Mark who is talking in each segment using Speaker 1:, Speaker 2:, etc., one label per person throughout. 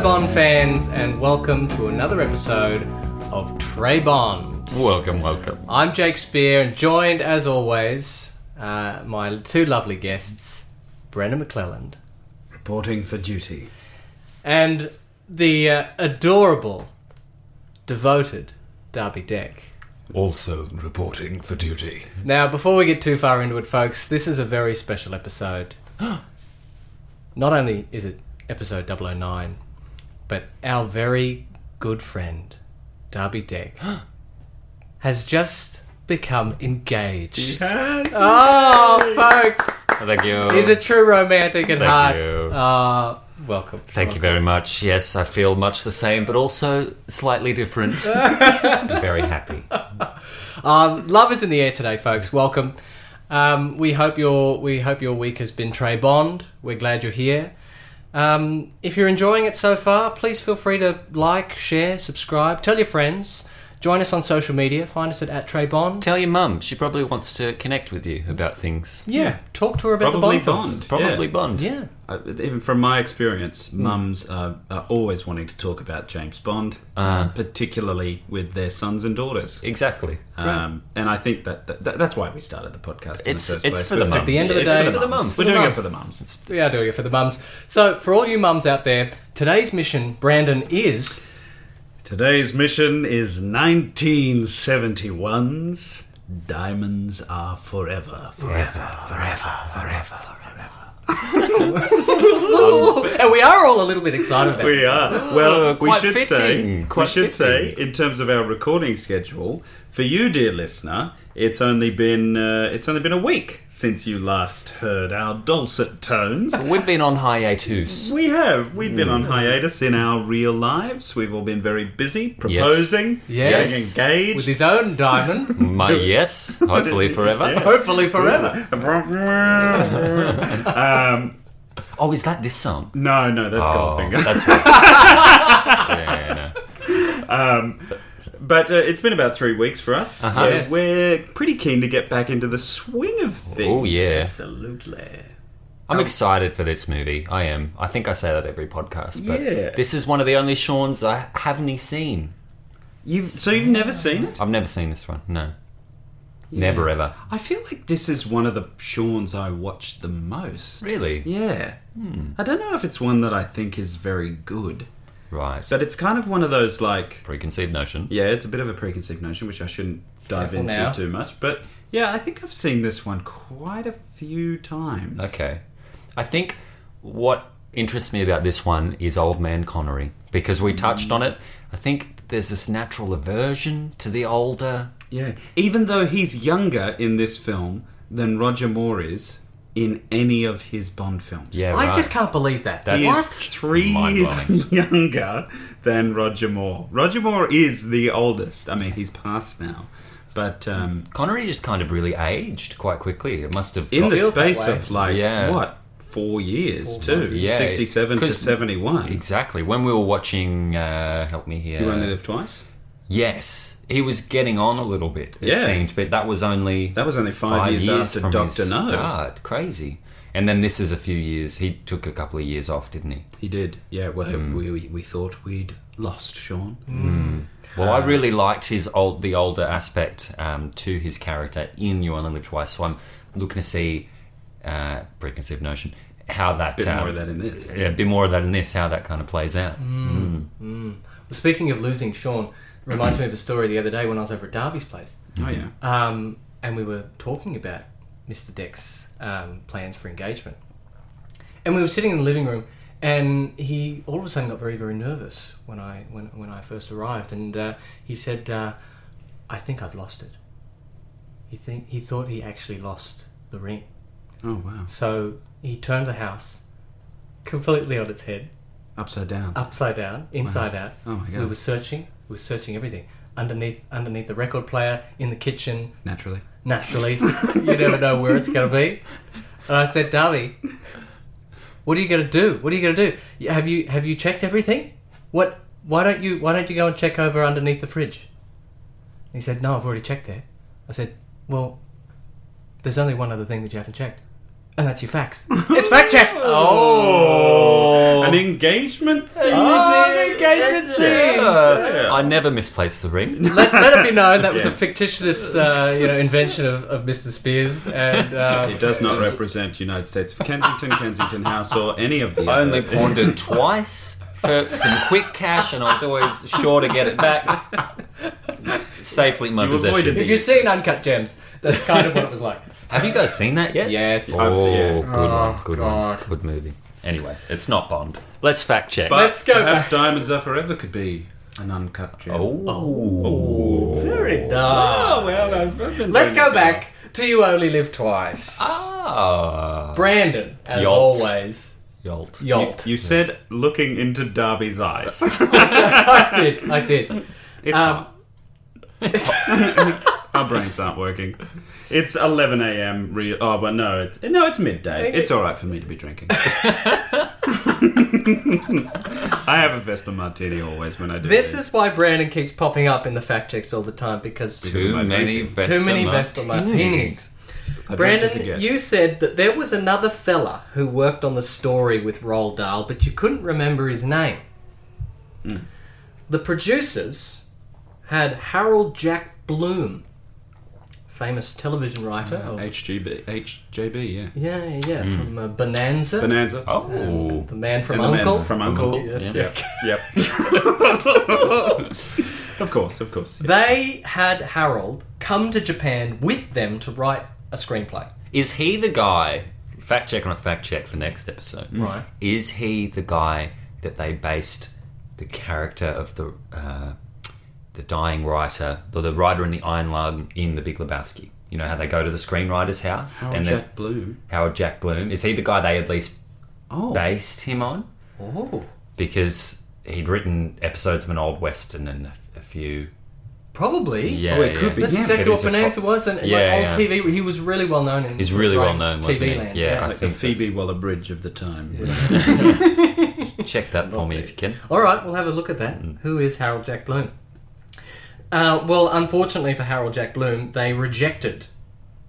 Speaker 1: fans, and welcome to another episode of Treybon.
Speaker 2: Welcome, welcome.
Speaker 1: I'm Jake Spear, and joined as always uh, my two lovely guests, Brenna McClelland
Speaker 3: Reporting for duty.
Speaker 1: and the uh, adorable, devoted Darby Deck.
Speaker 2: Also reporting for duty.
Speaker 1: Now, before we get too far into it, folks, this is a very special episode. Not only is it episode 009, but our very good friend, Darby Deck, has just become engaged. Oh, folks!
Speaker 2: Ah, Thank you.
Speaker 1: He's a true romantic at
Speaker 2: Thank
Speaker 1: heart.
Speaker 2: you.
Speaker 1: Ah, welcome.
Speaker 2: Thank you very much. Yes, I feel much the same, but also slightly different. I'm very happy.
Speaker 1: Um, love is in the air today, folks. Welcome. Um, we hope your we hope your week has been Trey Bond. We're glad you're here. Um, if you're enjoying it so far, please feel free to like, share, subscribe, tell your friends. Join us on social media. Find us at, at Trey Bond.
Speaker 2: Tell your mum. She probably wants to connect with you about things.
Speaker 1: Yeah, talk to her about
Speaker 3: Probably
Speaker 1: the Bond. films.
Speaker 3: Bond.
Speaker 2: Probably
Speaker 3: Yeah.
Speaker 2: Bond.
Speaker 1: Yeah,
Speaker 3: Uh, even from my experience,
Speaker 2: Hmm.
Speaker 3: mums are, are always wanting to talk about James Bond,
Speaker 2: Ah.
Speaker 3: um, particularly with their sons and daughters.
Speaker 2: Exactly.
Speaker 3: Um, and I think that, that, that- that's why we started the podcast. in
Speaker 2: It's-
Speaker 3: the first
Speaker 2: it's
Speaker 3: place,
Speaker 2: for the
Speaker 3: was to-
Speaker 2: mums. At the
Speaker 1: end of the
Speaker 3: It's
Speaker 1: day-
Speaker 3: for
Speaker 1: for the mums.
Speaker 3: We're
Speaker 1: For the
Speaker 3: doing it
Speaker 1: mums.
Speaker 3: for the mums.
Speaker 1: we are doing it for the mums. So, for all you mums out there, today's mission, Brandon, is
Speaker 3: Today's mission is 1971's Diamonds Are Forever, Forever, Forever, Forever, Forever.
Speaker 1: Ooh, and we are all a little bit excited about. it.
Speaker 3: We are. Well,
Speaker 2: Oh,
Speaker 3: we
Speaker 2: quite
Speaker 3: should
Speaker 2: fitting.
Speaker 3: say,
Speaker 2: Quite
Speaker 3: we should say,
Speaker 2: fitting.
Speaker 3: in terms of our recording schedule, for you, dear listener, it's only been uh, it's only been a week since you last heard our dulcet tones.
Speaker 2: We've been on hiatus.
Speaker 3: We have. We've been
Speaker 2: Hmm.
Speaker 3: on hiatus in our real lives. We've all been very busy, proposing,
Speaker 1: Yes.
Speaker 3: getting
Speaker 1: Yes.
Speaker 3: engaged.
Speaker 1: With his own diamond,
Speaker 2: My yes, hopefully forever.
Speaker 1: hopefully forever.
Speaker 3: um,
Speaker 2: Oh, is that this song?
Speaker 3: no, no, that's
Speaker 2: Oh,
Speaker 3: Goldfinger.
Speaker 2: That's right. yeah, no.
Speaker 3: But uh, it's been about three weeks for us, so
Speaker 1: Yes.
Speaker 3: we're pretty keen to get back into the swing of things.
Speaker 2: Oh, yeah.
Speaker 3: absolutely.
Speaker 2: I'm
Speaker 3: Um,
Speaker 2: excited for this movie. I am. I think I say that every podcast, but
Speaker 3: Yeah.
Speaker 2: this is one of the only Sean's that I haven't seen.
Speaker 3: You've so you've never seen it?
Speaker 2: I've never seen this one. No. Never ever.
Speaker 3: I feel like this is one of the Shawns I watch the most.
Speaker 2: Really?
Speaker 3: Yeah. I don't know if it's one that I think is very good,
Speaker 2: Right.
Speaker 3: but it's kind of one of those like
Speaker 2: Preconceived notion.
Speaker 3: yeah, it's a bit of a preconceived notion which I shouldn't dive
Speaker 1: Careful
Speaker 3: into
Speaker 1: now.
Speaker 3: too much. But yeah, I think I've seen this one quite a few times.
Speaker 2: Okay. I think what interests me about this one is Old Man Connery because we touched on it. I think there's this natural aversion to the older.
Speaker 3: Yeah. Even though he's younger in this film than Roger Moore is in any of his Bond films.
Speaker 2: Yeah,
Speaker 1: I
Speaker 2: right.
Speaker 1: just can't believe that.
Speaker 2: That's-
Speaker 3: He
Speaker 1: What?
Speaker 3: is three
Speaker 2: Mind-blowing.
Speaker 3: years younger than Roger Moore. Roger Moore is the oldest. I mean, he's passed now, but um,
Speaker 2: Connery just kind of really aged quite quickly. It must have
Speaker 3: in
Speaker 2: got-
Speaker 3: the
Speaker 1: feels that
Speaker 3: space
Speaker 1: way.
Speaker 3: of like
Speaker 2: Yeah.
Speaker 3: what four years too,
Speaker 2: Yeah,
Speaker 3: sixty-seven to
Speaker 2: 'cause-
Speaker 3: seventy-one.
Speaker 2: exactly when we were watching. Uh, help me here.
Speaker 3: You only live twice.
Speaker 2: yes, he was getting on a little bit. It
Speaker 3: Yeah.
Speaker 2: seemed, but that was only
Speaker 3: That was only five,
Speaker 2: five
Speaker 3: years,
Speaker 2: years,
Speaker 3: after
Speaker 2: from
Speaker 3: Doctor
Speaker 2: his
Speaker 3: No.
Speaker 2: start. Crazy. And then this is a few years. He took a couple of years off, didn't he?
Speaker 3: He did. Yeah. Well,
Speaker 2: Hmm.
Speaker 3: we, we we thought we'd lost Sean.
Speaker 2: Well,
Speaker 3: Um,
Speaker 2: I really liked his old, the older aspect um, to his character in You Only Live Twice. So I'm looking to see uh, preconceived notion how that
Speaker 3: Bit
Speaker 2: um,
Speaker 3: more of that in Mm. this.
Speaker 2: Yeah, a bit more of that in this. How that kind of plays out.
Speaker 1: Well, Speaking of losing Sean, reminds me of a story the other day when I was over at Darby's place,
Speaker 3: Oh yeah.
Speaker 1: um, and we were talking about Mr. Deck's um, plans for engagement, and we were sitting in the living room, and he all of a sudden got very, very nervous when I when when I first arrived, and uh, he said, uh, "I think I've lost it." He think he thought he actually lost the ring,
Speaker 3: Oh wow.
Speaker 1: so he turned the house completely on its head.
Speaker 3: Upside down.
Speaker 1: upside down, inside out.
Speaker 3: Oh my
Speaker 1: We
Speaker 3: God.
Speaker 1: were searching, we were searching everything underneath, underneath the record player, in the kitchen.
Speaker 3: Naturally.
Speaker 1: Naturally, you never know where it's going to be. And I said, Darby, what are you going to do? What are you going to do? Y- Have you have you checked everything? What? Why don't you Why don't you go and check over underneath the fridge? And he said, No, I've already checked there. I said, Well, there's only one other thing that you haven't checked. and that's your facts. it's fact check.
Speaker 3: Oh, an engagement. thing?
Speaker 1: Oh, the engagement ring.
Speaker 2: Uh, I never misplaced the ring.
Speaker 1: Let, let it be known that was a
Speaker 3: Yeah.
Speaker 1: fictitious, uh, you know, invention of, of Mr. Spears, and uh,
Speaker 3: It does not represent United States of Kensington, Kensington House, or any of the.
Speaker 2: I only
Speaker 3: other-
Speaker 2: pawned it twice for some quick cash, and I was always sure to get it back safely in my
Speaker 3: You
Speaker 2: possession.
Speaker 3: avoided
Speaker 1: if you've seen Uncut Gems, that's kind of what it was like.
Speaker 2: Have you guys seen that yet?
Speaker 1: Yes.
Speaker 3: I've seen it.
Speaker 2: Oh, good one, good
Speaker 1: God.
Speaker 2: one, good movie. Anyway, it's not Bond. Let's fact check.
Speaker 3: But
Speaker 1: Let's go
Speaker 3: Perhaps
Speaker 1: back.
Speaker 3: diamonds are forever could be an uncut gem.
Speaker 2: oh,
Speaker 1: Very nice.
Speaker 3: well, I've I've been
Speaker 1: Let's
Speaker 3: doing
Speaker 1: go
Speaker 3: this
Speaker 1: back to You Only Live Twice.
Speaker 2: Ah.
Speaker 1: Brandon, as
Speaker 2: Yolt.
Speaker 1: always.
Speaker 2: Yolt.
Speaker 3: a while.
Speaker 1: Yolt.
Speaker 3: You said looking into Darby's eyes.
Speaker 1: I did, I did.
Speaker 3: It's
Speaker 1: Um,
Speaker 3: hot. Our brains aren't working. It's 11 a.m. Re- oh, but no, it's, no, it's midday. It's all right for me to be drinking. I have a Vespa Martini always when I do
Speaker 1: This is why Brandon keeps popping up in the fact checks all the time because too,
Speaker 2: Too
Speaker 3: Am I
Speaker 2: many
Speaker 3: drinking?
Speaker 2: Vespa
Speaker 1: many
Speaker 2: Mart-
Speaker 1: Vespa martinis.
Speaker 3: I
Speaker 1: Brandon, you said that there was another fella who worked on the story with Roald Dahl, but you couldn't remember his name. The producers had Harold Jack Bloom, famous television writer.
Speaker 3: Uh,
Speaker 1: of,
Speaker 3: HGB, HJB, yeah.
Speaker 1: yeah, yeah, yeah, from uh, Bonanza,
Speaker 3: Bonanza.
Speaker 2: Oh.
Speaker 1: the man from
Speaker 3: And the man
Speaker 1: Uncle.
Speaker 3: from Uncle.
Speaker 1: Yes,
Speaker 3: Yep. yep. of course, of course. yeah.
Speaker 1: They had Harold come to Japan with them to write a screenplay.
Speaker 2: Is he the guy? Fact check on a fact check for next episode.
Speaker 1: Right.
Speaker 2: Is he the guy that they based the character of the uh, the dying writer, or the writer in the Iron Lung in The Big Lebowski? You know how they go to the screenwriter's house
Speaker 3: Oh,
Speaker 2: and there's
Speaker 3: Jack Blue.
Speaker 2: Howard Jack Bloom. Is he the guy they at least
Speaker 3: Oh.
Speaker 2: based him on?
Speaker 1: Oh,
Speaker 2: Because he'd written episodes of an old western and a, f- a few.
Speaker 1: probably.
Speaker 2: Yeah,
Speaker 3: Oh, it could
Speaker 2: yeah.
Speaker 3: be.
Speaker 1: That's
Speaker 3: Yeah,
Speaker 1: exactly
Speaker 2: but
Speaker 1: what
Speaker 2: he's a
Speaker 1: Bonanza
Speaker 2: fo-
Speaker 1: was, and and
Speaker 2: Yeah,
Speaker 1: like
Speaker 2: yeah.
Speaker 1: old TV. He was really well known. In
Speaker 2: He's really
Speaker 1: right,
Speaker 2: well known, wasn't
Speaker 1: TV
Speaker 2: he?
Speaker 1: land.
Speaker 2: Yeah, I
Speaker 3: Like the
Speaker 2: think
Speaker 3: Phoebe Waller Bridge of the time.
Speaker 2: Check that for me if you can.
Speaker 1: All right, we'll have a look at that.
Speaker 2: Mm.
Speaker 1: Who is Harold Jack Bloom? Uh, well, unfortunately for Harold Jack Bloom, they rejected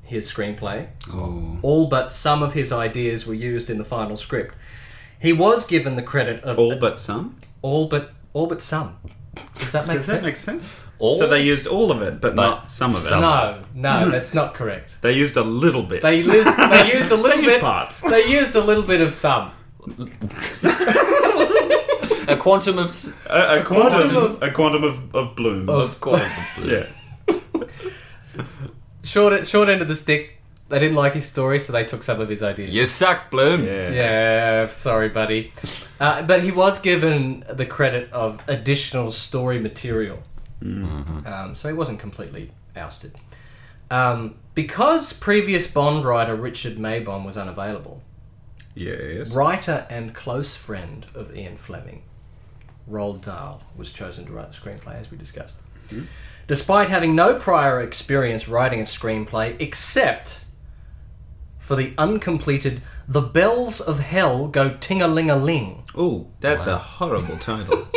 Speaker 1: his screenplay.
Speaker 3: Oh.
Speaker 1: All but some of his ideas were used in the final script. He was given the credit of
Speaker 3: All but some.
Speaker 1: all but all but some. Does that make
Speaker 3: Does
Speaker 1: sense?
Speaker 3: that make sense?
Speaker 2: All-
Speaker 3: So they used all of it, but
Speaker 2: But
Speaker 3: not some of it.
Speaker 2: some.
Speaker 1: No,
Speaker 3: Hmm.
Speaker 1: no, that's not correct.
Speaker 3: They used a little bit.
Speaker 1: They used they used a little
Speaker 3: used
Speaker 1: bit
Speaker 3: parts.
Speaker 1: They used a little bit of some.
Speaker 2: A quantum of. s-
Speaker 3: a, a quantum,
Speaker 1: quantum of-
Speaker 3: a quantum of, of blooms.
Speaker 1: Of
Speaker 2: quantum of-
Speaker 3: yeah.
Speaker 1: Short short end of the stick. They didn't like his story, so they took some of his ideas.
Speaker 2: You suck, Bloom.
Speaker 3: yeah.
Speaker 1: Yeah, sorry, buddy. Uh, but he was given the credit of additional story material. Um, so he wasn't completely ousted. Um, because previous Bond writer Richard Maybaum was unavailable,
Speaker 3: Yes.
Speaker 1: writer and close friend of Ian Fleming, Roald Dahl, was chosen to write the screenplay, as we discussed.
Speaker 3: Hmm?
Speaker 1: Despite having no prior experience writing a screenplay, except for the uncompleted The Bells of Hell Go Ting a Ling a Ling.
Speaker 3: Ooh, that's a horrible title.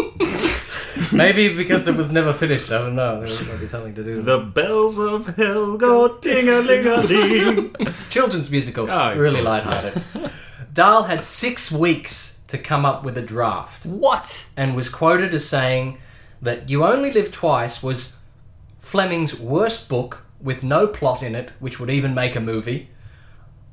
Speaker 1: Maybe because it was never finished, I don't know. There might be something to do with it.
Speaker 3: the bells of hell go ting a ling a ling.
Speaker 1: It's a children's musical,
Speaker 3: Oh, of
Speaker 1: really
Speaker 3: course,
Speaker 1: lighthearted. Dahl had six weeks to come up with a draft.
Speaker 2: What?
Speaker 1: and was quoted as saying that You Only Live Twice was Fleming's worst book with no plot in it, which would even make a movie.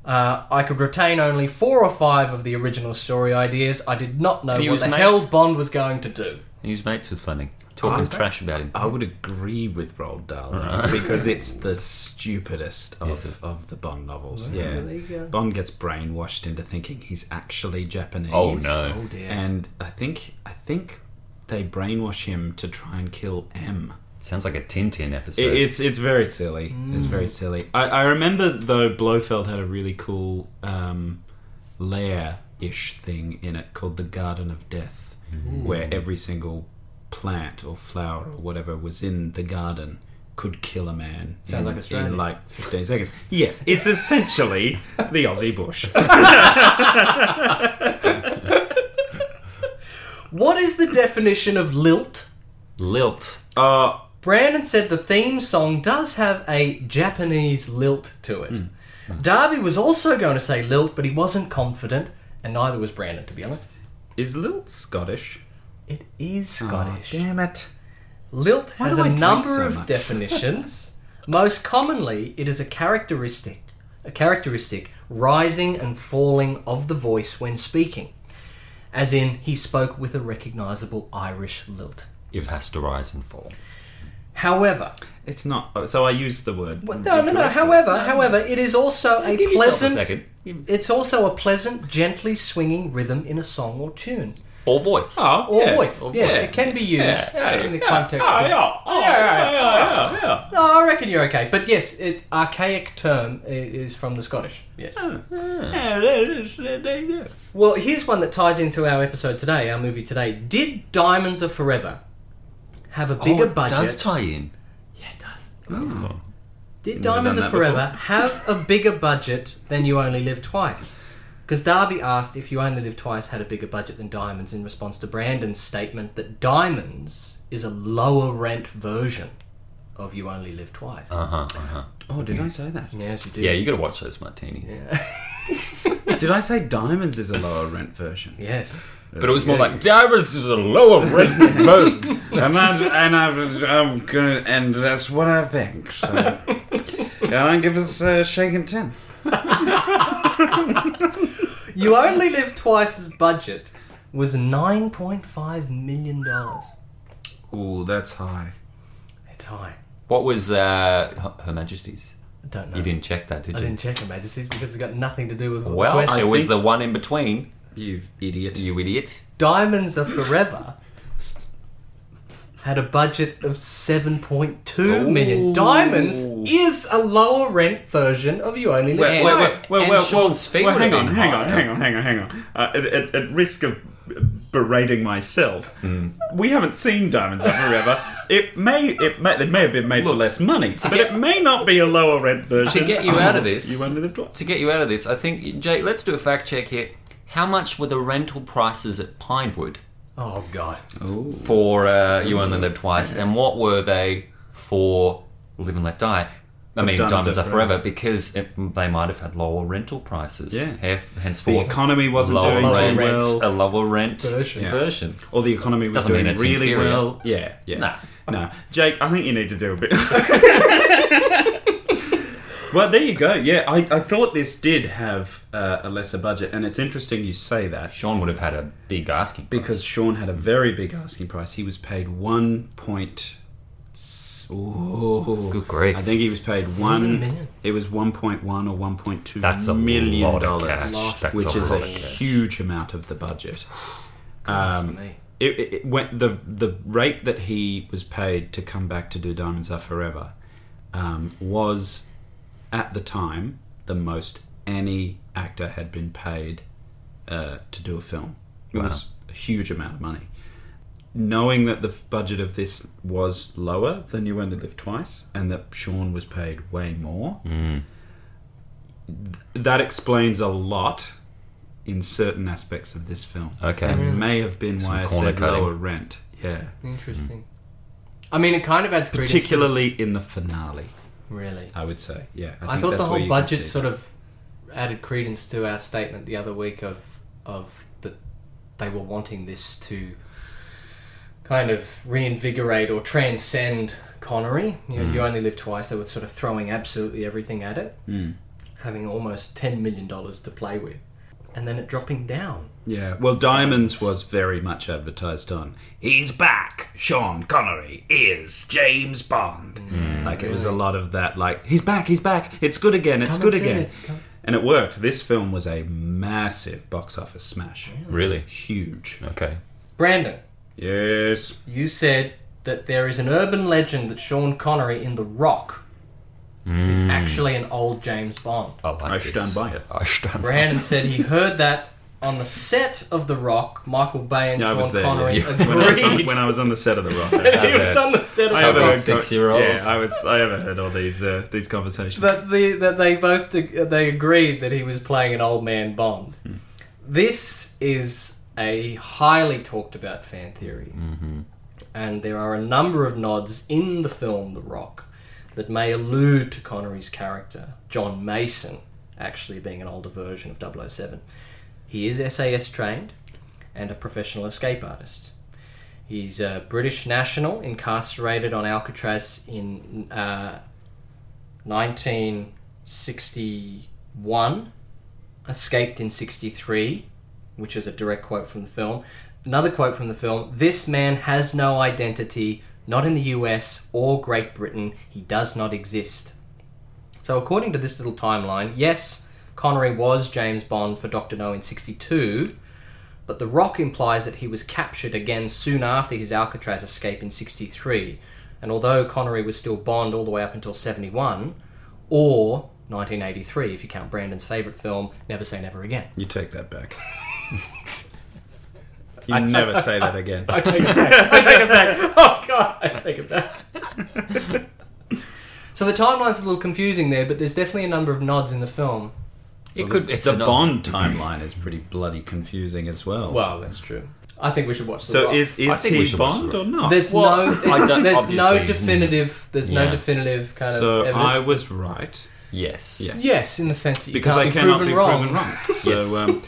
Speaker 1: Uh, I could retain only four or five of the original story ideas. I did not know
Speaker 2: He
Speaker 1: what
Speaker 2: was
Speaker 1: the
Speaker 2: mates-
Speaker 1: hell Bond was going to do.
Speaker 2: He was mates with Fleming,
Speaker 3: Oh,
Speaker 2: talking trash about him.
Speaker 3: I would agree with Roald Dahl though, because it's the stupidest of, of the Bond novels. yeah,
Speaker 1: there you go.
Speaker 3: Bond gets brainwashed into thinking he's actually Japanese.
Speaker 2: Oh, no.
Speaker 1: Oh, dear.
Speaker 3: And I think I think they brainwash him to try and kill M.
Speaker 2: Sounds like a Tintin episode.
Speaker 3: It, it's it's very silly. It's very silly. I, I remember though Blofeld had a really cool um, lair ish thing in it called the Garden of Death, where every single plant or flower or whatever was in the garden could kill a man.
Speaker 1: Sounds
Speaker 3: in,
Speaker 1: like Australia.
Speaker 3: in like fifteen seconds. Yes, it's essentially the Aussie bush.
Speaker 1: What is the definition of lilt?
Speaker 2: Lilt.
Speaker 3: Uh,
Speaker 1: Brandon said the theme song does have a Japanese lilt to it. Darby was also going to say Lilt, but he wasn't confident, and neither was Brandon, to be honest.
Speaker 3: Is Lilt Scottish?
Speaker 1: It is Scottish.
Speaker 3: Aw, damn it.
Speaker 1: Lilt
Speaker 3: Why
Speaker 1: has
Speaker 3: do I
Speaker 1: a
Speaker 3: drink
Speaker 1: number
Speaker 3: so
Speaker 1: of
Speaker 3: much?
Speaker 1: definitions. Most commonly, it is a characteristic, a characteristic rising and falling of the voice when speaking, as in he spoke with a recognizable Irish lilt.
Speaker 2: It has to rise and fall.
Speaker 1: However,
Speaker 3: It's not. oh, So I used the word.
Speaker 1: well, no, no, no. However, however, it is also a
Speaker 2: Give yourself
Speaker 1: pleasant.
Speaker 2: a second.
Speaker 1: It's also a pleasant, gently swinging rhythm in a song or tune
Speaker 2: Or voice.
Speaker 3: Oh,
Speaker 1: or
Speaker 3: yeah.
Speaker 1: voice.
Speaker 2: or
Speaker 1: yes,
Speaker 2: voice.
Speaker 1: it can be used in the context.
Speaker 3: Oh,
Speaker 1: of-
Speaker 3: yeah. Oh, yeah, yeah, yeah, yeah.
Speaker 1: No, I reckon you're okay. But yes, it archaic term i- is from the Scottish. Yes. Well, here's one that ties into our episode today, our movie today. Did Diamonds Are Forever have a bigger
Speaker 2: oh, it
Speaker 1: budget?
Speaker 2: does tie in.
Speaker 1: yeah, it does.
Speaker 2: Oh.
Speaker 1: Did Diamonds
Speaker 3: Hmm. never done
Speaker 1: Are
Speaker 3: that before.
Speaker 1: Forever have a bigger budget than You Only Live Twice? Because Darby asked if You Only Live Twice had a bigger budget than Diamonds in response to Brandon's statement that Diamonds is a lower rent version of You Only Live Twice.
Speaker 2: Uh huh. Uh-huh.
Speaker 3: Oh, did I say that?
Speaker 1: yes, you do.
Speaker 2: Yeah, you got to watch those martinis.
Speaker 3: Did I say diamonds is a lower rent version?
Speaker 1: Yes.
Speaker 2: But it was more like Davros is a lower rent mode.
Speaker 3: and I, and I, I'm gonna, and that's what I think. So, yeah, I give us a shake and ten.
Speaker 1: You Only Live Twice's budget was $9.5 million.
Speaker 3: Ooh, that's high.
Speaker 1: It's high.
Speaker 2: What was uh, Her- Her Majesty's?
Speaker 1: I don't know.
Speaker 2: You didn't check that, did
Speaker 1: I
Speaker 2: you?
Speaker 1: didn't check Her Majesty's because it's got nothing to do with what
Speaker 2: Well,
Speaker 1: the question.
Speaker 2: it was
Speaker 3: think-
Speaker 2: the one in between.
Speaker 3: You idiot.
Speaker 2: You idiot.
Speaker 1: Diamonds Are Forever had a budget of seven point two million.
Speaker 2: Ooh.
Speaker 1: Diamonds is a lower rent version of You Only Live
Speaker 3: Uh, Wait,
Speaker 2: And-
Speaker 3: wait,
Speaker 1: Twice.
Speaker 3: wait, wait,
Speaker 2: and
Speaker 3: wait,
Speaker 2: Sean's
Speaker 3: wait,
Speaker 2: fee
Speaker 3: wait,
Speaker 2: would
Speaker 3: hang
Speaker 2: have
Speaker 3: on,
Speaker 2: been
Speaker 3: hang on,
Speaker 2: higher.
Speaker 3: hang on, hang on, hang on. Uh, at, at, at risk of uh, berating myself,
Speaker 2: Hmm.
Speaker 3: we haven't seen Diamonds Are Forever. It may, it may, it may have been made for less money, but
Speaker 2: get-
Speaker 3: it may not be a lower rent version. Oh,
Speaker 2: To get you out of this-
Speaker 3: you only live twice.
Speaker 2: To get you out of this, I think, Jay, let's do a fact check here. How much were the rental prices at Pinewood
Speaker 1: Oh God.
Speaker 2: for uh, You Only Live Twice, and what were they for Live and Let Die? I mean,
Speaker 3: Diamonds
Speaker 2: Diamonds
Speaker 3: Are
Speaker 2: Are Forever, because it, they might have had lower rental prices.
Speaker 3: Yeah.
Speaker 2: Hef-
Speaker 3: The
Speaker 2: henceforth,
Speaker 3: economy wasn't
Speaker 2: lower
Speaker 3: doing too
Speaker 2: rent,
Speaker 3: well.
Speaker 2: a lower rent
Speaker 1: Version. Yeah.
Speaker 2: version.
Speaker 3: or the economy was
Speaker 2: Doesn't mean
Speaker 3: doing
Speaker 2: it's
Speaker 3: really
Speaker 2: inferior.
Speaker 3: well. Yeah, yeah.
Speaker 2: Nah.
Speaker 3: No. Jake, I think you need to do a bit. well, there you go. Yeah, I, I thought this did have uh, a lesser budget, and it's interesting you say that
Speaker 2: Sean would have had a big asking. price.
Speaker 3: because Sean had a very big asking price. He was paid one point. Ooh.
Speaker 2: Good grief.
Speaker 3: I think he was paid
Speaker 1: than a
Speaker 3: one.
Speaker 1: million.
Speaker 3: It was one point one or one point two
Speaker 2: That's a
Speaker 3: million
Speaker 2: lot of
Speaker 3: dollars,
Speaker 2: cash. That's
Speaker 3: which
Speaker 2: a
Speaker 3: is
Speaker 2: lot
Speaker 3: a
Speaker 2: of cash.
Speaker 3: huge amount of the budget.
Speaker 1: Goodness
Speaker 3: Um,
Speaker 1: me.
Speaker 3: it, it, it went the the rate that he was paid to come back to do Diamonds Are Forever um, was at the time the most any actor had been paid uh, to do a film. It was a huge amount of money. Knowing that the f- budget of this was lower than You Only Live Twice, and that Sean was paid way more,
Speaker 2: Hmm,
Speaker 3: th- that explains a lot in certain aspects of this film.
Speaker 2: Okay.
Speaker 3: And may have been
Speaker 2: Some
Speaker 3: why I
Speaker 2: corner
Speaker 3: said
Speaker 2: cutting.
Speaker 3: lower rent. Yeah.
Speaker 1: Interesting. I mean, it kind of adds credence. to
Speaker 3: Particularly in the finale,
Speaker 1: really.
Speaker 3: I would say. Yeah.
Speaker 1: I, thought
Speaker 3: think that's
Speaker 1: the
Speaker 3: where
Speaker 1: whole
Speaker 3: you can
Speaker 1: budget
Speaker 3: see
Speaker 1: sort of added credence to our statement the other week of of that they were wanting this to kind of reinvigorate or transcend Connery. You, know, you
Speaker 3: Mm.
Speaker 1: only live twice. They were sort of throwing absolutely everything at it,
Speaker 3: Mm.
Speaker 1: having almost ten million dollars to play with, and then it dropping down.
Speaker 3: Yeah. Well, Diamonds was very much advertised on. He's back. Sean Connery is James Bond.
Speaker 1: Mm.
Speaker 3: like it was a lot of that. Like he's back. He's back. It's good again. It's
Speaker 1: Come
Speaker 3: good
Speaker 1: and see
Speaker 3: again.
Speaker 1: it. Come-
Speaker 3: And it worked. This film was a massive box office smash.
Speaker 2: Really?
Speaker 3: Huge.
Speaker 2: Okay.
Speaker 1: Brandon,
Speaker 3: Yes.
Speaker 1: you said that there is an urban legend that Sean Connery in The Rock is
Speaker 3: Mm.
Speaker 1: actually an old James Bond.
Speaker 2: I, like
Speaker 3: I
Speaker 2: this.
Speaker 3: stand by it.
Speaker 1: Uh,
Speaker 2: I stand by it.
Speaker 1: Brandon said he heard that on the set of The Rock, Michael Bay and
Speaker 3: Yeah, I
Speaker 1: Sean
Speaker 3: was there.
Speaker 1: Connery
Speaker 3: yeah. When, I was on,
Speaker 1: agreed.
Speaker 3: when I was on the set of The Rock.
Speaker 1: he
Speaker 2: That's
Speaker 1: was
Speaker 2: it.
Speaker 1: on the set
Speaker 3: I
Speaker 1: of The
Speaker 2: Totally
Speaker 1: Rock.
Speaker 3: overheard
Speaker 2: six-year-old.
Speaker 3: Yeah, I was. I overheard all these uh, these conversations.
Speaker 1: That, the, that they both ag- they agreed that he was playing an old man Bond. This is a highly talked about fan theory, and there are a number of nods in the film The Rock that may allude to Connery's character John Mason actually being an older version of 007. He is SAS trained and a professional escape artist. He's a British national incarcerated on Alcatraz in uh, 1961, escaped in 63, which is a direct quote from the film. Another quote from the film This man has no identity, not in the US or Great Britain. He does not exist. So, according to this little timeline, yes, Connery was James Bond for Dr. No in 62, but The Rock implies that he was captured again soon after his Alcatraz escape in 63. And although Connery was still Bond all the way up until 71, or 1983, if you count Brandon's favourite film, Never Say Never Again.
Speaker 3: You take that back. you never say that again.
Speaker 1: I take it back. I take it back. Oh god, I take it back. so the timeline's a little confusing there, but there's definitely a number of nods in the film.
Speaker 2: It could. It's
Speaker 3: the
Speaker 2: a
Speaker 3: Bond timeline is pretty bloody confusing as well.
Speaker 1: Well, that's true. I think we should watch. The
Speaker 3: so
Speaker 1: Rock.
Speaker 3: is
Speaker 2: I
Speaker 3: is
Speaker 2: think we
Speaker 3: he
Speaker 2: should watch
Speaker 3: Bond
Speaker 2: The
Speaker 3: or not?
Speaker 1: there's
Speaker 2: Well,
Speaker 1: no
Speaker 2: I don't-
Speaker 1: there's no
Speaker 2: obviously.
Speaker 1: definitive there's no
Speaker 2: Yeah.
Speaker 1: definitive kind
Speaker 3: so
Speaker 1: of evidence.
Speaker 3: I was right
Speaker 2: Yes.
Speaker 3: Yeah.
Speaker 1: yes, in the sense that you
Speaker 3: because
Speaker 1: can't
Speaker 3: I
Speaker 1: be
Speaker 3: cannot
Speaker 1: proven
Speaker 3: be
Speaker 1: wrong.
Speaker 3: proven wrong. So
Speaker 2: Yes.
Speaker 3: um,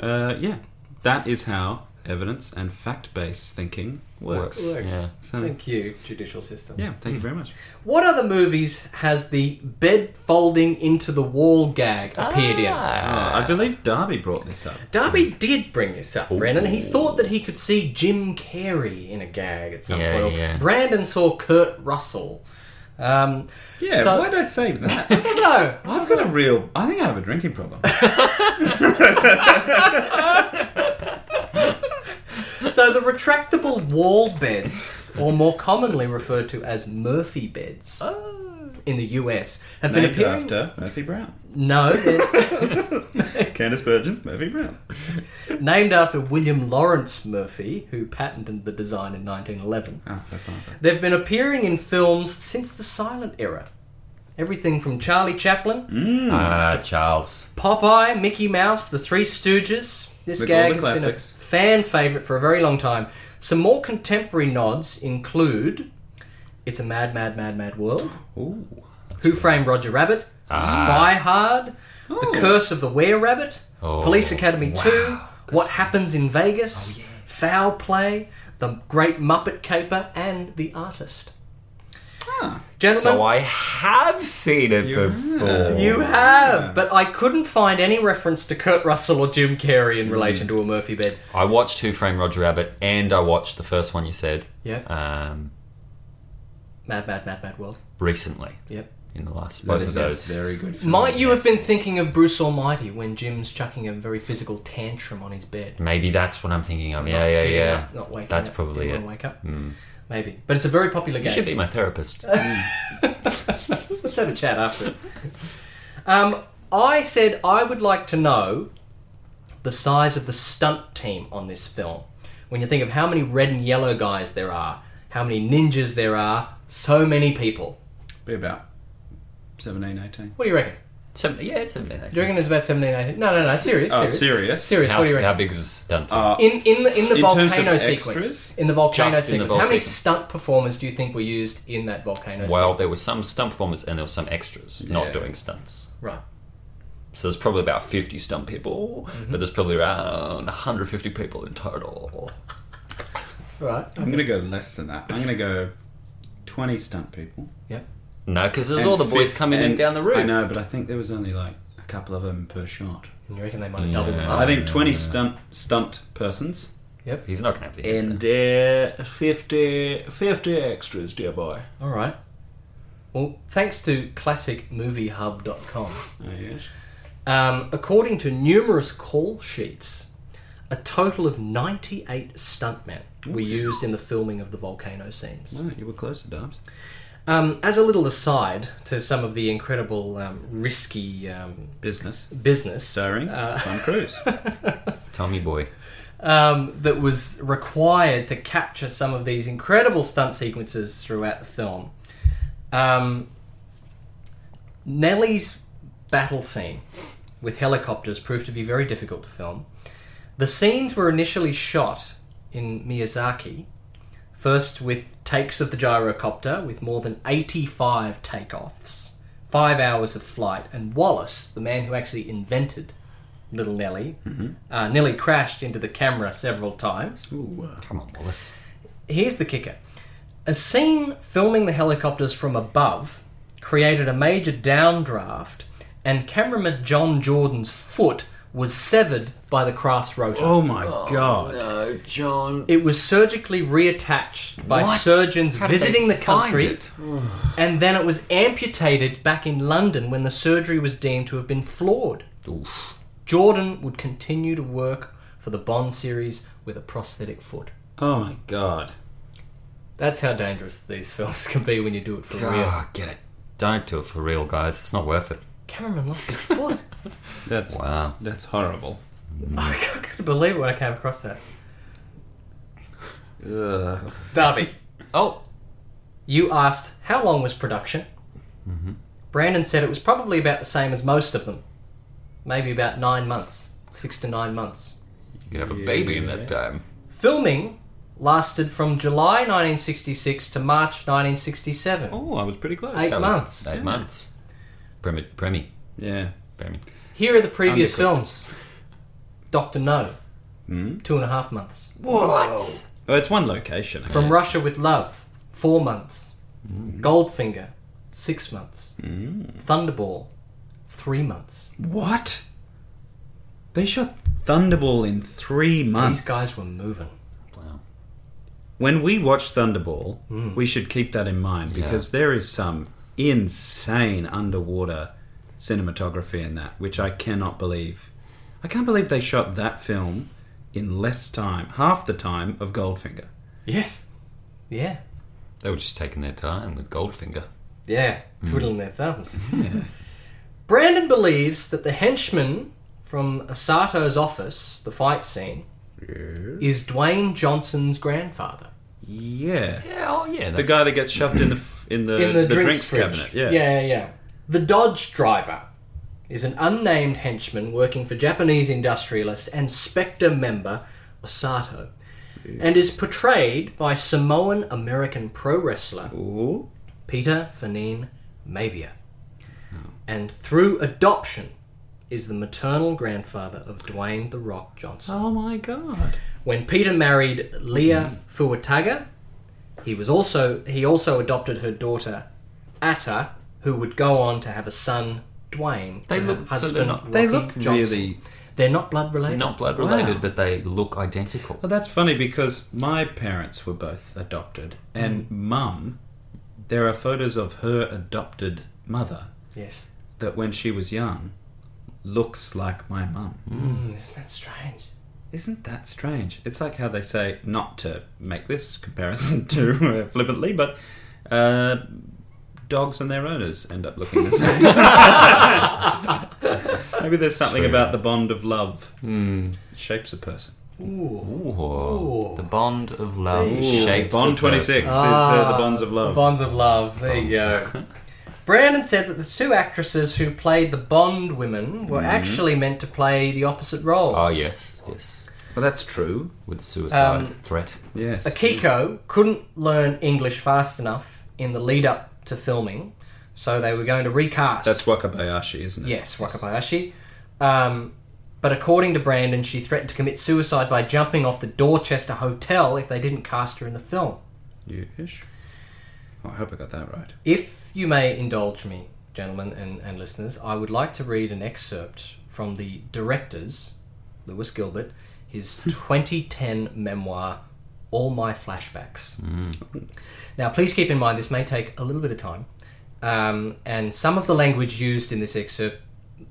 Speaker 3: uh, yeah, that is how evidence and fact-based thinking works.
Speaker 1: Works.
Speaker 2: Yeah.
Speaker 3: So
Speaker 1: Thank you, judicial system.
Speaker 3: yeah, thank you very much.
Speaker 1: What other movies has the bed folding into the wall gag appeared in?
Speaker 2: Ah.
Speaker 3: Uh, I believe Darby brought this up.
Speaker 1: Darby did bring this up, Brandon. He thought that he could see Jim Carrey in a gag at some
Speaker 2: Yeah,
Speaker 1: point. Or
Speaker 2: yeah.
Speaker 1: Brandon saw Kurt Russell. Um,
Speaker 3: Yeah,
Speaker 1: So-
Speaker 3: why did I say that?
Speaker 1: I don't know.
Speaker 3: I've got a real. I think I have a drinking problem.
Speaker 1: So the retractable wall beds, or more commonly referred to as Murphy beds, in the US, have been
Speaker 3: Oh. Named
Speaker 1: appearing.
Speaker 3: after Murphy Brown.
Speaker 1: No, they're
Speaker 3: Candace Bergen's Murphy Brown.
Speaker 1: named after William Lawrence Murphy, who patented the design in 1911.
Speaker 3: Oh, that's not bad.
Speaker 1: They've been appearing in films since the silent era. Everything from Charlie Chaplin
Speaker 2: Ah, Charles.
Speaker 1: Popeye, Mickey Mouse, The Three Stooges. This
Speaker 3: Look,
Speaker 1: gag
Speaker 3: all
Speaker 1: has
Speaker 3: the
Speaker 1: been a
Speaker 3: classics.
Speaker 1: fan favourite for a very long time. Some more contemporary nods include It's a Mad, Mad, Mad, Mad World,
Speaker 3: Ooh.
Speaker 1: Who Framed Roger Rabbit,
Speaker 2: Ah.
Speaker 1: Spy Hard, The Curse of the Were Rabbit,
Speaker 2: Oh,
Speaker 1: Police Academy
Speaker 2: wow. Oh,
Speaker 1: 2, What Happens in Vegas, Foul Play, The Great Muppet Caper, and The Artist.
Speaker 3: Ah.
Speaker 1: Gentlemen,
Speaker 2: So I have seen it before.
Speaker 1: You have, but I couldn't find any reference to Kurt Russell or Jim Carrey
Speaker 2: Hmm.
Speaker 1: in relation to a Murphy bed.
Speaker 2: I watched Who Framed Roger Rabbit, and I watched the first one you said.
Speaker 1: Yep.
Speaker 2: Um,
Speaker 1: Mad, mad, mad, mad world.
Speaker 2: recently,
Speaker 1: Yep.
Speaker 2: in the last
Speaker 3: That
Speaker 2: both of
Speaker 3: is a
Speaker 2: those.
Speaker 3: Very good. film.
Speaker 1: Might you have been thinking of Bruce Almighty when Jim's chucking a very physical tantrum on his bed?
Speaker 2: Maybe that's what I'm thinking of. Yeah,
Speaker 1: Not
Speaker 2: yeah,
Speaker 1: getting
Speaker 2: yeah.
Speaker 1: up, not waking
Speaker 2: That's
Speaker 1: up,
Speaker 2: probably
Speaker 1: didn't
Speaker 2: it. Hmm.
Speaker 1: wanna Wake up. Maybe, but it's a very popular
Speaker 2: You
Speaker 1: game.
Speaker 2: should be my therapist.
Speaker 1: Let's have a chat after. um, I said I would like to know the size of the stunt team on this film. When you think of how many red and yellow guys there are, how many ninjas there are, so many people.
Speaker 3: Be about 17, 18.
Speaker 1: What do you reckon?
Speaker 2: Some- yeah, it's a minute.
Speaker 1: Do you reckon it's about 17, 18? No, no, no, serious.
Speaker 3: Oh,
Speaker 1: serious.
Speaker 3: serious?
Speaker 1: Serious,
Speaker 2: How,
Speaker 1: what do you
Speaker 2: how
Speaker 1: reckon?
Speaker 2: big is the stunt? team?
Speaker 3: Uh,
Speaker 1: In, in the, in the
Speaker 3: In terms of
Speaker 1: volcano
Speaker 3: extras?
Speaker 1: sequence. In the volcano
Speaker 2: Just in
Speaker 1: sequence.
Speaker 2: the
Speaker 1: how
Speaker 2: vol
Speaker 1: many
Speaker 2: sequence.
Speaker 1: stunt performers do you think were used in that volcano
Speaker 2: well, there was some stunt performers and there was some extras
Speaker 3: Yeah.
Speaker 2: not doing stunts.
Speaker 1: sequence? Right.
Speaker 2: So there's probably about 50 stunt people, but there's probably around 150 people in total.
Speaker 1: Right.
Speaker 3: I'm going to go less than that. I'm going to go 20 stunt people.
Speaker 1: Yep.
Speaker 2: No, because there's
Speaker 3: And
Speaker 2: all the boys
Speaker 3: fif-
Speaker 2: coming in
Speaker 3: and-
Speaker 2: down the roof.
Speaker 3: I know, but I think there was only like a couple of them per shot.
Speaker 1: And you reckon they might have doubled them
Speaker 2: Oh, Yeah.
Speaker 1: up?
Speaker 3: I think 20 stunt stunt persons
Speaker 1: Yep.
Speaker 2: He's not going to have the answer.
Speaker 3: and uh, 50, 50 extras, dear boy.
Speaker 1: All right. Well, thanks to classicmoviehub.com,
Speaker 3: Oh, yes.
Speaker 1: um, according to numerous call sheets, a total of 98 stuntmen were used in the filming of the volcano scenes.
Speaker 3: Oh, you were close to Dubs.
Speaker 1: Um, as a little aside to some of the incredible um, risky um,
Speaker 3: Business.
Speaker 1: business
Speaker 3: Starring
Speaker 1: uh,
Speaker 3: Tom Cruise.
Speaker 2: Tommy boy.
Speaker 1: um, that was required to capture some of these incredible stunt sequences throughout the film. Um, Nelly's battle scene with helicopters proved to be very difficult to film. The scenes were initially shot in Miyazaki, first with takes of the gyrocopter with more than 85 takeoffs five hours of flight, and Wallace, the man who actually invented Little Nelly, uh, nearly crashed into the camera several times.
Speaker 3: uh,
Speaker 2: Come on, Wallace.
Speaker 1: Here's the kicker a scene filming the helicopters from above created a major downdraft, and cameraman John Jordan's foot was severed by the craft's rotor.
Speaker 3: Oh my god.
Speaker 4: No, John.
Speaker 1: It was surgically reattached by
Speaker 2: What?
Speaker 1: surgeons
Speaker 2: How did they
Speaker 1: visiting the
Speaker 2: find
Speaker 1: country,
Speaker 2: it?
Speaker 1: and then it was amputated back in London when the surgery was deemed to have been flawed. Jordan would continue to work for the Bond series with a prosthetic foot.
Speaker 3: Oh my god.
Speaker 1: That's how dangerous these films can be when you do it for real.
Speaker 2: Ah, get it. Don't do it for real, guys. It's not worth it.
Speaker 1: Cameron lost his foot.
Speaker 3: That's
Speaker 2: Wow.
Speaker 3: that's horrible.
Speaker 1: I couldn't believe it when I came across that.
Speaker 3: Ugh.
Speaker 1: Darby,
Speaker 2: Oh,
Speaker 1: you asked how long was production?
Speaker 3: Mm-hmm.
Speaker 1: Brandon said it was probably about the same as most of them, maybe about nine months, six to nine months.
Speaker 2: you could have a baby in that um, time.
Speaker 1: Filming lasted from July 1966 to March 1967.
Speaker 3: Oh, I was pretty close.
Speaker 1: Eight
Speaker 2: That was
Speaker 1: months.
Speaker 2: Eight months. Premi, premi,
Speaker 3: Yeah.
Speaker 2: premi.
Speaker 1: Here are the previous
Speaker 3: Undercooked.
Speaker 1: films Doctor No, two and a half months.
Speaker 2: What?
Speaker 3: Hmm? Oh, it's one location. I
Speaker 1: From
Speaker 3: guess.
Speaker 1: Russia with Love, four months. Goldfinger, six months.
Speaker 3: Hmm.
Speaker 1: Thunderball, three months.
Speaker 3: What? They shot Thunderball in three months.
Speaker 1: These guys were moving.
Speaker 2: Wow.
Speaker 3: When we watch Thunderball,
Speaker 1: Mm.
Speaker 3: we should keep that in mind because there is some insane underwater cinematography in that, which I cannot believe. I can't believe they shot that film in less time, half the time of Goldfinger.
Speaker 1: Yes. Yeah.
Speaker 2: They were just taking their time with Goldfinger.
Speaker 1: Yeah, twiddling their thumbs. Brandon believes that the henchman from Asato's office, the fight scene, is Dwayne Johnson's grandfather.
Speaker 3: Yeah.
Speaker 2: Yeah, oh yeah.
Speaker 3: The
Speaker 2: that's-
Speaker 3: guy that gets shoved in the f- in the,
Speaker 1: In the,
Speaker 3: drinks,
Speaker 1: drinks,
Speaker 3: cabinet.
Speaker 1: fridge.
Speaker 3: Yeah.
Speaker 1: yeah, yeah, yeah. The Dodge driver is an unnamed henchman working for Japanese industrialist and Spectre member Osato, and is portrayed by Samoan American pro wrestler
Speaker 3: Ooh.
Speaker 1: Peter Fanine Mavia.
Speaker 3: Oh.
Speaker 1: And through adoption is the maternal grandfather of Dwayne The Rock Johnson.
Speaker 3: Oh my god.
Speaker 1: When Peter married Leah Fuataga, he was also he also adopted her daughter Atta, who would go on to have a son, Dwayne.
Speaker 2: They
Speaker 1: and
Speaker 2: look-
Speaker 1: her
Speaker 2: so
Speaker 1: husband.
Speaker 2: they're not-
Speaker 3: They
Speaker 1: Rocky
Speaker 3: look
Speaker 1: Johnson.
Speaker 3: really-
Speaker 1: They're not blood related.
Speaker 2: not blood related,
Speaker 3: Wow.
Speaker 2: but they look identical.
Speaker 3: Well, that's funny because my parents were both adopted,
Speaker 1: Mm.
Speaker 3: and mum, there are photos of her adopted mother
Speaker 1: Yes.
Speaker 3: that when she was young looks like my mum.
Speaker 1: Mm, isn't that strange?
Speaker 3: Isn't that strange? It's like how they say, not to make this comparison too uh, flippantly, but uh, dogs and their owners end up looking the same. Maybe there's something
Speaker 2: True.
Speaker 3: about the bond of love shapes a person.
Speaker 1: Ooh.
Speaker 2: Ooh,
Speaker 1: Ooh.
Speaker 2: the bond of love
Speaker 1: Ooh,
Speaker 2: shapes a
Speaker 3: Bond
Speaker 2: person.
Speaker 3: 26 is uh, the
Speaker 1: Ah,
Speaker 3: bonds of
Speaker 1: The
Speaker 3: love.
Speaker 1: bonds of love. There you go. Brandon said that the two actresses who played the Bond women were actually meant to play the opposite roles.
Speaker 2: Oh yes, yes.
Speaker 3: well, that's true.
Speaker 2: With the suicide
Speaker 1: Um,
Speaker 2: threat.
Speaker 3: Yes.
Speaker 1: Akiko couldn't learn English fast enough in the lead up to filming, so they were going to recast.
Speaker 3: That's Wakabayashi, isn't it?
Speaker 1: Yes, Wakabayashi. Um, but according to Brandon, she threatened to commit suicide by jumping off the Dorchester Hotel if they didn't cast her in the film.
Speaker 3: Yes. Oh, I hope I got that right.
Speaker 1: If you may indulge me, gentlemen and, and listeners, I would like to read an excerpt from the director's, Lewis Gilbert, his 2010 memoir, All My Flashbacks. Now, please keep in mind this may take a little bit of time, um, and some of the language used in this excerpt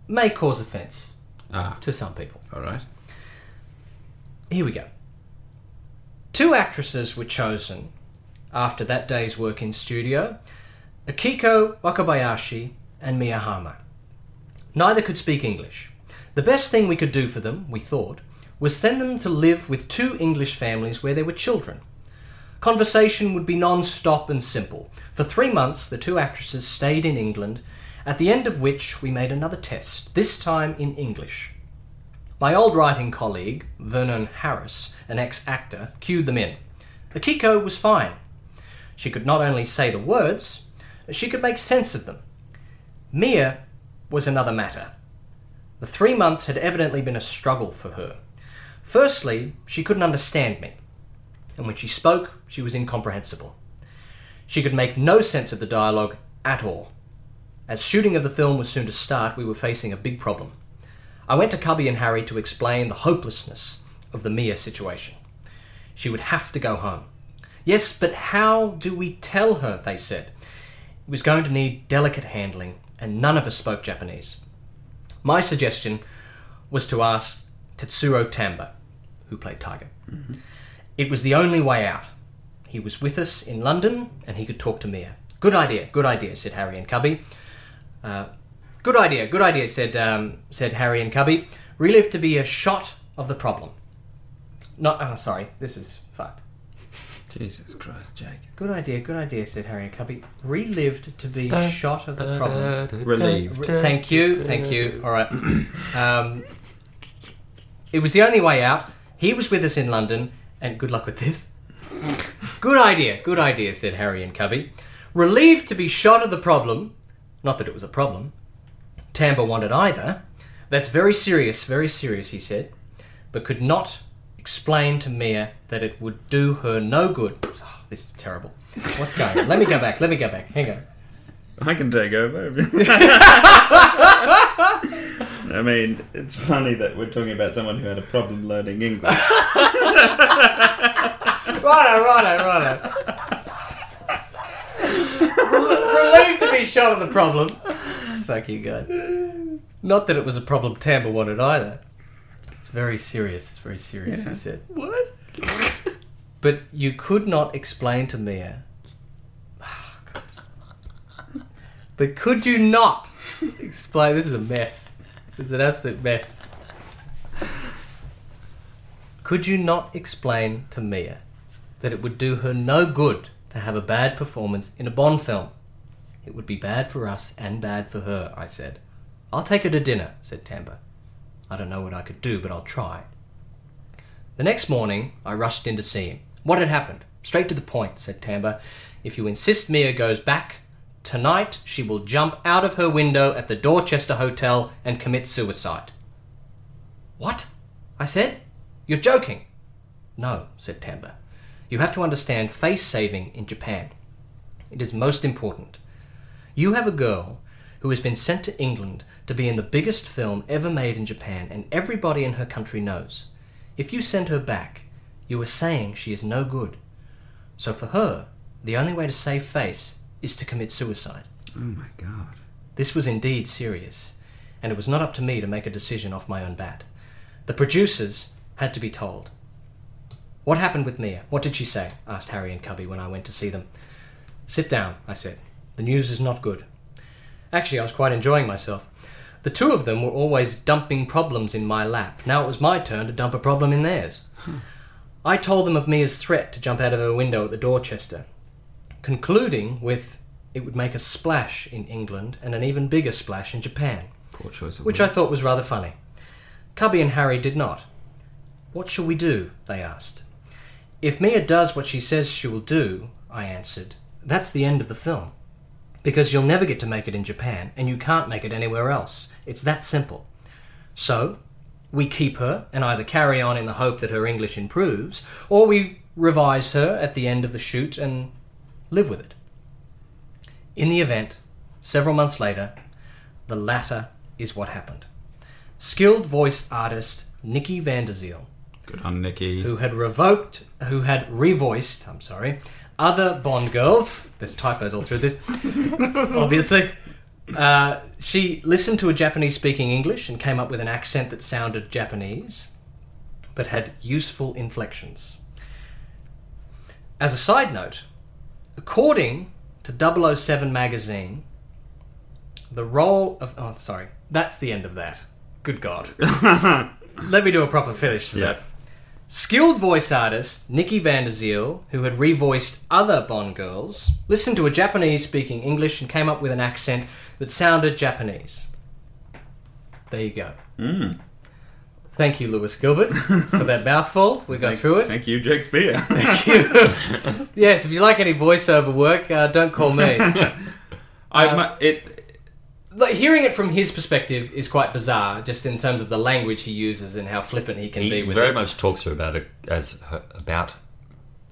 Speaker 1: may cause offence
Speaker 3: Ah,
Speaker 1: to some people.
Speaker 3: all right.
Speaker 1: Here we go. Two actresses were chosen after that day's work in studio Akiko Wakabayashi and Miyahama. Neither could speak English. The best thing we could do for them, we thought, was send them to live with two English families where they were children. Conversation would be non stop and simple. For three months, the two actresses stayed in England, at the end of which we made another test, this time in English. My old writing colleague, Vernon Harris, an ex actor, cued them in. Akiko was fine. She could not only say the words, she could make sense of them. Mia was another matter. The three months had evidently been a struggle for her. Firstly, she couldn't understand me, and when she spoke, she was incomprehensible. She could make no sense of the dialogue at all. As shooting of the film was soon to start, we were facing a big problem. I went to Cubby and Harry to explain the hopelessness of the Mia situation. She would have to go home. Yes, but how do we tell her? They said. It was going to need delicate handling, and none of us spoke Japanese. My suggestion was to ask Tetsuro Tamba, who played Tiger. It was the only way out. He was with us in London, and he could talk to Mia. Good idea, good idea, said Harry and Cubby. Uh, good idea, good idea, said um, said Harry and Cubby. Relive to be a shot of the problem. Not, oh, sorry, this is fucked.
Speaker 5: Jesus Christ, Jake.
Speaker 1: Good idea, good idea, said Harry and Cubby. Relived to be shot of the problem.
Speaker 5: Relieved.
Speaker 1: uh, Re- Thank you, thank you. All right. Um, it was the only way out. He was with us in London, and good luck with this. Good idea, good idea, said Harry and Cubby. Relieved to be shot at the problem. Not that it was a problem. Tamba wanted either. That's very serious, very serious, he said, but could not explain to Mia that it would do her no good. Oh, this is terrible. What's going on? Let me go back, let me go back. Hang on.
Speaker 3: I can take over. I mean, it's funny that we're talking about someone who had a problem learning English.
Speaker 1: Righto, righto, righto. Relieved to be shot at the problem. Fuck you guys. Not that it was a problem Tamba wanted either. It's very serious. It's very serious, he said. What? but you could not explain to Mia. but could you not explain? This is a mess. This is an absolute mess. Could you not explain to Mia that it would do her no good to have a bad performance in a Bond film? It would be bad for us and bad for her, I said. I'll take her to dinner, said Tamba. I don't know what I could do, but I'll try. The next morning, I rushed in to see him. What had happened? Straight to the point, said Tamba. If you insist Mia goes back, tonight she will jump out of her window at the Dorchester Hotel and commit suicide. What? I said. You're joking. No, said Tamba. You have to understand face saving in Japan. It is most important. You have a girl who has been sent to England to be in the biggest film ever made in Japan, and everybody in her country knows. If you send her back, you are saying she is no good. So for her, the only way to save face is to commit suicide.
Speaker 5: Oh my god.
Speaker 1: This was indeed serious, and it was not up to me to make a decision off my own bat. The producers had to be told. What happened with Mia? What did she say? asked Harry and Cubby when I went to see them. Sit down, I said. The news is not good. Actually, I was quite enjoying myself. The two of them were always dumping problems in my lap. Now it was my turn to dump a problem in theirs. I told them of Mia's threat to jump out of her window at the Dorchester, concluding with it would make a splash in England and an even bigger splash in Japan,
Speaker 5: Poor choice of
Speaker 1: which I thought was rather funny. Cubby and Harry did not. What shall we do? they asked. If Mia does what she says she will do, I answered, that's the end of the film. Because you'll never get to make it in Japan, and you can't make it anywhere else. It's that simple. So, we keep her and either carry on in the hope that her English improves, or we revise her at the end of the shoot and live with it. In the event, several months later, the latter is what happened. Skilled voice artist Nikki Vanderzeel
Speaker 5: Good on Nikki.
Speaker 1: who had revoked, who had revoiced, I'm sorry, other Bond girls. There's typos all through this, obviously. Uh, she listened to a Japanese speaking English and came up with an accent that sounded Japanese, but had useful inflections. As a side note, according to 007 magazine, the role of. Oh, sorry. That's the end of that. Good God. Let me do a proper finish to that. Skilled voice artist Nikki Vanderzeel, who had revoiced other Bond girls, listened to a Japanese speaking English and came up with an accent that sounded Japanese. There Mm. you go. Thank you, Lewis Gilbert, for that mouthful. We got through it.
Speaker 3: Thank you, Jake Spear.
Speaker 1: yes, if you like any voiceover work, uh, don't call me.
Speaker 5: I,
Speaker 1: Um,
Speaker 5: my, it,
Speaker 1: like hearing it from his perspective is quite bizarre, just in terms of the language he uses and how flippant he can
Speaker 2: He
Speaker 1: be with
Speaker 2: very
Speaker 1: it.
Speaker 2: much talks to her about it as her, about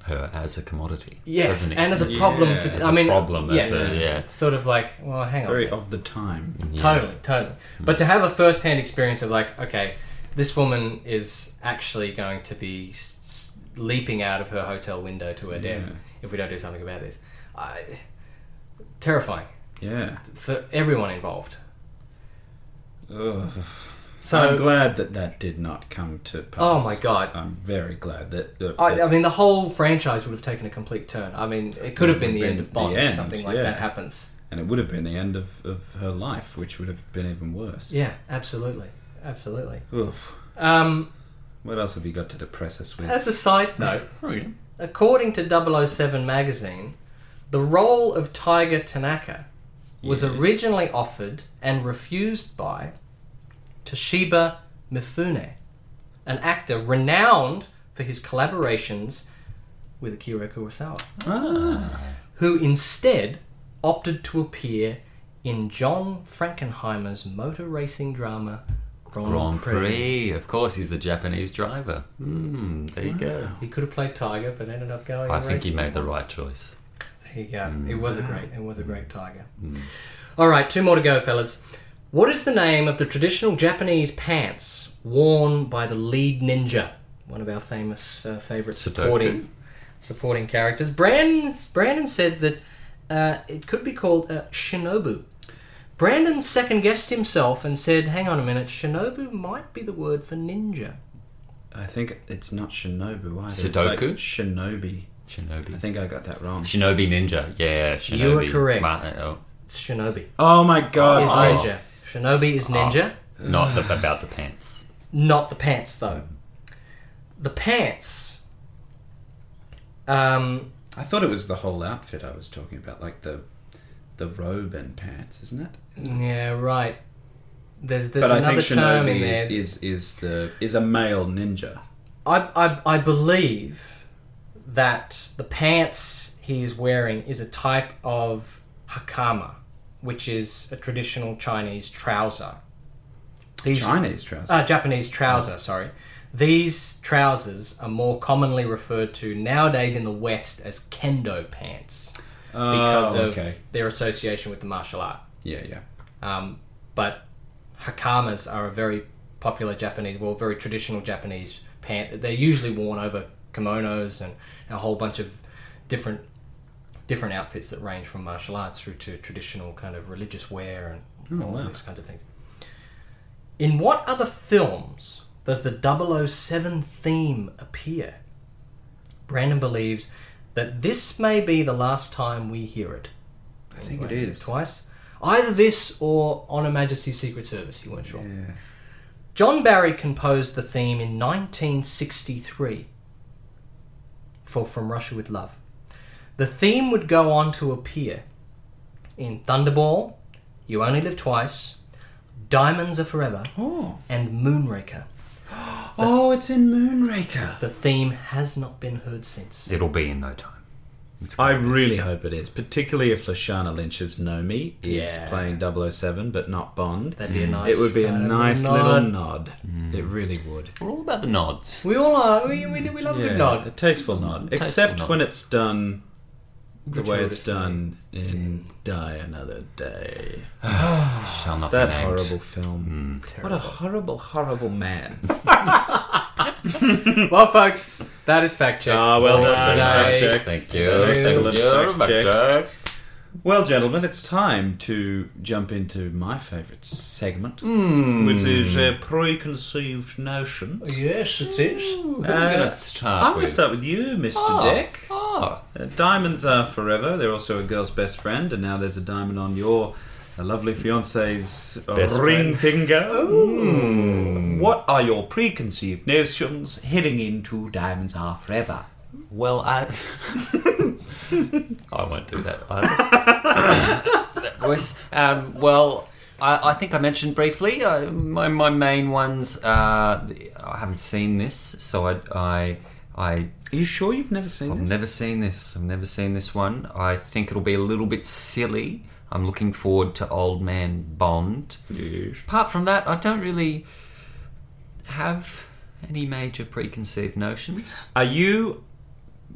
Speaker 2: her as a commodity.
Speaker 1: yes,
Speaker 2: doesn't he?
Speaker 1: and as a problem to
Speaker 3: Yeah,
Speaker 2: as
Speaker 1: I
Speaker 2: a
Speaker 1: mean,
Speaker 2: problem, as
Speaker 1: yes,
Speaker 2: a- yeah.
Speaker 1: it's sort of like, well, hang on,
Speaker 3: Very of the time.
Speaker 2: Yeah.
Speaker 1: Totally, totally. But to have a first hand experience of like, okay, this woman is actually going to be s- s- leaping out of her hotel window to her death
Speaker 3: Yeah.
Speaker 1: if we don't do something about this. I, terrifying
Speaker 3: Yeah.
Speaker 1: for everyone involved.
Speaker 3: Ugh. I'm
Speaker 1: So,
Speaker 3: glad that that did not come to pass.
Speaker 1: oh my god.
Speaker 3: I'm very glad that. that,
Speaker 1: I, um, I
Speaker 3: that-
Speaker 1: mean, the whole franchise would have taken a complete turn. I mean, it could have been the end of Bond
Speaker 3: The
Speaker 1: if
Speaker 3: end,
Speaker 1: something like
Speaker 3: yeah.
Speaker 1: that happens.
Speaker 3: and it would have been the end of, of her life, which would have been even worse.
Speaker 1: Yeah, absolutely. Absolutely.
Speaker 3: Ugh.
Speaker 1: Um,
Speaker 3: What else have you got to depress us with?
Speaker 1: As a side note, according to 007 magazine, the role of Tiger Tanaka was originally offered and refused by Toshiba Mifune, an actor renowned for his collaborations with Akira Kurosawa, Uh, who instead opted to appear in John Frankenheimer's motor racing drama Grand,
Speaker 2: Grand
Speaker 1: Prix.
Speaker 2: Prix, of course, he's the Japanese driver. Mm, there you go.
Speaker 1: He could have played Tiger, but ended up going.
Speaker 2: I
Speaker 1: and
Speaker 2: think he
Speaker 1: racing.
Speaker 2: made the right choice.
Speaker 1: There you go. It was a great. It was a great tiger. All right, two more to go, fellas. What is the name of the traditional Japanese pants worn by the lead ninja? One of our famous uh, favorite supporting supporting characters. Brandon Brandon said that uh, it could be called uh, shinobu. Brandon second guessed himself and said, "Hang on a minute, shinobu might be the word for ninja."
Speaker 3: I think it's not Shinobu either. It's
Speaker 2: Sudoku?
Speaker 3: like Shinobi. I
Speaker 2: Shinobi.
Speaker 3: think I got that wrong.
Speaker 2: Shinobi Ninja. Yeah, Shinobi.
Speaker 1: You were correct.
Speaker 2: Ma- oh,
Speaker 1: It's shinobi
Speaker 3: Oh my god.
Speaker 1: is
Speaker 2: Oh.
Speaker 1: ninja. Shinobi is ninja.
Speaker 2: not the, about the pants.
Speaker 1: Not the pants, though. The pants. Um,
Speaker 3: I thought it was the whole outfit I was talking about, like the the robe and pants, isn't it?
Speaker 1: yeah, right. There's there's
Speaker 3: but I
Speaker 1: another
Speaker 3: think
Speaker 1: term in
Speaker 3: Shinobi
Speaker 1: there.
Speaker 3: is, is is the is a male ninja.
Speaker 1: I, I I believe that the pants he's wearing is a type of hakama, which is a traditional Chinese trouser. These
Speaker 3: Chinese trousers.
Speaker 1: Uh, Japanese trouser, sorry. These trousers are more commonly referred to nowadays in the West as kendo pants because
Speaker 3: oh,
Speaker 1: of
Speaker 3: okay.
Speaker 1: their association with the martial art.
Speaker 3: Yeah, yeah.
Speaker 1: Um, but hakamas are a very popular Japanese, well, very traditional Japanese pant. They're usually worn over kimonos and a whole bunch of different different outfits that range from martial arts through to traditional kind of religious wear and
Speaker 3: Oh,
Speaker 1: all
Speaker 3: wow.
Speaker 1: these kinds of things. In what other films does the 007 theme appear? Brandon believes that this may be the last time we hear it.
Speaker 3: I think it is.
Speaker 1: Twice. Either this or On Her Majesty's Secret Service, you weren't sure.
Speaker 3: Yeah.
Speaker 1: John Barry composed the theme in 1963 for From Russia with Love. The theme would go on to appear in Thunderball, You Only Live Twice, Diamonds Are Forever,
Speaker 3: Oh.
Speaker 1: and Moonraker.
Speaker 3: Oh, it's in Moonraker.
Speaker 1: The theme has not been heard since.
Speaker 2: It'll be in no time. It's
Speaker 3: I really hope it is, particularly if Lashana Lynch's Nomi is
Speaker 1: Yeah.
Speaker 3: playing 007 but not Bond.
Speaker 1: That'd be a nice.
Speaker 3: Mm. it would be a
Speaker 1: that'd
Speaker 3: nice
Speaker 1: nod.
Speaker 3: little nod. It really would.
Speaker 2: we're all about the nods.
Speaker 1: We all are. We, we, we love a
Speaker 3: Yeah,
Speaker 1: good
Speaker 3: A
Speaker 1: nod.
Speaker 3: tasteful nod.
Speaker 2: Tasteful
Speaker 3: Except
Speaker 2: nod.
Speaker 3: when it's done the
Speaker 1: Which
Speaker 3: way
Speaker 1: would
Speaker 3: it's
Speaker 1: it be?
Speaker 3: done in Die Another Day.
Speaker 2: Shall not
Speaker 3: That
Speaker 2: be named.
Speaker 3: horrible
Speaker 2: Hmm.
Speaker 3: film. What a horrible, horrible man.
Speaker 1: Well, folks, that is fact check.
Speaker 3: Ah, well
Speaker 1: for
Speaker 3: done, fact
Speaker 1: today.
Speaker 3: check.
Speaker 2: Thank you.
Speaker 3: Excellent
Speaker 2: Thank you.
Speaker 3: fact check.
Speaker 2: Doctor.
Speaker 3: Well, gentlemen, it's time to jump into my favourite segment,
Speaker 2: Hmm.
Speaker 3: which is uh, preconceived notions.
Speaker 1: Yes, it is.
Speaker 2: Who are we
Speaker 3: Uh,
Speaker 2: gonna start
Speaker 3: I'm going
Speaker 2: with?
Speaker 3: to start with you, Mr.
Speaker 2: Oh,
Speaker 3: Deck.
Speaker 2: oh.
Speaker 3: Uh, diamonds are forever. They're also a girl's best friend, and now there's a diamond on your uh, lovely fiance's uh,
Speaker 2: Best
Speaker 3: ring finger. What are your preconceived notions heading into diamonds are forever?
Speaker 2: Well, I. I won't do that either. that voice. Um, well, I, I think I mentioned briefly. Uh, my, my main ones. Uh, I haven't seen this, so I. I, I
Speaker 3: Are you sure you've never seen
Speaker 2: I've
Speaker 3: this?
Speaker 2: never seen this. I've never seen this one. I think it'll be a little bit silly. I'm looking forward to Old Man Bond.
Speaker 6: Yes.
Speaker 2: Apart from that, I don't really have any major preconceived notions.
Speaker 3: Are you?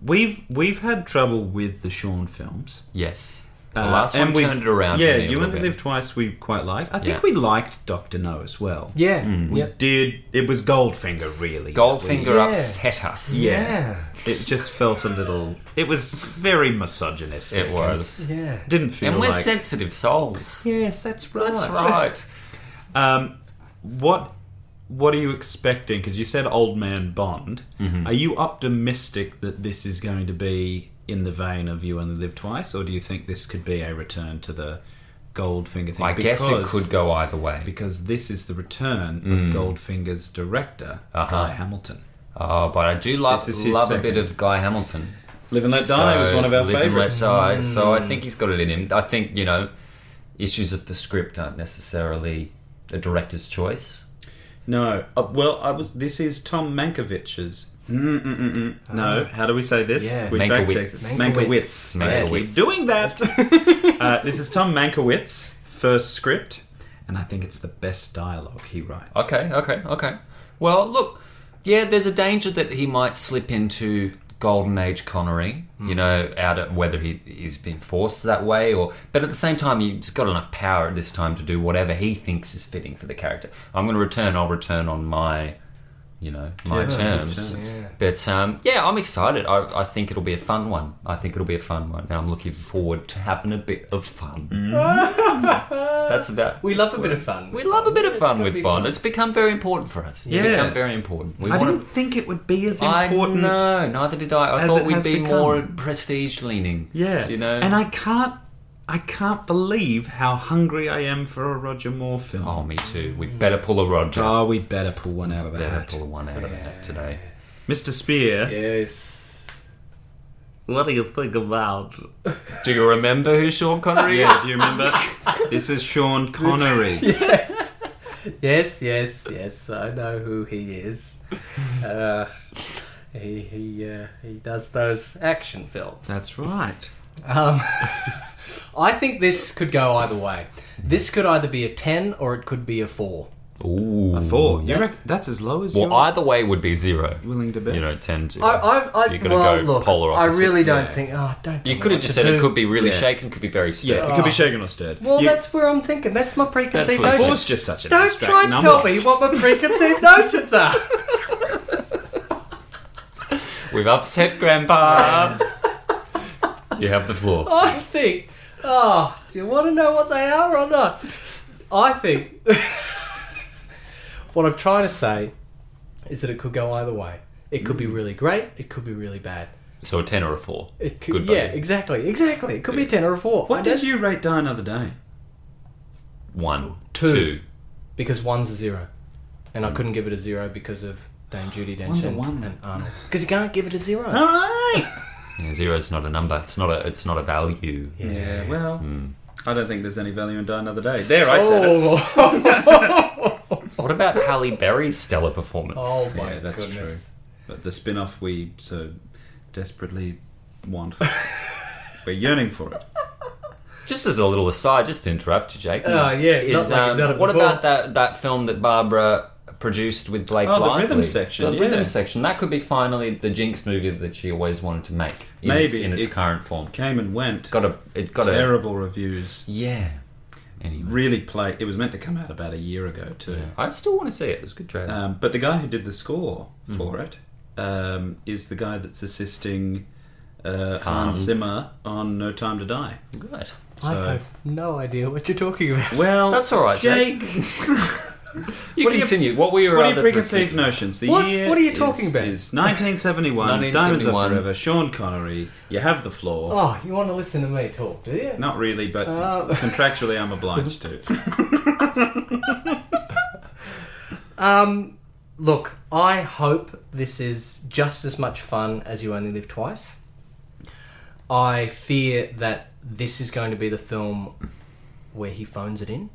Speaker 3: We've we've had trouble with the Sean films.
Speaker 2: Yes. The
Speaker 3: Uh,
Speaker 2: last one
Speaker 3: we've-
Speaker 2: turned it around.
Speaker 3: Yeah,
Speaker 2: for me
Speaker 3: you
Speaker 2: a little
Speaker 3: and the
Speaker 2: bit.
Speaker 3: Live Twice we quite liked. I think
Speaker 2: Yeah.
Speaker 3: we liked Doctor No as well.
Speaker 1: Yeah.
Speaker 2: Mm.
Speaker 1: Yep.
Speaker 3: Did it was Goldfinger really?
Speaker 2: Goldfinger
Speaker 1: Yeah.
Speaker 2: upset us.
Speaker 3: Yeah. It just felt a little. It was very misogynistic.
Speaker 2: It was.
Speaker 1: Yeah. Yeah.
Speaker 3: It didn't feel
Speaker 2: And we're
Speaker 3: like.
Speaker 2: sensitive souls.
Speaker 3: yes, that's right.
Speaker 2: That's right.
Speaker 3: Um, what what are you expecting? Because you said Old Man Bond.
Speaker 2: Mm-hmm.
Speaker 3: Are you optimistic that this is going to be in the vein of You Only Live Twice, or do you think this could be a return to the Goldfinger thing?
Speaker 2: I guess it could go either way.
Speaker 3: because this is the return of Goldfinger's director
Speaker 2: Uh-huh.
Speaker 3: Guy Hamilton.
Speaker 2: Oh, but I do love,
Speaker 3: This is his
Speaker 2: love a
Speaker 3: second.
Speaker 2: bit of Guy Hamilton.
Speaker 3: Live and Let Die was one of our
Speaker 2: Live and Let
Speaker 3: favourites.
Speaker 2: Die. So I think he's got it in him. I think, you know, issues of the script aren't necessarily the director's choice.
Speaker 3: No, uh, well, I was. This is Tom Mankovich's. Mm, mm, mm, mm. No, how do we say this?
Speaker 1: Yes.
Speaker 3: We fact checked.
Speaker 1: Mankiewicz.
Speaker 3: Mankiewicz.
Speaker 2: Mankiewicz.
Speaker 3: We're doing that. uh, this is Tom Mankowitz's first script, and I think it's the best dialogue he writes.
Speaker 2: Okay, okay, okay. Well, look, yeah, there's a danger that he might slip into golden age Connery, you know, out of whether he, he's been forced that way or. But at the same time, he's got enough power at this time to do whatever he thinks is fitting for the character. I'm going to return, I'll return on my, you know, my
Speaker 3: Yeah, his
Speaker 2: terms.
Speaker 3: terms.
Speaker 1: Yeah.
Speaker 2: But um, yeah, I'm excited. I, I think it'll be a fun one. I think it'll be a fun one. And I'm looking forward to having a bit of fun.
Speaker 3: Mm-hmm.
Speaker 2: That's about.
Speaker 1: We love a bit of fun.
Speaker 2: We love a bit of fun
Speaker 1: That'd
Speaker 2: with
Speaker 1: be
Speaker 2: Bond.
Speaker 1: fun.
Speaker 2: It's become very important for us. It's
Speaker 3: Yes.
Speaker 2: become very important. We
Speaker 3: I
Speaker 2: want
Speaker 3: didn't think it would be as
Speaker 2: to. I
Speaker 3: important.
Speaker 2: know. Neither did I. I
Speaker 3: As
Speaker 2: thought
Speaker 3: it
Speaker 2: we'd
Speaker 3: has
Speaker 2: be
Speaker 3: become.
Speaker 2: more prestige leaning.
Speaker 3: Yeah,
Speaker 2: You know.
Speaker 3: and I can't. I can't believe how hungry I am for a Roger Moore film.
Speaker 2: Oh, me too. We better pull a Roger.
Speaker 3: Oh, we better pull one out of the
Speaker 2: better
Speaker 3: hat.
Speaker 2: pull one out of that today.
Speaker 3: Mr. Spear,
Speaker 1: Yes.
Speaker 3: what do you think about?
Speaker 2: Do you remember who Sean Connery
Speaker 3: Yeah,
Speaker 2: is?
Speaker 3: do you remember? this is Sean Connery.
Speaker 1: Yes, yes, yes. I know who he is. Uh, he he uh, he does those action films.
Speaker 3: That's right.
Speaker 1: Um, I think this could go either way. This could either be a ten or it could be a four.
Speaker 2: Ooh.
Speaker 3: A four. You reckon that's as low as
Speaker 2: Well,
Speaker 3: you're
Speaker 2: either way would be zero.
Speaker 3: willing to bet?
Speaker 2: You know, ten to.
Speaker 1: I I, I
Speaker 2: You're gonna
Speaker 1: well,
Speaker 2: go
Speaker 1: look,
Speaker 2: polar
Speaker 1: I really
Speaker 2: opposites.
Speaker 1: don't
Speaker 3: Yeah.
Speaker 1: think. Oh, don't. tell
Speaker 2: You
Speaker 1: me
Speaker 2: could have
Speaker 1: what
Speaker 2: just
Speaker 1: to
Speaker 2: said it
Speaker 1: do.
Speaker 2: could be really
Speaker 3: Yeah.
Speaker 2: shaken, could be very
Speaker 3: yeah,
Speaker 2: stable.
Speaker 3: it could be shaken or stirred.
Speaker 1: Oh. Well,
Speaker 3: You-
Speaker 1: that's where I'm thinking. That's my preconceived
Speaker 2: what-
Speaker 1: notion.
Speaker 3: four's just such an
Speaker 1: Don't
Speaker 3: abstract
Speaker 1: try and
Speaker 3: number.
Speaker 1: tell me what my preconceived notions are.
Speaker 2: We've upset Grandpa. you have the floor.
Speaker 1: I think. Oh, do you want to know what they are or not? I think. what I'm trying to say is that it could go either way. It could be
Speaker 3: Mm.
Speaker 1: really great. It could be really bad.
Speaker 2: So a ten or a four.
Speaker 1: It could,
Speaker 2: Good
Speaker 1: yeah,
Speaker 2: buddy.
Speaker 1: exactly, exactly. It could be a ten or a four. I
Speaker 3: What did
Speaker 1: don't-
Speaker 3: you rate Die Another Day?
Speaker 2: One,
Speaker 1: Two.
Speaker 2: two.
Speaker 1: Because one's a zero, and I couldn't give it a zero because of Dame Judy Dench
Speaker 3: Mm. One's a
Speaker 1: and,
Speaker 3: one.
Speaker 1: and Arnold. Because you can't give it a zero.
Speaker 3: All right.
Speaker 2: Yeah, zero's not a number. It's not a. It's not a value.
Speaker 3: Yeah. Well,
Speaker 1: Hmm.
Speaker 3: I don't think there's any value in Die Another Day.
Speaker 1: Oh.
Speaker 3: There, I said it.
Speaker 2: What about Halle Berry's stellar performance?
Speaker 1: Oh my
Speaker 3: Yeah, that's
Speaker 1: goodness.
Speaker 3: But the spin-off we so desperately want. We're yearning for it.
Speaker 2: Just as a little aside, just to interrupt you, Jake.
Speaker 1: Oh, yeah, not
Speaker 2: Is,
Speaker 1: like you've
Speaker 2: um,
Speaker 1: done it
Speaker 2: what
Speaker 1: before.
Speaker 2: about that that film that Barbara produced with Blake
Speaker 3: Oh, the
Speaker 2: Lively?
Speaker 3: rhythm section,
Speaker 2: The
Speaker 3: yeah.
Speaker 2: rhythm section. That could be finally the Jinx movie that she always wanted to make. In
Speaker 3: Maybe.
Speaker 2: its, in its
Speaker 3: It-
Speaker 2: current form.
Speaker 3: Came and went.
Speaker 2: Got a. It got a.
Speaker 3: Terrible reviews.
Speaker 2: Yeah. Anyway,
Speaker 3: Really play. It was meant to come out about a year ago too.
Speaker 2: yeah. I still want to see it. It was a good trailer.
Speaker 1: Uh,
Speaker 3: Um, but the guy who did the score for it um, is the guy that's assisting uh, Hans
Speaker 2: Hans.
Speaker 3: Zimmer on No Time to Die.
Speaker 1: I
Speaker 2: Right.
Speaker 3: So-
Speaker 1: have no idea what you're talking about.
Speaker 3: Well,
Speaker 2: That's all right, Jake. You
Speaker 3: What are you-
Speaker 2: continue. what were your
Speaker 3: What are
Speaker 2: other
Speaker 3: your preconceived notions? The
Speaker 1: What-
Speaker 3: year
Speaker 1: what are you
Speaker 3: is-
Speaker 1: talking about?
Speaker 3: Is 1971, Diamonds Are
Speaker 2: 1971.
Speaker 3: Forever, Sean Connery, You Have the Floor.
Speaker 1: Oh, you want to listen to me talk, do you?
Speaker 3: Not really, but
Speaker 1: Oh.
Speaker 3: contractually I'm obliged to.
Speaker 1: Um, look, I hope this is just as much fun as You Only Live Twice. I fear that this is going to be the film where he phones it in.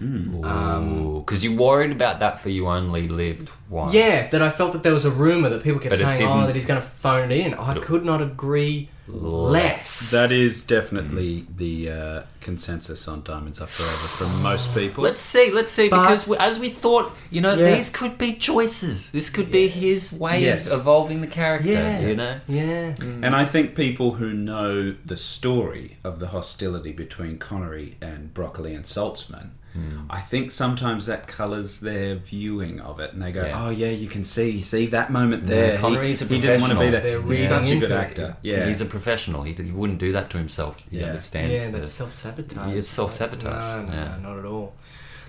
Speaker 1: Um,
Speaker 2: Because you worried about that for you only lived once.
Speaker 1: Yeah, that I felt that there was a rumor that people kept
Speaker 2: But it
Speaker 1: saying, "Oh,
Speaker 2: didn't.
Speaker 1: that he's going to phone it in." I could not agree less.
Speaker 3: That is definitely the uh, consensus on Diamonds Are Forever from most people.
Speaker 2: Let's see, let's see,
Speaker 3: But-
Speaker 2: because we, as we thought, you know,
Speaker 3: Yeah.
Speaker 2: these could be choices. This could be his way
Speaker 1: Yes.
Speaker 2: of evolving the character.
Speaker 1: Yeah.
Speaker 2: You know,
Speaker 1: Yeah.
Speaker 2: Mm.
Speaker 3: And I think people who know the story of the hostility between Connery and Broccoli and Saltzman,
Speaker 2: Mm.
Speaker 3: I think sometimes that colours their viewing of it, and they go,
Speaker 2: Yeah.
Speaker 3: "Oh yeah, you can see, see that moment
Speaker 2: Yeah,
Speaker 3: there.
Speaker 2: Connery is a
Speaker 3: he didn't want to be
Speaker 2: professional.
Speaker 3: there.
Speaker 1: They're
Speaker 3: He's such a
Speaker 1: reading
Speaker 3: good
Speaker 1: into it.
Speaker 3: actor. Yeah, Uh,
Speaker 2: he's a professional. He, he wouldn't do that to himself. He
Speaker 3: Yeah.
Speaker 2: understands
Speaker 1: Yeah,
Speaker 2: the-
Speaker 1: that's self sabotage.
Speaker 2: It's self-sabotage,
Speaker 1: No, no,
Speaker 2: yeah.
Speaker 1: not at all.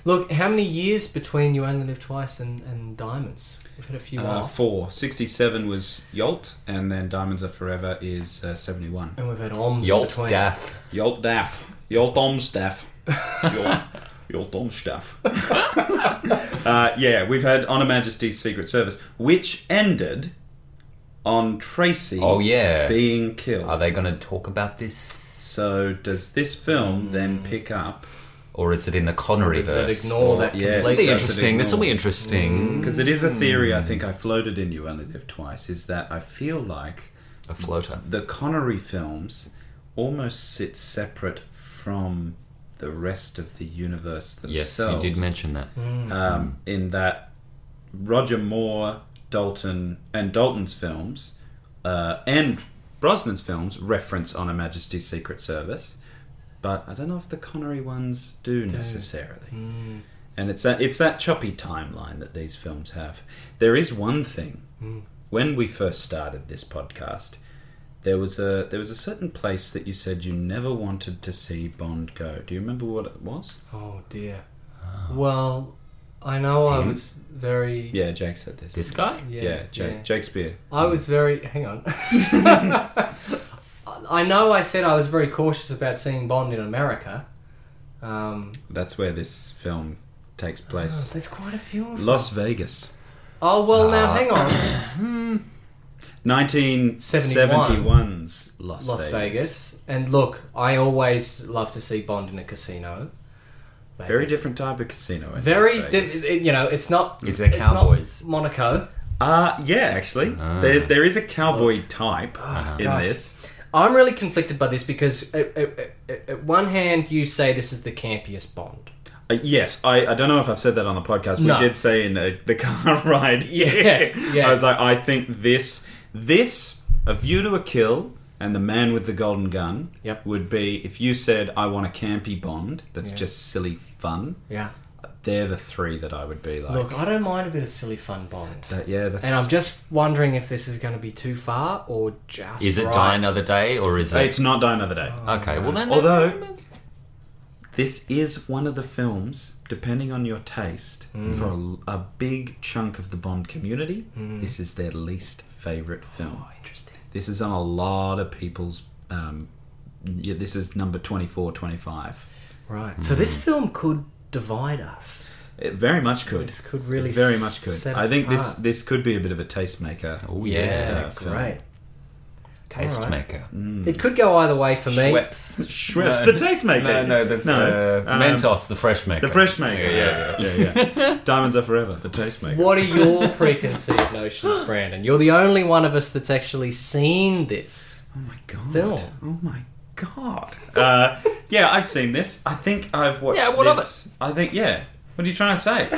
Speaker 1: Look, how many years between You Only Live Twice and, and Diamonds? We've had a few
Speaker 3: uh,
Speaker 1: off.
Speaker 3: four. Sixty-seven was Yolt, and then Diamonds Are Forever is uh, seventy-one.
Speaker 1: And we've had OMS in
Speaker 2: Yolt
Speaker 1: between.
Speaker 2: Daff.
Speaker 3: Yolt Daff, Yolt Omstaff, Yolt, Yolt Omstaff. uh, yeah, we've had Honor Majesty's Secret Service, which ended on Tracy
Speaker 2: Oh yeah.
Speaker 3: being killed.
Speaker 2: Are they going to talk about this,
Speaker 3: so does this film
Speaker 2: Hmm.
Speaker 3: then pick up?
Speaker 2: or is it in the Connery
Speaker 1: Does it
Speaker 2: verse?
Speaker 1: ignore that
Speaker 3: Yeah.
Speaker 2: This will
Speaker 1: completely?
Speaker 2: Oh, be
Speaker 3: Does it
Speaker 2: interesting. This will be Hmm.
Speaker 3: ignore?
Speaker 2: interesting.
Speaker 3: Because it is a theory I think I floated in You Only Live Twice, is that I feel like
Speaker 2: A floater.
Speaker 3: the Connery films almost sit separate from the rest of the universe
Speaker 2: Yes,
Speaker 3: themselves.
Speaker 2: you did mention that.
Speaker 1: Mm,
Speaker 3: um, in that Roger Moore, Dalton, and Dalton's films, uh, and Brosnan's films reference Honor Majesty's Secret Service, but I don't know if the Connery ones do necessarily.
Speaker 1: mm,
Speaker 3: And it's that it's that choppy timeline that these films have. There is one thing.
Speaker 1: mm.
Speaker 3: When we first started this podcast, there was a there was a certain place that you said you never wanted to see Bond go. Do you remember what it was?
Speaker 1: Oh, dear. Well, I know I
Speaker 2: Him?
Speaker 1: was very.
Speaker 3: Yeah, Jake said this.
Speaker 2: This guy?
Speaker 1: Yeah,
Speaker 3: yeah, Jake,
Speaker 1: yeah.
Speaker 3: Shakespeare.
Speaker 1: I was very. Hang on. I know I said I was very cautious about seeing Bond in America. Um,
Speaker 3: That's where this film takes
Speaker 1: oh,
Speaker 3: place.
Speaker 1: there's quite a few of
Speaker 3: Las Vegas.
Speaker 1: Oh, well, now, hang on.
Speaker 3: 1971's Las,
Speaker 1: Las Vegas.
Speaker 3: Vegas.
Speaker 1: And look, I always love to see Bond in a casino. Vegas.
Speaker 3: Very different type of casino. in
Speaker 1: Very,
Speaker 3: Las Vegas.
Speaker 1: di- it- you know, it's not.
Speaker 2: Is there
Speaker 1: it's not
Speaker 2: cowboys?
Speaker 1: Monaco.
Speaker 3: uh, yeah, actually. there, there is a cowboy type
Speaker 2: Uh-huh.
Speaker 3: in
Speaker 1: Ah. Oh. Gosh.
Speaker 3: this.
Speaker 1: I'm really conflicted by this because, uh, at, at, at, at one hand, you say this is the campiest Bond.
Speaker 3: Uh, yes, I, I don't know if I've said that on the podcast. We
Speaker 1: No.
Speaker 3: did say in uh, the car ride.
Speaker 1: Yes, yes.
Speaker 3: I was like, I think this, this, A View to a Kill, and The Man with the Golden Gun
Speaker 1: Yep.
Speaker 3: would be if you said, I want a campy Bond that's
Speaker 1: Yeah.
Speaker 3: just silly fun.
Speaker 1: Yeah.
Speaker 3: They're the three that I would be like.
Speaker 1: Look, I don't mind a bit of silly fun Bond.
Speaker 3: that, yeah, that's.
Speaker 1: And I'm just wondering if this is going to be too far or just.
Speaker 2: Is it
Speaker 1: right.
Speaker 2: Die Another Day, or is it?
Speaker 3: it's not Die Another Day.
Speaker 1: Oh.
Speaker 2: Okay, well then.
Speaker 3: Although, this is one of the films, depending on your taste,
Speaker 1: Mm.
Speaker 3: for a, a big chunk of the Bond community,
Speaker 1: Mm.
Speaker 3: this is their least favourite film.
Speaker 1: Oh, interesting.
Speaker 3: This is on a lot of people's. Um, yeah, this is number 24, 25.
Speaker 1: Right. So
Speaker 2: Hmm.
Speaker 1: this film could divide us.
Speaker 3: It very much could.
Speaker 1: This could really
Speaker 3: It very much could.
Speaker 1: set
Speaker 3: I
Speaker 1: us
Speaker 3: think this
Speaker 1: apart.
Speaker 3: this could be a bit of a tastemaker.
Speaker 2: Oh yeah,
Speaker 3: Yeah. film.
Speaker 1: Great.
Speaker 2: Taste
Speaker 1: All right.
Speaker 2: maker.
Speaker 1: It could go either way for me.
Speaker 2: Schweppes.
Speaker 3: Schweppes,
Speaker 2: No.
Speaker 3: the tastemaker.
Speaker 2: No, no, the
Speaker 3: No,
Speaker 2: uh,
Speaker 3: um,
Speaker 2: Mentos, the fresh maker.
Speaker 3: The fresh maker.
Speaker 2: Yeah, yeah,
Speaker 3: yeah, yeah. Diamonds are forever. The tastemaker.
Speaker 1: What are your preconceived notions, Brandon? You're the only one of us that's actually seen this.
Speaker 3: Oh my god.
Speaker 1: Film.
Speaker 3: Oh my god. Uh, yeah, I've seen this. I think I've watched.
Speaker 2: Yeah, what of
Speaker 3: this. I think yeah. What are you trying to say?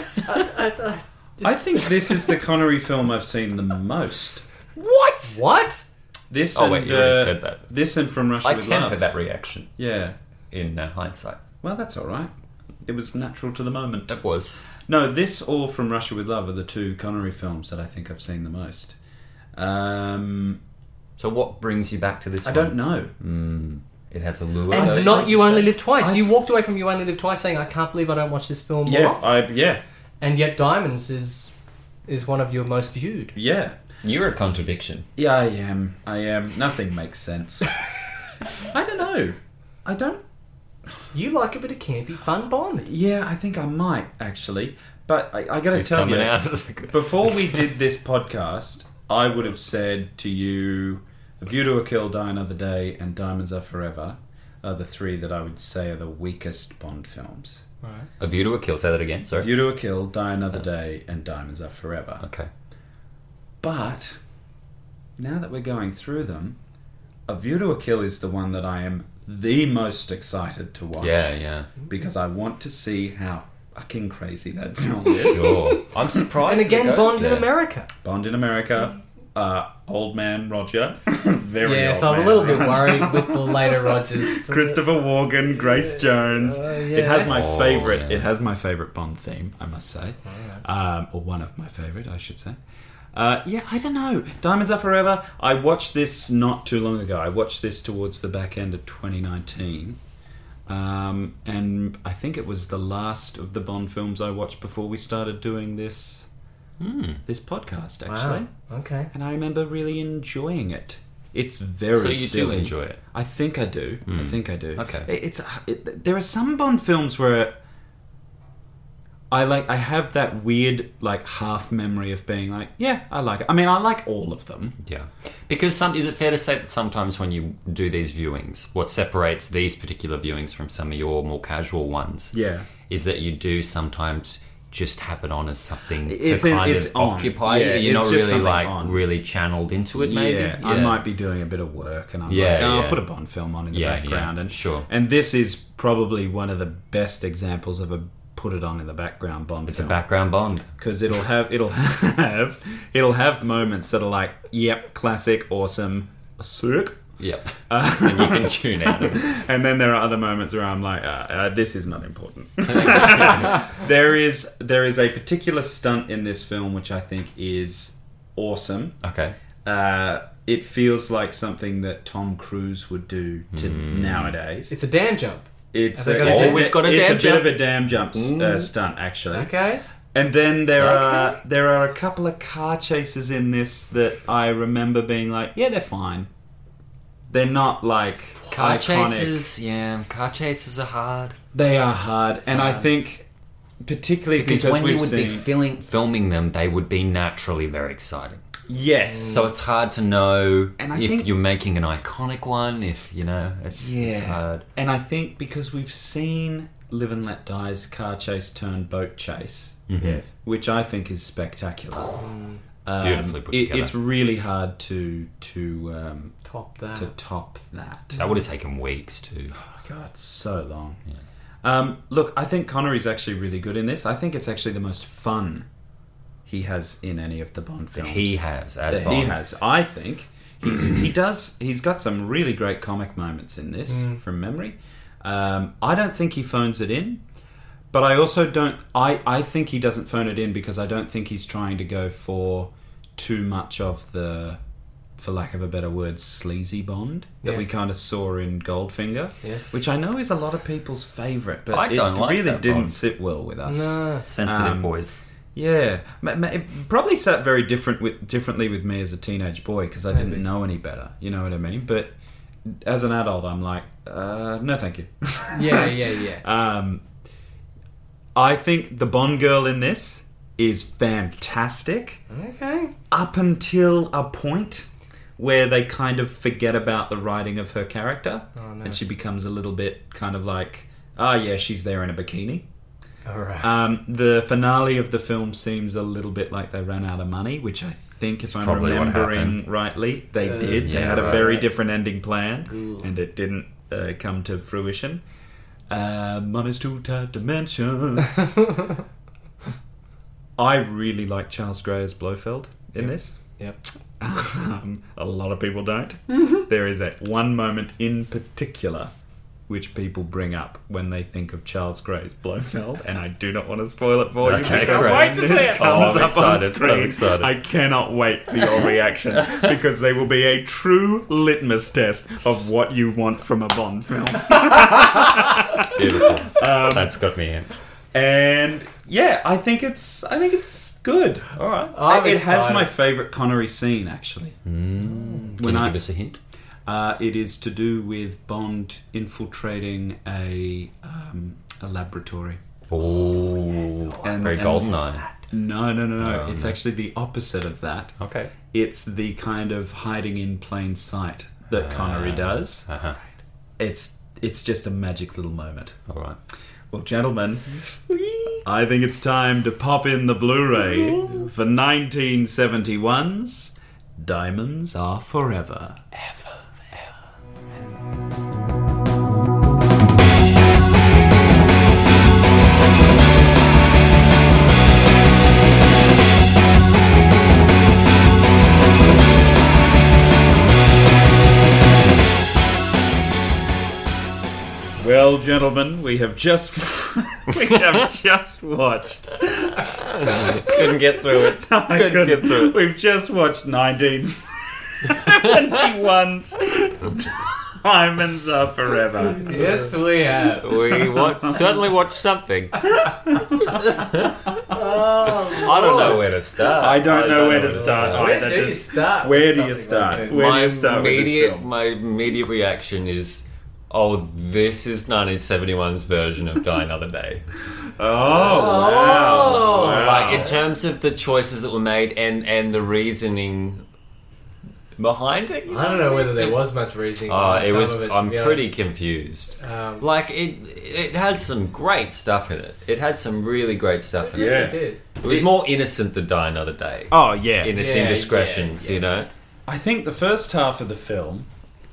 Speaker 3: I think this is the Connery film I've seen the most.
Speaker 1: What? What?
Speaker 3: This
Speaker 2: Oh,
Speaker 3: and
Speaker 2: wait, you already
Speaker 3: uh,
Speaker 2: said that.
Speaker 3: this and from Russia
Speaker 2: I
Speaker 3: with
Speaker 2: temper
Speaker 3: Love.
Speaker 2: that reaction
Speaker 3: Yeah.
Speaker 2: in uh, hindsight.
Speaker 3: Well, that's all right. It was natural to the moment.
Speaker 2: It was.
Speaker 3: No, this or From Russia with Love are the two Connery films that I think I've seen the most. Um,
Speaker 2: So what brings you back to this?
Speaker 3: I
Speaker 2: one?
Speaker 3: don't know.
Speaker 2: Mm, it has a lure.
Speaker 1: And
Speaker 2: I don't
Speaker 1: not
Speaker 2: know.
Speaker 1: you only live twice. you walked away from you only live twice, saying, "I can't believe I don't watch this film more."
Speaker 3: Yeah,
Speaker 1: often."
Speaker 3: I yeah
Speaker 1: And yet, Diamonds is is one of your most viewed.
Speaker 3: yeah.
Speaker 2: You're a contradiction.
Speaker 3: Yeah, I am. I am. Nothing makes sense. I don't know. I don't.
Speaker 1: You like a bit of campy fun Bond.
Speaker 3: Yeah, I think I might actually. But I, I gotta
Speaker 2: It's
Speaker 3: tell
Speaker 2: coming
Speaker 3: you,
Speaker 2: out of the...
Speaker 3: before we did this podcast, I would have said to you, "A View to a Kill," "Die Another Day," and "Diamonds Are Forever" are the three that I would say are the weakest Bond films.
Speaker 1: Right.
Speaker 2: A View to a Kill. Say that again.
Speaker 3: A
Speaker 2: Sorry.
Speaker 3: View to a Kill, Die Another Day, and Diamonds Are Forever.
Speaker 2: Okay.
Speaker 3: But now that we're going through them, A View to a Kill is the one that I am the most excited to watch.
Speaker 2: Yeah, yeah.
Speaker 3: Because I want to see how fucking crazy that film is.
Speaker 2: Sure. I'm surprised.
Speaker 1: And
Speaker 2: that it
Speaker 1: again,
Speaker 2: goes
Speaker 1: Bond
Speaker 2: there.
Speaker 1: in America.
Speaker 3: Bond in America, uh, Old Man Roger. Very
Speaker 1: Yeah,
Speaker 3: old
Speaker 1: so I'm
Speaker 3: man
Speaker 1: a little bit
Speaker 3: Roger.
Speaker 1: worried with the later Rogers.
Speaker 7: Christopher Walken, Grace Jones.
Speaker 1: Uh,
Speaker 3: It has
Speaker 1: yeah. Oh,
Speaker 3: my
Speaker 2: Oh,
Speaker 3: favorite.
Speaker 2: yeah.
Speaker 3: It has my favorite Bond theme, I must say,
Speaker 1: Alright.
Speaker 3: um, or one of my favorite, I should say. Uh, yeah, I don't know. Diamonds Are Forever. I watched this not too long ago. I watched this towards the back end of 2019, um, and I think it was the last of the Bond films I watched before we started doing this
Speaker 2: Hmm.
Speaker 3: this podcast, actually.
Speaker 1: Wow. Ah. Okay.
Speaker 3: And I remember really enjoying it. It's very
Speaker 2: So you do
Speaker 3: silly.
Speaker 2: enjoy it.
Speaker 3: I think I do. I
Speaker 2: Mm.
Speaker 3: think I do.
Speaker 2: Okay.
Speaker 3: It- It's uh, it, there are some Bond films where I like I have that weird like half memory of being like, yeah, I like it. I mean, I like all of them.
Speaker 2: Yeah. Because some is it fair to say that sometimes when you do these viewings, what separates these particular viewings from some of your more casual ones
Speaker 3: Yeah.
Speaker 2: is that you do sometimes just have it on as something
Speaker 3: It's
Speaker 2: to
Speaker 3: in-
Speaker 2: kind
Speaker 3: it's
Speaker 2: of
Speaker 3: on.
Speaker 2: occupy
Speaker 3: Yeah,
Speaker 2: you.
Speaker 3: it's
Speaker 2: You're not
Speaker 3: just
Speaker 2: really
Speaker 3: something
Speaker 2: like
Speaker 3: on.
Speaker 2: really channeled into it. Maybe
Speaker 3: Yeah, I might be doing a bit of work, and I'm
Speaker 2: Yeah,
Speaker 3: like, oh, I'll
Speaker 2: yeah.
Speaker 3: put a Bond film on in the
Speaker 2: Yeah,
Speaker 3: background,
Speaker 2: yeah,
Speaker 3: and
Speaker 2: sure.
Speaker 3: And this is probably one of the best examples of a put it on in the background Bond
Speaker 2: It's a
Speaker 3: film.
Speaker 2: background Bond.
Speaker 3: because it'll have it'll have it'll have moments that are like, yep, classic, awesome, sick.
Speaker 2: Yep. and you can tune out.
Speaker 3: and then there are other moments where I'm like, uh, uh, this is not important. there is there is a particular stunt in this film which I think is awesome.
Speaker 2: Okay.
Speaker 3: Uh, it feels like something that Tom Cruise would do to nowadays.
Speaker 1: It's a dam jump.
Speaker 3: It's
Speaker 1: Have
Speaker 3: a,
Speaker 1: they got a
Speaker 3: it's
Speaker 1: dam-
Speaker 3: a,
Speaker 1: we've
Speaker 2: got a
Speaker 3: it's
Speaker 2: dam
Speaker 3: bit
Speaker 2: jump.
Speaker 3: of a dam jump s- uh, stunt actually.
Speaker 1: Okay.
Speaker 3: And then there
Speaker 2: Okay.
Speaker 3: are there are a couple of car chases in this that I remember being like, yeah, they're fine. They're not like
Speaker 2: Car
Speaker 3: iconic.
Speaker 2: chases, yeah. Car chases are hard
Speaker 3: They are hard, and I think particularly
Speaker 2: because,
Speaker 3: because,
Speaker 2: when
Speaker 3: we've
Speaker 2: you would
Speaker 3: seen
Speaker 2: be filming filming them, they would be naturally very exciting.
Speaker 3: yes,
Speaker 2: So it's hard to know
Speaker 3: And I
Speaker 2: if
Speaker 3: think-
Speaker 2: you're making an iconic one. If you know, it's, it's
Speaker 3: Yeah.
Speaker 2: hard.
Speaker 3: and I think because we've seen Live and Let Die's car chase turn boat chase,
Speaker 2: Mm.
Speaker 1: Yes.
Speaker 3: which I think is spectacular. Um,
Speaker 2: Beautifully put
Speaker 3: it-
Speaker 2: together.
Speaker 3: It's really hard to to um,
Speaker 1: Top that.
Speaker 2: Ah.
Speaker 3: to top that. Oh
Speaker 2: That would have taken weeks to.
Speaker 3: God, so long. Um, look, I think Connery's actually really good in this. I think it's actually the most fun he has in any of the Bond films.
Speaker 2: He has as
Speaker 3: that
Speaker 2: Bond.
Speaker 3: he has. I think he's, he does. He's got some really great comic moments in this
Speaker 1: Mm.
Speaker 3: from memory. Um, I don't think he phones it in, but I also don't. I I think he doesn't phone it in because I don't think he's trying to go for too much of the, for lack of a better word, sleazy Bond that we
Speaker 1: Yes.
Speaker 3: kind of saw in Goldfinger.
Speaker 1: Yes.
Speaker 3: which I know is a lot of people's favourite, but
Speaker 2: I
Speaker 3: it
Speaker 2: don't like
Speaker 3: really
Speaker 2: that
Speaker 3: didn't
Speaker 2: Bond.
Speaker 3: sit well with us.
Speaker 1: No.
Speaker 2: Sensitive
Speaker 3: Um,
Speaker 2: boys.
Speaker 3: Yeah, Ma- ma- it probably sat very different with differently with me as a teenage boy because I
Speaker 1: Maybe.
Speaker 3: didn't know any better. You know what I mean? But as an adult, I'm like, uh, no, thank you.
Speaker 1: Yeah, yeah, yeah.
Speaker 3: um, I think the Bond girl in this is fantastic
Speaker 1: Okay.
Speaker 3: up until a point where they kind of forget about the writing of her character
Speaker 1: Oh, no.
Speaker 3: and she becomes a little bit kind of like, oh yeah, she's there in a bikini.
Speaker 1: All right.
Speaker 3: Um, the finale of the film seems a little bit like they ran out of money, which I think, if I'm
Speaker 2: probably what
Speaker 3: remembering rightly, they
Speaker 1: Uh,
Speaker 3: did. they
Speaker 2: yeah,
Speaker 3: had a
Speaker 2: right,
Speaker 3: very
Speaker 1: right.
Speaker 3: different ending plan,
Speaker 1: Ooh.
Speaker 3: and it didn't uh, come to fruition. Uh, money's too tight to mention. I really like Charles Gray as Blofeld in
Speaker 1: Yep.
Speaker 3: this.
Speaker 1: yep.
Speaker 3: Um, a lot of people
Speaker 2: Mm-hmm.
Speaker 3: don't. there is that one moment in particular which people bring up when they think of Charles Gray's Blofeld, and I do not want to spoil it for you
Speaker 2: Okay,
Speaker 3: because
Speaker 2: great.
Speaker 3: when
Speaker 2: Wait to
Speaker 3: this
Speaker 2: see it. Oh,
Speaker 3: comes
Speaker 2: I'm
Speaker 3: up
Speaker 2: excited.
Speaker 3: on
Speaker 2: I'm
Speaker 3: screen,
Speaker 2: excited.
Speaker 3: I cannot wait for your reaction because they will be a true litmus test of what you want from a Bond film.
Speaker 2: Beautiful.
Speaker 3: Um,
Speaker 2: That's got me in.
Speaker 3: And yeah, I think it's I think it's good. All right,
Speaker 1: I'm
Speaker 3: it has
Speaker 1: excited.
Speaker 3: my favorite Connery scene actually.
Speaker 2: Can
Speaker 3: When
Speaker 2: you
Speaker 3: I-
Speaker 2: give us a hint?
Speaker 3: Uh, it is to do with Bond infiltrating a um, a laboratory.
Speaker 2: Oh,
Speaker 3: And-
Speaker 2: very
Speaker 3: and-
Speaker 2: golden eye.
Speaker 3: No, no, no, no.
Speaker 2: Oh,
Speaker 3: it's
Speaker 2: no.
Speaker 3: actually the opposite of that.
Speaker 2: Okay.
Speaker 3: It's the kind of hiding in plain sight that Connery does.
Speaker 2: Uh huh.
Speaker 3: It's it's just a magic little moment.
Speaker 2: All right.
Speaker 3: Well, gentlemen, I think it's time to pop in the Blu-ray for 1971's Diamonds Are Forever. Ever, ever. gentlemen, we have just we have just watched.
Speaker 2: Couldn't get through it.
Speaker 3: I
Speaker 2: Couldn't get through it.
Speaker 3: We've just watched 1971's Diamonds Are Forever.
Speaker 1: Yes, we have.
Speaker 2: We watched, certainly watched something. I don't know where to start.
Speaker 3: I don't know where to start
Speaker 1: Oh. Where
Speaker 3: either.
Speaker 1: do you
Speaker 3: Does-
Speaker 1: start?
Speaker 3: where
Speaker 1: with
Speaker 3: do you
Speaker 1: something
Speaker 3: start?
Speaker 1: Like this?
Speaker 3: Where do
Speaker 2: my
Speaker 3: you start with this
Speaker 2: immediate,
Speaker 3: film?
Speaker 2: My immediate reaction is, oh, this is 1971's version of Die Another Day.
Speaker 3: Oh, wow. wow.
Speaker 2: Oh. Like in terms of the choices that were made and and the reasoning behind it. you
Speaker 1: I don't know whether there
Speaker 2: It-
Speaker 1: was much reasoning.
Speaker 2: Oh,
Speaker 1: behind
Speaker 2: it
Speaker 1: some
Speaker 2: was.
Speaker 1: of to
Speaker 2: I'm
Speaker 1: be honest.
Speaker 2: pretty confused.
Speaker 1: Um,
Speaker 2: Like it, it had some great stuff in it. It had some really great stuff in it.
Speaker 3: Yeah.
Speaker 1: It did.
Speaker 2: It was more innocent than Die Another Day
Speaker 5: Oh yeah,
Speaker 2: in its
Speaker 1: Yeah,
Speaker 2: indiscretions.
Speaker 1: yeah, yeah.
Speaker 2: You know.
Speaker 3: I think the first half of the film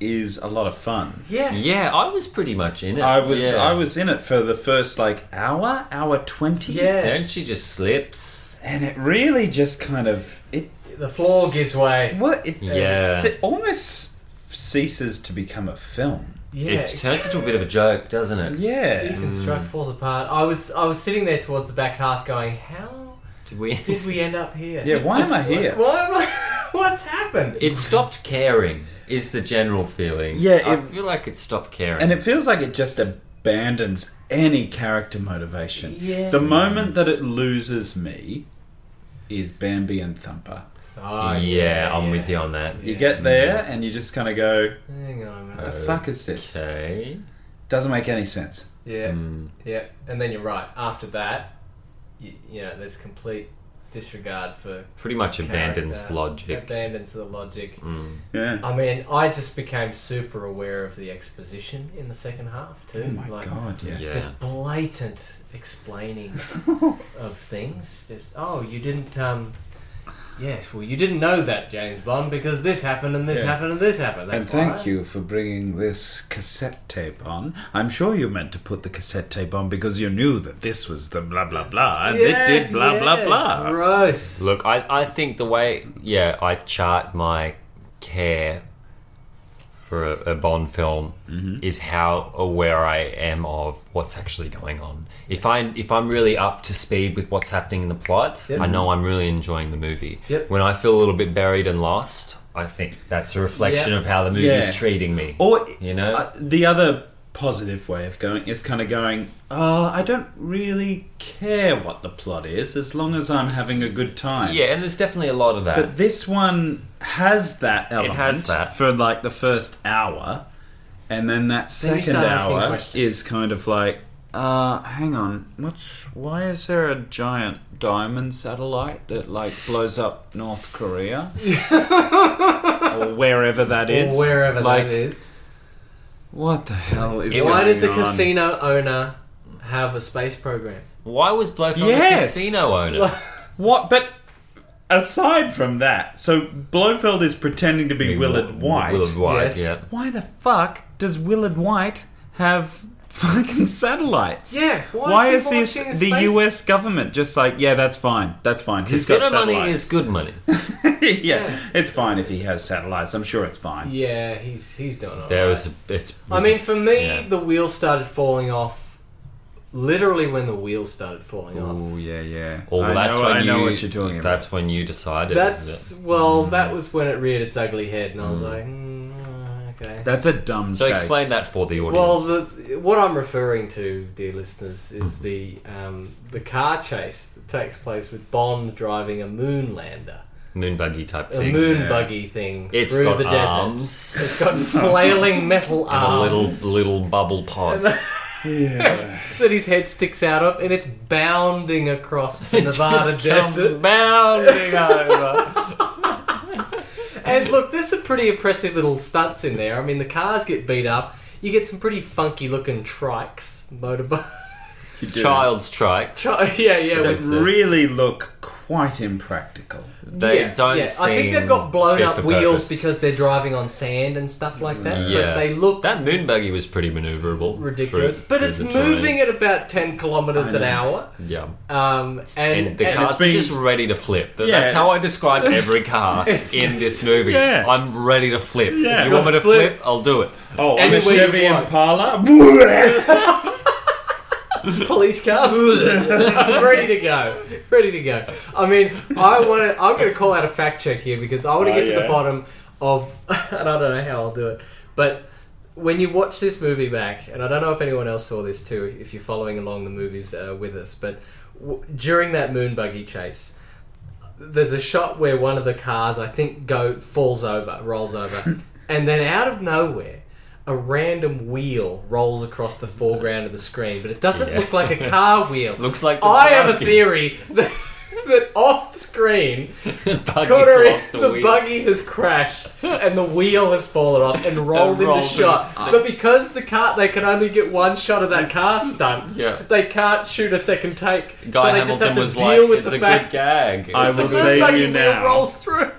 Speaker 3: is a lot of fun.
Speaker 1: Yeah.
Speaker 2: Yeah, I was pretty much in it.
Speaker 3: I was
Speaker 2: Yeah.
Speaker 3: I was in it for the first like hour, hour twenty.
Speaker 1: Yeah.
Speaker 2: And she just slips.
Speaker 3: and it really just kind of it
Speaker 1: The floor gives way.
Speaker 3: what it
Speaker 2: Yeah.
Speaker 3: it almost ceases to become a film.
Speaker 1: Yeah.
Speaker 2: It turns into a bit of a joke, doesn't it?
Speaker 3: Yeah,
Speaker 1: deconstructs, falls apart. I was I was sitting there towards the back half, going, "How
Speaker 2: Did we?
Speaker 1: did we end up here?
Speaker 3: yeah. Why am I here?
Speaker 1: Why am I? What's happened?
Speaker 2: It stopped caring. Is the general feeling?
Speaker 3: Yeah,
Speaker 2: I
Speaker 3: it-
Speaker 2: feel like it stopped caring.
Speaker 3: And it feels like it just abandons any character motivation.
Speaker 1: Yeah.
Speaker 3: The moment that it loses me is Bambi and Thumper.
Speaker 1: Oh,
Speaker 2: yeah, I'm with you on that.
Speaker 3: You get
Speaker 1: Mm.
Speaker 3: there and you just kind of go,
Speaker 1: Hang on a minute.
Speaker 3: "The fuck is this?
Speaker 2: Okay.
Speaker 3: Doesn't make any sense."
Speaker 1: Yeah,
Speaker 2: Mm.
Speaker 1: yeah, and then you're right. After that, you, you know, there's complete disregard for
Speaker 2: Pretty much abandons
Speaker 1: character,
Speaker 2: logic.
Speaker 1: Abandons the logic.
Speaker 3: Yeah.
Speaker 1: I mean, I just became super aware of the exposition in the second half too.
Speaker 3: Oh my god! Yes.
Speaker 2: Yeah.
Speaker 1: It's just blatant explaining of things. Just oh, you didn't. um Yes, well, you didn't know that James Bond because this happened and this
Speaker 3: Yes.
Speaker 1: happened and this happened. That's
Speaker 3: and thank
Speaker 1: why.
Speaker 3: you for bringing this cassette tape on. I'm sure you meant to put the cassette tape on because you knew that this was the blah blah blah and
Speaker 1: Yes,
Speaker 3: it did blah blah
Speaker 1: yeah,
Speaker 3: blah.
Speaker 1: Gross.
Speaker 2: Look, I, I think the way, yeah, I chart my care for a, a Bond film
Speaker 3: Mm-hmm.
Speaker 2: is how aware I am of what's actually going on. If I if I'm really up to speed with what's happening in the plot,
Speaker 1: Yep.
Speaker 2: I know I'm really enjoying the movie.
Speaker 1: Yep.
Speaker 2: When I feel a little bit buried and lost, I think that's a reflection
Speaker 1: Yeah.
Speaker 2: of how the movie
Speaker 3: Yeah.
Speaker 2: is treating me.
Speaker 3: Or
Speaker 2: You know?
Speaker 3: uh, the other positive way of going is kind of going. Uh, I don't really care what the plot is as long as I'm having a good time.
Speaker 2: yeah, and there's definitely a lot of that.
Speaker 3: But this one has that element
Speaker 2: has that.
Speaker 3: for like the first hour, and then that
Speaker 1: Then you
Speaker 3: second
Speaker 1: start asking
Speaker 3: hour
Speaker 1: questions.
Speaker 3: is kind of like, uh, hang on, what's why is there a giant diamond satellite that like blows up North Korea or wherever that is,
Speaker 1: Or wherever
Speaker 3: like,
Speaker 1: that is.
Speaker 3: What the hell is?
Speaker 2: It-
Speaker 1: Why
Speaker 3: going
Speaker 1: does a
Speaker 3: on?
Speaker 1: casino owner have a space program?
Speaker 2: Why was Blofeld
Speaker 3: Yes.
Speaker 2: a casino owner?
Speaker 3: What? But aside from that, so Blofeld is pretending to be Willard White.
Speaker 2: Willard White,
Speaker 1: Yes.
Speaker 2: yeah.
Speaker 3: Why the fuck does Willard White have fucking satellites?
Speaker 1: Yeah, why
Speaker 3: Why,
Speaker 1: is
Speaker 3: is,
Speaker 1: he
Speaker 3: this
Speaker 1: launching a
Speaker 3: the
Speaker 1: space-
Speaker 3: U.S. government just like, yeah, that's fine, that's fine. He's got
Speaker 2: Casino money
Speaker 3: satellites.
Speaker 2: is good money.
Speaker 3: yeah,
Speaker 1: Yeah.
Speaker 3: it's fine if he has satellites. I'm sure it's fine.
Speaker 1: Yeah, he's he's doing all
Speaker 2: There
Speaker 1: right.
Speaker 2: was a, it's.
Speaker 1: I mean, for me,
Speaker 2: yeah.
Speaker 1: the wheels started falling off. Literally, when the wheels started falling off.
Speaker 3: Oh yeah, yeah.
Speaker 2: Or
Speaker 3: I
Speaker 2: that's
Speaker 3: know,
Speaker 2: when
Speaker 3: I
Speaker 2: you,
Speaker 3: know what you're talking about.
Speaker 2: That's when you decided.
Speaker 1: That's
Speaker 2: that-
Speaker 1: well, that was when it reared its ugly head, and I was like, mm, okay.
Speaker 3: That's a dumb.
Speaker 2: so.
Speaker 3: case.
Speaker 2: Explain that for the audience.
Speaker 1: Well, the, what I'm referring to, dear listeners, is
Speaker 2: Mm.
Speaker 1: the um, the car chase that takes place with Bond driving a moonlander,
Speaker 2: moon buggy type
Speaker 1: a
Speaker 2: thing.
Speaker 1: moon
Speaker 3: yeah.
Speaker 1: buggy thing
Speaker 2: It's
Speaker 1: through
Speaker 2: got
Speaker 1: the
Speaker 2: arms.
Speaker 1: desert. It's got flailing metal
Speaker 2: and a
Speaker 1: arms.
Speaker 2: little little bubble pod.
Speaker 3: Yeah.
Speaker 1: that his head sticks out of, and it's bounding across the Nevada
Speaker 2: Just comes
Speaker 1: desert.
Speaker 2: bounding over.
Speaker 1: And look, there's some pretty impressive little stunts in there. I mean, the cars get beat up. You get some pretty funky looking trikes, motorbike.
Speaker 3: You do.
Speaker 2: Child's trike.
Speaker 1: yeah, yeah.
Speaker 3: That
Speaker 1: With,
Speaker 2: That's it.
Speaker 3: really look quite impractical.
Speaker 2: They
Speaker 1: yeah,
Speaker 2: don't
Speaker 1: yeah. I think they've
Speaker 2: seem
Speaker 1: got blown
Speaker 2: fit
Speaker 1: up
Speaker 2: for
Speaker 1: wheels
Speaker 2: purpose.
Speaker 1: because they're driving on sand and stuff like that.
Speaker 2: Yeah.
Speaker 1: But they look
Speaker 8: That moon buggy was pretty maneuverable.
Speaker 1: ridiculous.
Speaker 8: through-
Speaker 1: but
Speaker 8: through
Speaker 1: it's
Speaker 8: the terrain.
Speaker 1: moving at about ten kilometers an hour.
Speaker 8: Yeah.
Speaker 1: Um, and,
Speaker 8: And the
Speaker 1: and
Speaker 8: cars
Speaker 1: it's-
Speaker 8: are just ready to flip. Th-
Speaker 3: Yeah.
Speaker 8: That's how I describe every car in this movie.
Speaker 3: yeah.
Speaker 8: I'm ready to flip.
Speaker 3: Yeah.
Speaker 8: If you want me to
Speaker 1: Flip.
Speaker 8: flip, I'll do it.
Speaker 3: Oh,
Speaker 1: on a Anywhere you Chevy want.
Speaker 3: Impala.
Speaker 1: police car ready to go ready to go i mean i want to i'm going to call out a fact check here because i want to
Speaker 3: Oh,
Speaker 1: get to the
Speaker 3: yeah.
Speaker 1: bottom of and i don't know how i'll do it but when you watch this movie back and i don't know if anyone else saw this too if you're following along the movies uh, with us but w- during that moon buggy chase there's a shot where one of the cars i think go falls over rolls over and then out of nowhere a random wheel rolls across the foreground of the screen but it doesn't look like a car wheel
Speaker 8: Looks like the
Speaker 1: i have a
Speaker 8: buggy.
Speaker 1: theory that, that off screen
Speaker 8: Buggy's
Speaker 1: Connery,
Speaker 8: lost a
Speaker 1: the
Speaker 8: wheel.
Speaker 1: buggy has crashed and the wheel has fallen off and rolled
Speaker 8: rolled
Speaker 1: into
Speaker 8: in.
Speaker 1: shot. But because the car, they can only get one shot of that car stunt.
Speaker 8: Yeah.
Speaker 1: they can't shoot a second
Speaker 8: Guy
Speaker 1: take. so they
Speaker 8: Hamilton
Speaker 1: just have to
Speaker 8: was
Speaker 1: deal
Speaker 8: like,
Speaker 1: with
Speaker 8: "It's
Speaker 1: the
Speaker 8: a
Speaker 1: fact
Speaker 8: good gag."
Speaker 3: I
Speaker 8: It's a
Speaker 3: will
Speaker 8: good-
Speaker 1: that the
Speaker 3: say
Speaker 1: buggy
Speaker 3: you
Speaker 1: wheel
Speaker 3: now.
Speaker 1: rolls through.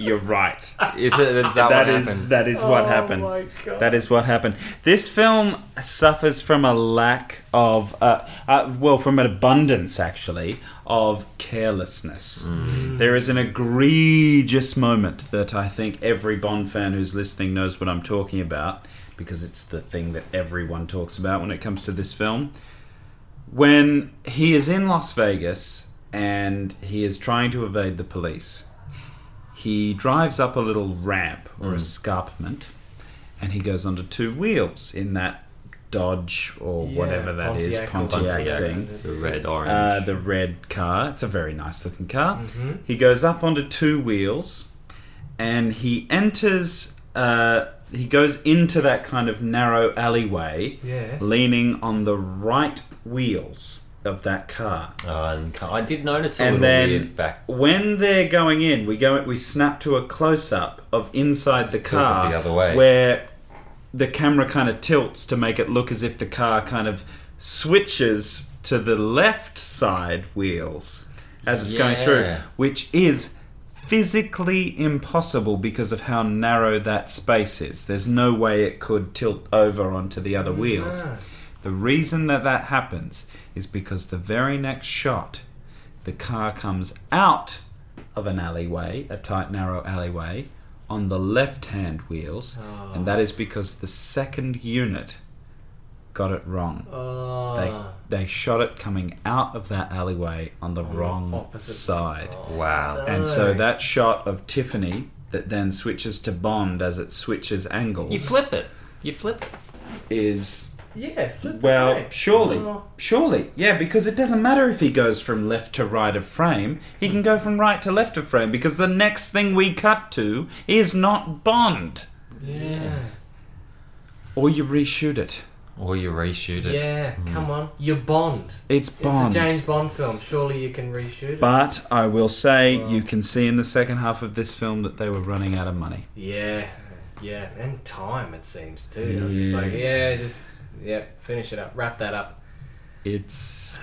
Speaker 3: You're right.
Speaker 8: Is it? Is that,
Speaker 3: That
Speaker 8: what
Speaker 3: is
Speaker 8: happened?
Speaker 3: that is what
Speaker 1: Oh
Speaker 3: happened.
Speaker 1: my God.
Speaker 3: That is what happened. This film suffers from a lack of, uh, uh, well, from an abundance actually of carelessness.
Speaker 8: Mm.
Speaker 3: There is an egregious moment that I think every Bond fan who's listening knows what I'm talking about because it's the thing that everyone talks about when it comes to this film when he is in Las Vegas and he is trying to evade the police, he drives up a little ramp
Speaker 1: Hmm.
Speaker 3: or escarpment and he goes onto two wheels in that Dodge or whatever that is
Speaker 1: Pontiac or
Speaker 3: Pontiac,
Speaker 1: whatever
Speaker 3: thing.
Speaker 1: that is.
Speaker 2: The red orange.
Speaker 3: Uh, the red car. It's a very nice looking car.
Speaker 1: Mm-hmm.
Speaker 3: He goes up onto two wheels and he enters. Uh, he goes into that kind of narrow alleyway,
Speaker 1: Yes.
Speaker 3: leaning on the right wheels of that car.
Speaker 8: Oh,
Speaker 2: Um, I did notice a
Speaker 3: and
Speaker 2: little
Speaker 3: then
Speaker 2: weird back.
Speaker 3: when they're going in, we go we snap to a close up of inside the
Speaker 2: tilted
Speaker 3: car
Speaker 2: the other way.
Speaker 3: where the camera kind of tilts to make it look as if the car kind of switches to the left side wheels as it's going through,
Speaker 2: Yeah.
Speaker 3: which is physically impossible because of how narrow that space is. There's no way it could tilt over onto the
Speaker 2: Oh,
Speaker 3: other wheels.
Speaker 1: No.
Speaker 3: The reason that that happens is because the very next shot, the car comes out of an alleyway, a tight, narrow alleyway, on the left hand wheels, and that is because the second unit got it wrong.
Speaker 1: Oh.
Speaker 3: They, they shot it coming out of that alleyway on the wrong
Speaker 1: opposite
Speaker 3: side.
Speaker 2: Wow.
Speaker 3: And so
Speaker 1: Oh.
Speaker 3: that shot of Tiffany that then switches to Bond as it switches angles
Speaker 8: You flip it. You flip it.
Speaker 3: is
Speaker 1: yeah, flip the
Speaker 3: well,
Speaker 1: frame.
Speaker 3: surely,
Speaker 1: Oh.
Speaker 3: surely, yeah, because it doesn't matter if he goes from left to right of frame. He can go from right to left of frame because the next thing we cut to is not Bond.
Speaker 1: Yeah.
Speaker 3: Or you reshoot it.
Speaker 2: Or you reshoot it.
Speaker 1: Yeah, come on. You're Bond.
Speaker 3: It's Bond.
Speaker 1: It's a James Bond film. Surely you can reshoot it.
Speaker 3: but I will say, you can see in the second half of this film that they were running out of money.
Speaker 1: Yeah, yeah, and time it seems too. I'm just like, yeah, just yeah, finish it up, wrap that up.
Speaker 3: It's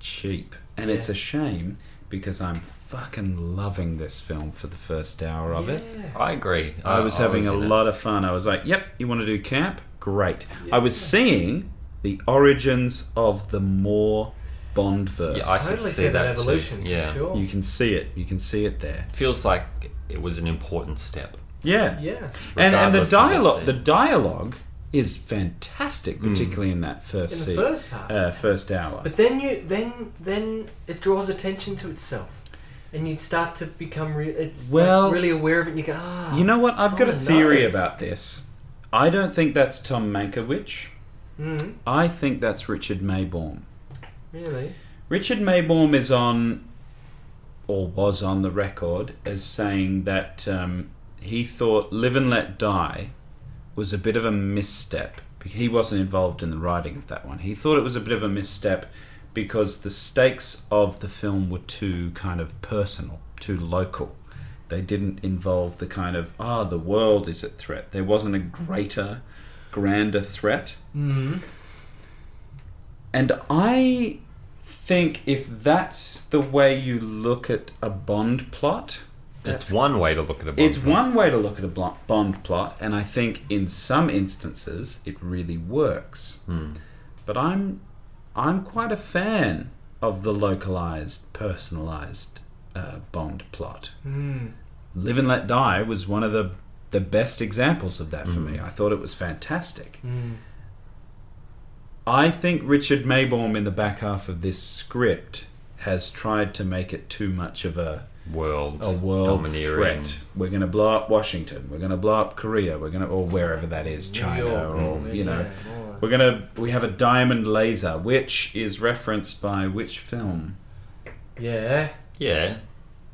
Speaker 3: cheap. And it's a shame because I'm fucking loving this film for the first hour of it.
Speaker 2: Uh, I agree.
Speaker 3: I was having a
Speaker 2: in it.
Speaker 3: lot of fun. I was like, yep, you want to do camp? Great. I was seeing the origins of the more Bond verse.
Speaker 2: Yeah, I could
Speaker 1: totally
Speaker 2: see
Speaker 1: see that,
Speaker 2: that too.
Speaker 1: evolution. for
Speaker 2: Yeah.
Speaker 1: sure.
Speaker 3: You can see it. You can see it there.
Speaker 2: Feels like it was an important step.
Speaker 3: Yeah.
Speaker 1: yeah,
Speaker 3: And and the
Speaker 2: Regardless of that
Speaker 3: dialogue
Speaker 2: scene.
Speaker 3: the dialogue is fantastic, particularly in that first
Speaker 1: in the
Speaker 3: scene-
Speaker 1: first half.
Speaker 3: uh, first hour.
Speaker 1: but then you then then it draws attention to itself, and you start to become re- it's like,
Speaker 3: Well-
Speaker 1: really aware of it. and You go, ah,
Speaker 3: You know what?
Speaker 1: it's
Speaker 3: I've got a
Speaker 1: on the
Speaker 3: theory
Speaker 1: nose."
Speaker 3: about this. I don't think that's Tom Mankiewicz.
Speaker 1: Mm,
Speaker 3: I think that's Richard Mayborn.
Speaker 1: really.
Speaker 3: Richard Mayborn is on, or was on the record as saying that um, he thought "Live and Let Die" was a bit of a misstep. He wasn't involved in the writing of that one. He thought it was a bit of a misstep because the stakes of the film were too kind of personal, too local. They didn't involve the kind of ah, the world is at threat. There wasn't a greater, grander threat.
Speaker 1: Mm.
Speaker 3: And I think if that's the way you look at a Bond plot,
Speaker 2: That's one way to look at a Bond
Speaker 3: it's
Speaker 2: film.
Speaker 3: one way to look at a blo- Bond plot, and I think in some instances it really works. But I'm I'm quite a fan of the localized, personalized uh, Bond plot.
Speaker 1: mm,
Speaker 3: Live and Let Die was one of the the best examples of that for me. I thought it was fantastic.
Speaker 1: mm.
Speaker 3: I think Richard Maybaum in the back half of this script has tried to make it too much of a
Speaker 2: world,
Speaker 3: a world
Speaker 2: domineering.
Speaker 3: threat. We're going to blow up Washington. We're going to blow up Korea. We're going to, or wherever that is, China,
Speaker 1: oh,
Speaker 3: or you know, we're going to. We have a diamond laser, which is referenced by which film?
Speaker 1: yeah,
Speaker 8: Yeah.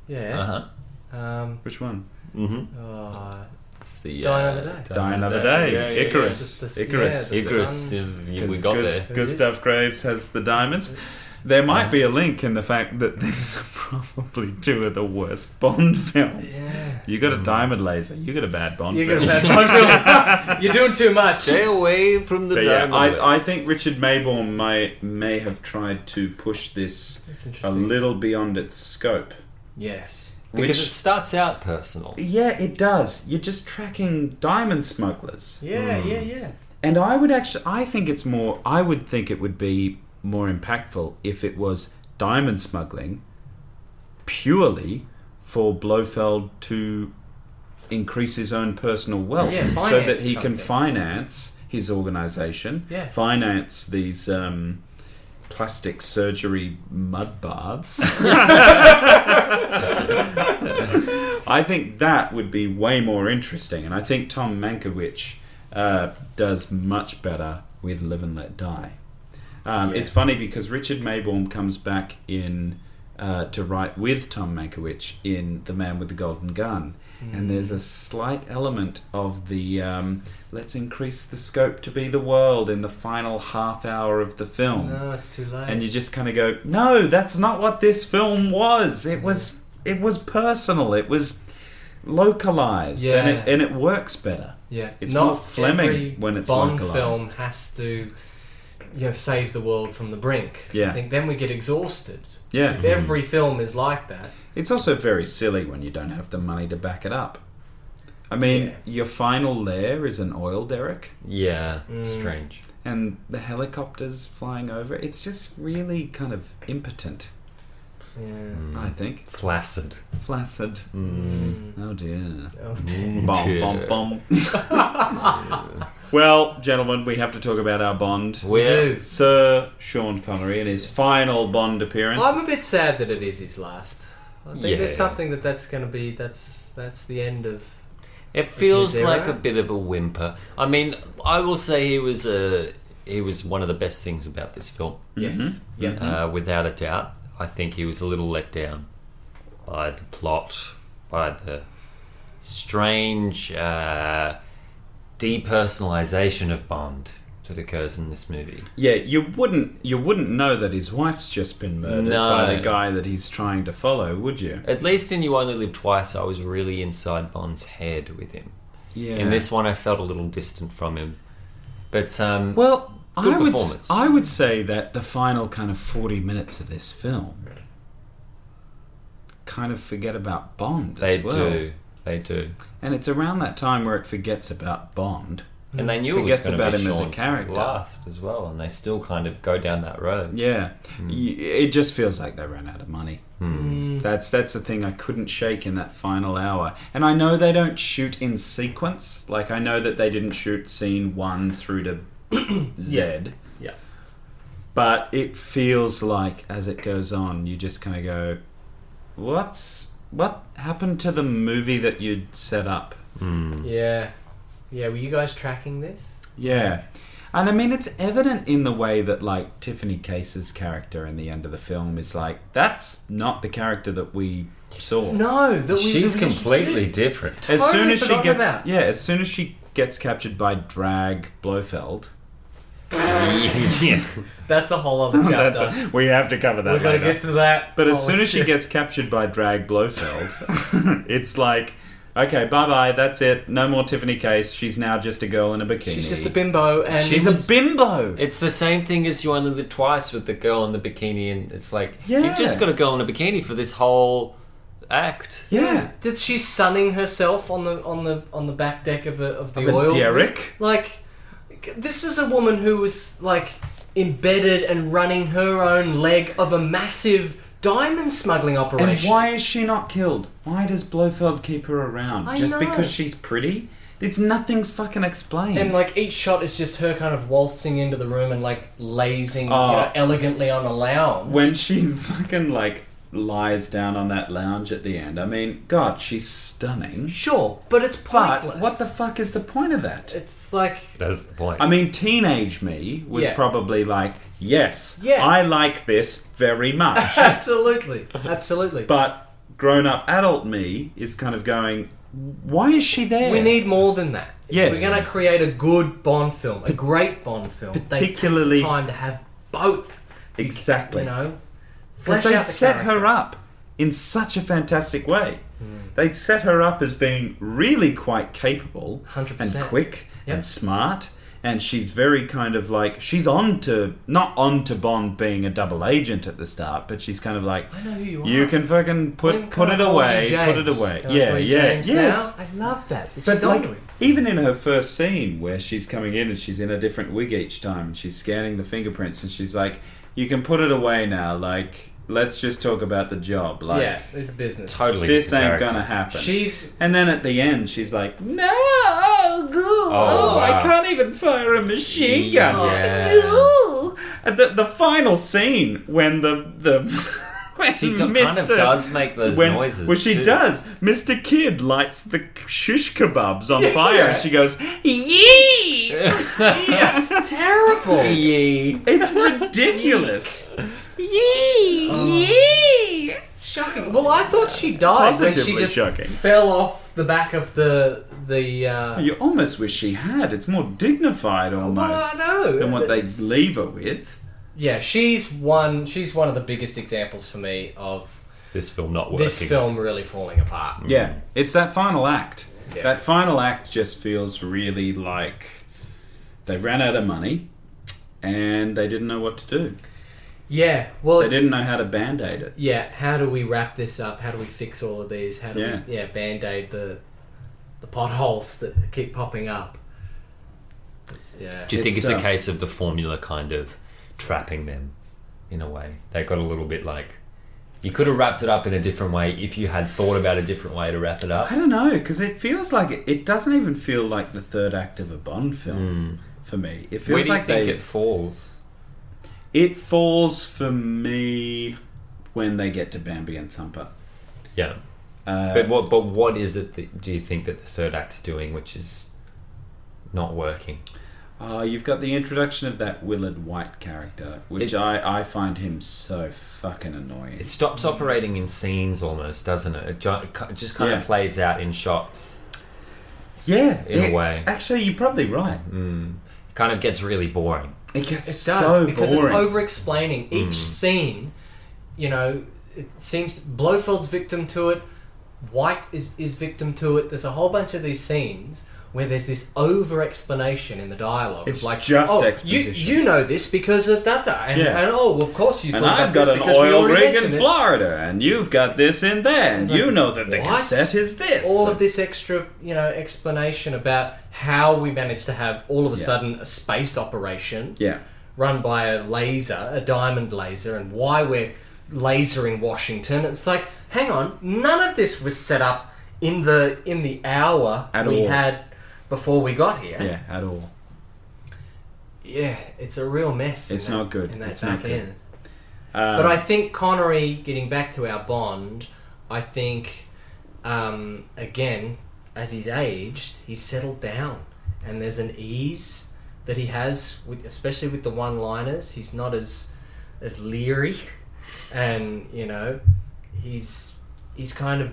Speaker 1: yeah.
Speaker 8: Uh-huh.
Speaker 1: Um,
Speaker 3: Which one? Mm-hmm.
Speaker 1: oh,
Speaker 8: It's the,
Speaker 1: die
Speaker 8: uh,
Speaker 1: another day.
Speaker 3: Die Another
Speaker 8: Another
Speaker 3: Day.
Speaker 8: Day, yeah,
Speaker 3: Icarus.
Speaker 1: yeah. It's the-
Speaker 3: Icarus.
Speaker 1: yeah,
Speaker 8: Icarus.
Speaker 1: sun.
Speaker 8: yeah, we got there.
Speaker 3: Gus- Gustav Graves has the diamonds. There might be a link in the fact that these are probably two of the worst Bond films.
Speaker 1: Yeah.
Speaker 3: You got a diamond laser. You got a bad Bond
Speaker 1: You're,
Speaker 3: film.
Speaker 1: gonna bad Bond film. You're doing too much.
Speaker 8: Stay away from the
Speaker 3: But yeah,
Speaker 8: diamond.
Speaker 3: I, I think Richard Mayborn may may have tried to push this
Speaker 1: That's
Speaker 3: a
Speaker 1: interesting.
Speaker 3: little beyond its scope.
Speaker 1: yes.
Speaker 8: because it
Speaker 3: Which-
Speaker 8: starts out personal.
Speaker 3: Yeah, it does. You're just tracking diamond smugglers.
Speaker 1: Yeah, yeah, yeah.
Speaker 3: And I would actually I think it's more I would think it would be more impactful if it was diamond smuggling purely for Blofeld to increase his own personal wealth
Speaker 1: Yeah,
Speaker 3: so that
Speaker 1: finance
Speaker 3: he can
Speaker 1: something.
Speaker 3: finance his organization,
Speaker 1: Yeah.
Speaker 3: finance these um, plastic surgery mud baths. I think that would be way more interesting, and I think Tom Mankiewicz uh, does much better with Live and Let Die. Um, It's funny because Richard Maybaum comes back in uh, to write with Tom Mankiewicz in The Man with the Golden Gun,
Speaker 1: Mm.
Speaker 3: and there's a slight element of the um, let's increase the scope to be the world in the final half hour of the film
Speaker 1: No, it's too late.
Speaker 3: and you just kind of go, "No, that's not what this film was. It was it was personal. It was localized, and it
Speaker 1: Yeah.
Speaker 3: and it works better."
Speaker 1: yeah,
Speaker 3: it's
Speaker 1: not
Speaker 3: more Fleming
Speaker 1: every
Speaker 3: when it's
Speaker 1: Bond
Speaker 3: localized.
Speaker 1: film has to, you know, save the world from the brink.
Speaker 3: Yeah.
Speaker 1: I think then we get exhausted.
Speaker 3: Yeah, Mm-hmm.
Speaker 1: If every film is like that,
Speaker 3: it's also very silly when you don't have the money to back it up. I mean,
Speaker 1: Yeah.
Speaker 3: your final lair is an oil derrick,
Speaker 2: Yeah,
Speaker 8: Mm.
Speaker 2: strange.
Speaker 3: and the helicopters flying over. It's just really kind of impotent.
Speaker 1: yeah.
Speaker 3: I
Speaker 8: Mm.
Speaker 1: Mm.
Speaker 3: think
Speaker 2: Flaccid.
Speaker 3: flaccid. Oh dear.
Speaker 1: Oh, dear.
Speaker 8: Mm.
Speaker 3: Bom, bom,
Speaker 8: Yeah.
Speaker 3: bom. well, gentlemen, we have to talk about our Bond.
Speaker 1: We
Speaker 8: Where
Speaker 1: do.
Speaker 3: Sir Sean Connery in his final Bond appearance.
Speaker 1: I'm a bit sad that it is his last. I think there's
Speaker 8: Yeah.
Speaker 1: something that that's going to be. That's that's the end of.
Speaker 8: uh, it feels
Speaker 1: Zero?
Speaker 8: like a bit of a whimper. I mean, I will say he was a he was one of the best things about this film,
Speaker 3: Mm-hmm.
Speaker 1: Yes. Yep.
Speaker 8: uh, without a doubt. I think he was a little let down by the plot, by the strange uh, depersonalization of Bond that occurs in this movie.
Speaker 3: yeah, you wouldn't you wouldn't know that his wife's just been murdered
Speaker 8: No.
Speaker 3: by the guy that he's trying to follow, would you?
Speaker 8: At least in You Only Live Twice, I was really inside Bond's head with him.
Speaker 3: Yeah.
Speaker 8: In this one, I felt a little distant from him. But um,
Speaker 3: well,
Speaker 8: Good
Speaker 3: I would
Speaker 8: performance.
Speaker 3: I would say that the final kind of 40 minutes of this film kind of forget about Bond
Speaker 8: they
Speaker 3: as well.
Speaker 8: do. They do.
Speaker 3: And it's around that time where it forgets about Bond.
Speaker 8: And they knew
Speaker 3: Mm. Forgets
Speaker 8: it was going
Speaker 3: about
Speaker 8: to
Speaker 3: him
Speaker 8: be
Speaker 3: as a
Speaker 8: Sean's
Speaker 3: character.
Speaker 8: last as well, and they still kind of go down that road. Hmm.
Speaker 3: Yeah, Mm. Y- it just feels like they ran out of money.
Speaker 1: mm,
Speaker 3: That's that's the thing I couldn't shake in that final hour. And I know they don't shoot in sequence. Like I know that they didn't shoot scene one through to Z.
Speaker 1: Yeah.
Speaker 3: But it feels like as it goes on, you just kind of go, "What's what happened to the movie that you'd set up?"
Speaker 8: Hmm.
Speaker 1: Yeah. Yeah. Were you guys tracking this?
Speaker 3: Yeah. And I mean, it's evident in the way that, like, Tiffany Case's character in the end of the film is like, that's not the character that we saw.
Speaker 1: No. That we,
Speaker 2: She's
Speaker 1: that we-
Speaker 2: completely
Speaker 1: Jeez.
Speaker 2: different.
Speaker 3: as soon
Speaker 1: totally
Speaker 3: as she
Speaker 1: forgotten
Speaker 3: gets,
Speaker 1: about.
Speaker 3: yeah, as soon as she gets captured by Drag Blofeld,
Speaker 2: yeah.
Speaker 1: That's a whole other chapter.
Speaker 3: that's- we have to cover that.
Speaker 1: We've got to
Speaker 3: later.
Speaker 1: get to that. Oh,
Speaker 3: But as
Speaker 1: Holy
Speaker 3: soon as she
Speaker 1: shit.
Speaker 3: gets captured by Drag Blofeld, it's like Okay, bye bye. That's it. No more Tiffany Case. She's now just a girl in a bikini.
Speaker 1: She's just a bimbo, and
Speaker 3: She's a bimbo.
Speaker 8: It's the same thing as you only live twice with the girl in the bikini, and it's like
Speaker 3: Yeah.
Speaker 8: you've just got to go in a bikini for this whole act.
Speaker 3: yeah.
Speaker 1: that she's sunning herself on the on the on the back deck of, a, of the
Speaker 3: The
Speaker 1: oil.
Speaker 3: Derek.
Speaker 1: Like, this is a woman who was like embedded and running her own leg of a massive diamond smuggling
Speaker 3: And
Speaker 1: operation.
Speaker 3: why is she not killed? Why does Blofeld keep her around?
Speaker 1: I
Speaker 3: just
Speaker 1: know.
Speaker 3: because she's pretty? It's nothing's fucking explained.
Speaker 1: And like each shot is just her kind of waltzing into the room and like lazing you
Speaker 3: Oh.
Speaker 1: know, elegantly on a lounge.
Speaker 3: when she fucking like lies down on that lounge at the end, I mean, God, she's stunning.
Speaker 1: Sure, but it's
Speaker 3: But
Speaker 1: pointless.
Speaker 3: what the fuck is the point of that?
Speaker 1: It's like
Speaker 8: That's the point.
Speaker 3: I mean, teenage me was
Speaker 1: Yeah.
Speaker 3: probably like, yes,
Speaker 1: Yeah.
Speaker 3: I like this very much.
Speaker 1: absolutely, absolutely.
Speaker 3: but grown up adult me is kind of going, why is she there?
Speaker 1: we need more than that. If
Speaker 3: Yes.
Speaker 1: we're going to create a good Bond film, a great Bond film.
Speaker 3: particularly-
Speaker 1: they take time to have both.
Speaker 3: exactly.
Speaker 1: You know,
Speaker 3: Because
Speaker 1: flesh
Speaker 3: they
Speaker 1: out the
Speaker 3: set her
Speaker 1: character. Hmm.
Speaker 3: up in such a fantastic way. They set her up as being really quite capable
Speaker 1: 100%.
Speaker 3: and quick
Speaker 1: Yep.
Speaker 3: and smart. And she's very kind of like she's on to not on to Bond being a double agent at the start, but she's kind of like
Speaker 1: I know who you are.
Speaker 3: you can fucking put
Speaker 1: When can
Speaker 3: put
Speaker 1: I
Speaker 3: it
Speaker 1: call you
Speaker 3: away, put
Speaker 1: James?
Speaker 3: it away.
Speaker 1: Can I
Speaker 3: yeah,
Speaker 1: call you
Speaker 3: yeah,
Speaker 1: James
Speaker 3: yes.
Speaker 1: now? I love that. that
Speaker 3: But
Speaker 1: she's
Speaker 3: like
Speaker 1: onto it.
Speaker 3: even in her first scene where she's coming in and she's in a different wig each time and she's scanning the fingerprints and she's like, You can put it away now, like let's just talk about the job. Like
Speaker 1: yeah, it's business.
Speaker 8: totally.
Speaker 3: this ain't
Speaker 8: different
Speaker 3: gonna happen.
Speaker 1: She's
Speaker 3: and then at the end she's like, No oh, goo, oh, I
Speaker 8: wow.
Speaker 3: can't even fire a machine
Speaker 8: Yeah.
Speaker 3: gun.
Speaker 8: Yeah.
Speaker 3: Goo. And the the final scene when the the when
Speaker 8: She do- kind of
Speaker 3: Mr.
Speaker 8: does make those
Speaker 3: when,
Speaker 8: noises.
Speaker 3: Well, she
Speaker 8: too.
Speaker 3: does. Mr. Kid lights the shish kebabs on fire,
Speaker 1: Yeah.
Speaker 3: and she goes, "Yee!"
Speaker 1: it's terrible.
Speaker 3: It's ridiculous. Oh.
Speaker 1: Shocking. Well, I thought she died when she
Speaker 3: Positively
Speaker 1: just
Speaker 3: shocking.
Speaker 1: fell off the back of the the. Uh,
Speaker 3: You almost wish she had. It's more dignified
Speaker 1: well,
Speaker 3: almost
Speaker 1: I know.
Speaker 3: than what they
Speaker 1: It's-
Speaker 3: leave her with.
Speaker 1: Yeah, she's one. She's one of the biggest examples for me of
Speaker 8: This film not working.
Speaker 1: this film really falling
Speaker 8: Hmm.
Speaker 1: apart.
Speaker 3: Yeah, it's that final act.
Speaker 1: Yeah.
Speaker 3: That final act just feels really like they ran out of money and they didn't know what to do.
Speaker 1: Yeah. Well,
Speaker 3: They didn't know how to band aid it.
Speaker 1: yeah. How do we wrap this up? How do we fix all of these? How do
Speaker 3: Yeah.
Speaker 1: we yeah band aid the the potholes that keep popping up? Yeah.
Speaker 8: Do you think
Speaker 3: It's
Speaker 8: it's
Speaker 3: tough.
Speaker 8: a case of the formula kind of trapping them in a way? They got a little bit like you could have wrapped it up in a different way if you had thought about a different way to wrap it up.
Speaker 3: I don't know because it feels like it, it doesn't even feel like the third act of a Bond film for me. It
Speaker 8: Hmm. Where do you
Speaker 3: feels like
Speaker 8: think
Speaker 3: they,
Speaker 8: it falls?
Speaker 3: it falls for me when they get to Bambi and Thumper.
Speaker 8: Yeah,
Speaker 3: Uh,
Speaker 8: but what? But what is it that do you think that the third act's doing, which is not working?
Speaker 3: oh, you've got the introduction of that Willard White character, which
Speaker 8: It-
Speaker 3: I, I find him so fucking annoying.
Speaker 8: It stops operating in scenes almost, doesn't it? It, ju- it ki- it just kind
Speaker 3: Yeah.
Speaker 8: of plays out in shots.
Speaker 3: yeah,
Speaker 8: in a
Speaker 3: it-
Speaker 8: way. Mm.
Speaker 3: Actually, you're probably right.
Speaker 8: It kind of gets really boring.
Speaker 3: It gets
Speaker 1: It does
Speaker 3: so
Speaker 1: because
Speaker 3: boring. Mm.
Speaker 1: it's over-explaining each scene. You know, it seems Blofeld's victim to it. White is is victim to it. There's a whole bunch of these scenes where there's this over-explanation in the dialogue.
Speaker 3: It's
Speaker 1: like
Speaker 3: just
Speaker 1: oh,
Speaker 3: exposition."
Speaker 1: You you know this because of that, that and,
Speaker 3: Yeah.
Speaker 1: and oh, of course you.
Speaker 3: and
Speaker 1: thought
Speaker 3: I've
Speaker 1: about
Speaker 3: got
Speaker 1: this
Speaker 3: an
Speaker 1: because we
Speaker 3: oil
Speaker 1: already
Speaker 3: rig in
Speaker 1: mentioned this.
Speaker 3: Florida, and you've got this in there, and
Speaker 1: It's like,
Speaker 3: you know that the
Speaker 1: what?
Speaker 3: cassette is this.
Speaker 1: All of this extra, you know, explanation about how we managed to have all of a
Speaker 3: Yeah.
Speaker 1: sudden a spaced operation.
Speaker 3: yeah.
Speaker 1: run by a laser, a diamond laser, and why we're lasering Washington. It's like, hang on, none of this was set up in the in the hour
Speaker 3: At
Speaker 1: we
Speaker 3: all.
Speaker 1: had before we got here.
Speaker 3: Yeah, at all.
Speaker 1: Yeah, it's a real mess. in
Speaker 3: It's
Speaker 1: that-
Speaker 3: not good.
Speaker 1: in that
Speaker 3: It's not
Speaker 1: back
Speaker 3: good.
Speaker 1: end.
Speaker 3: Uh,
Speaker 1: but
Speaker 3: Um,
Speaker 1: I think Connery, getting back to our Bond, I think um, again as he's aged, he's settled down, and there's an ease that he has, with, especially with the one-liners. He's not as as leery, and you know, he's he's kind of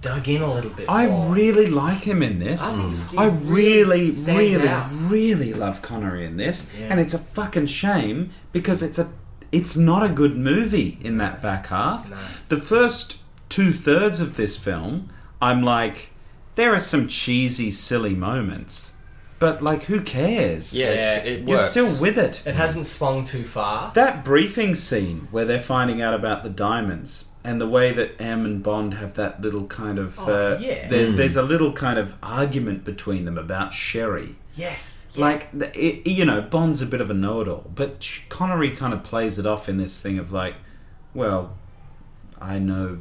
Speaker 1: dug in a little bit.
Speaker 3: I
Speaker 1: more.
Speaker 3: really like him in this.
Speaker 1: Oh. I think he
Speaker 3: I really,
Speaker 1: really stands
Speaker 3: really,
Speaker 1: out.
Speaker 3: really love Connery in this,
Speaker 1: Yeah.
Speaker 3: and it's a fucking shame because it's a, it's not a good movie in that back half.
Speaker 1: No.
Speaker 3: The first two thirds of this film, I'm like, there are some cheesy, silly moments, but like, who cares?
Speaker 8: Yeah,
Speaker 1: Yeah.
Speaker 8: It, it
Speaker 3: you're
Speaker 8: works.
Speaker 3: still with it.
Speaker 1: It hasn't swung too far.
Speaker 3: That briefing scene where they're finding out about the diamonds and the way that M and Bond have that little kind of
Speaker 1: Oh,
Speaker 3: uh,
Speaker 1: yeah.
Speaker 3: there, there's a little kind of argument between them about Sherry.
Speaker 1: Yes.
Speaker 3: Like th- it, you know, Bond's a bit of a know-it-all, but Sh- Connery kind of plays it off in this thing of like, well, I know,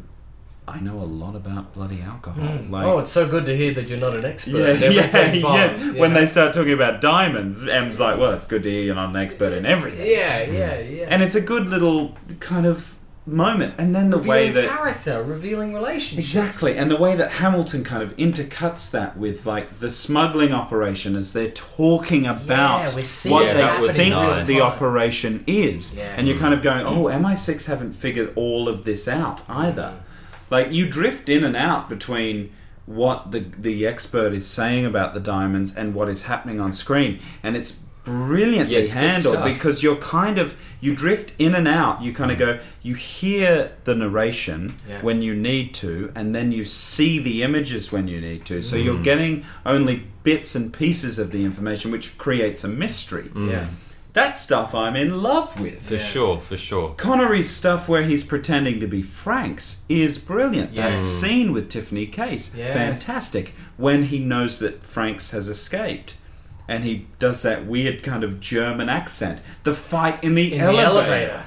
Speaker 3: I know a lot about bloody alcohol. Like,
Speaker 1: oh, it's so good to hear that you're not an expert.
Speaker 3: yeah,
Speaker 1: at
Speaker 3: yeah,
Speaker 1: everything
Speaker 3: yeah.
Speaker 1: Bond, you
Speaker 3: When
Speaker 1: know?
Speaker 3: they start talking about diamonds, M's like, well, it's good to hear you're not an expert in everything.
Speaker 1: Yeah, yeah, yeah.
Speaker 3: And it's a good little kind of moment. And then the way
Speaker 1: revealing
Speaker 3: that.
Speaker 1: character, revealing relationship.
Speaker 3: Exactly, and the way that Hamilton kind of intercuts that with like the smuggling operation as they're talking about
Speaker 1: we're seeing
Speaker 3: what
Speaker 8: it
Speaker 3: they
Speaker 8: happening
Speaker 3: think
Speaker 8: in real
Speaker 3: the
Speaker 1: time.
Speaker 3: operation is,
Speaker 1: Yeah.
Speaker 3: and you're kind of going, "Oh, MI6 haven't figured all of this out either."
Speaker 8: Mm.
Speaker 3: Like you drift in and out between what the the expert is saying about the diamonds and what is happening on screen, and it's brilliantly
Speaker 8: Yeah, it's good
Speaker 3: handled
Speaker 8: stuff.
Speaker 3: because you're kind of you drift in and out you kind of go you hear the narration
Speaker 1: Yeah.
Speaker 3: when you need to and then you see the images when you need to so you're
Speaker 1: Mm.
Speaker 3: getting only bits and pieces of the information which creates a mystery
Speaker 1: Mm. Yeah.
Speaker 3: that stuff i'm in love with
Speaker 8: for sure, for sure.
Speaker 3: Connery's stuff where he's pretending to be Frank's is brilliant. That
Speaker 1: Yes.
Speaker 3: scene with Tiffany Case,
Speaker 1: Yes.
Speaker 3: fantastic. When he knows that Frank's has escaped. And he does that weird kind of German accent. The fight in the,
Speaker 1: In
Speaker 3: elevator.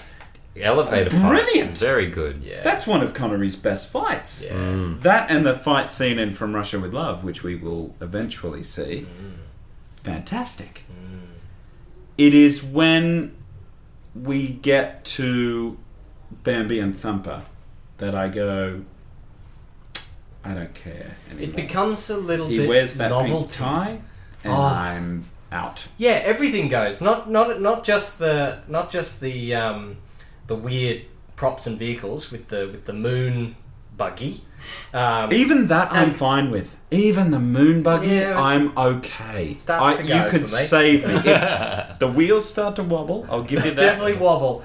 Speaker 1: the elevator.
Speaker 8: Elevator fight.
Speaker 3: Brilliant.
Speaker 8: Very good. Mm.
Speaker 1: Yeah.
Speaker 3: That's one of Connery's best fights.
Speaker 1: yeah.
Speaker 3: That and the fight scene in From Russia with Love, which we will eventually see. Fantastic. It is when we get to Bambi and Thumper that I go, I don't care
Speaker 1: It
Speaker 3: anymore.
Speaker 1: becomes a little
Speaker 3: he
Speaker 1: bit
Speaker 3: wears that
Speaker 1: novelty.
Speaker 3: pink tie, and
Speaker 1: Ah.
Speaker 3: I'm out.
Speaker 1: Yeah, everything goes. Not not not just the not just the um, the weird props and vehicles with the with the moon buggy. Um,
Speaker 3: Even that I'm
Speaker 1: And-
Speaker 3: fine with. Even the moon buggy,
Speaker 1: Yeah,
Speaker 3: I'm okay.
Speaker 1: it starts to
Speaker 3: I-
Speaker 1: go
Speaker 3: you could
Speaker 1: for me.
Speaker 3: save me. It's- the wheels start to wobble. I'll give you that.
Speaker 1: definitely wobble.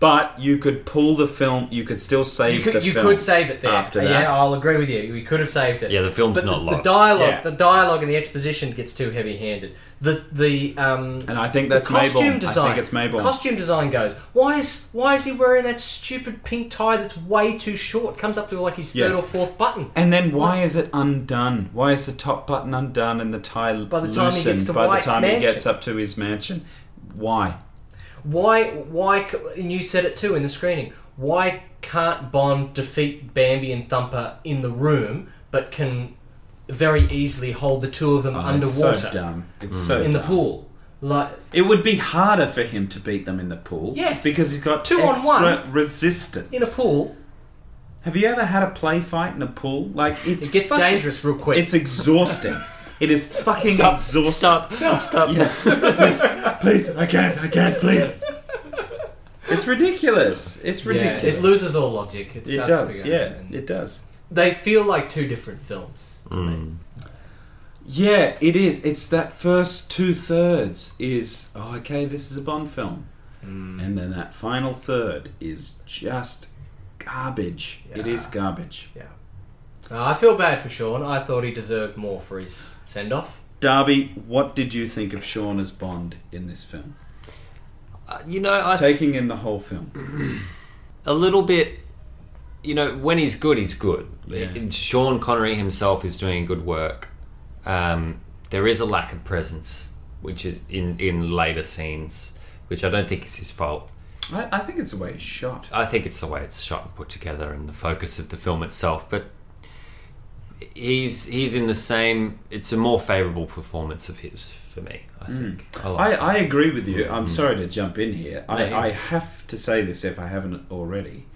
Speaker 3: But you could pull the film. You could still save
Speaker 1: You could
Speaker 3: the
Speaker 1: you
Speaker 3: film.
Speaker 1: could save it there.
Speaker 3: after
Speaker 1: yeah,
Speaker 3: that.
Speaker 1: I'll agree with you. We could have saved it.
Speaker 8: Yeah, the film's
Speaker 1: but
Speaker 8: not
Speaker 1: the,
Speaker 8: lost.
Speaker 1: the dialogue,
Speaker 3: Yeah.
Speaker 1: the dialogue, and the exposition gets too heavy-handed. The the um,
Speaker 3: And I think that's
Speaker 1: the costume
Speaker 3: Mayborn.
Speaker 1: design.
Speaker 3: I think it's Mayborn.
Speaker 1: Costume design goes. Why is why is he wearing that stupid pink tie that's way too short? Comes up to like his third
Speaker 3: Yeah.
Speaker 1: or fourth button.
Speaker 3: and then why is it undone? Why is the top button undone and the tie
Speaker 1: By the time he
Speaker 3: loosened
Speaker 1: gets to
Speaker 3: by
Speaker 1: White's
Speaker 3: the time he
Speaker 1: mansion?
Speaker 3: gets up to his mansion? Why?
Speaker 1: Why why c- and you said it too in the screening. Why can't Bond defeat Bambi and Thumper in the room, but can very easily hold the two of them
Speaker 3: It's
Speaker 1: underwater
Speaker 3: Oh, so dumb. It's so
Speaker 1: in the
Speaker 3: dumb.
Speaker 1: pool? Like
Speaker 3: It would be harder for him to beat them in the pool.
Speaker 1: Yes.
Speaker 3: because he's got
Speaker 1: Two on
Speaker 3: extra
Speaker 1: one.
Speaker 3: resistance.
Speaker 1: in a pool,
Speaker 3: Have you ever had a play fight in a pool? Like it's
Speaker 1: it gets
Speaker 3: fucking-
Speaker 1: dangerous real quick.
Speaker 3: It's exhausting. it is fucking exhausting.
Speaker 8: Stop. Stop.
Speaker 3: please, I can't, I can't, please. It's ridiculous. It's
Speaker 1: yeah,
Speaker 3: ridiculous.
Speaker 1: it loses all logic. It,
Speaker 3: It
Speaker 1: starts
Speaker 3: does,
Speaker 1: to go,
Speaker 3: yeah,
Speaker 1: and
Speaker 3: it does.
Speaker 1: They feel like two different films. to
Speaker 8: Hmm.
Speaker 1: me.
Speaker 3: Yeah, it is. It's that first two thirds is oh, okay. This is a Bond film,
Speaker 1: Hmm.
Speaker 3: and then that final third is just garbage. It is
Speaker 1: Yeah.
Speaker 3: garbage.
Speaker 1: Yeah, Uh, I feel bad for Sean. I thought he deserved more for his send off.
Speaker 3: Darby, what did you think of Sean as Bond in this film?
Speaker 8: You know, I
Speaker 3: Taking in the whole film,
Speaker 8: a little bit you know when he's good he's good
Speaker 3: Yeah.
Speaker 8: And sean connery himself is doing good work um, there is a lack of presence which is in, in later scenes which i don't think is his fault
Speaker 3: I, I think it's the way it's shot.
Speaker 8: i think it's the way it's shot and put together and the focus of the film itself but he's he's in the same it's a more favorable performance of his for me i think I
Speaker 3: Hmm. I,
Speaker 8: like
Speaker 3: I agree with you. I'm sorry to jump in here. I,
Speaker 8: Yeah.
Speaker 3: I have to say this if I haven't already.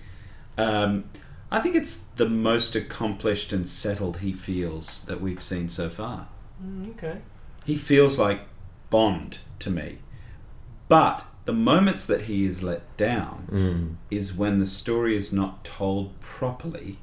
Speaker 3: Um, I think it's the most accomplished and settled he feels that we've seen so far.
Speaker 1: Okay.
Speaker 3: He feels like Bond to me. But the moments that he is let down
Speaker 8: Hmm.
Speaker 3: is when the story is not told properly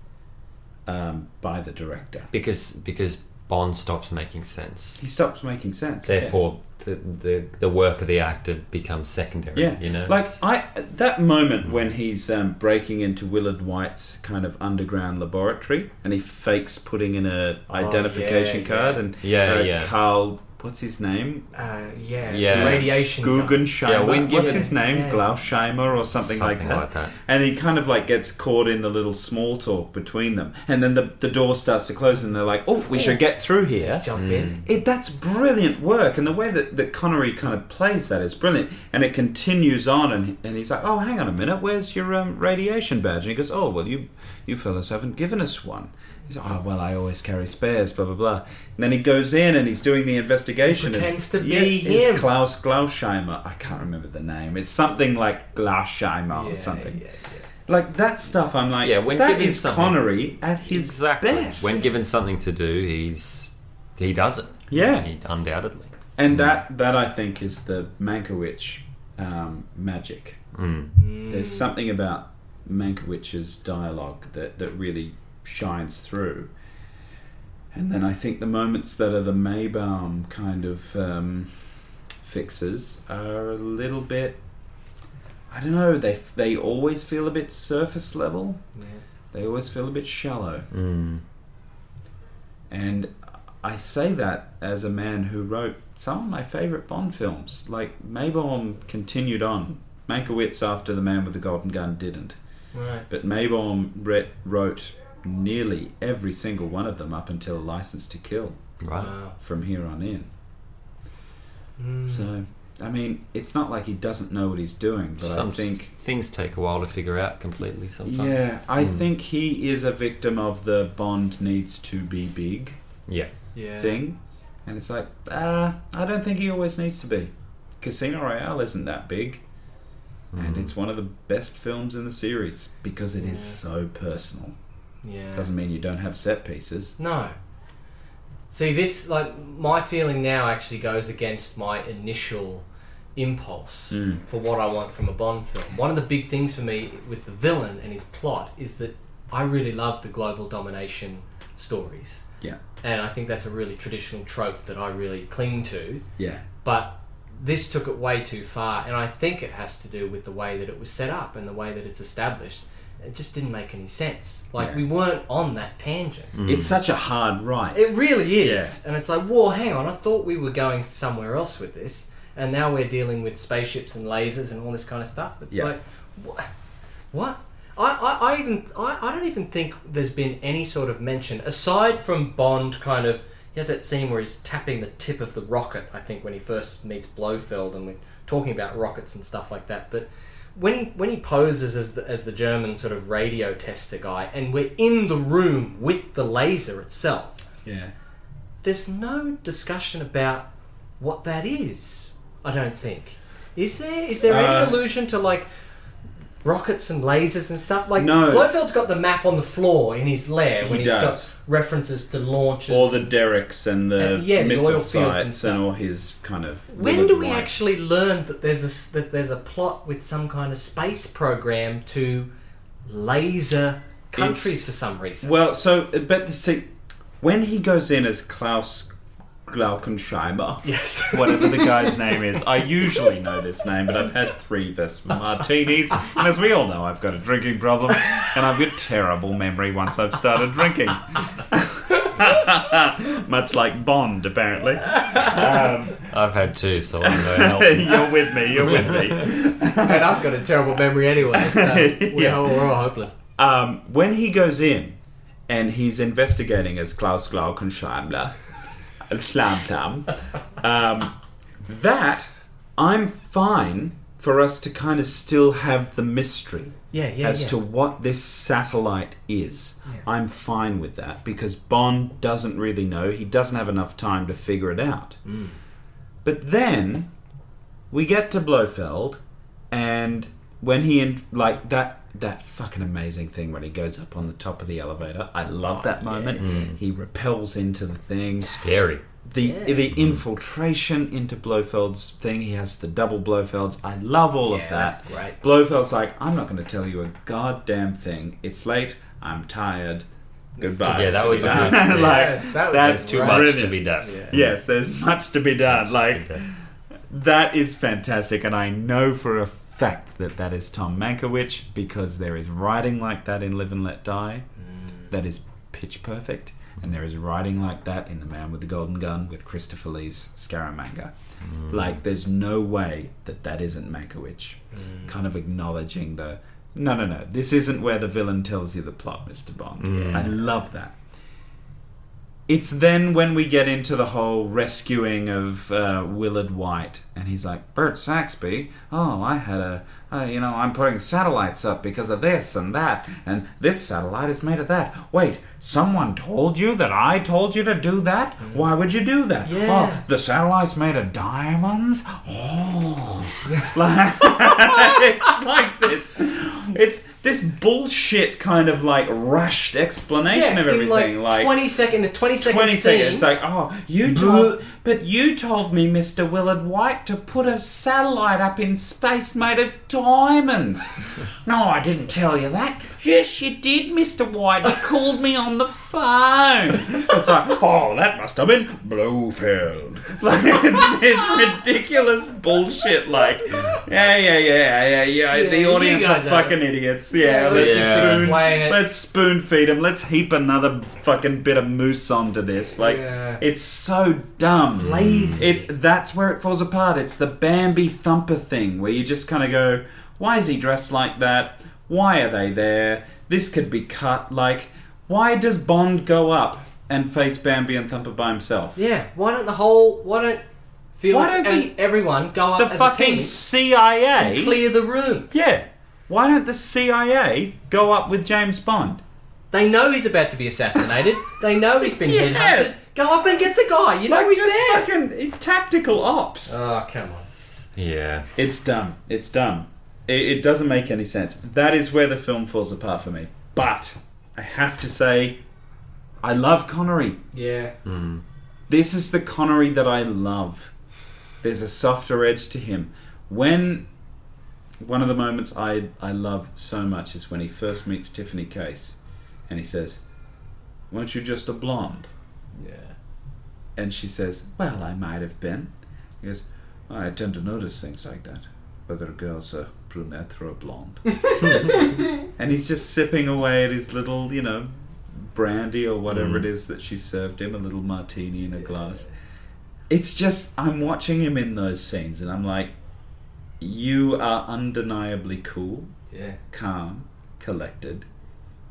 Speaker 3: um, by the director.
Speaker 8: because because Bond stops making sense.
Speaker 3: He stops making sense. yeah.
Speaker 8: Therefore, the, the the work of the actor becomes secondary.
Speaker 3: Yeah,
Speaker 8: you know,
Speaker 3: like
Speaker 8: It's-
Speaker 3: I that moment when he's um, breaking into Willard White's kind of underground laboratory, and he fakes putting in a identification
Speaker 1: Oh, yeah,
Speaker 3: card,
Speaker 1: yeah.
Speaker 3: and
Speaker 8: Yeah,
Speaker 3: uh,
Speaker 8: yeah.
Speaker 3: Carl, what's his name?
Speaker 1: Uh, yeah,
Speaker 8: Yeah.
Speaker 1: The radiation.
Speaker 3: Guggenheimer.
Speaker 8: Yeah, when given-
Speaker 3: what's his name?
Speaker 1: Yeah.
Speaker 3: Glausheimer or something, like, that. And he kind of like gets caught in the little small talk between them, and then the the door starts to close, and they're like, "Oh, we should get through here."
Speaker 1: Jump
Speaker 8: Hmm.
Speaker 1: in.
Speaker 3: It, that's brilliant work, and the way that, that Connery kind of plays that is brilliant. And it continues on, and, and he's like, "Oh, hang on a minute, where's your um, radiation badge?" And he goes, "Oh, well, you you fellas haven't given us one." He's like, "Oh, well, I always carry spares." Blah blah blah. And then he goes in, and he's doing the investigation.
Speaker 1: He pretends to be
Speaker 3: it's
Speaker 1: him.
Speaker 3: Klaus Glausheimer. I can't remember the name. It's something like Glausheimer or Oh, something.
Speaker 1: Yeah,
Speaker 3: Like that stuff. I'm like,
Speaker 8: Yeah, when
Speaker 3: that
Speaker 8: given
Speaker 3: is
Speaker 8: something-
Speaker 3: Connery at his
Speaker 8: exactly.
Speaker 3: best.
Speaker 8: When given something to do, he's he does it.
Speaker 3: Yeah.
Speaker 8: he, undoubtedly.
Speaker 3: And that that I think is the Mankiewicz um, magic.
Speaker 8: Mm.
Speaker 3: There's
Speaker 1: Mm,
Speaker 3: something about Mankiewicz's dialogue that that really shines through. And then I think the moments that are the Maybaum kind of um, fixes are a little bit. I don't know. They they always feel a bit surface level.
Speaker 1: yeah.
Speaker 3: They always feel a bit shallow.
Speaker 8: Mm.
Speaker 3: And I say that as a man who wrote some of my favourite Bond films. Like, Maybaum continued on. Mankiewicz, after The Man with the Golden Gun, didn't.
Speaker 1: Right.
Speaker 3: But Maybaum re- wrote nearly every single one of them up until License to Kill
Speaker 8: Right.
Speaker 1: Wow.
Speaker 3: from here on in.
Speaker 8: Hmm.
Speaker 1: Mm.
Speaker 3: So, I mean, it's not like he doesn't know what he's doing, but
Speaker 8: Some
Speaker 3: I think.
Speaker 8: things take a while to figure out completely. Sometimes.
Speaker 3: Yeah, I
Speaker 8: Mm.
Speaker 3: think he is a victim of the Bond needs to be big
Speaker 8: Yeah.
Speaker 1: yeah.
Speaker 3: thing, and it's like, uh, I don't think he always needs to be. Casino Royale isn't that big, and
Speaker 8: Mm.
Speaker 3: it's one of the best films in the series because it is
Speaker 1: Yeah.
Speaker 3: so personal.
Speaker 1: Yeah.
Speaker 3: Doesn't mean you don't have set pieces.
Speaker 1: No. See, this, like, my feeling now actually goes against my initial impulse
Speaker 3: Mm.
Speaker 1: for what I want from a Bond film. One of the big things for me with the villain and his plot is that I really love the global domination stories.
Speaker 3: Yeah.
Speaker 1: And I think that's a really traditional trope that I really cling to.
Speaker 3: Yeah,
Speaker 1: But this took it way too far, and I think it has to do with the way that it was set up and the way that it's established. It just didn't make any sense. Like,
Speaker 3: Yeah.
Speaker 1: we weren't on that tangent.
Speaker 3: it's such a hard ride.
Speaker 1: It really is. And it's like, whoa, hang on, I thought we were going somewhere else with this, and now we're dealing with spaceships and lasers and all this kind of stuff. It's
Speaker 3: Yeah.
Speaker 1: like, what? What? I, I, I even I, I don't even think there's been any sort of mention aside from Bond kind of he has that scene where he's tapping the tip of the rocket I think when he first meets Blofeld and we're talking about rockets and stuff like that but when he when he poses as the, as the German sort of radio tester guy and we're in the room with the laser itself
Speaker 3: yeah,
Speaker 1: there's no discussion about what that is. I don't think. Is there? Is there
Speaker 3: Uh,
Speaker 1: any allusion to like rockets and lasers and stuff? Like
Speaker 3: No.
Speaker 1: Blofeld's got the map on the floor in his lair
Speaker 3: He
Speaker 1: when he's
Speaker 3: does.
Speaker 1: got references to launches.
Speaker 3: all the Derricks and the
Speaker 1: Uh, yeah, the
Speaker 3: missile
Speaker 1: oil fields and
Speaker 3: sites and,
Speaker 1: stuff.
Speaker 3: all his kind of.
Speaker 1: when do we
Speaker 3: White-
Speaker 1: actually learn that there's a s- that there's a plot with some kind of space program to laser countries
Speaker 3: It's-
Speaker 1: for some reason?
Speaker 3: Well, so uh, but see, when he goes in as Klaus Glaukenscheimer,
Speaker 1: yes.
Speaker 3: whatever the guy's name is. I usually know this name, but I've had three Vespa martinis, and as we all know, I've got a drinking problem, and I've got terrible memory once I've started drinking. Much like Bond, apparently. Um,
Speaker 8: I've had two, so I'm going to
Speaker 3: you're with me, you're with me.
Speaker 1: and I've got a terrible memory anyway, so we're,
Speaker 3: Yeah.
Speaker 1: all, we're all hopeless.
Speaker 3: Um, when he goes in and he's investigating as Klaus Glaukenscheimler, Schlam Schlam, um, that I'm fine for us to kind of still have the mystery.
Speaker 1: Yeah, yeah,
Speaker 3: as
Speaker 1: yeah.
Speaker 3: to what this satellite is. I'm fine with that because Bond doesn't really know. He doesn't have enough time to figure it out.
Speaker 1: Mm.
Speaker 3: But then we get to Blofeld, and when he in, like that that fucking amazing thing when he goes up on the top of the elevator. I love
Speaker 1: Oh,
Speaker 3: that moment.
Speaker 1: Mm.
Speaker 3: He repels into the thing
Speaker 8: scary.
Speaker 3: the the infiltration into Blofeld's thing. He has the double Blofelds. I love all
Speaker 1: Yeah,
Speaker 3: of that.
Speaker 1: that's great.
Speaker 3: Blofeld's like, I'm not going to tell you a goddamn thing. It's late. I'm tired. Goodbye.
Speaker 8: Yeah, that was a good.
Speaker 3: Like,
Speaker 8: yeah,
Speaker 1: that was
Speaker 3: that's
Speaker 8: There's too
Speaker 3: right.
Speaker 8: much to
Speaker 3: Brilliant.
Speaker 8: be done.
Speaker 3: Yes, there's much to be done. Like
Speaker 8: Okay.
Speaker 3: that is fantastic, and I know for a fact that that is Tom Mankiewicz because there is writing like that in Live and Let Die, that is pitch perfect, and there is writing like that in The Man with the Golden Gun with Christopher Lee's Scaramanga. Like, there's no way that that isn't Mankiewicz, kind of acknowledging the. No, no, no. This isn't where the villain tells you the plot, Mr. Bond. I love that. It's then when we get into the whole rescuing of uh, Willard White, and he's like, Bert Saxby, oh, I had a, uh, you know, I'm putting satellites up because of this and that, and this satellite is made of that. Wait, someone told you that I told you to do that? Why would you do that?
Speaker 1: Mm. Yeah.
Speaker 3: Oh, the satellite's made of diamonds? Oh. Like- it's like this. It's this bullshit kind of like rushed explanation of
Speaker 1: in like,
Speaker 3: everything. Like,
Speaker 1: twenty second, a twenty second
Speaker 3: 20
Speaker 1: scene.
Speaker 3: seconds. It's like, oh, you told, but you told me, Mr. Willard White, to put a satellite up in space made of diamonds. no, I didn't tell you that. Yes, you did, Mr. White. You called me on the phone. It's like, oh, that must have been Blofeld. Like, it's, it's ridiculous bullshit. Like, yeah, yeah, yeah, yeah, yeah. yeah
Speaker 1: you
Speaker 3: the audience are
Speaker 1: guys know.
Speaker 3: fucking idiots. Yeah, let's
Speaker 1: just
Speaker 3: spoon-
Speaker 1: explain it.
Speaker 3: Let's spoon feed him. Let's heap another fucking bit of moose onto this. Like,
Speaker 1: Yeah.
Speaker 3: it's so dumb. It's
Speaker 1: lazy.
Speaker 3: It's that's where it falls apart. It's the Bambi thumper thing where you just kind of go, "Why is he dressed like that? Why are they there? This could be cut." Like, why does Bond go up and face Bambi and Thumper by himself?
Speaker 1: yeah. Why don't the whole? Why don't Felix
Speaker 3: Why don't
Speaker 1: and
Speaker 3: the-
Speaker 1: everyone go up
Speaker 3: The
Speaker 1: as
Speaker 3: fucking
Speaker 1: a team
Speaker 3: CIA.
Speaker 1: and clear the room?
Speaker 3: yeah. Why don't the CIA go up with James Bond?
Speaker 1: They know he's about to be assassinated. they know he's been
Speaker 3: Yes.
Speaker 1: headhunted. Go up and get the guy. You know
Speaker 3: Like,
Speaker 1: he's
Speaker 3: just
Speaker 1: there.
Speaker 3: Fucking tactical ops.
Speaker 1: Oh come on.
Speaker 8: Yeah.
Speaker 3: It's dumb. It's dumb. It, it doesn't make any sense. That is where the film falls apart for me. But I have to say, I love Connery.
Speaker 1: Yeah.
Speaker 3: This is the Connery that I love. There's a softer edge to him. When one of the moments I I love so much is when he first meets Tiffany Case, and he says, "Weren't you just a blonde?"
Speaker 1: Yeah.
Speaker 3: And she says, Well, I might have been. He goes, "Oh, I tend to notice things like that, whether a girl's a brunette or a blonde. and he's just sipping away at his little, you know, brandy or whatever it is that she served him, a little martini in a glass. It's just, I'm watching him in those scenes and I'm like, You are undeniably cool,
Speaker 1: Yeah.
Speaker 3: calm, collected.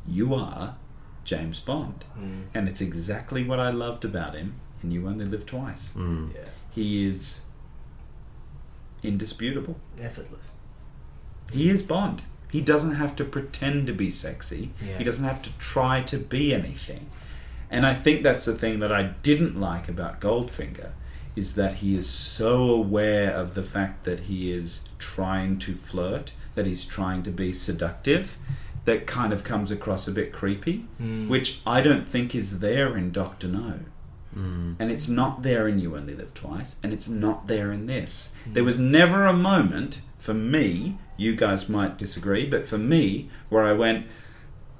Speaker 3: You are James Bond.
Speaker 1: Mm.
Speaker 3: And it's exactly what I loved about him in You Only Live Twice.
Speaker 8: Mm.
Speaker 1: Yeah.
Speaker 3: He is indisputable.
Speaker 1: Effortless.
Speaker 3: He is Bond. He doesn't have to pretend to be sexy.
Speaker 1: Yeah.
Speaker 3: He doesn't have to try to be anything. And I think that's the thing that I didn't like about Goldfinger is that he is so aware of the fact that he is trying to flirt, that he's trying to be seductive, that kind of comes across a bit creepy,
Speaker 1: Mm.
Speaker 3: which I don't think is there in Doctor No. And it's not there in You Only Live Twice, and it's not there in this. There was never a moment for me, you guys might disagree, but for me, where I went,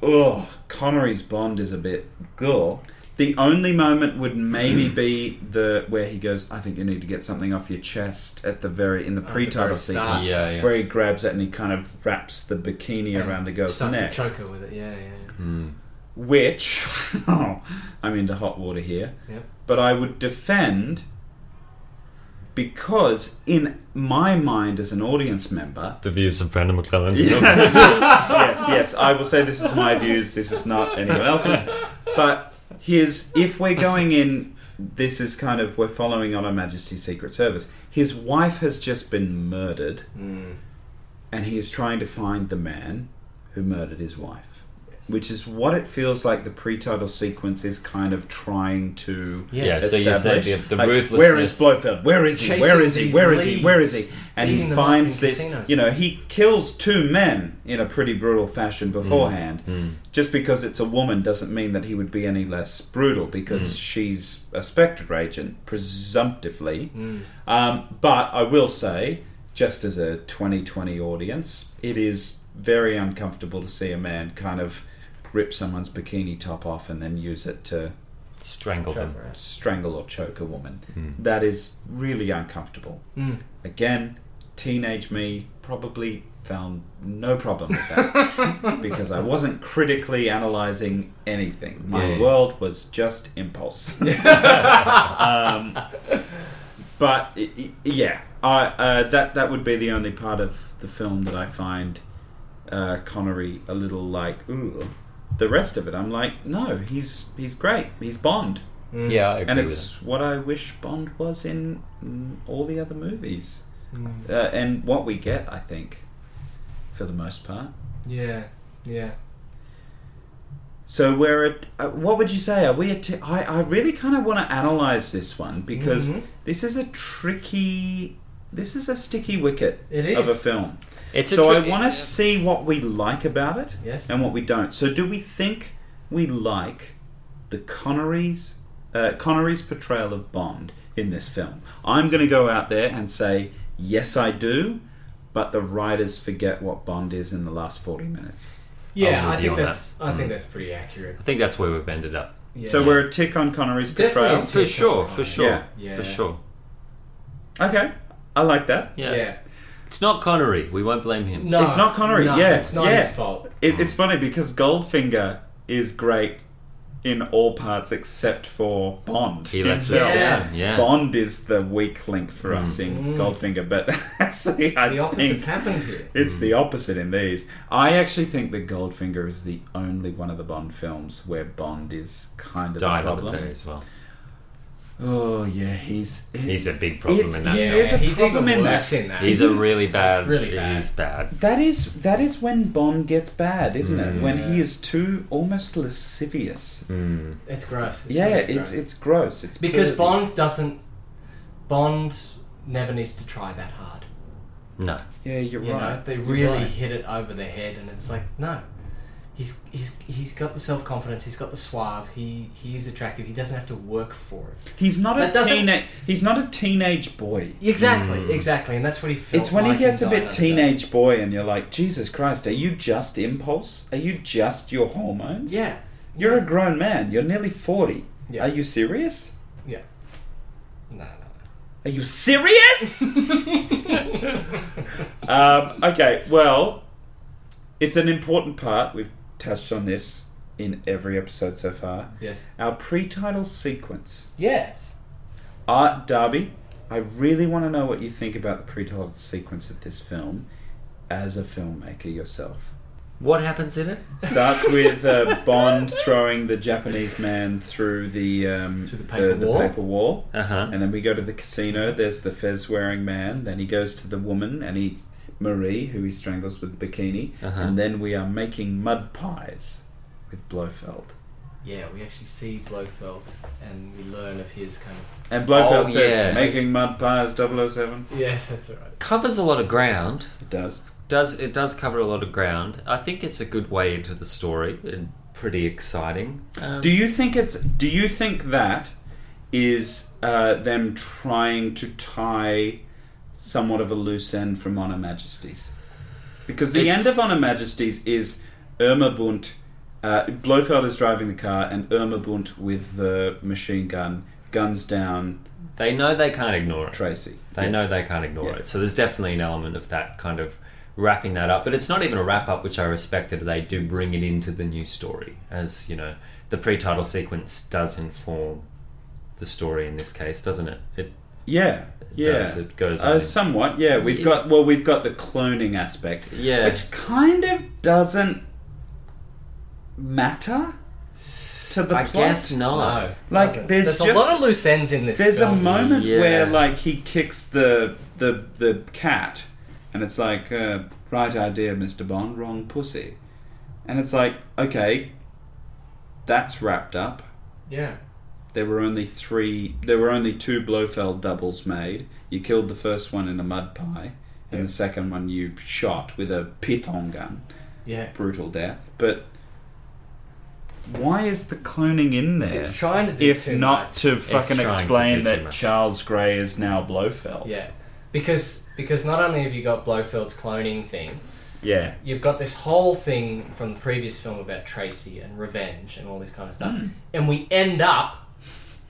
Speaker 3: oh, Connery's Bond is a bit gore. The only moment would maybe be the where he goes, I think you need to get something off your chest at the very in the pre-title
Speaker 1: very start.
Speaker 3: sequence,
Speaker 8: Yeah, yeah.
Speaker 3: where he grabs it and he kind of wraps the bikini around the girl's
Speaker 1: Starts
Speaker 3: neck
Speaker 1: to choke her with it. Yeah. Yeah.
Speaker 8: Mm.
Speaker 3: which Oh, I'm into hot water here,
Speaker 1: Yep.
Speaker 3: but I would defend because in my mind as an audience member,
Speaker 8: The views of Brandon McClellan.
Speaker 3: yes, yes, I will say this is my views, this is not anyone else's, but his if we're going in this is kind of we're following on Her Majesty's Secret Service. His wife has just been murdered
Speaker 1: Mm.
Speaker 3: and he is trying to find the man who murdered his wife. Which is what it feels like the pre-title sequence is kind of trying to
Speaker 1: Yeah,
Speaker 8: Yeah, so you said
Speaker 3: establish.
Speaker 8: the, the
Speaker 3: Like,
Speaker 8: ruthlessness.
Speaker 3: where is Blofeld? Where is he?
Speaker 1: Chasing
Speaker 3: Where is he?
Speaker 1: these
Speaker 3: Where is he? Where is
Speaker 1: leads,
Speaker 3: he? And
Speaker 1: beating
Speaker 3: he
Speaker 1: them up in
Speaker 3: finds this.
Speaker 1: casinos.
Speaker 3: You know, he kills two men in a pretty brutal fashion
Speaker 8: Hmm.
Speaker 3: beforehand.
Speaker 8: Mm.
Speaker 3: Just because it's a woman doesn't mean that he would be any less brutal
Speaker 8: Hmm.
Speaker 3: because she's a Spectre agent, presumptively.
Speaker 1: Mm.
Speaker 3: Um, but I will say, just as a 2020 audience, it is very uncomfortable to see a man kind of rip someone's bikini top off and then use it to
Speaker 8: strangle them.
Speaker 3: strangle or choke a woman. That is really uncomfortable.
Speaker 1: Mm.
Speaker 3: Again, teenage me probably found no problem with that because I wasn't critically analyzing anything. My
Speaker 8: Yeah.
Speaker 3: world was just impulse. um, but i- i- yeah, I, uh, that that would be the only part of the film that I find uh, Connery a little like ooh. The rest of it, I'm like, no, he's he's great. He's Bond
Speaker 1: Mm.
Speaker 2: Yeah, I agree
Speaker 3: and
Speaker 2: with
Speaker 3: it's what I wish Bond was in mm, all the other movies,
Speaker 1: Mm.
Speaker 3: uh, and what we get, I think, for the most part.
Speaker 1: Yeah. Yeah.
Speaker 3: So we're at uh, what would you say? Are we at? T- I I really kind of want to analyze this one because
Speaker 1: Mhm.
Speaker 3: this is a tricky. This is a sticky wicket
Speaker 1: It
Speaker 3: of a
Speaker 1: is.
Speaker 3: film.
Speaker 8: It's a
Speaker 3: so I
Speaker 8: tri-
Speaker 3: want to see what we like about it
Speaker 1: Yes.
Speaker 3: and what we don't. So do we think we like the Connery's uh, Connery's portrayal of Bond in this film? I'm going to go out there and say yes, I do. But the writers forget what Bond is in the last forty minutes.
Speaker 1: Yeah,
Speaker 8: I'm with
Speaker 1: I
Speaker 8: you
Speaker 1: think
Speaker 8: on
Speaker 1: that's I think
Speaker 8: Mm.
Speaker 1: that's pretty accurate.
Speaker 8: I think that's where we've ended up.
Speaker 1: Yeah.
Speaker 3: So we're a tick on Connery's
Speaker 1: Definitely
Speaker 3: portrayal.
Speaker 1: a tick.
Speaker 8: For sure, for sure,
Speaker 3: Yeah.
Speaker 1: Yeah.
Speaker 8: for sure.
Speaker 3: Okay, I like that.
Speaker 8: Yeah.
Speaker 1: yeah.
Speaker 8: It's not Connery. We won't blame him.
Speaker 1: No,
Speaker 3: It's not Connery,
Speaker 1: No,
Speaker 3: yeah,
Speaker 1: it's not
Speaker 3: yeah.
Speaker 1: his fault.
Speaker 3: It, it's funny because Goldfinger is great in all parts except for Bond.
Speaker 8: He lets us
Speaker 3: himself.
Speaker 1: Yeah.
Speaker 8: down. Yeah. Hmm.
Speaker 3: Bond is the weak link for us in
Speaker 1: Mm.
Speaker 3: Goldfinger, but actually, I
Speaker 1: The opposite's
Speaker 3: think
Speaker 1: happened here.
Speaker 3: it's the
Speaker 8: Hmm.
Speaker 3: opposite in these. I actually think that Goldfinger is the only one of the Bond films where Bond is kind of the
Speaker 8: Died on the day
Speaker 3: problem.
Speaker 8: as well.
Speaker 3: Oh yeah, he's
Speaker 8: He's a big problem
Speaker 3: It's-
Speaker 8: in that.
Speaker 3: yeah.
Speaker 8: film.
Speaker 3: There's a
Speaker 1: he's
Speaker 3: problem
Speaker 1: even
Speaker 3: in
Speaker 1: worse
Speaker 3: that.
Speaker 1: in that.
Speaker 8: He's a really bad.
Speaker 1: It's really bad.
Speaker 8: He's bad.
Speaker 3: That is that is when Bond gets bad, isn't it? When he
Speaker 1: Yeah.
Speaker 3: is too almost lascivious.
Speaker 8: Mm.
Speaker 1: it's gross. It's
Speaker 3: yeah,
Speaker 1: really
Speaker 3: it's
Speaker 1: gross.
Speaker 3: it's gross. It's
Speaker 1: because
Speaker 3: pervy.
Speaker 1: Bond doesn't. Bond never needs to try that hard.
Speaker 8: No.
Speaker 3: Yeah, you're
Speaker 1: You
Speaker 3: right.
Speaker 1: know, they
Speaker 3: You're
Speaker 1: really
Speaker 3: right.
Speaker 1: hit it over the head, and it's like no. He's, he's, he's got the self confidence. He's got the suave. He he is attractive. He doesn't have to work for it.
Speaker 3: He's not a
Speaker 1: That doesn't-
Speaker 3: teenage. He's not a teenage boy.
Speaker 1: Exactly,
Speaker 3: Hmm.
Speaker 1: exactly, and that's what he felt.
Speaker 3: It's when he
Speaker 1: like in
Speaker 3: gets a
Speaker 1: Die
Speaker 3: bit
Speaker 1: Another
Speaker 3: teenage boy, and you're like, Jesus Christ, are you just impulse? Are you just your
Speaker 1: Day.
Speaker 3: hormones?
Speaker 1: Yeah,
Speaker 3: You're a grown man. You're nearly forty.
Speaker 1: Yeah.
Speaker 3: Are you serious?
Speaker 1: yeah. No, no,
Speaker 3: Are you serious? um, okay, well, it's an important part. We've touched on this in every episode so far.
Speaker 1: yes,
Speaker 3: Our pre title sequence.
Speaker 1: yes.
Speaker 3: Art Darby, I really want to know what you think about the pre title sequence of this film as a filmmaker yourself.
Speaker 8: What happens in it?
Speaker 3: Starts with uh, Bond throwing the Japanese man through the, um,
Speaker 1: Through the paper
Speaker 3: the
Speaker 1: wall.
Speaker 3: paper wall.
Speaker 8: Uh huh.
Speaker 3: And then we go to the casino. There's the fez wearing man. Then he goes to the woman and he Marie, who he strangles with the bikini.
Speaker 8: Uh-huh.
Speaker 3: And then we are making mud pies with Blofeld.
Speaker 1: Yeah, we actually see Blofeld, and we learn of his kind of.
Speaker 3: And Blofeld
Speaker 8: Oh,
Speaker 3: says,
Speaker 8: yeah.
Speaker 3: "Making mud pies, 007.
Speaker 1: Yes, that's alright.
Speaker 8: Covers a lot of ground.
Speaker 3: It does.
Speaker 8: Does it does cover a lot of ground? I think it's a good way into the story. and pretty exciting. Um,
Speaker 3: Do you think it's? Do you think that is uh, them trying to tie somewhat of a loose end from Honor Majesties? Because the
Speaker 8: It's-
Speaker 3: end of Honor Majesties is Irma Bunt. Uh, Blofeld is driving the car, and Irma Bunt with the machine gun guns down
Speaker 8: Um, they know they can't ignore it.
Speaker 3: Tracy.
Speaker 8: They know they can't ignore
Speaker 3: Yeah.
Speaker 8: it. So there's definitely an element of that kind of wrapping that up. But it's not even a wrap up, which I respected. They do bring it into the new story, as you know, the pre title sequence does inform the story in this case, doesn't it? It
Speaker 3: Yeah, yeah.
Speaker 8: does. It goes on.
Speaker 3: Uh, somewhat, yeah. We've
Speaker 8: Yeah.
Speaker 3: got well, we've got the cloning aspect,
Speaker 8: yeah.
Speaker 3: which kind of doesn't matter to the
Speaker 8: I
Speaker 3: plot.
Speaker 8: guess not.
Speaker 1: No,
Speaker 3: Like,
Speaker 1: doesn't.
Speaker 3: there's
Speaker 1: there's a
Speaker 3: just-
Speaker 1: lot of loose ends in this.
Speaker 3: There's a
Speaker 1: film.
Speaker 3: moment
Speaker 8: Yeah.
Speaker 3: where like he kicks the the the cat, and it's like uh, right idea, Mister Bond, wrong pussy, and it's like okay, that's wrapped up.
Speaker 1: Yeah,
Speaker 3: There were only three. There were only two Blofeld doubles made. You killed the first one in a mud pie, and
Speaker 1: Yeah.
Speaker 3: the second one you shot with a piton gun.
Speaker 1: yeah.
Speaker 3: Brutal death. But why is the cloning in there?
Speaker 1: It's trying to do
Speaker 3: if
Speaker 1: too
Speaker 3: not
Speaker 1: much.
Speaker 3: to fucking
Speaker 8: trying to do
Speaker 3: explain
Speaker 8: too
Speaker 3: that
Speaker 8: much.
Speaker 3: Charles Grey is now Blofeld.
Speaker 1: Yeah, because because not only have you got Blofeld's cloning thing,
Speaker 3: Yeah.
Speaker 1: You've got this whole thing from the previous film about Tracy and revenge and all this kind of stuff,
Speaker 3: Hmm.
Speaker 1: and we end up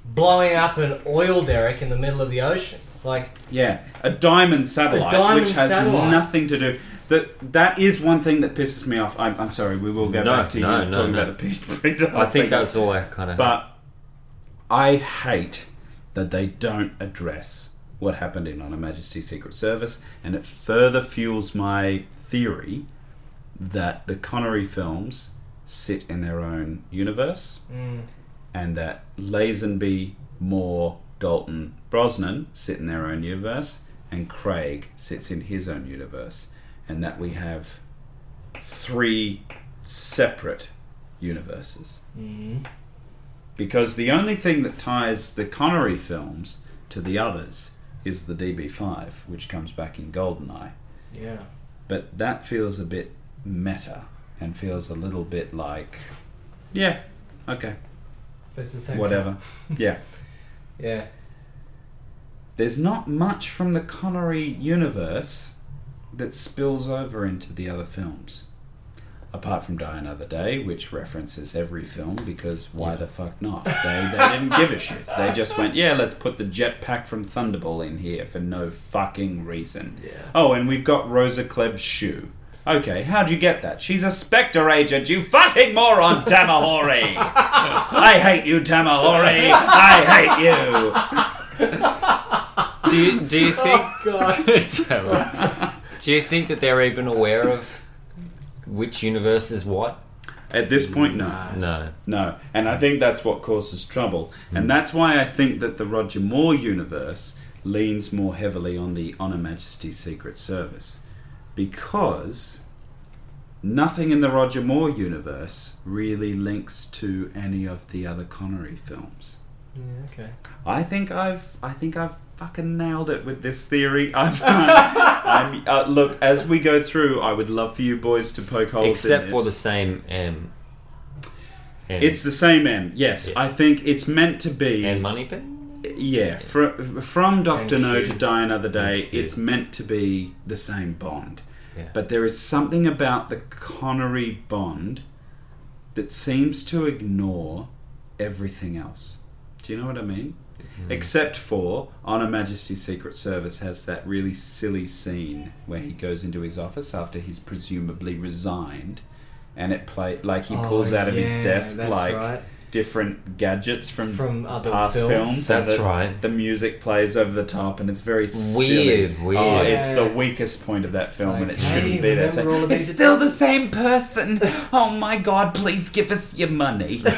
Speaker 1: blowing up an oil derrick in the middle of the ocean. Like,
Speaker 3: Yeah, a diamond satellite,
Speaker 1: A diamond
Speaker 3: which has
Speaker 1: satellite.
Speaker 3: nothing to do. That that is one thing that pisses me off. I'm, I'm sorry. We will go
Speaker 8: No,
Speaker 3: back to
Speaker 8: no,
Speaker 3: you
Speaker 8: no,
Speaker 3: talking
Speaker 8: no.
Speaker 3: about the pre
Speaker 8: I think that's all I kind of.
Speaker 3: But I hate that they don't address what happened in On Her Majesty's Secret Service, and it further fuels my theory that the Connery films sit in their own universe,
Speaker 1: mm,
Speaker 3: and that Lazenby, Moore, Dalton, Brosnan sit in their own universe, and Craig sits in his own universe, and that we have three separate universes
Speaker 1: mm,
Speaker 3: because the only thing that ties the Connery films to the others is the DB5, which comes back in Goldeneye.
Speaker 1: yeah.
Speaker 3: But that feels a bit meta and feels a little bit like, yeah, okay,
Speaker 1: That's the same.
Speaker 3: whatever. yeah.
Speaker 1: Yeah.
Speaker 3: There's not much from the Connery universe that spills over into the other films. Apart from Die Another Day, which references every film because why the fuck not? They, they didn't give a shit. They just went, yeah, let's put the jetpack from Thunderball in here for no fucking reason.
Speaker 8: Yeah.
Speaker 3: Oh, and we've got Rosa Kleb's shoe. Okay, how'd you get that? She's a Spectre agent, you fucking moron, Tamahori! I hate you, Tamahori! I
Speaker 2: Do you, do you think
Speaker 1: Oh, God.
Speaker 2: It's alright. Do you think that they're even aware of which universe is what?
Speaker 3: hate you! At this point, no.
Speaker 8: no.
Speaker 3: No, and I think that's what causes trouble,
Speaker 2: Hmm.
Speaker 3: and that's why I think that the Roger Moore universe leans more heavily on the Honor Majesty's Secret Service, because nothing in the Roger Moore universe really links to any of the other Connery films.
Speaker 1: Yeah, okay.
Speaker 3: I think I've I think I've fucking nailed it with this theory. I've I'm, uh, look as we go through. I would love for you boys to poke holes. in
Speaker 2: Except
Speaker 3: this.
Speaker 2: for the same M. And,
Speaker 3: It's the same M. Yes,
Speaker 2: Yeah.
Speaker 3: I think it's meant to be.
Speaker 2: and Moneypenny?
Speaker 3: Yeah, fr- from Doctor
Speaker 1: And
Speaker 3: No
Speaker 1: Q.
Speaker 3: to Die Another Day,
Speaker 2: And Q.
Speaker 3: it's meant to be the same Bond.
Speaker 2: Yeah.
Speaker 3: But there is something about the Connery Bond that seems to ignore everything else. Do you know what I mean?
Speaker 1: Mm-hmm.
Speaker 3: Except for On Her Majesty's Secret Service has that really silly scene where he goes into his office after he's presumably resigned, and it play like he
Speaker 1: Oh,
Speaker 3: pulls out of
Speaker 1: yeah,
Speaker 3: his desk
Speaker 1: that's
Speaker 3: like
Speaker 1: right.
Speaker 3: different gadgets from
Speaker 1: From other
Speaker 3: past
Speaker 1: films.
Speaker 3: and
Speaker 2: That's
Speaker 3: the-
Speaker 2: right.
Speaker 3: The music plays over the top, and it's very
Speaker 2: Weird,
Speaker 3: silly.
Speaker 2: weird.
Speaker 3: Oh, it's
Speaker 1: Yeah.
Speaker 3: the weakest point of that
Speaker 1: It's
Speaker 3: film,
Speaker 1: like,
Speaker 3: and it
Speaker 1: hey,
Speaker 3: shouldn't be there. It's,
Speaker 1: remember
Speaker 3: like,
Speaker 1: all of
Speaker 3: "It's
Speaker 1: these-
Speaker 3: still the same person. Oh my god! Please give us your money.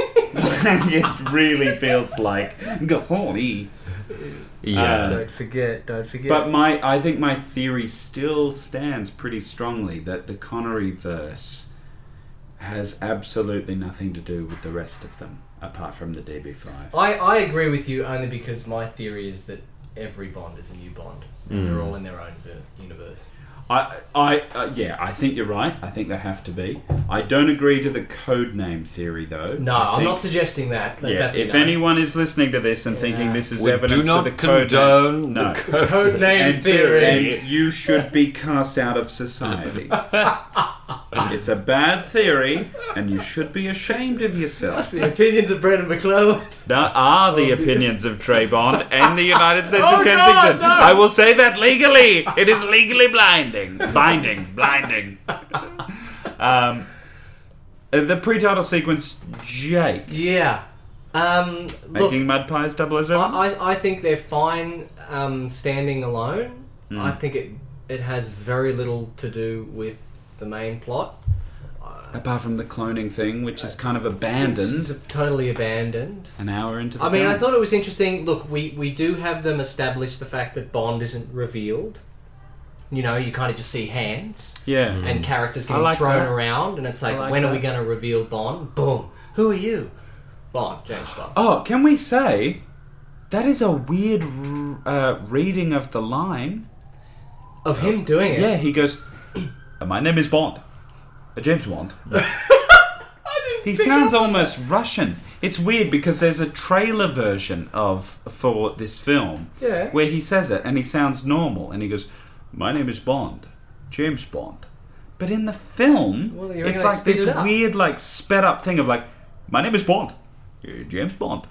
Speaker 3: it really feels like golly.
Speaker 2: Yeah.
Speaker 3: Uh,
Speaker 1: Ah, don't forget, don't forget.
Speaker 3: But my, I think my theory still stands pretty strongly that the Connery verse has absolutely nothing to do with the rest of them, apart from the DB5.
Speaker 1: I, I agree with you only because my theory is that every Bond is a new Bond.
Speaker 3: Hmm.
Speaker 1: and They're all in their own ver- universe.
Speaker 3: I, I, uh, yeah, I think you're right. I think they have to be. I don't agree to the code name theory, though.
Speaker 1: No,
Speaker 3: I
Speaker 1: I'm
Speaker 3: think-
Speaker 1: not suggesting that. that
Speaker 3: Yeah,
Speaker 1: that be
Speaker 3: if
Speaker 1: done.
Speaker 3: anyone is listening to this and thinking
Speaker 1: Yeah.
Speaker 3: this is
Speaker 2: We
Speaker 3: evidence
Speaker 2: do not
Speaker 3: to the code
Speaker 2: condone
Speaker 3: name, no.
Speaker 2: the
Speaker 1: code name
Speaker 3: and
Speaker 1: theory.
Speaker 3: and you should be cast out of society. it's a bad theory, and you should be ashamed of yourself.
Speaker 1: The opinions of Brendan McClellan.
Speaker 3: That are the opinions of Trey Bond and the United States
Speaker 1: Oh, God,
Speaker 3: of Kensington.
Speaker 1: no!
Speaker 3: I will say that legally. It is legally blinding. Blinding. Blinding. um, uh, the pre-title sequence, Jake.
Speaker 1: Yeah. Um, look, Uh,
Speaker 3: Making Mud Pies 007?
Speaker 1: I, I, I think they're fine um, standing alone.
Speaker 3: Hmm.
Speaker 1: I think it it has very little to do with the main plot.
Speaker 3: Apart from the cloning thing, which is kind of
Speaker 1: This is
Speaker 3: abandoned
Speaker 1: totally abandoned.
Speaker 3: an hour into the
Speaker 1: I mean,
Speaker 3: film.
Speaker 1: I thought it was interesting. Look, we, we do have them establish the fact that Bond isn't revealed. You know, you kind of just see hands
Speaker 3: Yeah.
Speaker 1: and characters getting
Speaker 3: like
Speaker 1: thrown
Speaker 3: that.
Speaker 1: around, and it's like,
Speaker 3: like
Speaker 1: when are
Speaker 3: that.
Speaker 1: we going to reveal Bond? Boom. Who are you? Bond, James Bond.
Speaker 3: Oh, can we say that is a weird r- uh, reading of the line?
Speaker 1: Of him doing it.
Speaker 3: Yeah, he goes, My name is Bond. Uh, James Bond. he sounds almost Russian. It's weird because there's a trailer version of for this film
Speaker 1: Yeah.
Speaker 3: where he says it and he sounds normal and he goes, My name is Bond. James Bond. But in the film,
Speaker 1: Well, you reckon
Speaker 3: it's
Speaker 1: they
Speaker 3: like
Speaker 1: speed
Speaker 3: this
Speaker 1: it up?
Speaker 3: weird, like sped up thing of like, my name is Bond, "Uh, James Bond.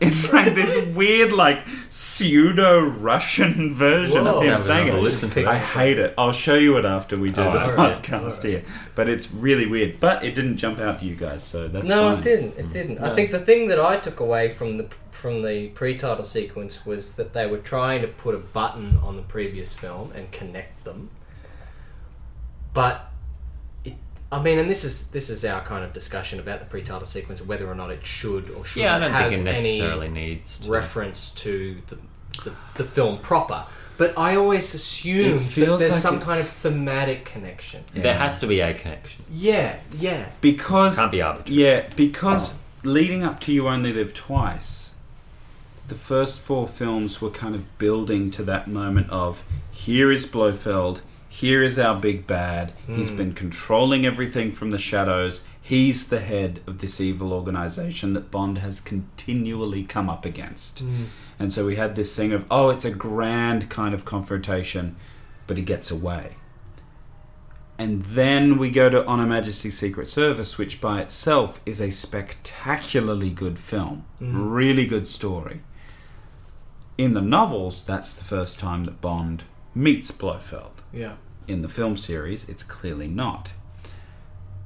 Speaker 3: it's like this weird, like pseudo Russian version
Speaker 1: Whoa.
Speaker 3: of
Speaker 1: That
Speaker 3: him
Speaker 8: Haven't
Speaker 3: saying
Speaker 8: even
Speaker 3: it.
Speaker 8: listened to
Speaker 1: I
Speaker 3: I
Speaker 8: that.
Speaker 3: hate it. I'll show you it after we do
Speaker 8: Oh,
Speaker 3: the
Speaker 1: alright,
Speaker 3: podcast
Speaker 1: alright.
Speaker 3: here. But it's really weird. But it didn't jump out to you guys, so that's
Speaker 1: no,
Speaker 3: fine.
Speaker 1: it didn't. It didn't. I
Speaker 3: No.
Speaker 1: think the thing that I took away from the from the pre-title sequence was that they were trying to put a button on the previous film and connect them. But it, I mean, and this is this is our kind of discussion about the pre-title sequence, whether or not it should or should
Speaker 2: Yeah, I don't
Speaker 1: have
Speaker 2: think it
Speaker 1: any
Speaker 2: necessarily needs to.
Speaker 1: reference to the, the, the film proper. But I always assumed that
Speaker 5: feels
Speaker 1: there's
Speaker 5: like
Speaker 1: some
Speaker 5: it's-
Speaker 1: kind of thematic connection.
Speaker 2: There has to be a connection.
Speaker 1: Yeah, yeah.
Speaker 3: Because
Speaker 2: Can't be arbitrary.
Speaker 3: Yeah, because leading up to You Only Live Twice, the first four films were kind of building to that moment of here is Blofeld, here is our big bad. He's been controlling everything from the shadows. He's the head of this evil organization that Bond has continually come up against.
Speaker 5: Mm,
Speaker 3: And so we had this thing of, oh, it's a grand kind of confrontation, but he gets away. And then we go to On Her Majesty's Secret Service, which by itself is a spectacularly good film. Really good story. In the novels, that's the first time that Bond meets Blofeld
Speaker 1: Yeah.
Speaker 3: in the film series, it's clearly not.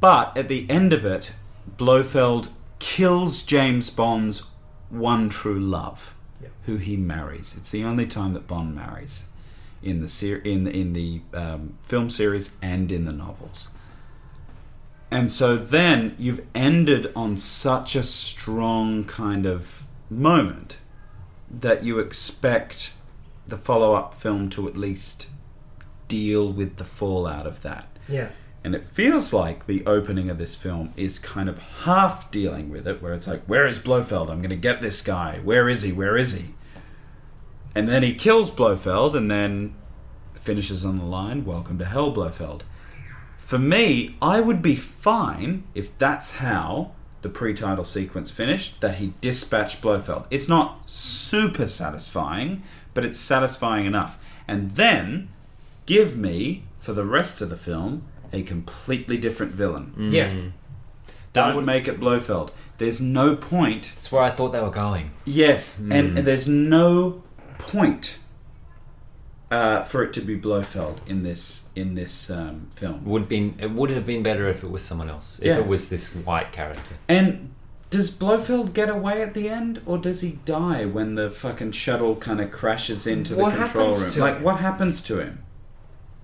Speaker 3: But at the end of it, Blofeld kills James Bond's one true love,
Speaker 1: Yep.
Speaker 3: who he marries. It's the only time that Bond marries in the ser- in in the um, film series and in the novels. And so then you've ended on such a strong kind of moment that you expect the follow-up film to at least deal with the fallout of that.
Speaker 1: Yeah.
Speaker 3: And it feels like the opening of this film is kind of half dealing with it, where it's like, where is Blofeld? I'm going to get this guy. Where is he? Where is he? And then he kills Blofeld and then finishes on the line, Welcome to Hell, Blofeld. For me, I would be fine if that's how the pre title sequence finished, that he dispatched Blofeld. It's not super satisfying, but it's satisfying enough. And then give me, for the rest of the film, a completely different villain.
Speaker 1: Yeah.
Speaker 3: That would make it Blofeld. There's no point
Speaker 2: That's where I thought they were going.
Speaker 3: Yes,
Speaker 1: mm.
Speaker 3: and there's no point uh, for it to be Blofeld in this in this um, film.
Speaker 2: Would been it would have been better if it was someone else. If
Speaker 3: Yeah.
Speaker 2: it was this white character.
Speaker 3: And does Blofeld get away at the end, or does he die when the fucking shuttle kind of crashes into the
Speaker 1: What
Speaker 3: control
Speaker 1: happens
Speaker 3: room?
Speaker 1: to
Speaker 3: like,
Speaker 1: him?
Speaker 3: what happens to him?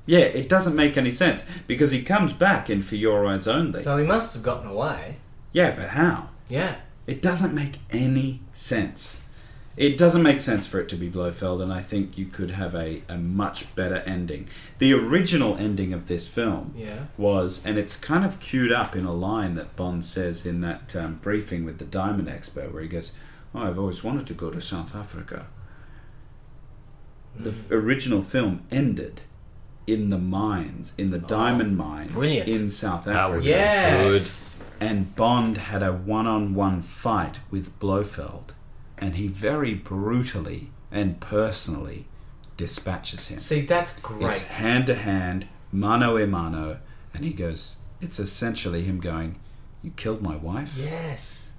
Speaker 3: Yeah, it doesn't make any sense because he comes back in For Your Eyes Only.
Speaker 1: So he must have gotten away.
Speaker 3: yeah, but how?
Speaker 1: Yeah.
Speaker 3: It doesn't make any sense. It doesn't make sense for it to be Blofeld, and I think you could have a, a much better ending. The original ending of this film
Speaker 1: Yeah.
Speaker 3: was, and it's kind of queued up in a line that Bond says in that um, briefing with the diamond expert, where he goes, oh, I've always wanted to go to South Africa. The f- original film ended in the mines, in the diamond mines
Speaker 1: brilliant.
Speaker 3: in South
Speaker 2: That would
Speaker 3: Africa.
Speaker 2: be
Speaker 1: Yes.
Speaker 3: And Bond had a one on one fight with Blofeld, and he very brutally and personally dispatches him.
Speaker 1: See, that's great.
Speaker 3: It's hand to hand, mano a mano, and he goes, It's essentially him going, You killed my wife,
Speaker 1: Yes.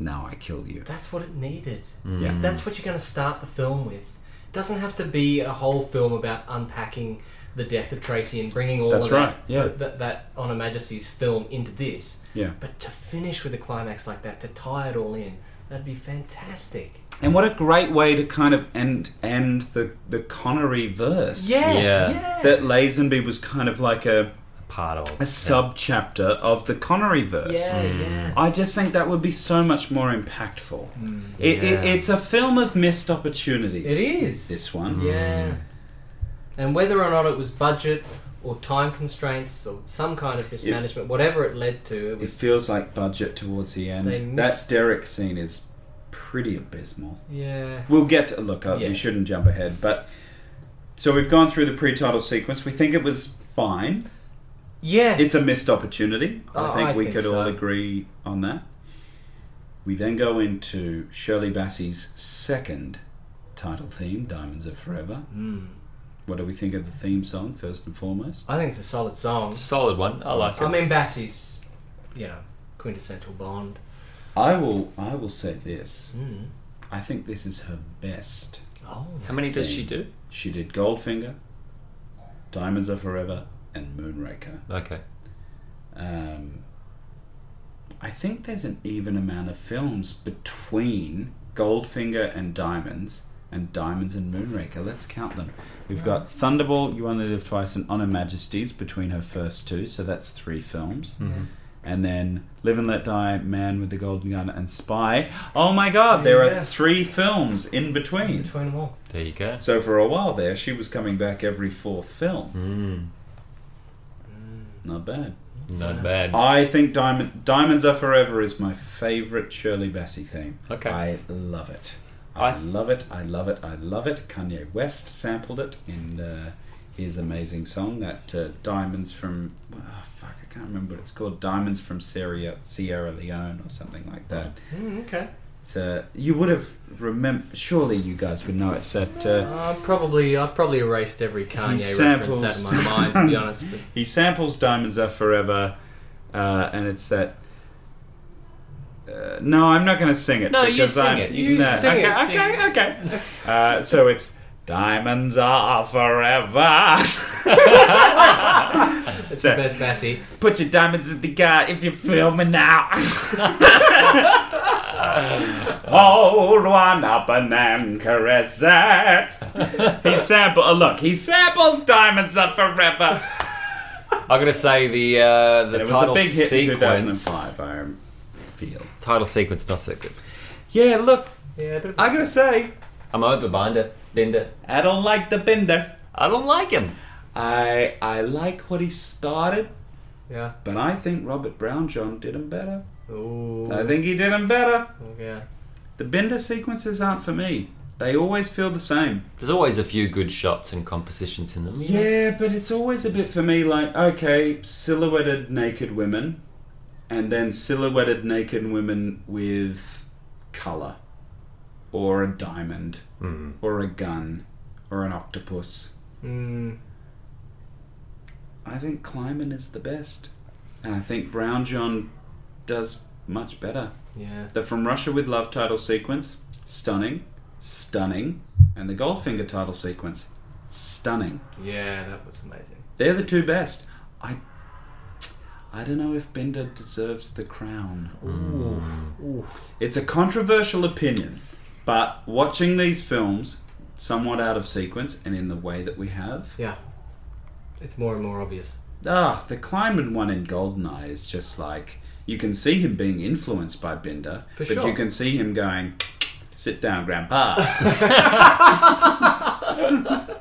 Speaker 3: now I kill you.
Speaker 1: That's what it needed.
Speaker 3: Yeah.
Speaker 1: If that's what you're going to start the film with, it doesn't have to be a whole film about unpacking the death of Tracy and bringing all
Speaker 3: That's
Speaker 1: of
Speaker 3: right,
Speaker 1: that,
Speaker 3: yeah.
Speaker 1: that, that Honor Majesty's film into this.
Speaker 3: Yeah.
Speaker 1: But to finish with a climax like that, to tie it all in, that'd be fantastic.
Speaker 3: And what a great way to kind of end end the, the Connery verse.
Speaker 1: Yeah.
Speaker 2: Yeah.
Speaker 1: yeah.
Speaker 3: That Lazenby was kind of like a,
Speaker 2: Part of
Speaker 3: a sub chapter of the Connery verse.
Speaker 1: yeah, yeah.
Speaker 8: Mm.
Speaker 1: Mm.
Speaker 3: I just think that would be so much more impactful. It, it,
Speaker 2: Yeah.
Speaker 3: it's a film of missed opportunities.
Speaker 1: It is. Mm.
Speaker 3: This one.
Speaker 1: Yeah. And whether or not it was budget or time constraints or some kind of mismanagement, whatever it led to, it
Speaker 3: It
Speaker 1: was.
Speaker 3: feels like budget towards the end.
Speaker 1: They
Speaker 3: That
Speaker 1: missed-
Speaker 3: Derek scene is pretty abysmal.
Speaker 1: yeah.
Speaker 3: We'll get to look up.
Speaker 1: Yeah.
Speaker 3: We shouldn't jump ahead, but so we've gone through the pre-title sequence. We think it was fine.
Speaker 1: Yeah.
Speaker 3: It's a missed opportunity.
Speaker 1: Oh,
Speaker 3: I think
Speaker 1: I
Speaker 3: we
Speaker 1: think
Speaker 3: could all
Speaker 1: so.
Speaker 3: agree on that. We then go into Shirley Bassey's second title theme, Diamonds Are Forever. what do we think of the theme song first and foremost?
Speaker 1: Mm. I think it's a solid song.
Speaker 8: Solid one. I like it.
Speaker 1: I mean, Bassie's, you know, quintessential Bond.
Speaker 3: I will. I will say this.
Speaker 1: Mm.
Speaker 3: I think this is her best.
Speaker 1: Oh,
Speaker 8: How many does she do?
Speaker 3: She did Goldfinger, Diamonds Are Forever, and Moonraker.
Speaker 8: Okay.
Speaker 3: Um, I think there's an even amount of films between Goldfinger and Diamonds, and Diamonds and Moonraker. Let's count them. We've got Thunderball, You Only Live Twice, and Honor Majesties between her first two, so that's three films.
Speaker 8: Mm-hmm.
Speaker 3: And then Live and Let Die, Man with the Golden Gun, and Spy. Oh my god, there are
Speaker 1: Yeah.
Speaker 3: three films in between.
Speaker 1: between them all.
Speaker 8: There you go.
Speaker 3: So for a while there, she was coming back every fourth film.
Speaker 8: Mm,
Speaker 1: Mm.
Speaker 3: Not bad.
Speaker 8: not bad.
Speaker 3: I think Diamond, Diamonds Are Forever is my favourite Shirley Bassey theme.
Speaker 8: Okay.
Speaker 3: I love it. I,
Speaker 8: I-
Speaker 3: love it. I love it. I love it. Kanye West sampled it in uh, his amazing song, that uh, Diamonds from. Oh, fuck, I can't remember what it's called. Diamonds from Sierra, Sierra Leone or something like that.
Speaker 1: Mm, okay.
Speaker 3: It's, uh, you would have remembered. Surely you guys would know it's that. Uh,
Speaker 1: Uh, probably, I've probably erased every Kanye reference out of my
Speaker 3: samples.
Speaker 1: mind, to be honest. But
Speaker 3: He samples Diamonds Are Forever, uh, and it's that. Uh, no, I'm not going to sing it.
Speaker 8: No, you
Speaker 3: because
Speaker 8: sing
Speaker 3: I'm,
Speaker 8: it. You
Speaker 3: no.
Speaker 1: sing it,
Speaker 3: okay,
Speaker 1: sing
Speaker 3: Okay, okay. Uh, so it's Diamonds Are Forever.
Speaker 1: it's
Speaker 3: So,
Speaker 1: the best Bassie.
Speaker 3: Put your diamonds in the guy if you're filming now. Hold one up and then caress it. He sample. Oh, look, he samples diamonds are forever.
Speaker 2: I'm gonna say the uh, the
Speaker 3: It was
Speaker 2: title
Speaker 3: a big hit in
Speaker 2: sequence.
Speaker 3: 2005, I um, feel.
Speaker 2: Title sequence not so good.
Speaker 3: Yeah, look,
Speaker 1: Yeah, but
Speaker 3: I gotta say,
Speaker 2: I'm over Binder Bender.
Speaker 3: I don't like the Bender.
Speaker 2: I don't like him.
Speaker 3: I I like what he started,
Speaker 1: yeah.
Speaker 3: but I think Robert Brown John did him better.
Speaker 1: Ooh.
Speaker 3: I think he did him better.
Speaker 1: Yeah.
Speaker 3: The Bender sequences aren't for me. They always feel the same.
Speaker 2: There's always a few good shots and compositions in them.
Speaker 3: Yeah, but it's always a bit for me like, okay, silhouetted naked women, and then silhouetted naked women with colour, or a diamond,
Speaker 2: Mm.
Speaker 3: or a gun, or an octopus.
Speaker 1: Mm.
Speaker 3: I think Kleiman is the best, and I think Brown John does much better.
Speaker 1: Yeah.
Speaker 3: The From Russia with Love title sequence, stunning, stunning, and the Goldfinger title sequence, stunning.
Speaker 1: Yeah, that was amazing.
Speaker 3: They're the two best. I I don't know if Bender deserves the crown. It's a controversial opinion, but watching these films somewhat out of sequence and in the way that we have,
Speaker 1: Yeah. It's more and more obvious.
Speaker 3: ah, the Kleinman one in Goldeneye is just like you can see him being influenced by Bender,
Speaker 1: For
Speaker 3: but
Speaker 1: sure.
Speaker 3: you can see him going, "Sit down, Grandpa."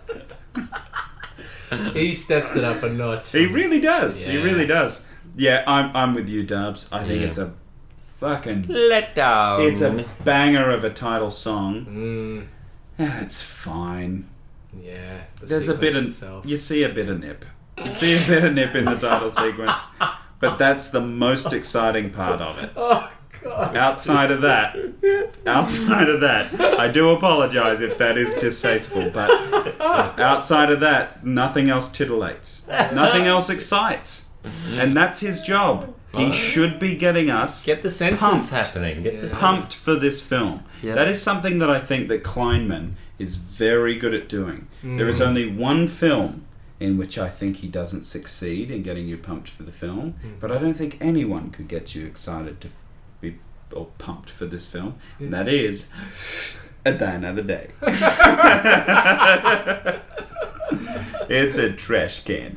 Speaker 1: He steps it up a notch.
Speaker 3: He really does. He
Speaker 1: Yeah.
Speaker 3: really does. Yeah, I'm I'm with you, Dubs. I think
Speaker 2: Yeah.
Speaker 3: it's a fucking
Speaker 2: Let down.
Speaker 3: It's a banger of a title song.
Speaker 1: Mm.
Speaker 3: Yeah, It's fine.
Speaker 1: Yeah. the
Speaker 3: There's a bit
Speaker 1: sequence
Speaker 3: of
Speaker 1: itself.
Speaker 3: you see a bit of nip. You see a bit of nip in the title sequence, but that's the most exciting part of it.
Speaker 1: Oh god.
Speaker 3: Outside of that, outside of that, I do apologize if that is distasteful, but outside of that, nothing else titillates. Nothing else excites. And that's his job. He should be getting us
Speaker 2: Get the senses
Speaker 3: Pumped.
Speaker 2: happening. Get the
Speaker 1: Yeah.
Speaker 3: pumped for this film.
Speaker 2: Yeah.
Speaker 3: That is something that I think that Kleinman is very good at doing.
Speaker 1: Mm.
Speaker 3: There is only one film in which I think he doesn't succeed in getting you pumped for the film, but I don't think anyone could get you excited to be or pumped for this film, and that is A Day Another Day. it's a trash can.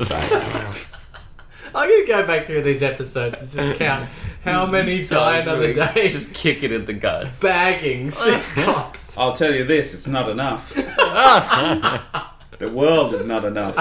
Speaker 1: I'm gonna go back through these episodes and just count how many die
Speaker 2: Times
Speaker 1: another
Speaker 2: we
Speaker 1: day.
Speaker 2: Just kick it in the guts.
Speaker 1: bagging sitcoms.
Speaker 3: I'll tell you this, it's not enough. the world is not enough.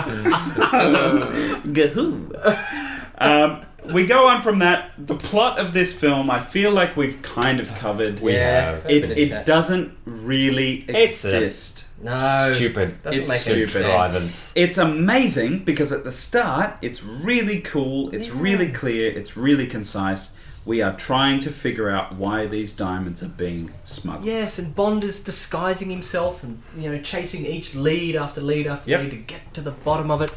Speaker 3: Gahoo. Um, we go on from that. The plot of this film, I feel like we've kind of covered.
Speaker 2: We
Speaker 1: Yeah.
Speaker 2: have.
Speaker 3: it it doesn't really
Speaker 2: It's uh, a-
Speaker 3: exist.
Speaker 1: No.
Speaker 2: Stupid.
Speaker 1: Doesn't
Speaker 3: It's
Speaker 1: make any
Speaker 3: stupid.
Speaker 1: sense.
Speaker 2: Contrivance.
Speaker 3: It's amazing because at the start, it's really cool, it's really clear, it's really concise. We are trying to figure out why these diamonds are being smuggled.
Speaker 1: Yes, and Bond is disguising himself and you know chasing each lead after lead after
Speaker 3: Yep.
Speaker 1: lead to get to the bottom of it.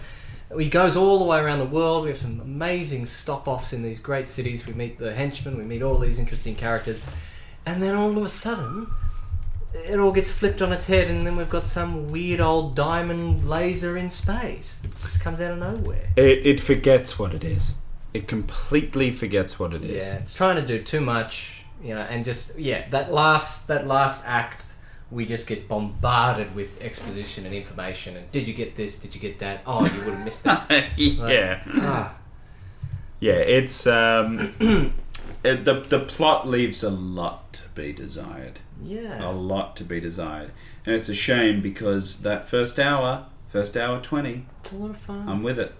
Speaker 1: He goes all the way around the world. We have some amazing stop-offs in these great cities. We meet the henchmen. We meet all these interesting characters, and then all of a sudden, it all gets flipped on its head, and then we've got some weird old diamond laser in space that just comes out of nowhere.
Speaker 5: It, it forgets
Speaker 3: what it is. It completely forgets what it is.
Speaker 1: Yeah, it's trying to do too much, you know, and just yeah, that last that last act, we just get bombarded with exposition and information. And did you get this? Did you get that? Oh, you would have missed that.
Speaker 3: yeah.
Speaker 1: ah,
Speaker 3: Yeah, it's um, it, the the plot leaves a lot to be desired.
Speaker 1: yeah.
Speaker 3: A lot to be desired, and it's a shame because that first hour, first hour twenty,
Speaker 1: It's a lot of fun.
Speaker 3: I'm with it.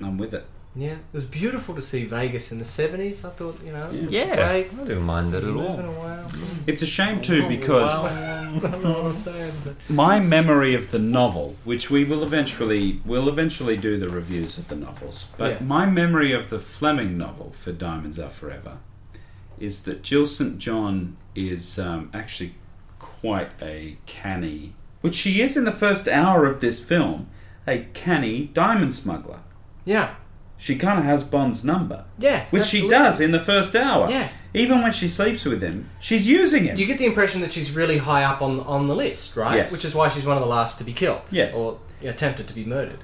Speaker 3: I'm with it.
Speaker 1: yeah, it was beautiful to see Vegas in the seventies. I thought, you know,
Speaker 3: Yeah.
Speaker 2: Yeah,
Speaker 1: great.
Speaker 2: I don't mind that at
Speaker 1: Moving
Speaker 2: all.
Speaker 1: away.
Speaker 3: It's a shame too because
Speaker 1: I don't know what I'm saying, but
Speaker 3: my memory of the novel, which we will eventually will eventually do the reviews of the novels, but
Speaker 1: Yeah.
Speaker 3: my memory of the Fleming novel for Diamonds Are Forever is that Jill St. John is um, actually quite a canny, which she is in the first hour of this film, a canny diamond smuggler.
Speaker 1: yeah,
Speaker 3: She kind of has Bond's number,
Speaker 1: yes,
Speaker 3: which she
Speaker 1: absolutely.
Speaker 3: does in the first hour.
Speaker 1: Yes.
Speaker 3: Even when she sleeps with him, she's using him.
Speaker 1: You get the impression that she's really high up on on the list, right?
Speaker 3: Yes.
Speaker 1: Which is why she's one of the last to be killed.
Speaker 3: Yes.
Speaker 1: Or attempted to be murdered.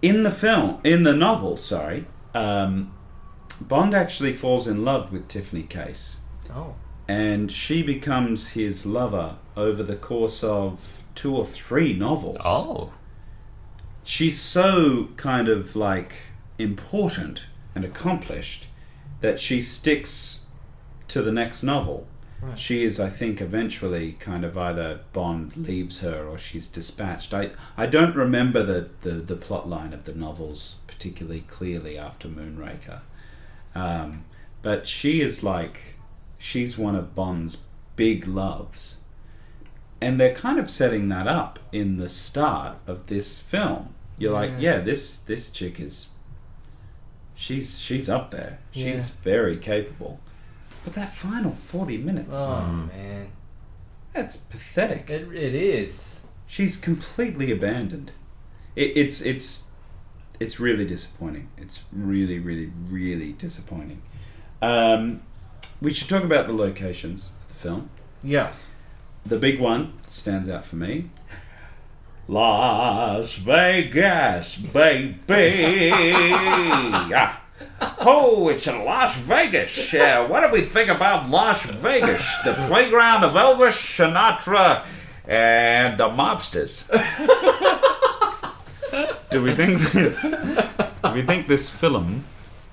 Speaker 3: in the film, in the novel, sorry, um, Bond actually falls in love with Tiffany Case,
Speaker 1: Oh.
Speaker 3: and she becomes his lover over the course of two or three novels.
Speaker 2: Oh,
Speaker 3: She's so kind of like important and accomplished that she sticks to the next novel.
Speaker 1: Right.
Speaker 3: She is, I think, eventually kind of either Bond leaves her or she's dispatched. I, I don't remember the, the, the plot line of the novels particularly clearly after Moonraker. Um, but she is like, she's one of Bond's big loves. And they're kind of setting that up in the start of this film. You're like,
Speaker 1: Yeah.
Speaker 3: yeah, this this chick is she's she's up there. She's
Speaker 1: Yeah.
Speaker 3: very capable. But that final 40 minutes,
Speaker 1: Oh man,
Speaker 3: that's pathetic.
Speaker 1: it, it is.
Speaker 3: She's completely abandoned. It, it's it's it's really disappointing. It's really really really disappointing. Um, we should talk about the locations of the film.
Speaker 1: Yeah.
Speaker 3: The big one stands out for me. Las Vegas, baby. Ah.
Speaker 8: Oh, it's in Las Vegas. Uh, what do we think about Las Vegas? The playground of Elvis Sinatra and the mobsters.
Speaker 5: Do we think this? do we think this film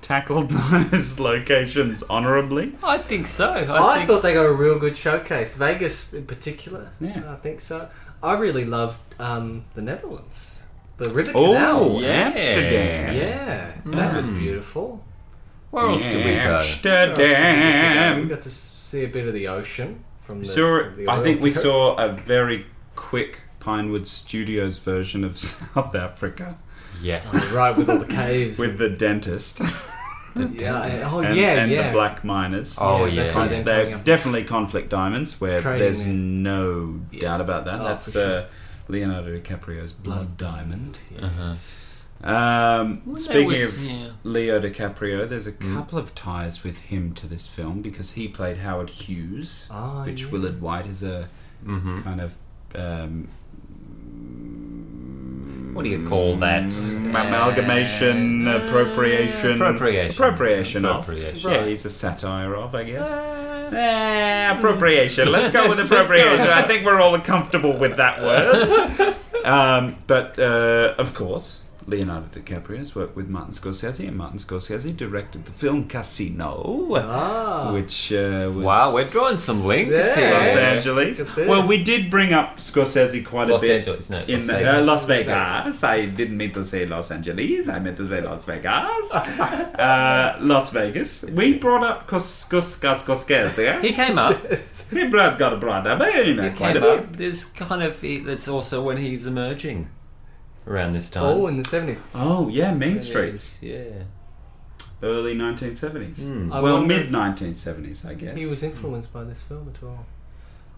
Speaker 5: tackled those locations honorably?
Speaker 2: I think so. I,
Speaker 1: I,
Speaker 2: think
Speaker 1: thought they got a real good showcase. Vegas in particular.
Speaker 3: Yeah.
Speaker 1: I think so. I really loved um, the Netherlands. The River
Speaker 5: Oh,
Speaker 1: Canals.
Speaker 5: Amsterdam.
Speaker 1: Yeah,
Speaker 3: Hmm.
Speaker 1: that was beautiful.
Speaker 2: where else do we go?
Speaker 1: We
Speaker 3: Amsterdam.
Speaker 1: got to see a bit of the ocean from the.
Speaker 3: Saw,
Speaker 1: from the
Speaker 3: I
Speaker 1: oil
Speaker 3: think we
Speaker 1: derrick.
Speaker 3: saw a very quick Pinewood Studios version of South Africa
Speaker 2: Yes,
Speaker 1: Right with all the caves.
Speaker 3: with the dentist
Speaker 1: and, yeah, and- oh
Speaker 3: and,
Speaker 1: yeah,
Speaker 3: and
Speaker 1: yeah.
Speaker 3: the black miners.
Speaker 2: Oh, yeah.
Speaker 1: that's
Speaker 2: Conf-
Speaker 1: right, then
Speaker 3: Conf- they're
Speaker 1: coming up.
Speaker 3: definitely conflict diamonds where
Speaker 1: Trading
Speaker 3: there's
Speaker 1: there.
Speaker 3: no doubt about that.
Speaker 1: Oh,
Speaker 3: That's
Speaker 1: for sure.
Speaker 3: uh, Leonardo DiCaprio's blood diamond.
Speaker 1: Yes.
Speaker 3: Um,
Speaker 2: Well, that
Speaker 3: speaking
Speaker 2: was-
Speaker 3: of
Speaker 2: yeah.
Speaker 3: Leo DiCaprio, there's a
Speaker 1: Mm.
Speaker 3: couple of ties with him to this film because he played Howard Hughes,
Speaker 1: Ah,
Speaker 3: which
Speaker 1: yeah.
Speaker 3: Willard White is a
Speaker 2: Mhm.
Speaker 3: kind of um,
Speaker 2: What do you call that?
Speaker 3: Mm,
Speaker 2: Uh,
Speaker 3: amalgamation, appropriation,
Speaker 2: Appropriation.
Speaker 3: appropriation, of.
Speaker 2: Appropriation.
Speaker 3: Yeah, he's a satire of, I guess.
Speaker 1: Uh,
Speaker 3: Eh, appropriation. Let's go with
Speaker 2: Let's go.
Speaker 3: appropriation. I think we're all comfortable with that word. um, but uh, of course, Leonardo DiCaprio has worked with Martin Scorsese, and Martin Scorsese directed the film Casino,
Speaker 1: Ah.
Speaker 3: which uh, was
Speaker 2: Wow, we're drawing some links
Speaker 1: Yeah.
Speaker 3: Los
Speaker 1: Los
Speaker 2: here.
Speaker 3: Angeles.
Speaker 1: Look at this.
Speaker 3: Well, we did bring up Scorsese quite a
Speaker 2: Los
Speaker 3: bit
Speaker 2: Angeles, no.
Speaker 3: in
Speaker 2: Las
Speaker 3: the, uh,
Speaker 2: Vegas.
Speaker 3: Las Vegas. I didn't mean to say Los Angeles. I meant to say Las Vegas. uh, Las Vegas. We brought up Cos- Cos- Cos- Scorsese.
Speaker 2: He came up.
Speaker 3: He brought got brought up anyway,
Speaker 2: He
Speaker 3: quite a
Speaker 2: came
Speaker 3: bit.
Speaker 2: up. There's kind of he- that's also when he's emerging around this time.
Speaker 1: Oh, in the seventies.
Speaker 3: Oh yeah, Oh, Main
Speaker 2: It
Speaker 3: Streets.
Speaker 2: is, Yeah.
Speaker 3: early 1970s.
Speaker 2: Hmm.
Speaker 8: Mm.
Speaker 1: I
Speaker 3: well,
Speaker 1: wonder
Speaker 3: mid
Speaker 1: if
Speaker 3: 1970s, I guess.
Speaker 1: He was influenced by this film at all.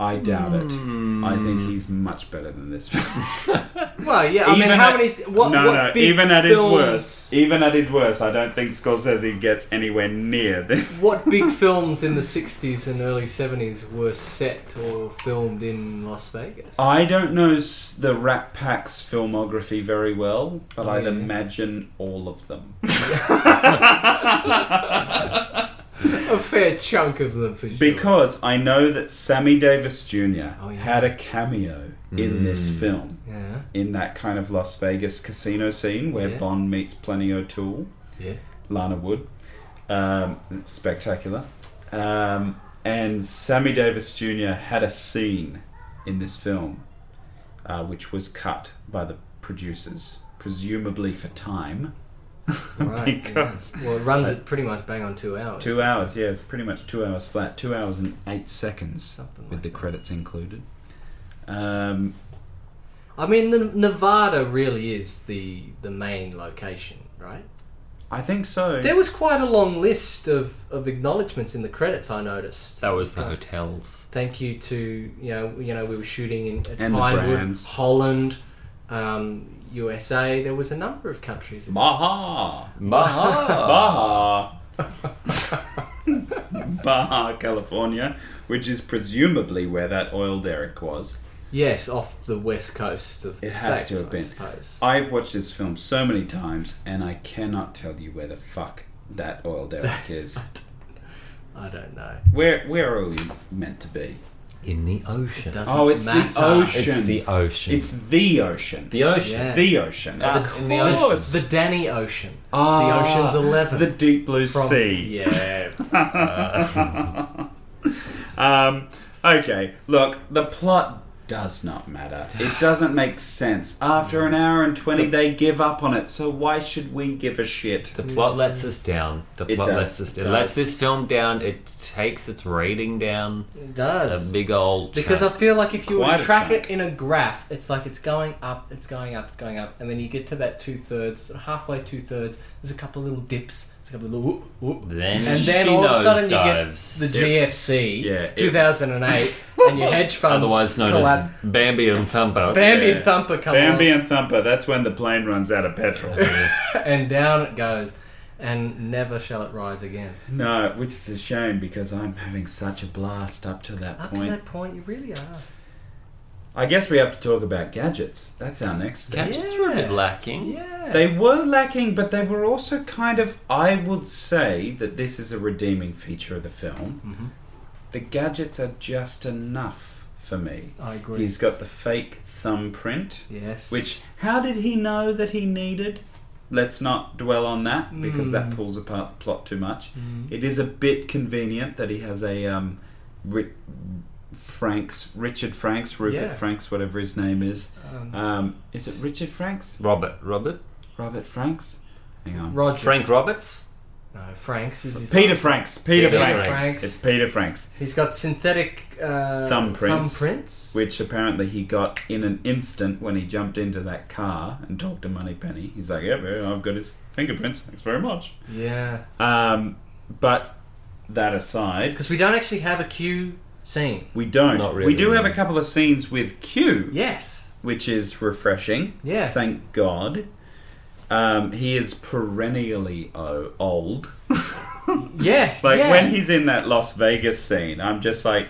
Speaker 3: I doubt
Speaker 2: Hmm.
Speaker 3: it.
Speaker 8: Mm.
Speaker 3: I think he's much better than this film.
Speaker 1: Well, yeah. I mean,
Speaker 3: Even
Speaker 1: how
Speaker 3: at-
Speaker 1: many? What,
Speaker 3: no,
Speaker 1: what
Speaker 3: no.
Speaker 1: big
Speaker 3: Even at his
Speaker 1: films-
Speaker 3: worst, even at his worst, I don't think Scorsese gets anywhere near this.
Speaker 1: What big films in the '60s and early '70s were set or filmed in Las Vegas?
Speaker 3: I don't know s- the Rat Pack's filmography very well, but
Speaker 1: Oh,
Speaker 3: I'd
Speaker 1: yeah.
Speaker 3: imagine all of them.
Speaker 1: a fair chunk of them, for sure.
Speaker 3: Because I know that Sammy Davis Jr.
Speaker 1: Oh, yeah.
Speaker 3: had a cameo in this
Speaker 8: Mm.
Speaker 3: film,
Speaker 1: yeah,
Speaker 3: in that kind of Las Vegas casino scene where
Speaker 1: Yeah.
Speaker 3: Bond meets Plenty O'Toole,
Speaker 1: yeah.
Speaker 3: Lana Wood. Um, spectacular. Um, and Sammy Davis Jr. had a scene in this film uh, which was cut by the producers, presumably for time.
Speaker 1: Right.
Speaker 3: Because-
Speaker 1: yeah. well, it runs at pretty much bang on two hours.
Speaker 3: Two hours, yeah, it's pretty much two hours flat. Two hours and eight seconds
Speaker 1: Something
Speaker 3: with
Speaker 1: like
Speaker 3: the
Speaker 1: that.
Speaker 3: credits included. Um,
Speaker 1: I mean, the Nevada really is the the main location, right?
Speaker 3: I think so.
Speaker 1: There was quite a long list of, of acknowledgements in the credits. I noticed.
Speaker 2: That was the
Speaker 1: Uh,
Speaker 2: hotels.
Speaker 1: thank you to you know you know we were shooting in at
Speaker 3: And the
Speaker 1: Pinewood,
Speaker 3: brands.
Speaker 1: Holland, um, USA. There was a number of countries.
Speaker 3: Baja,
Speaker 2: Maha.
Speaker 3: Baja, Baja, California, which is presumably where that oil derrick was.
Speaker 1: Yes, off the west coast of the
Speaker 3: It
Speaker 1: states.
Speaker 3: has to have
Speaker 1: I
Speaker 3: been. Oh.
Speaker 1: suppose.
Speaker 3: I've watched this film so many times, and I cannot tell you where the fuck that oil derrick is.
Speaker 1: I don't know.
Speaker 3: Where where are we meant to be?
Speaker 2: In the ocean.
Speaker 1: Doesn't
Speaker 3: Oh, it's
Speaker 1: matter.
Speaker 3: the ocean.
Speaker 2: It's the ocean.
Speaker 3: It's the ocean.
Speaker 2: the ocean.
Speaker 1: Yeah.
Speaker 3: The ocean.
Speaker 2: Ah,
Speaker 3: Of
Speaker 2: in the ocean.
Speaker 3: course.
Speaker 1: The Danny Ocean.
Speaker 3: Ah,
Speaker 1: the Ocean's Eleven.
Speaker 3: The deep blue
Speaker 1: From-
Speaker 3: sea.
Speaker 1: Yes.
Speaker 3: Um, okay, look, the plot does not matter. It doesn't make sense. After
Speaker 1: Mm.
Speaker 3: an hour and 20, they give up on it, so why should we give a shit?
Speaker 1: Mm.
Speaker 2: The plot lets us down. The
Speaker 3: It
Speaker 2: plot
Speaker 3: does,
Speaker 2: lets us
Speaker 3: it
Speaker 2: down. It
Speaker 3: does.
Speaker 2: lets this film down. It takes its rating down.
Speaker 1: it
Speaker 2: A
Speaker 1: does.
Speaker 2: big old.
Speaker 1: Because I feel like if you were
Speaker 3: Quite
Speaker 1: to
Speaker 3: a
Speaker 1: track it
Speaker 3: chunk.
Speaker 1: in a graph, it's like it's going up, it's going up, it's going up, and then you get to that two thirds, halfway two thirds. There's a couple of little dips, there's a couple of little whoop, whoop,
Speaker 2: Then
Speaker 1: and then
Speaker 2: she
Speaker 1: all of a
Speaker 2: knows
Speaker 1: sudden
Speaker 2: dives.
Speaker 1: you get the GFC,
Speaker 3: Yeah, it-
Speaker 1: 2008, and your hedge funds,
Speaker 2: Otherwise known
Speaker 1: collab-
Speaker 2: as Bambi and Thumper.
Speaker 1: Bambi
Speaker 3: Yeah.
Speaker 1: and Thumper come
Speaker 3: Bambi and Thumper, that's when the plane runs out of petrol.
Speaker 1: on, and down it goes, and never shall it rise again.
Speaker 3: no, which is a shame because I'm having such a blast up to that
Speaker 1: Up
Speaker 3: point.
Speaker 1: to that point, you really are.
Speaker 3: I guess we have to talk about gadgets. That's our next thing.
Speaker 2: Gadgets were a bit lacking.
Speaker 1: Yeah.
Speaker 3: They were lacking, but they were also kind of. I would say that this is a redeeming feature of the film.
Speaker 1: Mm-hmm.
Speaker 3: The gadgets are just enough for me.
Speaker 1: I agree.
Speaker 3: He's got the fake thumbprint,
Speaker 1: yes.
Speaker 3: which. How did he know that he needed? Let's not dwell on that because that
Speaker 1: Mm.
Speaker 3: pulls apart the plot too much.
Speaker 1: Mm.
Speaker 3: It is a bit convenient that he has a um, Ri- Franks, Richard Franks, Rupert
Speaker 1: Yeah.
Speaker 3: Franks, whatever his name is.
Speaker 1: Um,
Speaker 3: Um, is it Richard Franks?
Speaker 2: Robert. Robert.
Speaker 3: Robert Franks? Hang on.
Speaker 1: Roger.
Speaker 2: Frank Roberts.
Speaker 1: No, Franks is his
Speaker 3: Peter Franks. Peter,
Speaker 2: Peter
Speaker 3: Franks.
Speaker 1: Franks.
Speaker 3: It's Peter Franks,
Speaker 1: He's got synthetic uh,
Speaker 3: Thumbprints.
Speaker 1: thumbprints.
Speaker 3: which apparently he got in an instant when he jumped into that car and talked to Moneypenny. He's like, "Yeah, man, I've got his fingerprints. Thanks very much."
Speaker 1: Yeah,
Speaker 3: Um, but that aside,
Speaker 1: because we don't actually have a Q scene.
Speaker 3: we don't.
Speaker 2: Not really,
Speaker 3: we do have
Speaker 2: no.
Speaker 3: a couple of scenes with Q,
Speaker 1: Yes,
Speaker 3: which is refreshing.
Speaker 1: yes.
Speaker 3: Thank God. Um, he is perennially o- old.
Speaker 1: yes.
Speaker 3: Like
Speaker 1: yeah.
Speaker 3: when he's in that Las Vegas scene, I'm just like,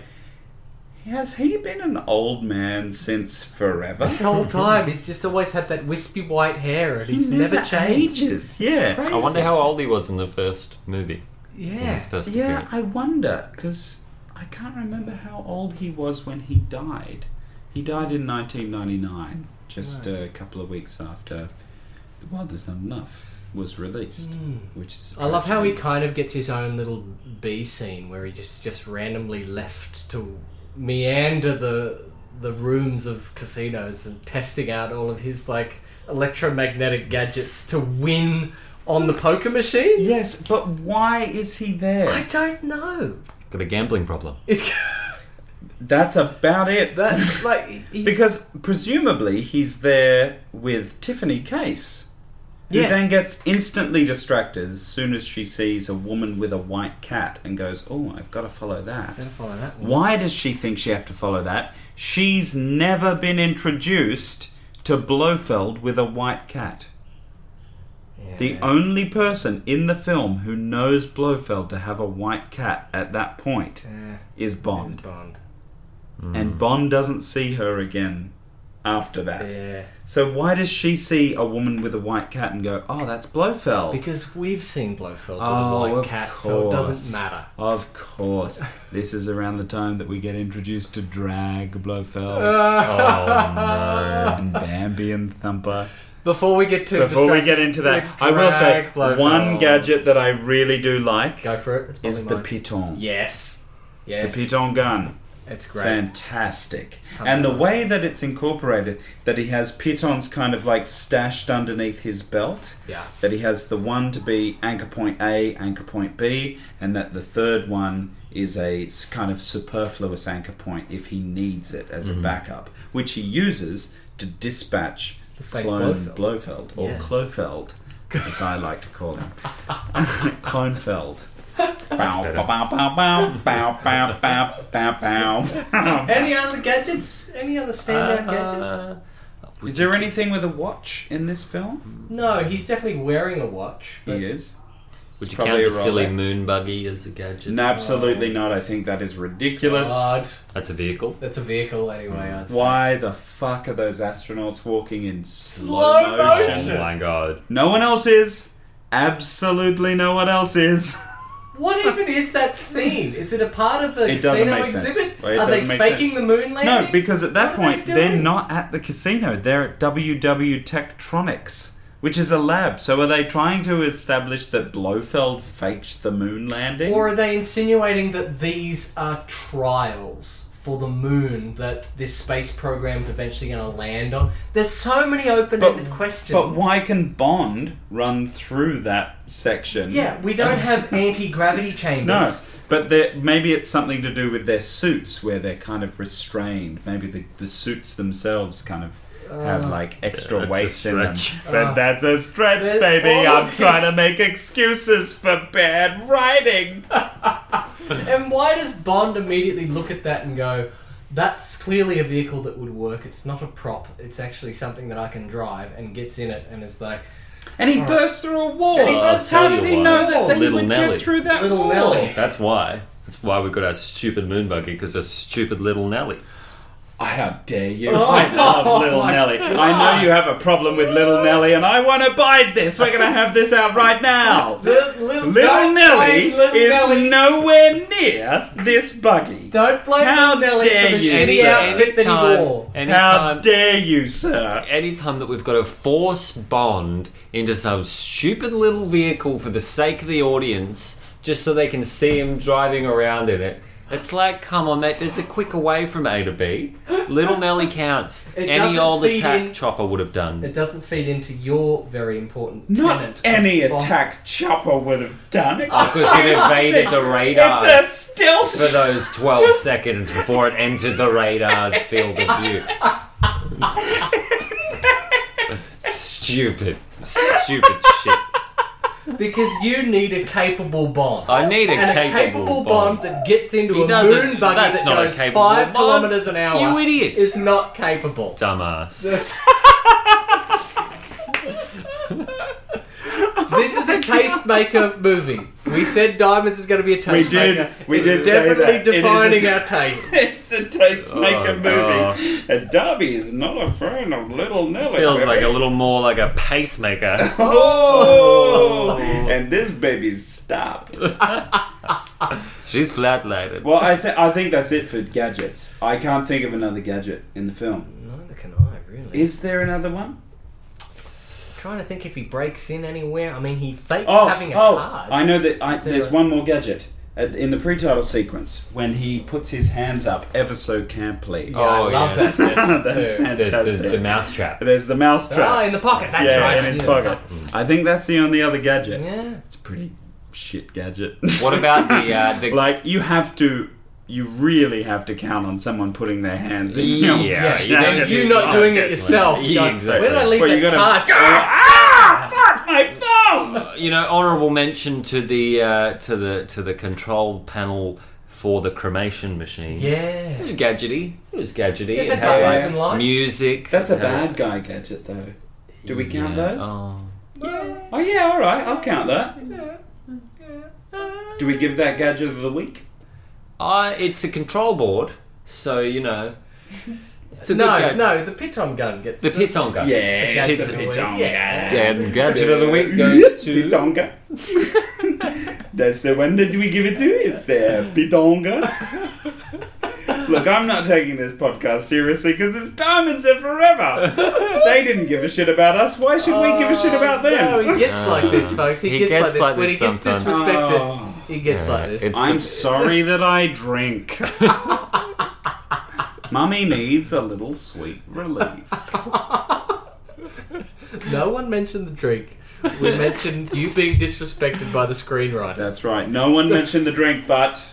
Speaker 3: has he been an old man since forever?
Speaker 1: this whole time he's just always had that wispy white hair, and he's never, changed.
Speaker 3: ages. Yeah,
Speaker 1: crazy.
Speaker 2: I wonder how old he was in the first movie. In
Speaker 1: Yeah,
Speaker 2: his first
Speaker 3: yeah.
Speaker 2: appearance.
Speaker 3: I wonder because I can't remember how old he was when he died. He died in 1999, just a couple of weeks after "The World Is Not Enough" was released, which is. a
Speaker 1: Hmm. I love how he
Speaker 3: tragedy.
Speaker 1: kind of gets his own little B scene where he just just randomly left to meander the the rooms of casinos and testing out all of his like electromagnetic gadgets to win on the poker machines.
Speaker 3: Yes, but why is he there?
Speaker 1: I don't know.
Speaker 2: Got a gambling problem.
Speaker 1: It's
Speaker 3: That's about it.
Speaker 1: that's like he's,
Speaker 3: Because presumably he's there with Tiffany Case, Who
Speaker 1: Yeah.
Speaker 3: then gets instantly distracted as soon as she sees a woman with a white cat and goes, Oh, I've got to follow that.
Speaker 1: Gotta follow that one.
Speaker 3: Why does she think she have to follow that? She's never been introduced to Blofeld with a white cat.
Speaker 1: Yeah.
Speaker 3: The only person in the film who knows Blofeld to have a white cat at that point
Speaker 1: Yeah,
Speaker 3: is
Speaker 1: it's
Speaker 3: Bond.
Speaker 1: Bond.
Speaker 3: And Bond doesn't see her again after that.
Speaker 1: Yeah.
Speaker 3: So why does she see a woman with a white cat and go, "Oh, that's Blofeld"?
Speaker 1: Because we've seen Blofeld with
Speaker 3: Oh,
Speaker 1: a
Speaker 3: of
Speaker 1: white cat, so it
Speaker 3: course.
Speaker 1: doesn't matter.
Speaker 3: of course, this is around the time that we get introduced to drag Blofeld
Speaker 1: Uh.
Speaker 8: Oh
Speaker 3: and Bambi and Thumper.
Speaker 1: Before we get to
Speaker 3: Before we
Speaker 1: distract-
Speaker 3: get into that,
Speaker 1: with
Speaker 3: I will say
Speaker 1: drag Blofeld.
Speaker 3: one gadget that I really do like
Speaker 1: Go for it. It's probably
Speaker 3: is the
Speaker 1: mine.
Speaker 3: piton.
Speaker 1: Yes.
Speaker 3: The
Speaker 1: Yes.
Speaker 3: piton gun.
Speaker 1: It's great.
Speaker 3: Fantastic.
Speaker 1: Come
Speaker 3: and the
Speaker 1: on.
Speaker 3: way that it's incorporated, that he has pitons kind of like stashed underneath his belt,
Speaker 1: Yeah.
Speaker 3: that he has the one to be anchor point A, anchor point B, and that the third one is a s- kind of superfluous anchor point if he needs it as a
Speaker 2: Mm-hmm.
Speaker 3: backup, which he uses to dispatch
Speaker 1: The fake
Speaker 3: clone Blofeld,
Speaker 1: Blofeld.
Speaker 3: or
Speaker 1: Yes.
Speaker 3: Clofeld, as I like to call him. Clonefeld. Bow,
Speaker 8: better.
Speaker 3: bow, bow, bow, bow, bow, bow, bow, bow, bow.
Speaker 1: Any other gadgets? Any other standout
Speaker 2: Uh-uh.
Speaker 3: Uh,
Speaker 1: gadgets?
Speaker 3: Is there anything with a watch in this film?
Speaker 1: No, he's definitely wearing a watch. But
Speaker 3: He is.
Speaker 2: Would you
Speaker 3: probably
Speaker 2: count
Speaker 3: a
Speaker 2: the silly
Speaker 3: Rolex.
Speaker 2: moon buggy as a gadget?
Speaker 3: No, absolutely not. I think that is ridiculous. Mm.
Speaker 1: God,
Speaker 2: That's a vehicle.
Speaker 1: that's a vehicle anyway. I'd say.
Speaker 3: Why the fuck are those astronauts walking in slow,
Speaker 1: Slow
Speaker 3: motion?
Speaker 1: motion.
Speaker 2: Oh my god.
Speaker 3: No one else is. Absolutely no one else is.
Speaker 1: What even is that scene? Is it a part of a
Speaker 3: It doesn't
Speaker 1: casino
Speaker 3: make sense.
Speaker 1: exhibit?
Speaker 3: Well, it
Speaker 1: Are
Speaker 3: doesn't
Speaker 1: they
Speaker 3: make
Speaker 1: faking the moon landing?
Speaker 3: No, because at
Speaker 1: What
Speaker 3: that
Speaker 1: are they
Speaker 3: point, they are
Speaker 1: doing?
Speaker 3: not at the casino. They're at WW Tektronics, which is a lab. So are they trying to establish that Blofeld faked the moon landing?
Speaker 1: Or are they insinuating that these are trials for the moon that this space program's eventually going to land on? There's so many open-ended questions.
Speaker 3: But why can Bond run through that section?
Speaker 1: Yeah, we don't have anti-gravity
Speaker 3: No,
Speaker 1: chambers.
Speaker 3: but there- maybe it's something to do with their suits, where they're kind of restrained. Maybe the, the suits themselves kind of have like extra
Speaker 2: that's
Speaker 3: weight
Speaker 2: a
Speaker 3: in them.
Speaker 2: stretch.
Speaker 3: But
Speaker 1: Ah.
Speaker 3: that's a stretch,
Speaker 1: But
Speaker 3: baby.
Speaker 1: all of
Speaker 3: I'm trying
Speaker 1: this-
Speaker 3: to make excuses for bad writing.
Speaker 1: And why does Bond immediately look at that and go, that's clearly a vehicle that would work. It's not a prop. It's actually something that I can drive and gets in it and is like,
Speaker 3: And he bursts through a wall.
Speaker 1: And he bursts
Speaker 3: How
Speaker 2: through
Speaker 3: did
Speaker 2: a
Speaker 3: Ah. he
Speaker 2: wall.
Speaker 3: know that, that he
Speaker 2: Little
Speaker 3: would
Speaker 2: Nelly.
Speaker 3: get through that
Speaker 1: Little
Speaker 3: wall?
Speaker 1: Nelly.
Speaker 2: That's why. That's why we got our stupid moon buggy because of stupid little Nelly.
Speaker 3: How dare you? Oh, I love Little
Speaker 1: my
Speaker 3: Nelly. I know you have a problem with Little Nelly, and I want to buy this. We're going to have this out right now.
Speaker 1: Little, little,
Speaker 3: Little
Speaker 1: don't
Speaker 3: Nelly
Speaker 1: blame little
Speaker 3: is
Speaker 1: Nelly.
Speaker 3: nowhere near this buggy.
Speaker 1: Don't blame
Speaker 3: How
Speaker 1: little Nelly
Speaker 3: dare
Speaker 1: for the
Speaker 3: you,
Speaker 1: shitty
Speaker 3: sir.
Speaker 1: outfit that he wore.
Speaker 3: How
Speaker 2: anytime,
Speaker 3: dare you, sir?
Speaker 2: anytime that we've got to force Bond into some stupid little vehicle for the sake of the audience, just so they can see him driving around in it. It's like, come on, mate. There's a quicker way from A to B. Little Nelly counts.
Speaker 1: It
Speaker 2: Any
Speaker 1: doesn't
Speaker 2: old
Speaker 1: feed
Speaker 2: attack
Speaker 1: in-
Speaker 2: chopper would have done.
Speaker 1: It doesn't feed into your very important
Speaker 3: Not
Speaker 1: tenet
Speaker 3: any
Speaker 1: of Bond.
Speaker 3: attack chopper would have done it.
Speaker 2: Because it evaded the radar.
Speaker 3: It's a stealth
Speaker 2: Oh, for those 12 seconds before it entered the radar's field of view. stupid, stupid shit.
Speaker 1: Because you need a capable Bond.
Speaker 2: I need a,
Speaker 1: and a
Speaker 2: capable,
Speaker 1: capable bond, that gets into
Speaker 2: He
Speaker 1: a
Speaker 2: doesn't-
Speaker 1: moon buggy
Speaker 2: that's
Speaker 1: that
Speaker 2: not a
Speaker 1: goes
Speaker 2: capable
Speaker 1: five
Speaker 2: Bond.
Speaker 1: kilometers an hour.
Speaker 2: You idiot.
Speaker 1: Is not capable.
Speaker 2: Dumbass.
Speaker 1: That's- this is a tastemaker movie. We said Diamonds is going to be a tastemaker.
Speaker 3: We did- we
Speaker 1: it's
Speaker 3: did say
Speaker 1: definitely
Speaker 3: that. It is a
Speaker 1: defining
Speaker 3: ta-
Speaker 1: our taste.
Speaker 3: it's a taste maker
Speaker 2: Oh,
Speaker 3: movie. And Darby is not a fan of Little Nelly.
Speaker 2: Feels
Speaker 3: baby.
Speaker 2: like a little more like a pacemaker.
Speaker 3: Oh! And this baby's stopped.
Speaker 2: She's flatlighted.
Speaker 3: Well, I, th- I think that's it for gadgets. I can't think of another gadget in the film.
Speaker 1: Neither can I really.
Speaker 3: Is there another one?
Speaker 1: trying to think if he breaks in anywhere. I mean, he fakes
Speaker 3: Oh,
Speaker 1: having a
Speaker 3: oh
Speaker 1: card.
Speaker 3: I know that I,
Speaker 1: Is there
Speaker 3: there's
Speaker 1: a-
Speaker 3: one more gadget. At, in the pre-title sequence, when he puts his hands up ever so camply.
Speaker 1: Yeah, I
Speaker 2: Oh,
Speaker 1: love
Speaker 2: yes.
Speaker 1: that.
Speaker 3: that's
Speaker 1: There's-
Speaker 2: The, the,
Speaker 3: fantastic.
Speaker 2: the mousetrap.
Speaker 3: There's the mousetrap.
Speaker 1: Ah, in the pocket. That's
Speaker 3: yeah,
Speaker 1: right.
Speaker 3: in his
Speaker 1: Yeah,
Speaker 3: pocket. I think that's the only other
Speaker 1: so-
Speaker 3: gadget.
Speaker 1: Yeah.
Speaker 3: It's a pretty shit gadget.
Speaker 2: What about the, uh, the
Speaker 3: like you have to, you really have to count on someone putting their hands in.
Speaker 2: Yeah,
Speaker 3: your
Speaker 2: yeah,
Speaker 1: you
Speaker 2: don't
Speaker 1: and
Speaker 3: jacket.
Speaker 1: you not doing it
Speaker 2: Yeah,
Speaker 1: yourself.
Speaker 2: exactly.
Speaker 1: Where did I leave
Speaker 3: Well, you
Speaker 1: that
Speaker 3: gotta-
Speaker 1: card?
Speaker 3: Ah, my phone!
Speaker 8: you know, honourable mention to the uh, to the to the control panel for the cremation machine.
Speaker 1: Yeah.
Speaker 8: It was gadgety. It was gadgety.
Speaker 1: It had
Speaker 8: had,
Speaker 3: buttons
Speaker 8: like,
Speaker 1: and lights.
Speaker 8: music.
Speaker 3: That's a
Speaker 8: Had-
Speaker 3: bad guy gadget, though. Do we count
Speaker 8: Yeah.
Speaker 3: those?
Speaker 8: Oh.
Speaker 3: Oh, yeah, all right, I'll count that. Do we give that gadget of the week?
Speaker 8: I, Uh, it's a control board, so you know. It's a
Speaker 1: no,
Speaker 8: good gadget.
Speaker 1: no, the piton gun gets
Speaker 8: The piton gun.
Speaker 3: Yeah,
Speaker 1: It's
Speaker 3: it's
Speaker 1: a
Speaker 3: a
Speaker 1: bit
Speaker 3: pitonga.
Speaker 1: yeah.
Speaker 8: Gadget, gadget
Speaker 3: Gadget
Speaker 8: of the week.
Speaker 3: week goes to pitonga. That's the one that we give it to. It's the pitonga. Look, I'm not taking this podcast seriously because it's diamonds in forever. they didn't give a shit about us. Why should we give a shit about
Speaker 1: Oh, No,
Speaker 3: them?
Speaker 1: he gets like this,
Speaker 8: Ah.
Speaker 1: folks. He, gets, like this. when he gets
Speaker 8: sometimes.
Speaker 1: disrespected,
Speaker 3: Oh.
Speaker 1: he gets
Speaker 8: Yeah,
Speaker 1: like this.
Speaker 8: it's-
Speaker 3: I'm sorry that I drink. Mummy needs a little sweet relief.
Speaker 1: No one mentioned the drink. We mentioned you being disrespected by the screenwriter.
Speaker 3: That's right. No one mentioned the drink, but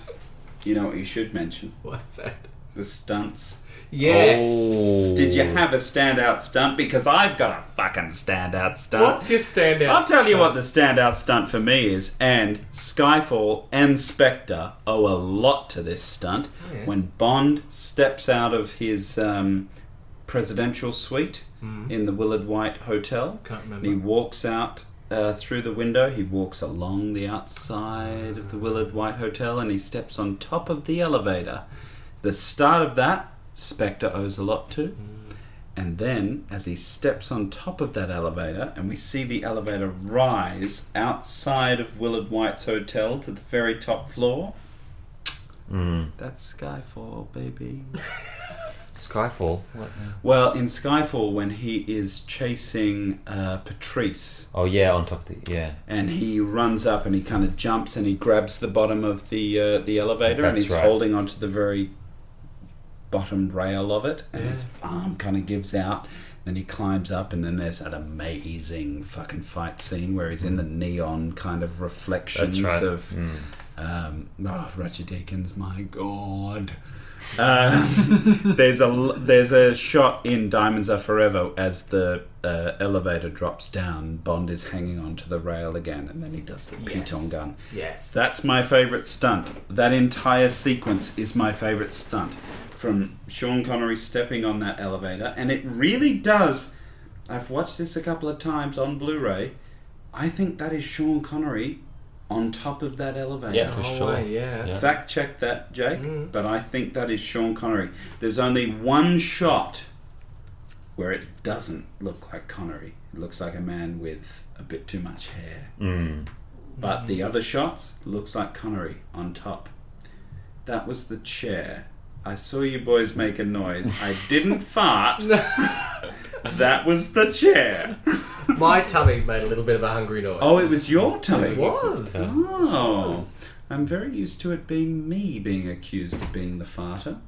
Speaker 3: you know what you should mention?
Speaker 1: What's that?
Speaker 3: The stunts.
Speaker 1: Yes.
Speaker 8: Oh.
Speaker 3: Did you have a standout stunt? Because I've got a fucking standout stunt.
Speaker 1: What's your standout?
Speaker 3: I'll tell you what the standout stunt for me is, and Skyfall and Spectre owe a lot to this stunt.
Speaker 1: yeah.
Speaker 3: When Bond steps out of his um, presidential suite in the Willard White Hotel,
Speaker 1: Mm-hmm. Can't
Speaker 3: and he
Speaker 1: remember.
Speaker 3: walks out uh, through the window. He walks along the outside of the
Speaker 1: Ah.
Speaker 3: Willard White Hotel, and he steps on top of the elevator. The start of that, Spectre owes a lot to.
Speaker 1: Mm.
Speaker 3: And then, as he steps on top of that elevator, and we see the elevator rise outside of Willard White's hotel to the very top floor. That's Skyfall, baby.
Speaker 2: Skyfall.
Speaker 3: well, in Skyfall, when he is chasing uh, Patrice,
Speaker 2: Oh yeah, on top of the yeah.
Speaker 3: and he runs up and he kind of jumps and he grabs the bottom of the uh, the elevator and
Speaker 2: That's
Speaker 3: he's
Speaker 2: right.
Speaker 3: holding onto the very bottom rail of it and
Speaker 1: Yeah.
Speaker 3: his arm kind of gives out then he climbs up and then there's that amazing fucking fight scene where he's in the neon kind of reflections
Speaker 2: Hmm. right. Hmm.
Speaker 3: of um, oh, Roger Deakins, my god. Um, there's a l- there's a shot in Diamonds Are Forever as the uh, elevator drops down. Bond is hanging onto the rail again, and then he does the
Speaker 1: Yes.
Speaker 3: piton gun.
Speaker 1: Yes.
Speaker 3: That's my favorite stunt. That entire sequence is my favorite stunt. From Sean Connery stepping on that elevator, and it really does. I've watched this a couple of times on Blu ray. I think that is Sean Connery on top of that elevator.
Speaker 8: Yeah, for
Speaker 1: Oh,
Speaker 8: sure.
Speaker 1: wait, yeah. Mm-hmm.
Speaker 8: Yeah.
Speaker 3: Fact check that, Jake, but I think that is Sean Connery. There's only one shot where it doesn't look like Connery. It looks like a man with a bit too much hair.
Speaker 8: Mm.
Speaker 3: But
Speaker 1: Mm-hmm.
Speaker 3: the other shots looks like Connery on top. That was the chair. I saw you boys make a noise. I didn't fart. that was the chair.
Speaker 1: My tummy made a little bit of a hungry noise.
Speaker 3: Oh, it was your tummy.
Speaker 1: It was.
Speaker 3: Oh. I'm very used to it being me being accused of being the farter.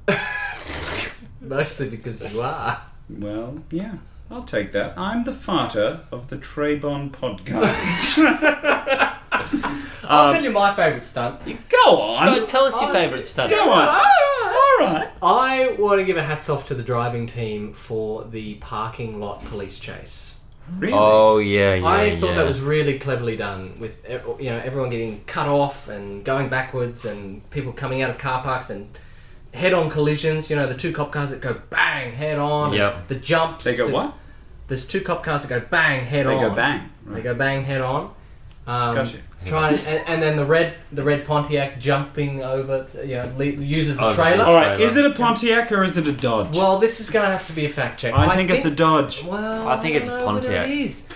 Speaker 1: Mostly because you are.
Speaker 3: Well, yeah, I'll take that. I'm the farter of the Trebon podcast.
Speaker 1: I'll tell you my favourite stunt.
Speaker 3: Go on.
Speaker 1: Oh,
Speaker 8: Go, tell us your favourite stunt.
Speaker 3: Go on. All right.
Speaker 1: I want to give a hats off to the driving team for the parking lot police chase.
Speaker 3: Really?
Speaker 2: Oh yeah, yeah.
Speaker 1: I thought
Speaker 2: yeah.
Speaker 1: that was really cleverly done with e- you know everyone getting cut off and going backwards and people coming out of car parks and head-on collisions. You know the two cop cars that go bang head-on. and
Speaker 2: Yep.
Speaker 1: The jumps.
Speaker 3: They go
Speaker 1: the-
Speaker 3: what?
Speaker 1: There's two cop cars that go bang
Speaker 3: They
Speaker 1: head-on.
Speaker 3: go bang.
Speaker 1: They
Speaker 3: Right.
Speaker 1: go bang head-on. Um,
Speaker 3: Gotcha.
Speaker 1: Trying and, and then the red the red Pontiac jumping over to, you know le- uses the
Speaker 2: Over.
Speaker 1: trailer.
Speaker 3: All right.
Speaker 2: Trailer.
Speaker 3: Is it a Pontiac or is it a Dodge?
Speaker 1: Well, this is going to have to be a fact check.
Speaker 3: I, think, it's a Dodge.
Speaker 1: Well,
Speaker 2: I think it's
Speaker 1: don't know whether
Speaker 2: Pontiac.
Speaker 1: It is.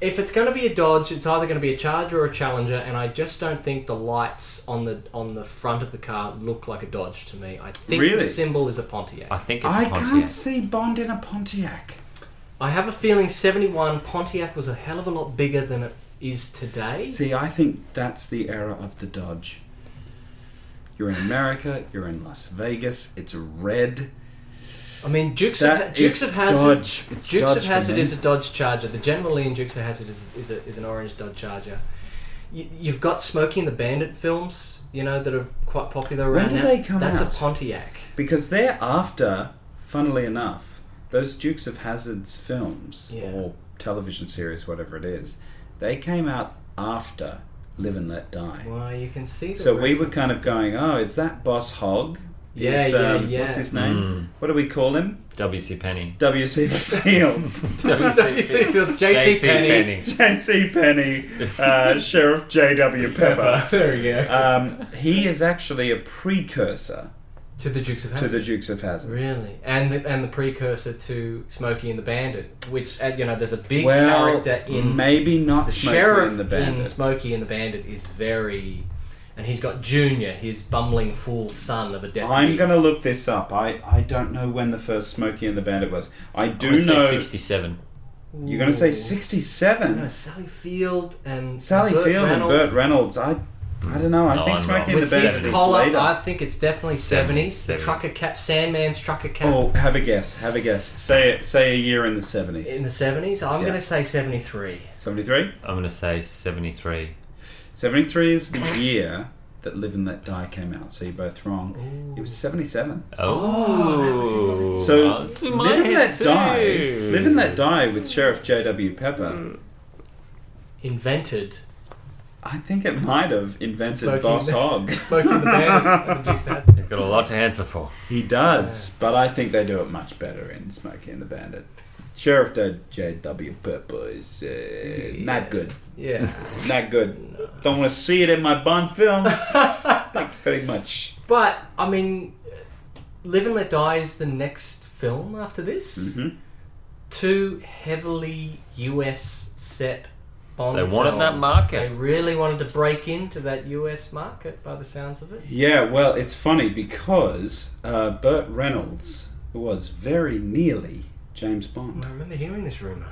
Speaker 1: If it's going to be a Dodge, it's either going to be a Charger or a Challenger, and I just don't think the lights on the on the front of the car look like a Dodge to me. I think
Speaker 3: Really?
Speaker 1: the symbol is a Pontiac.
Speaker 2: I think it's
Speaker 3: I
Speaker 2: Pontiac.
Speaker 3: can't see Bond in a Pontiac.
Speaker 1: I have a feeling '71 Pontiac was a hell of a lot bigger than it is today.
Speaker 3: See, I think that's the era of the Dodge. You're in America, you're in Las Vegas, it's red.
Speaker 1: I mean, Dukes
Speaker 3: That
Speaker 1: of, Dukes
Speaker 3: is
Speaker 1: of Hazard.
Speaker 3: Dodge. It's
Speaker 1: Dukes
Speaker 3: Dodge
Speaker 1: of
Speaker 3: for
Speaker 1: Hazard
Speaker 3: me.
Speaker 1: is a Dodge Charger. The General Lee in Dukes of Hazard is, is, a, is an orange Dodge Charger. You, you've got Smokey and the Bandit films, you know, that are quite popular
Speaker 3: When
Speaker 1: around
Speaker 3: do
Speaker 1: now.
Speaker 3: they come
Speaker 1: That's
Speaker 3: out?
Speaker 1: a Pontiac.
Speaker 3: Because thereafter, funnily enough, those Dukes of Hazards films
Speaker 1: Yeah.
Speaker 3: or television series, whatever it is, They came out after Live and Let Die.
Speaker 1: Well, you can see. The
Speaker 3: So we were
Speaker 1: reference.
Speaker 3: kind of going, oh, is that Boss Hog?
Speaker 1: Yeah,
Speaker 3: Is,
Speaker 1: yeah,
Speaker 3: um,
Speaker 1: yeah.
Speaker 3: What's his name? What do we call him?
Speaker 8: WC Penny.
Speaker 3: W.C. Fields.
Speaker 1: WC Fields, JC Penny.
Speaker 3: J.C. Penny, uh, Sheriff J.W. Pepper.
Speaker 1: There we go.
Speaker 3: Um, he is actually a precursor
Speaker 1: to the Dukes of
Speaker 3: to
Speaker 1: Hazzard.
Speaker 3: the Dukes of Hazzard.
Speaker 1: Really, and the, and the precursor to Smokey and the Bandit, which uh, you know, there's a big
Speaker 3: Well,
Speaker 1: character in
Speaker 3: maybe not
Speaker 1: the
Speaker 3: Smokey
Speaker 1: sheriff
Speaker 3: and the
Speaker 1: in
Speaker 3: Bandit.
Speaker 1: Smokey and the Bandit is very, and he's got Junior, his bumbling fool son of a deputy.
Speaker 3: I'm gonna look this up. I, I don't know when the first Smokey and the Bandit was. I do
Speaker 8: I
Speaker 3: know
Speaker 8: say 67.
Speaker 3: you're gonna say
Speaker 1: Ooh. No,
Speaker 3: 67.
Speaker 1: Sally Field and
Speaker 3: Sally
Speaker 1: Burt
Speaker 3: Field
Speaker 1: Reynolds.
Speaker 3: and Burt Reynolds. I I don't know. I
Speaker 8: No,
Speaker 3: think
Speaker 8: I'm
Speaker 3: Smokey
Speaker 8: wrong.
Speaker 3: and the
Speaker 1: With
Speaker 3: Bandit
Speaker 1: this
Speaker 3: is
Speaker 1: collar,
Speaker 3: later.
Speaker 1: I think it's definitely
Speaker 2: Seventies,
Speaker 1: seventies. The
Speaker 2: seventies.
Speaker 1: trucker cap, Sandman's trucker cap.
Speaker 3: Oh, have a guess. Have a guess. Say it. Say a year in the 70s.
Speaker 1: In the seventies, I'm
Speaker 3: Yeah.
Speaker 1: going to say seventy-three.
Speaker 3: 73.
Speaker 8: I'm going to say 73.
Speaker 3: 73 is the year that Live and Let Die came out. So you're both wrong. It was 77.
Speaker 8: Oh.
Speaker 3: So
Speaker 8: Oh, it's in my
Speaker 3: Live and
Speaker 8: head
Speaker 3: Let
Speaker 8: too.
Speaker 3: Die. Live and Let Die with Sheriff J.W. Pepper.
Speaker 1: Invented
Speaker 3: I think it might have invented
Speaker 1: Smoking
Speaker 3: Boss
Speaker 1: the-
Speaker 3: Hogg.
Speaker 1: Smokey and the Bandit. of the Dukes of Hazzard.
Speaker 8: He's got a lot to answer for.
Speaker 3: He does, but I think they do it much better in Smokey and the Bandit. Sheriff J.W. Pepper is uh, not good.
Speaker 1: Yeah.
Speaker 3: Not good. Don't want to see it in my Bond films. Thank you very much.
Speaker 1: But I mean, Live and Let Die is the next film after this.
Speaker 3: Mhm.
Speaker 1: Two heavily US set Bond.
Speaker 8: They wanted
Speaker 1: films.
Speaker 8: that market.
Speaker 1: They really wanted to break into that US market, by the sounds of it.
Speaker 3: Yeah, well, it's funny because uh, Burt Reynolds was very nearly James Bond.
Speaker 1: I remember hearing this rumor.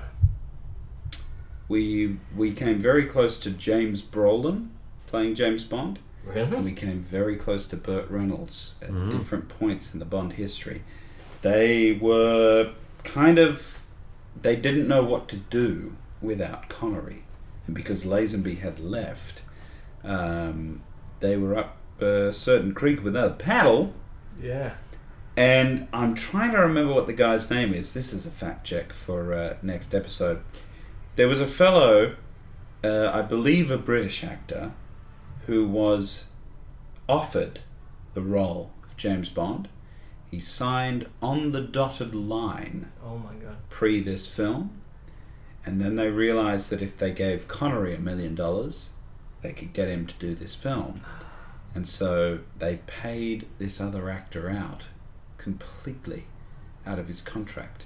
Speaker 3: We we came very close to James Brolin playing James Bond, and
Speaker 1: Really?
Speaker 3: we came very close to Burt Reynolds at different points in the Bond history. They were kind of they didn't know what to do without Connery, and because Lazenby had left, um, they were up a certain creek without a paddle.
Speaker 1: Yeah.
Speaker 3: And I'm trying to remember what the guy's name is. This is a fact check for uh, next episode. There was a fellow, uh, I believe a British actor, who was offered the role of James Bond. He signed on the dotted line
Speaker 1: Oh my god.
Speaker 3: pre this film. And then they realized that if they gave Connery a million dollars, they could get him to do this film. And so they paid this other actor out completely out of his contract.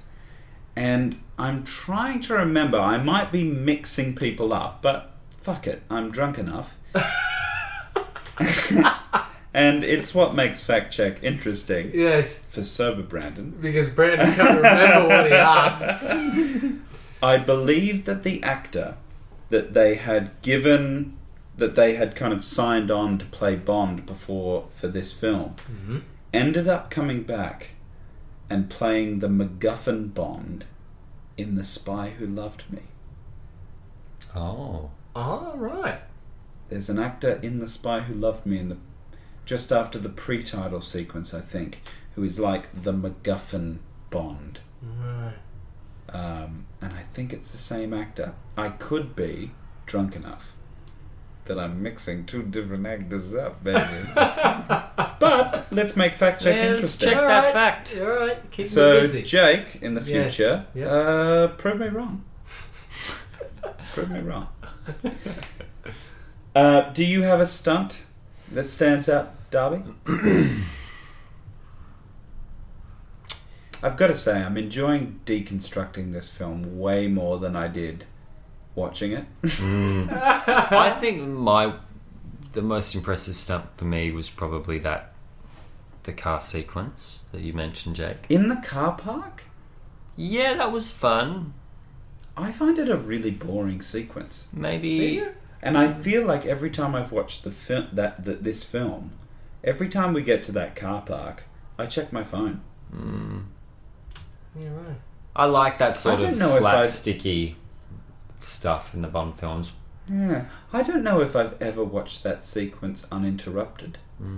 Speaker 3: And I'm trying to remember, I might be mixing people up, but fuck it, I'm drunk enough. and it's what makes fact check interesting
Speaker 1: Yes,
Speaker 3: for sober Brandon.
Speaker 1: because Brandon can't remember what he asked.
Speaker 3: I believe that the actor that they had given that they had kind of signed on to play Bond before for this film ended up coming back and playing the MacGuffin Bond in The Spy Who Loved Me.
Speaker 8: Oh.
Speaker 1: Oh, right.
Speaker 3: There's an actor in The Spy Who Loved Me in the just after the pre-title sequence, I think, who is like the MacGuffin Bond.
Speaker 1: Right.
Speaker 3: Um, and I think it's the same actor. I could be drunk enough that I'm mixing two different actors up, baby. but let's make fact check
Speaker 8: Let's
Speaker 3: interesting.
Speaker 8: check
Speaker 1: All
Speaker 8: that
Speaker 1: right.
Speaker 8: fact.
Speaker 1: All right, keep me
Speaker 3: So,
Speaker 1: busy.
Speaker 3: Jake, in the
Speaker 1: Yes.
Speaker 3: future,
Speaker 1: Yep.
Speaker 3: uh, prove me wrong. prove me wrong. Uh, do you have a stunt that stands out, Darby? I've got to say, I'm enjoying deconstructing this film way more than I did watching it.
Speaker 8: I think my the most impressive stunt for me was probably that the car sequence that you mentioned, Jake.
Speaker 3: In the car park,
Speaker 8: Yeah, that was fun.
Speaker 3: I find it a really boring sequence.
Speaker 8: Maybe
Speaker 3: And I feel like every time I've watched the film that, that this film, every time we get to that car park, I check my phone.
Speaker 1: Yeah, right.
Speaker 8: I like that sort
Speaker 3: I
Speaker 8: of
Speaker 3: don't know if I've-
Speaker 8: slapsticky stuff in the Bond films.
Speaker 3: Yeah, I don't know if I've ever watched that sequence uninterrupted
Speaker 1: Yeah,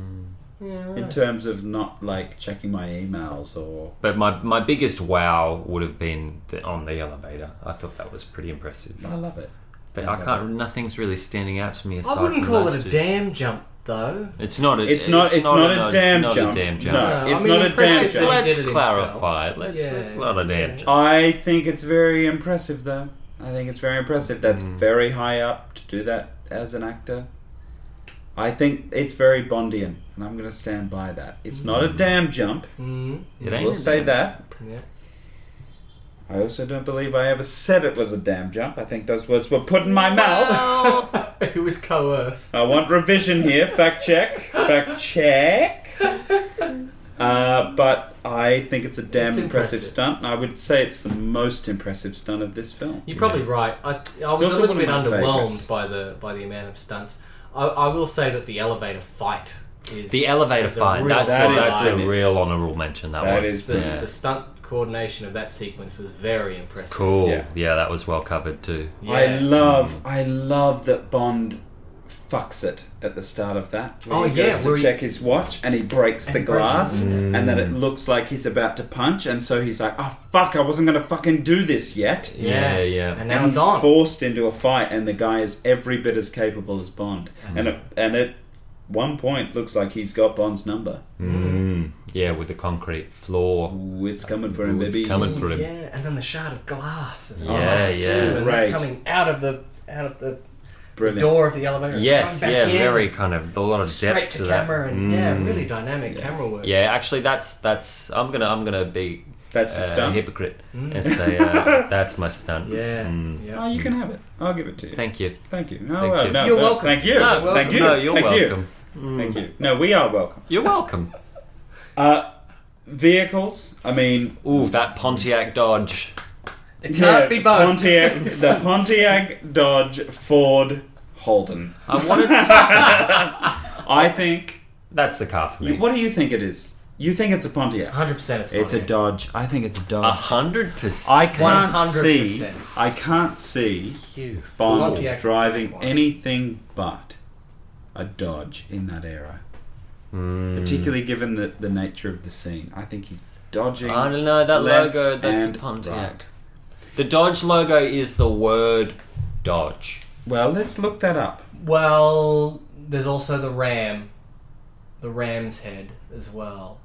Speaker 1: right.
Speaker 3: in terms of not like checking my emails or
Speaker 8: But my my biggest wow would have been the, on the elevator. I thought that was pretty impressive.
Speaker 3: I love it.
Speaker 8: But I can't. Nothing's really standing out to me. Aside
Speaker 1: I wouldn't
Speaker 8: from
Speaker 1: call
Speaker 8: those
Speaker 1: it a
Speaker 8: two.
Speaker 1: dam jump though.
Speaker 8: It's not. A,
Speaker 3: It's not- it's not a damn
Speaker 8: not
Speaker 3: jump.
Speaker 8: A damn jump.
Speaker 3: No. it's not a dam
Speaker 1: impressive
Speaker 3: jump.
Speaker 1: that he
Speaker 8: Let's
Speaker 1: did it
Speaker 8: clarify.
Speaker 1: himself.
Speaker 8: Let's.
Speaker 1: Yeah,
Speaker 8: It's not a
Speaker 1: yeah.
Speaker 8: damn jump.
Speaker 3: I think it's very impressive, though. I think it's very impressive. That's
Speaker 8: Mm.
Speaker 3: very high up to do that as an actor. I think it's very Bondian, and I'm going to stand by that. It's not a damn jump.
Speaker 1: Mm,
Speaker 8: It ain't.
Speaker 3: We'll
Speaker 8: a
Speaker 3: say
Speaker 8: damn
Speaker 3: that.
Speaker 1: yeah.
Speaker 3: I also don't believe I ever said it was a damn jump. I think those words were put in my mouth.
Speaker 8: Oh.
Speaker 1: it was coerced.
Speaker 3: I want revision here. Fact check. Fact check. Uh, but I think it's a damn
Speaker 1: It's
Speaker 3: impressive,
Speaker 1: impressive.
Speaker 3: stunt, and I would say it's the most impressive stunt of this film.
Speaker 1: You're probably right. I, I was
Speaker 3: also
Speaker 1: a little
Speaker 3: one of
Speaker 1: bit
Speaker 3: my
Speaker 1: underwhelmed
Speaker 3: favourites.
Speaker 1: by the by the amount of stunts. I, I will say that the elevator fight is
Speaker 2: The elevator
Speaker 1: is a
Speaker 2: fight.
Speaker 1: real
Speaker 2: That's,
Speaker 3: that
Speaker 2: a,
Speaker 3: is
Speaker 2: that's a
Speaker 3: brilliant.
Speaker 2: real honorable mention. That,
Speaker 3: That
Speaker 2: was
Speaker 3: is
Speaker 1: the,
Speaker 2: yeah.
Speaker 1: the stunt coordination of that sequence was very impressive.
Speaker 2: cool.
Speaker 3: Yeah.
Speaker 2: Yeah. that was well covered too.
Speaker 1: Yeah.
Speaker 3: I love, I love that Bond fucks it at the start of that. where
Speaker 1: Oh,
Speaker 3: he
Speaker 1: yeah,
Speaker 3: goes
Speaker 1: where
Speaker 3: to
Speaker 1: he-
Speaker 3: check his watch and he breaks the
Speaker 1: And breaks
Speaker 3: glass,
Speaker 1: it.
Speaker 3: and then it looks like he's about to punch, and so he's like, "Oh fuck, I wasn't gonna fucking do this yet."
Speaker 1: Yeah,
Speaker 8: Yeah, yeah.
Speaker 1: And
Speaker 3: And
Speaker 1: now it's
Speaker 3: he's
Speaker 1: on.
Speaker 3: forced into a fight, and the guy is every bit as capable as Bond, and it, and at one point looks like he's got Bond's number.
Speaker 2: Mm.
Speaker 8: Yeah, with the concrete floor.
Speaker 3: Ooh, Oh, it's coming for him,
Speaker 8: Ooh, it's
Speaker 3: baby.
Speaker 8: coming
Speaker 1: Ooh,
Speaker 8: for him.
Speaker 1: Yeah, and then the shard of glass is
Speaker 2: Yeah,
Speaker 1: on that
Speaker 2: yeah.
Speaker 1: too, and that
Speaker 3: Right.
Speaker 1: coming out of the out of the
Speaker 3: Brilliant.
Speaker 1: door of the elevator. and
Speaker 2: Yes,
Speaker 1: coming
Speaker 2: yeah,
Speaker 1: back in,
Speaker 2: very kind of a lot of
Speaker 1: straight
Speaker 2: depth
Speaker 1: to,
Speaker 2: to, that. Mm.
Speaker 1: camera and yeah, really dynamic camera work.
Speaker 2: Yeah, actually, that's that's. I'm gonna I'm gonna be
Speaker 3: That's
Speaker 2: uh,
Speaker 3: a
Speaker 2: a
Speaker 3: stunt. Mm.
Speaker 2: hypocrite and say uh, that's my stunt.
Speaker 1: yeah,
Speaker 2: Mm.
Speaker 1: yeah.
Speaker 3: Oh, you can have it. I'll give it to you.
Speaker 2: Thank you.
Speaker 3: Thank you. No,
Speaker 2: Thank
Speaker 3: uh,
Speaker 2: you.
Speaker 3: no,
Speaker 1: You're
Speaker 3: no,
Speaker 1: welcome.
Speaker 3: Thank you.
Speaker 1: No,
Speaker 3: thank
Speaker 1: welcome.
Speaker 3: you.
Speaker 2: No, you're
Speaker 3: thank
Speaker 2: welcome.
Speaker 3: You. Thank you. No, we are welcome.
Speaker 2: You're welcome.
Speaker 3: Uh, vehicles. I mean,
Speaker 2: Ooh, that Pontiac Dodge.
Speaker 1: It can't
Speaker 3: yeah,
Speaker 1: be both.
Speaker 3: Pontiac, the Pontiac Dodge Ford Holden.
Speaker 2: I wanted.
Speaker 3: I think.
Speaker 2: that's the car for
Speaker 3: You,
Speaker 2: me.
Speaker 3: what do you think it is? You think it's a Pontiac?
Speaker 1: 100% it's
Speaker 3: It's a
Speaker 1: Pontiac. Ah,
Speaker 3: Dodge. I think it's a
Speaker 2: A
Speaker 3: Dodge.
Speaker 2: hundred percent.
Speaker 3: I can't
Speaker 1: 100%.
Speaker 3: see. I can't see
Speaker 2: You.
Speaker 3: Bond
Speaker 1: Pontiac
Speaker 3: driving
Speaker 1: one.
Speaker 3: anything but a Dodge in that era.
Speaker 1: Hmm.
Speaker 3: Particularly given the, the nature of the scene, I think he's dodging.
Speaker 2: I don't know that
Speaker 3: left
Speaker 2: logo. That's a
Speaker 3: and
Speaker 2: Pontiac.
Speaker 3: right.
Speaker 2: The Dodge logo is the word Dodge.
Speaker 3: Well, let's look that up.
Speaker 1: Well, there's also the ram, the ram's head as well.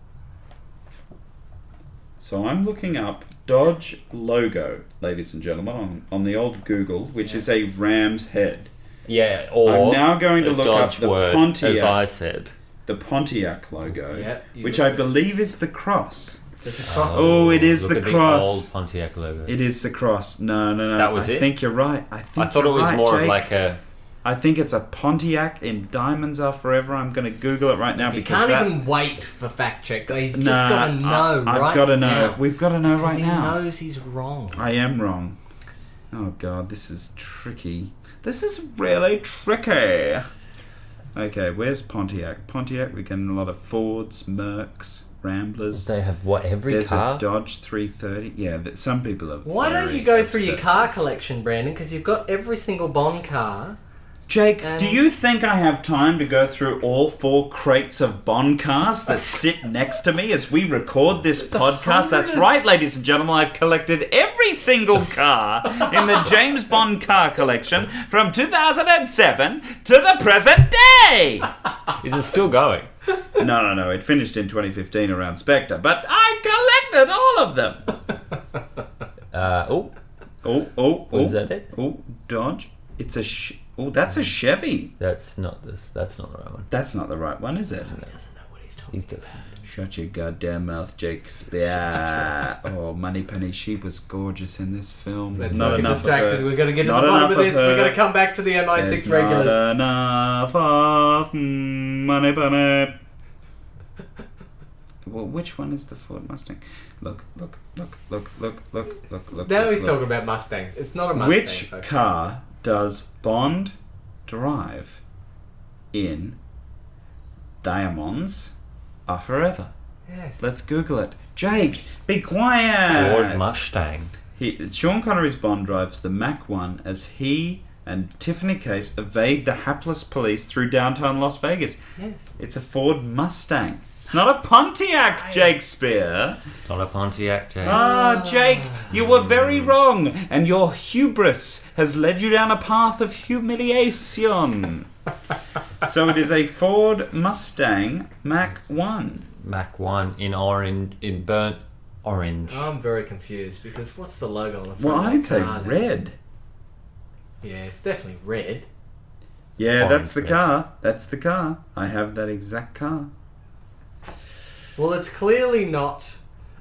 Speaker 3: So I'm looking up Dodge logo, ladies and gentlemen, on, on the old Google, which is a ram's head.
Speaker 2: Yeah, or
Speaker 3: I'm now going to
Speaker 2: the
Speaker 3: look up
Speaker 2: Dodge
Speaker 3: the
Speaker 2: word, as
Speaker 3: Pontiac,
Speaker 2: I said.
Speaker 3: the Pontiac logo,
Speaker 1: Yeah, you
Speaker 3: which
Speaker 1: look
Speaker 3: I
Speaker 1: at it.
Speaker 3: believe is the cross.
Speaker 1: There's a cross.
Speaker 3: Oh, it is
Speaker 2: Look
Speaker 3: the
Speaker 2: at
Speaker 3: cross.
Speaker 2: The old Pontiac logo.
Speaker 3: It is the cross. No, no, no.
Speaker 2: That was
Speaker 3: I
Speaker 2: it?
Speaker 3: think you're right. I think
Speaker 2: I thought it
Speaker 3: you're
Speaker 2: was
Speaker 3: right,
Speaker 2: more
Speaker 3: Jake.
Speaker 2: of like a.
Speaker 3: I think it's a Pontiac in Diamonds Are Forever. I'm going to Google it right now
Speaker 1: You
Speaker 3: because
Speaker 1: can't
Speaker 3: that,
Speaker 1: even wait for fact check. He's just
Speaker 3: Nah,
Speaker 1: got to know
Speaker 3: I,
Speaker 1: right
Speaker 3: I've got to know.
Speaker 1: now.
Speaker 3: We've got to know
Speaker 1: 'Cause
Speaker 3: right
Speaker 1: he
Speaker 3: now.
Speaker 1: knows he's wrong.
Speaker 3: I am wrong. Oh god, this is tricky. This is really tricky. Okay, where's Pontiac? Pontiac, we're getting a lot of Fords, Mercs, Ramblers.
Speaker 2: They have what every
Speaker 3: There's
Speaker 2: car.
Speaker 3: a Dodge 330. Yeah, but some people are.
Speaker 1: Why don't
Speaker 3: very
Speaker 1: you go through your
Speaker 3: obsessed.
Speaker 1: car collection, Brandon? Because you've got every single Bond car.
Speaker 3: Jake,
Speaker 1: Um,
Speaker 3: do you think I have time to go through all four crates of Bond cars that sit next to me as we record this podcast? That's
Speaker 1: hundred.
Speaker 3: right, ladies and gentlemen, I've collected every single car in the James Bond car collection from 2007 to the present day.
Speaker 2: Is it still going?
Speaker 3: No, no, no, it finished in 2015 around Spectre, but I collected all of them.
Speaker 2: Uh, oh,
Speaker 3: Oh, oh, oh.
Speaker 2: is that it?
Speaker 3: Oh, Dodge. It's a. Sh- oh, that's a Chevy.
Speaker 2: That's not this. That's not the right one.
Speaker 3: That's not the right one, is it?
Speaker 1: He doesn't know what he's talking
Speaker 2: He's different.
Speaker 3: Shut your goddamn mouth, Jake Spear. oh, Moneypenny, she was gorgeous in this film.
Speaker 1: about. Let's not get distracted. We're going to get to the
Speaker 3: Not
Speaker 1: bottom of
Speaker 3: enough of
Speaker 1: this. We're
Speaker 3: her.
Speaker 1: going to come back to the MI6
Speaker 3: There's
Speaker 1: regulars.
Speaker 3: Not enough of Moneypenny. Well, which one is the Ford Mustang? Look, look, look, look, look, look, look, look.
Speaker 1: now
Speaker 3: look,
Speaker 1: he's
Speaker 3: look.
Speaker 1: talking about Mustangs. It's not a Mustang.
Speaker 3: Which
Speaker 1: folks.
Speaker 3: car does Bond drive in Diamonds Are Forever?
Speaker 1: Yes.
Speaker 3: Let's Google it. Jake, be quiet.
Speaker 2: Ford Mustang.
Speaker 3: He, Sean Connery's Bond drives the Mac 1 as he and Tiffany Case evade the hapless police through downtown Las Vegas.
Speaker 1: Yes.
Speaker 3: It's a Ford Mustang. It's not a Pontiac, Jake Spear.
Speaker 2: It's not a Pontiac, Jake.
Speaker 3: Ah, Jake, you were very wrong, and your hubris has led you down a path of humiliation. so it is a Ford Mustang Mach 1.
Speaker 2: Mac One in orange, in burnt orange.
Speaker 3: Ah,
Speaker 1: I'm very confused because what's the logo on the front?
Speaker 3: Well,
Speaker 1: of
Speaker 3: I
Speaker 1: that
Speaker 3: would say
Speaker 1: car then?
Speaker 3: red.
Speaker 1: Yeah, it's definitely red.
Speaker 3: Yeah,
Speaker 2: Orange
Speaker 3: that's the
Speaker 2: red.
Speaker 3: car. That's the car. I have that exact car.
Speaker 1: Well, it's clearly not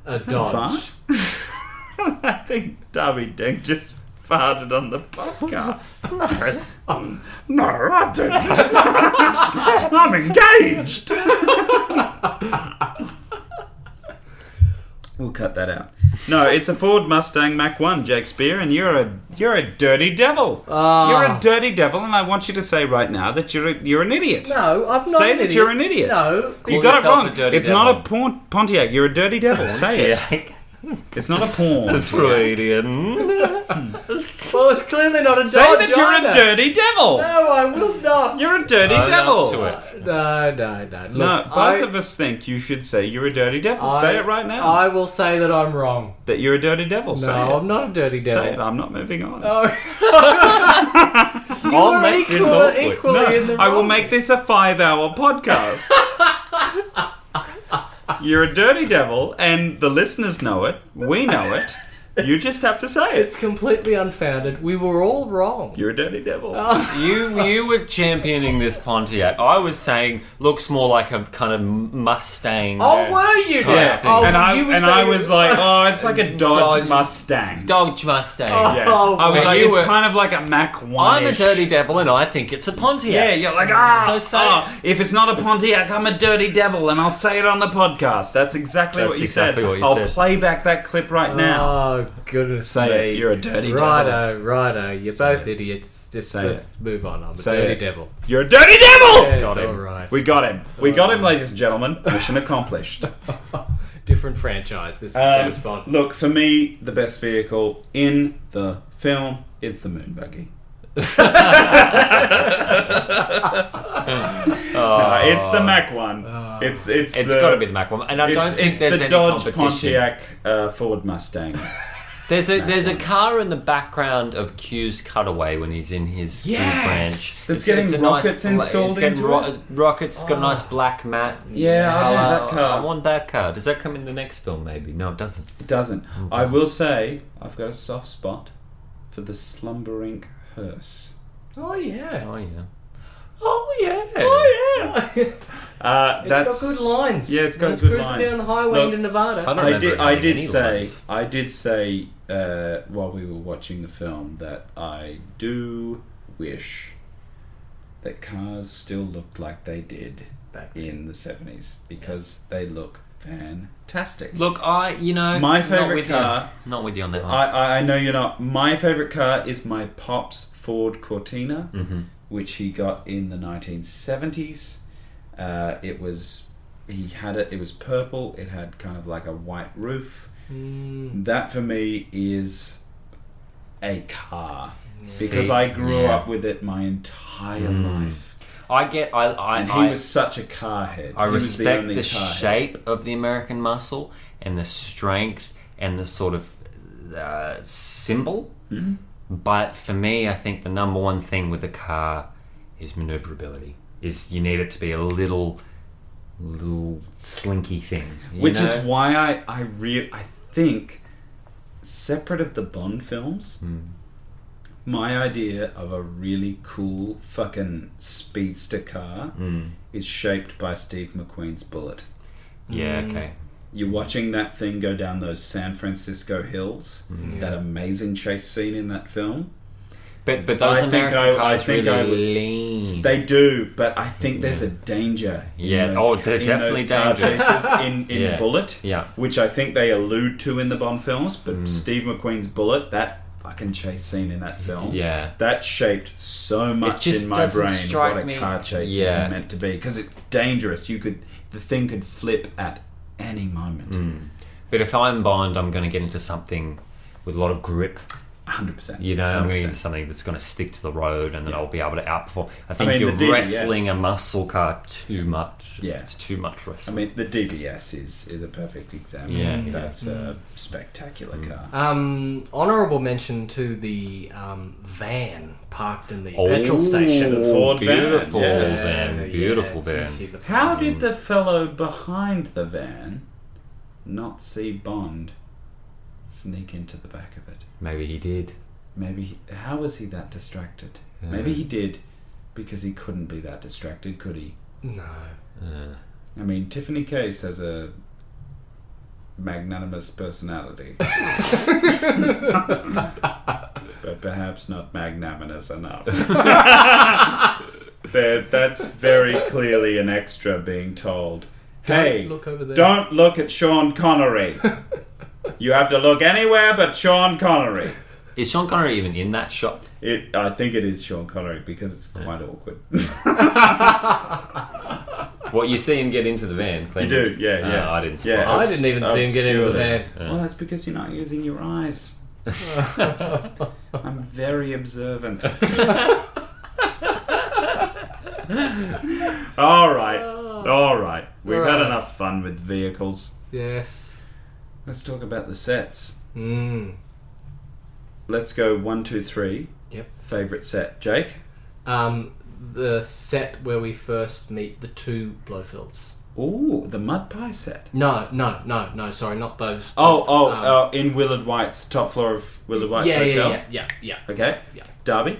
Speaker 1: a Dodge.
Speaker 3: Fart? I think Darby Dick just farted on the podcast. no, no, I didn't. I'm engaged. we'll cut that out. No, it's a Ford Mustang Mach One, Jake Spear, and you're a you're a dirty devil.
Speaker 1: Ah.
Speaker 3: You're a dirty devil, and I want you to say right now that you're a, you're an idiot.
Speaker 1: No, I'm not.
Speaker 3: Say
Speaker 1: an
Speaker 3: that
Speaker 1: idiot.
Speaker 3: you're an idiot.
Speaker 1: No,
Speaker 3: You got
Speaker 2: Call
Speaker 3: it
Speaker 2: yourself
Speaker 3: wrong.
Speaker 2: a dirty
Speaker 3: It's
Speaker 2: devil.
Speaker 3: not a porn Pontiac. You're a dirty devil. Say it. It's not a porn.
Speaker 8: Freudian.
Speaker 1: well, it's clearly not a Dodge.
Speaker 3: Say that you're a
Speaker 1: either.
Speaker 3: dirty devil.
Speaker 1: No, I will not.
Speaker 3: You're a dirty
Speaker 2: Own up
Speaker 3: devil.
Speaker 2: to it.
Speaker 1: No, no, no. Look,
Speaker 3: No, both
Speaker 1: I,
Speaker 3: of us think you should say you're a dirty devil.
Speaker 1: I-
Speaker 3: say it right now.
Speaker 1: I will say that I'm wrong.
Speaker 3: that you're a dirty devil. say
Speaker 1: no,
Speaker 3: it.
Speaker 1: I'm not a dirty devil.
Speaker 3: Say it. I'm not moving on.
Speaker 1: you
Speaker 3: I'll
Speaker 1: were
Speaker 3: make this
Speaker 1: equal-
Speaker 3: awkward.
Speaker 1: equally
Speaker 3: No,
Speaker 1: in the
Speaker 3: I will
Speaker 1: wrong.
Speaker 3: make this a five-hour podcast. you're a dirty devil, and the listeners know it. We know it. You just have to say
Speaker 1: It's
Speaker 3: it.
Speaker 1: completely unfounded. We were all wrong.
Speaker 3: You're a dirty devil.
Speaker 1: Oh.
Speaker 2: You you were championing this Pontiac. I was saying looks more like a kind of Mustang.
Speaker 1: oh, were you?
Speaker 2: Sorry, I
Speaker 1: Yeah.
Speaker 2: think-
Speaker 1: Oh,
Speaker 3: and I
Speaker 1: you were
Speaker 3: and I
Speaker 1: saying-
Speaker 3: was like, oh, it's like a Dodge,
Speaker 2: Dodge.
Speaker 3: Mustang.
Speaker 2: Dodge Mustang.
Speaker 1: Oh.
Speaker 3: Yeah. I was
Speaker 2: But
Speaker 3: like,
Speaker 2: you
Speaker 3: it's
Speaker 2: were-
Speaker 3: kind of like a Mac One.
Speaker 2: I'm a dirty devil and I think it's a Pontiac.
Speaker 3: Yeah, you're like, ah,
Speaker 2: So say
Speaker 3: ah, if it's not a Pontiac, I'm a dirty devil, and I'll say it on the podcast. That's exactly
Speaker 2: That's
Speaker 3: what you
Speaker 2: exactly
Speaker 3: said.
Speaker 2: what you
Speaker 3: I'll
Speaker 2: said. Ah.
Speaker 3: play back that clip right now.
Speaker 1: Oh goodness.
Speaker 3: Say it.
Speaker 1: me.
Speaker 3: You're a dirty devil.
Speaker 1: Righto, righto. You're both idiots. Just
Speaker 3: Say
Speaker 1: let's move on. I'm a
Speaker 3: Say
Speaker 1: dirty
Speaker 3: it.
Speaker 1: devil.
Speaker 3: You're a dirty devil.
Speaker 1: Yes,
Speaker 3: got him.
Speaker 1: all right.
Speaker 3: We got him. We got him, ladies and gentlemen. Mission accomplished.
Speaker 1: Different franchise. This is
Speaker 3: Um,
Speaker 1: James Bond.
Speaker 3: look, for me, the best vehicle in the film is the moon buggy. No, it's the Mac one. it's it's
Speaker 2: Oh. It's
Speaker 3: the,
Speaker 2: got to be the Mac one, and I
Speaker 3: It's,
Speaker 2: don't think
Speaker 3: it's
Speaker 2: there's
Speaker 3: the
Speaker 2: any
Speaker 3: Dodge
Speaker 2: competition.
Speaker 3: Pontiac uh, Ford Mustang.
Speaker 2: There's a there's a car in the background of Q's cutaway when he's in his food
Speaker 3: Yes!
Speaker 2: branch.
Speaker 3: It's getting rockets
Speaker 2: bla-
Speaker 3: installed
Speaker 2: It's getting
Speaker 3: into
Speaker 2: ro-
Speaker 3: it. Ah.
Speaker 2: rockets. Got a nice black matte.
Speaker 3: Yeah, I want that
Speaker 2: colour.
Speaker 3: car.
Speaker 2: I want that car. Does that come in the next film? Maybe no, it doesn't.
Speaker 3: It doesn't. I will say I've got a soft spot for the slumbering hearse.
Speaker 1: Oh yeah.
Speaker 2: Oh yeah.
Speaker 3: Oh yeah. Oh yeah. Uh,
Speaker 1: It's
Speaker 3: that's
Speaker 1: got good lines.
Speaker 3: Yeah, it's got
Speaker 1: When it's
Speaker 3: good
Speaker 1: cruising
Speaker 3: lines.
Speaker 1: down the highway
Speaker 3: Look,
Speaker 1: into Nevada.
Speaker 2: I don't
Speaker 3: I
Speaker 2: remember
Speaker 3: did.
Speaker 2: it
Speaker 3: I
Speaker 2: having
Speaker 3: did
Speaker 2: any
Speaker 3: say.
Speaker 2: lines.
Speaker 3: I did say uh, while we were watching the film that I do wish that cars still looked like they did
Speaker 1: Back
Speaker 3: in the seventies because they look fantastic.
Speaker 2: Look, I you know
Speaker 3: My
Speaker 2: not
Speaker 3: favourite
Speaker 2: with
Speaker 3: car-
Speaker 2: You, not with you on
Speaker 3: I,
Speaker 2: that. one.
Speaker 3: I, I know you're not. My favorite car is my pop's Ford Cortina,
Speaker 2: Mm-hmm.
Speaker 3: which he got in the 1970s. Uh, it was he had it. It was purple. It had kind of like a white roof. That for me is a car because
Speaker 2: See,
Speaker 3: I grew
Speaker 2: yeah. Mm.
Speaker 3: up with it my entire life,
Speaker 2: I get I I
Speaker 3: and he
Speaker 2: I,
Speaker 3: was such a car head.
Speaker 2: I
Speaker 3: He was
Speaker 2: respect
Speaker 3: only
Speaker 2: the,
Speaker 3: car head.
Speaker 2: shape of the American muscle and the strength and the sort of uh, symbol.
Speaker 3: Hmm.
Speaker 2: But for me, I think the number one thing with a car is maneuverability. Is you need it to be a little, little slinky thing, you
Speaker 3: which
Speaker 2: know?
Speaker 3: is why I I re- I think separate of the Bond films,
Speaker 2: Hmm.
Speaker 3: my idea of a really cool fucking speedster car
Speaker 2: Hmm.
Speaker 3: is shaped by Steve McQueen's Bullet.
Speaker 2: yeah
Speaker 3: Hmm.
Speaker 2: okay.
Speaker 3: You're watching that thing go down those San Francisco hills,
Speaker 2: Hmm.
Speaker 3: that amazing chase scene in that film.
Speaker 2: But but those
Speaker 3: I think
Speaker 2: American
Speaker 3: I- I
Speaker 2: cars
Speaker 3: think
Speaker 2: really
Speaker 3: I was-
Speaker 2: lean.
Speaker 3: They do, but I think there's a danger. In
Speaker 2: Hmm. Yeah,
Speaker 3: those,
Speaker 2: oh, they're
Speaker 3: in
Speaker 2: definitely
Speaker 3: those car
Speaker 2: dangerous.
Speaker 3: chases in, in
Speaker 2: Yeah.
Speaker 3: Bullet.
Speaker 2: Yeah.
Speaker 3: which I think they allude to in the Bond films. But
Speaker 2: Hmm.
Speaker 3: Steve McQueen's Bullet, that fucking chase scene in that film,
Speaker 2: yeah.
Speaker 3: that shaped so much
Speaker 2: just
Speaker 3: in my
Speaker 2: doesn't
Speaker 3: brain
Speaker 2: strike
Speaker 3: what a
Speaker 2: me-
Speaker 3: car chase
Speaker 2: Yeah.
Speaker 3: is meant to be because it's dangerous. You could the thing could flip at any moment.
Speaker 2: Hmm. But if I'm Bond, I'm going to get into something with a lot of grip.
Speaker 3: hundred percent.
Speaker 2: You know, I'm going to
Speaker 3: 100%.
Speaker 2: need something that's going to stick to the road, and then I'll be able to outperform. I think
Speaker 3: mean,
Speaker 2: if you're
Speaker 3: the DDS.
Speaker 2: wrestling a muscle car too much.
Speaker 3: Yeah.
Speaker 2: it's too much
Speaker 3: I
Speaker 2: wrestling.
Speaker 3: mean, the DBS is is a perfect example.
Speaker 2: Yeah, Hmm. yeah.
Speaker 3: that's a spectacular car.
Speaker 1: Um, honorable mention to the um, van parked in the
Speaker 2: Oh,
Speaker 1: petrol station.
Speaker 3: Ford van,
Speaker 2: beautiful
Speaker 3: yes.
Speaker 2: van, beautiful
Speaker 1: yeah,
Speaker 2: van.
Speaker 1: it's easy to-
Speaker 3: How
Speaker 2: Hmm.
Speaker 3: did the fellow behind the van not see Bond sneak into the back of it?
Speaker 2: Maybe he did.
Speaker 3: Maybe he, how was he that distracted?
Speaker 2: Yeah.
Speaker 3: Maybe he did because he couldn't be that distracted, could he?
Speaker 1: No.
Speaker 2: Uh,
Speaker 3: I mean, Tiffany Case has a magnanimous personality. but perhaps not magnanimous enough. That- that's very clearly an extra being told. Hey,
Speaker 1: Don't look over there.
Speaker 3: don't look at Sean Connery. you have to look anywhere but Sean Connery.
Speaker 2: is Sean Connery even in that shot?
Speaker 3: It, I think it is Sean Connery because it's quite awkward.
Speaker 2: What you see him get into the van?
Speaker 3: you
Speaker 2: Clean.
Speaker 3: do, yeah,
Speaker 2: Oh,
Speaker 3: yeah.
Speaker 2: I didn't spot
Speaker 3: Yeah,
Speaker 2: it.
Speaker 1: I didn't even see him get into the
Speaker 3: obscurely.
Speaker 1: van.
Speaker 3: Well, that's because you're not using your eyes. I'm very observant. all right, all right. We've had
Speaker 1: Right.
Speaker 3: enough fun with vehicles.
Speaker 1: Yes.
Speaker 3: Let's talk about the sets.
Speaker 1: Mm.
Speaker 3: Let's go one, two, three.
Speaker 1: Yep.
Speaker 3: Favorite set, Jake.
Speaker 1: Um, the set where we first meet the two Blowfields.
Speaker 3: Ooh, the mud pie set.
Speaker 1: No, no, no, no. Sorry, not those.
Speaker 3: Oh, oh,
Speaker 1: Um,
Speaker 3: uh, in Willard White's top floor of Willard White's
Speaker 1: yeah, yeah,
Speaker 3: hotel.
Speaker 1: yeah, yeah, yeah.
Speaker 3: Okay.
Speaker 1: Yeah.
Speaker 3: Derby.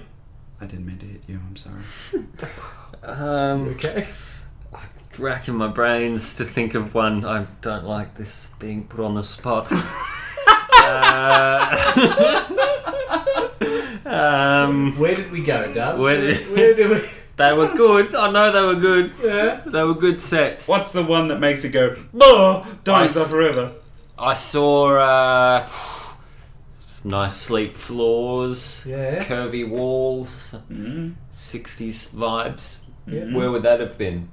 Speaker 3: I didn't mean to hit you. I'm sorry.
Speaker 8: Um,
Speaker 1: Okay.
Speaker 8: racking my brains to think of one. I don't like this being put on the spot. Uh, um,
Speaker 1: Where did we go, Dubs?
Speaker 8: Where did-
Speaker 1: where did we?
Speaker 8: they were good. I know they were good.
Speaker 1: Yeah.
Speaker 8: They were good sets.
Speaker 3: What's the one that makes it go, bah, diamonds
Speaker 8: Ice.
Speaker 3: are forever?
Speaker 8: I saw uh, some nice sleek floors,
Speaker 1: Yeah.
Speaker 8: curvy walls,
Speaker 3: Mm.
Speaker 8: 60s vibes.
Speaker 1: Yeah.
Speaker 8: Where would that have been?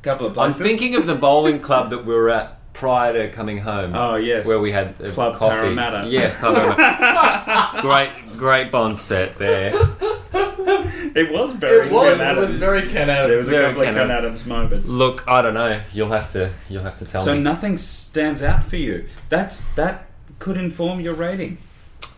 Speaker 3: couple of
Speaker 8: I'm
Speaker 3: places.
Speaker 8: thinking of the bowling club that we were at prior to coming home.
Speaker 3: Oh, yes.
Speaker 8: Where we had a
Speaker 3: Club
Speaker 8: coffee.
Speaker 3: Parramatta.
Speaker 8: Yes, Club Parramatta. great, great Bond set there.
Speaker 3: It was very
Speaker 1: It was.
Speaker 3: Ken
Speaker 1: It was
Speaker 3: Adams.
Speaker 1: very Ken Adams.
Speaker 3: there was a
Speaker 8: very
Speaker 3: couple of
Speaker 8: Ken
Speaker 3: Ken
Speaker 8: Adams.
Speaker 3: Adams moments.
Speaker 8: Look, I don't know. You'll have to, you'll have to tell
Speaker 3: So
Speaker 8: me.
Speaker 3: nothing stands out for you. That's That could inform your rating.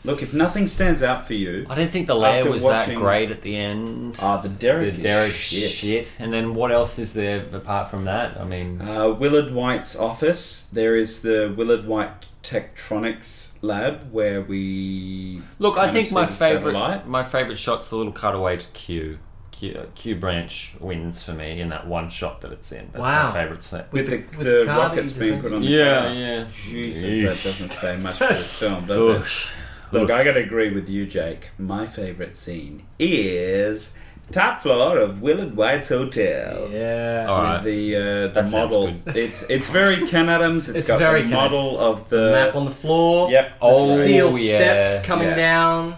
Speaker 3: Look, if nothing stands out for you,
Speaker 8: I don't think the layer
Speaker 3: After
Speaker 8: was
Speaker 3: watching-
Speaker 8: that great at the end.
Speaker 3: ah, the Derek,
Speaker 8: the
Speaker 3: is
Speaker 8: Derek
Speaker 3: shit.
Speaker 8: shit. And then what else is there apart from that? I mean,
Speaker 3: Uh, Willard White's office. There is the Willard White Tektronics lab where we
Speaker 8: look,
Speaker 3: kind
Speaker 8: I
Speaker 3: of
Speaker 8: think
Speaker 3: see
Speaker 8: my
Speaker 3: the
Speaker 8: favorite
Speaker 3: satellite.
Speaker 8: my favorite shot's the little cutaway to Q. Q, uh, Q branch wins for me in that one shot that it's in. That's
Speaker 1: Wow.
Speaker 8: my favorite set.
Speaker 3: with
Speaker 1: the-
Speaker 3: the, the,
Speaker 1: with the car that
Speaker 3: rockets
Speaker 1: you
Speaker 3: being
Speaker 1: just
Speaker 3: put
Speaker 1: made?
Speaker 3: on the
Speaker 8: Yeah,
Speaker 3: car.
Speaker 8: yeah.
Speaker 3: Jesus,
Speaker 8: Yeesh.
Speaker 3: that doesn't say much for this film, does it?
Speaker 8: Oof.
Speaker 3: Look, I gotta agree with you, Jake. My favourite scene is top floor of Willard White's hotel.
Speaker 1: Yeah.
Speaker 8: All
Speaker 3: With
Speaker 8: right.
Speaker 3: the uh, the
Speaker 8: That sounds
Speaker 3: model,
Speaker 8: good.
Speaker 3: it's it's very Ken Adams. it's
Speaker 1: It's
Speaker 3: got
Speaker 1: very
Speaker 3: the
Speaker 1: Ken
Speaker 3: model of the
Speaker 1: Map on the floor.
Speaker 3: Uh, yep,
Speaker 1: The
Speaker 3: oh,
Speaker 8: Oh,
Speaker 1: steel
Speaker 8: yeah,
Speaker 1: steps coming
Speaker 3: yeah.
Speaker 1: down.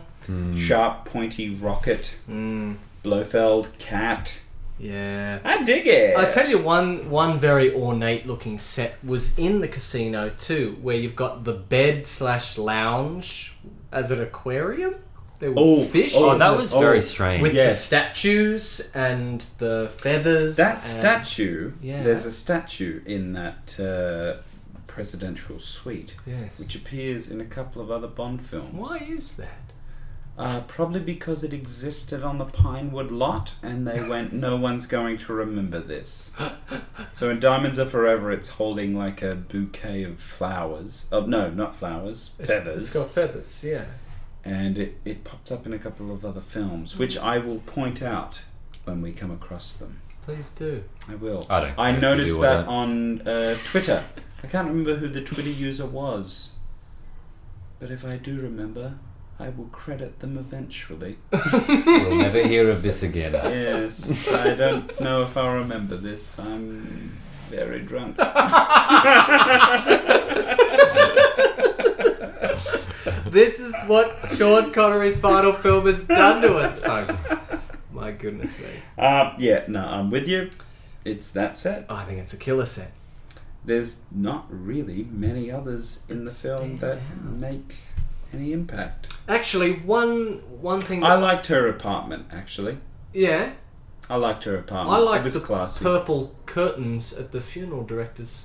Speaker 3: sharp pointy rocket,
Speaker 1: Mm,
Speaker 3: Blofeld cat.
Speaker 1: yeah.
Speaker 3: I dig it.
Speaker 1: I tell you one one very ornate looking set was in the casino too, where you've got the bed slash lounge as an aquarium. There were
Speaker 3: Oh,
Speaker 1: fish.
Speaker 3: oh,
Speaker 8: Oh, that
Speaker 3: with-
Speaker 8: was
Speaker 3: oh,
Speaker 8: very strange.
Speaker 1: with the
Speaker 3: yes.
Speaker 1: statues and the feathers.
Speaker 3: That
Speaker 1: and-
Speaker 3: statue,
Speaker 1: um, Yeah.
Speaker 3: there's a statue in that uh, presidential suite,
Speaker 1: Yes.
Speaker 3: which appears in a couple of other Bond films.
Speaker 1: Why is that?
Speaker 3: Uh, probably because it existed on the Pinewood lot, and they went, no one's going to remember this. so in Diamonds Are Forever, it's holding like a bouquet of flowers. Oh, no, not flowers,
Speaker 1: It's-
Speaker 3: feathers.
Speaker 1: It's got feathers. Yeah.
Speaker 3: and it, it pops up in a couple of other films, which I will point out when we come across them.
Speaker 1: Please do.
Speaker 3: I will.
Speaker 2: I don't.
Speaker 3: I
Speaker 2: care if you do
Speaker 3: noticed
Speaker 2: or
Speaker 3: that
Speaker 2: not.
Speaker 3: on uh, Twitter. I can't remember who the Twitter user was, but if I do remember, I will credit them eventually.
Speaker 2: We'll never hear of this again.
Speaker 3: Yes, I don't know if I remember this. I'm very drunk.
Speaker 1: This is what Sean Connery's final film has done to us, folks. My goodness me.
Speaker 3: Uh, yeah, no, I'm with you. It's that set.
Speaker 1: I think it's a killer set.
Speaker 3: There's not really many others in the
Speaker 1: It's
Speaker 3: film
Speaker 1: there
Speaker 3: that
Speaker 1: now.
Speaker 3: make any impact.
Speaker 1: Actually, one one thing.
Speaker 3: I liked her apartment, actually.
Speaker 1: yeah,
Speaker 3: I liked her apartment.
Speaker 1: I
Speaker 3: it
Speaker 1: like
Speaker 3: was
Speaker 1: the
Speaker 3: classy.
Speaker 1: purple curtains at the funeral director's.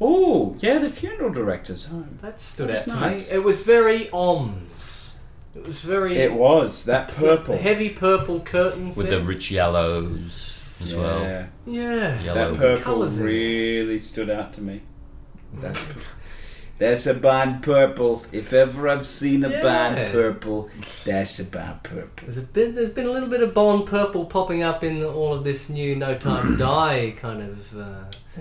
Speaker 3: oh, yeah, the funeral director's home.
Speaker 1: That stood
Speaker 3: That
Speaker 1: out
Speaker 3: was
Speaker 1: to
Speaker 3: nice.
Speaker 1: me. It was very OMS. It was very
Speaker 3: It was that purple.
Speaker 1: heavy purple curtains
Speaker 2: with the
Speaker 1: there.
Speaker 2: rich yellows as
Speaker 3: yeah,
Speaker 2: well.
Speaker 1: yeah.
Speaker 2: Yellow.
Speaker 3: that
Speaker 2: Lots of
Speaker 3: purple
Speaker 1: colours in there.
Speaker 3: really stood out to me. That- That's a band purple. If ever I've seen a
Speaker 1: Yeah.
Speaker 3: band purple, that's a band purple.
Speaker 1: There's a bit. There's been a little bit of Bond purple popping up in all of this new No Time to Die kind of uh,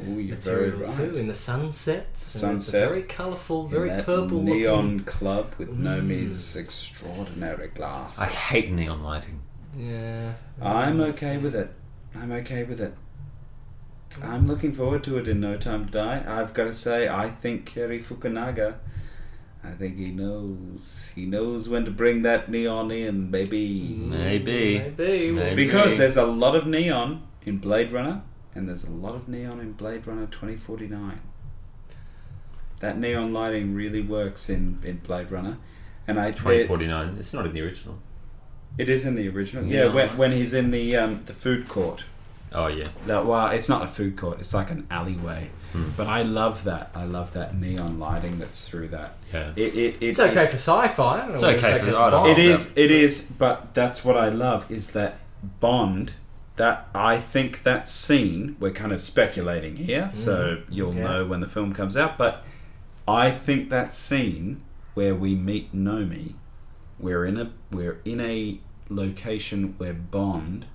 Speaker 3: Oh, you're very
Speaker 1: material too.
Speaker 3: right.
Speaker 1: In the sunsets, and it's a
Speaker 3: Sunset.
Speaker 1: very colourful,
Speaker 3: In
Speaker 1: very
Speaker 3: that
Speaker 1: purple
Speaker 3: neon club with
Speaker 1: Mm.
Speaker 3: Nomi's extraordinary glass.
Speaker 2: I hate neon lighting.
Speaker 1: Looking. Yeah,
Speaker 2: Um,
Speaker 3: I'm okay with it. I'm okay with it. I'm looking forward to it in No Time to Die. I've got to say, I think Kerry Fukunaga, I think he knows. He knows when to bring that neon in, baby.
Speaker 2: Maybe.
Speaker 1: Maybe. we'll
Speaker 2: Maybe.
Speaker 3: Because
Speaker 1: see.
Speaker 3: there's a lot of neon in Blade Runner, and there's a lot of neon in Blade Runner 2049. That neon lighting really works in, in Blade Runner. And I
Speaker 2: Twenty
Speaker 3: did-
Speaker 2: forty nine. It's not in the original.
Speaker 3: It is in the original.
Speaker 2: Yeah.
Speaker 3: Yeah, when, when he's in the um, the food court.
Speaker 2: Oh yeah.
Speaker 3: That, well, it's not a food court. It's like an alleyway. But I love that. I love that neon lighting that's through that.
Speaker 2: Yeah.
Speaker 3: It, it, it,
Speaker 1: it's okay for sci-fi. I don't know
Speaker 2: It's
Speaker 1: whether
Speaker 2: okay for- I don't
Speaker 1: Bond.
Speaker 3: It, it
Speaker 2: Oh,
Speaker 3: is. It is. But that's what I love is that Bond. That I think that scene. We're kind of speculating here, so you'll
Speaker 1: Mm. yeah.
Speaker 3: know when the film comes out. But I think that scene where we meet Nomi, we're in a we're in a location where Bond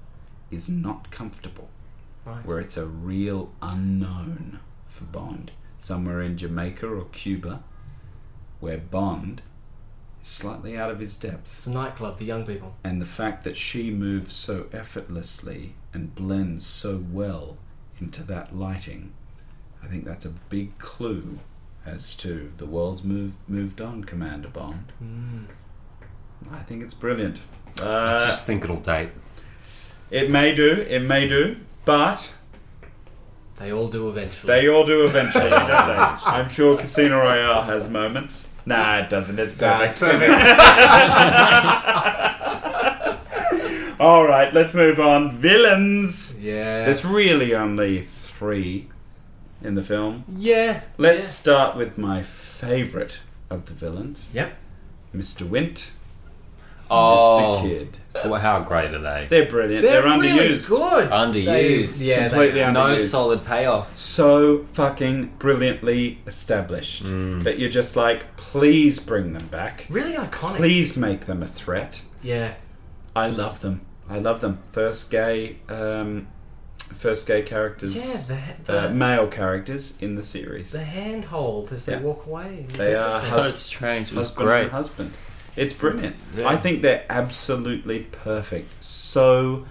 Speaker 3: is not comfortable
Speaker 1: Right.
Speaker 3: where it's a real unknown for Bond, somewhere in Jamaica or Cuba, where Bond is slightly out of his
Speaker 1: It's
Speaker 3: depth.
Speaker 1: a nightclub for young people.
Speaker 3: And the fact that she moves so effortlessly and blends so well into that lighting, I think that's a big clue as to the world's move, moved on, Commander Bond. I think it's brilliant.
Speaker 2: I
Speaker 3: Uh,
Speaker 2: just think it'll date.
Speaker 3: it may do, it may do, but
Speaker 1: They all do eventually.
Speaker 3: They all do eventually, don't they? I'm sure Casino Royale has moments. Nah, it doesn't. It's perfect. All right, let's move on. Villains.
Speaker 1: yeah.
Speaker 3: There's really only three in the film.
Speaker 1: Yeah.
Speaker 3: Let's start with my favourite of the villains,
Speaker 1: Yeah. Yep.
Speaker 3: Mr. Wint, Mr.
Speaker 2: Oh,
Speaker 3: Kid.
Speaker 2: well, how great are they?
Speaker 3: They're brilliant.
Speaker 1: They're,
Speaker 3: They're,
Speaker 1: really
Speaker 3: underused.
Speaker 1: good.
Speaker 2: Underused.
Speaker 1: They, yeah.
Speaker 3: Completely
Speaker 1: they,
Speaker 3: un-
Speaker 2: No
Speaker 3: Underused.
Speaker 2: solid payoff.
Speaker 3: so fucking brilliantly established that you're just like, please bring them back.
Speaker 1: really iconic.
Speaker 3: Please make them a threat.
Speaker 1: Yeah.
Speaker 3: I love them. I love them. First gay, um, first gay characters,
Speaker 1: Yeah. The, the,
Speaker 3: uh, male characters in the series.
Speaker 1: the handhold as they
Speaker 3: Yeah.
Speaker 1: walk away.
Speaker 3: They are
Speaker 2: so
Speaker 3: hus-
Speaker 2: strange. It was
Speaker 3: husband
Speaker 2: great.
Speaker 3: and husband. It's brilliant.
Speaker 2: Yeah.
Speaker 3: I think they're absolutely perfect. So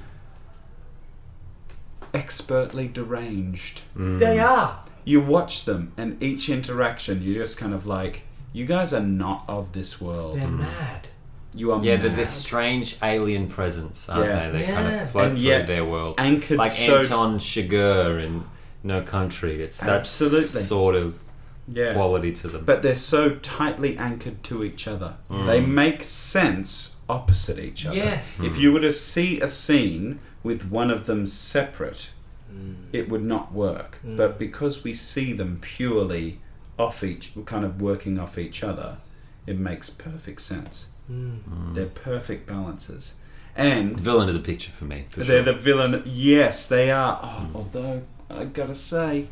Speaker 3: expertly deranged.
Speaker 2: Mm.
Speaker 1: They are.
Speaker 3: You watch them, and each interaction, you're just kind of like, you guys are not of this world.
Speaker 1: They're mad.
Speaker 3: You are
Speaker 2: Yeah, they're
Speaker 3: mad.
Speaker 2: this strange alien presence, aren't
Speaker 3: Yeah.
Speaker 2: they? They kind
Speaker 1: Yeah.
Speaker 2: of float
Speaker 3: And
Speaker 2: through
Speaker 3: yet
Speaker 2: their world.
Speaker 3: anchored
Speaker 2: like
Speaker 3: so
Speaker 2: Anton Chigurh in No Country. It's that
Speaker 3: Absolutely.
Speaker 2: sort of
Speaker 3: yeah.
Speaker 2: quality to them.
Speaker 3: but they're so tightly anchored to each other.
Speaker 2: Mm.
Speaker 3: They make sense opposite each other.
Speaker 1: Yes.
Speaker 3: If you were to see a scene with one of them separate,
Speaker 1: Mm.
Speaker 3: it would not work. But because we see them purely off each, kind of working off each other, it makes perfect sense.
Speaker 1: Mm.
Speaker 2: Mm.
Speaker 3: They're perfect balances. And
Speaker 2: Villain of the picture for me. Mm, For
Speaker 3: they're
Speaker 2: sure. Mm.
Speaker 3: the villain. Yes, they are. Oh, Although, I gotta say,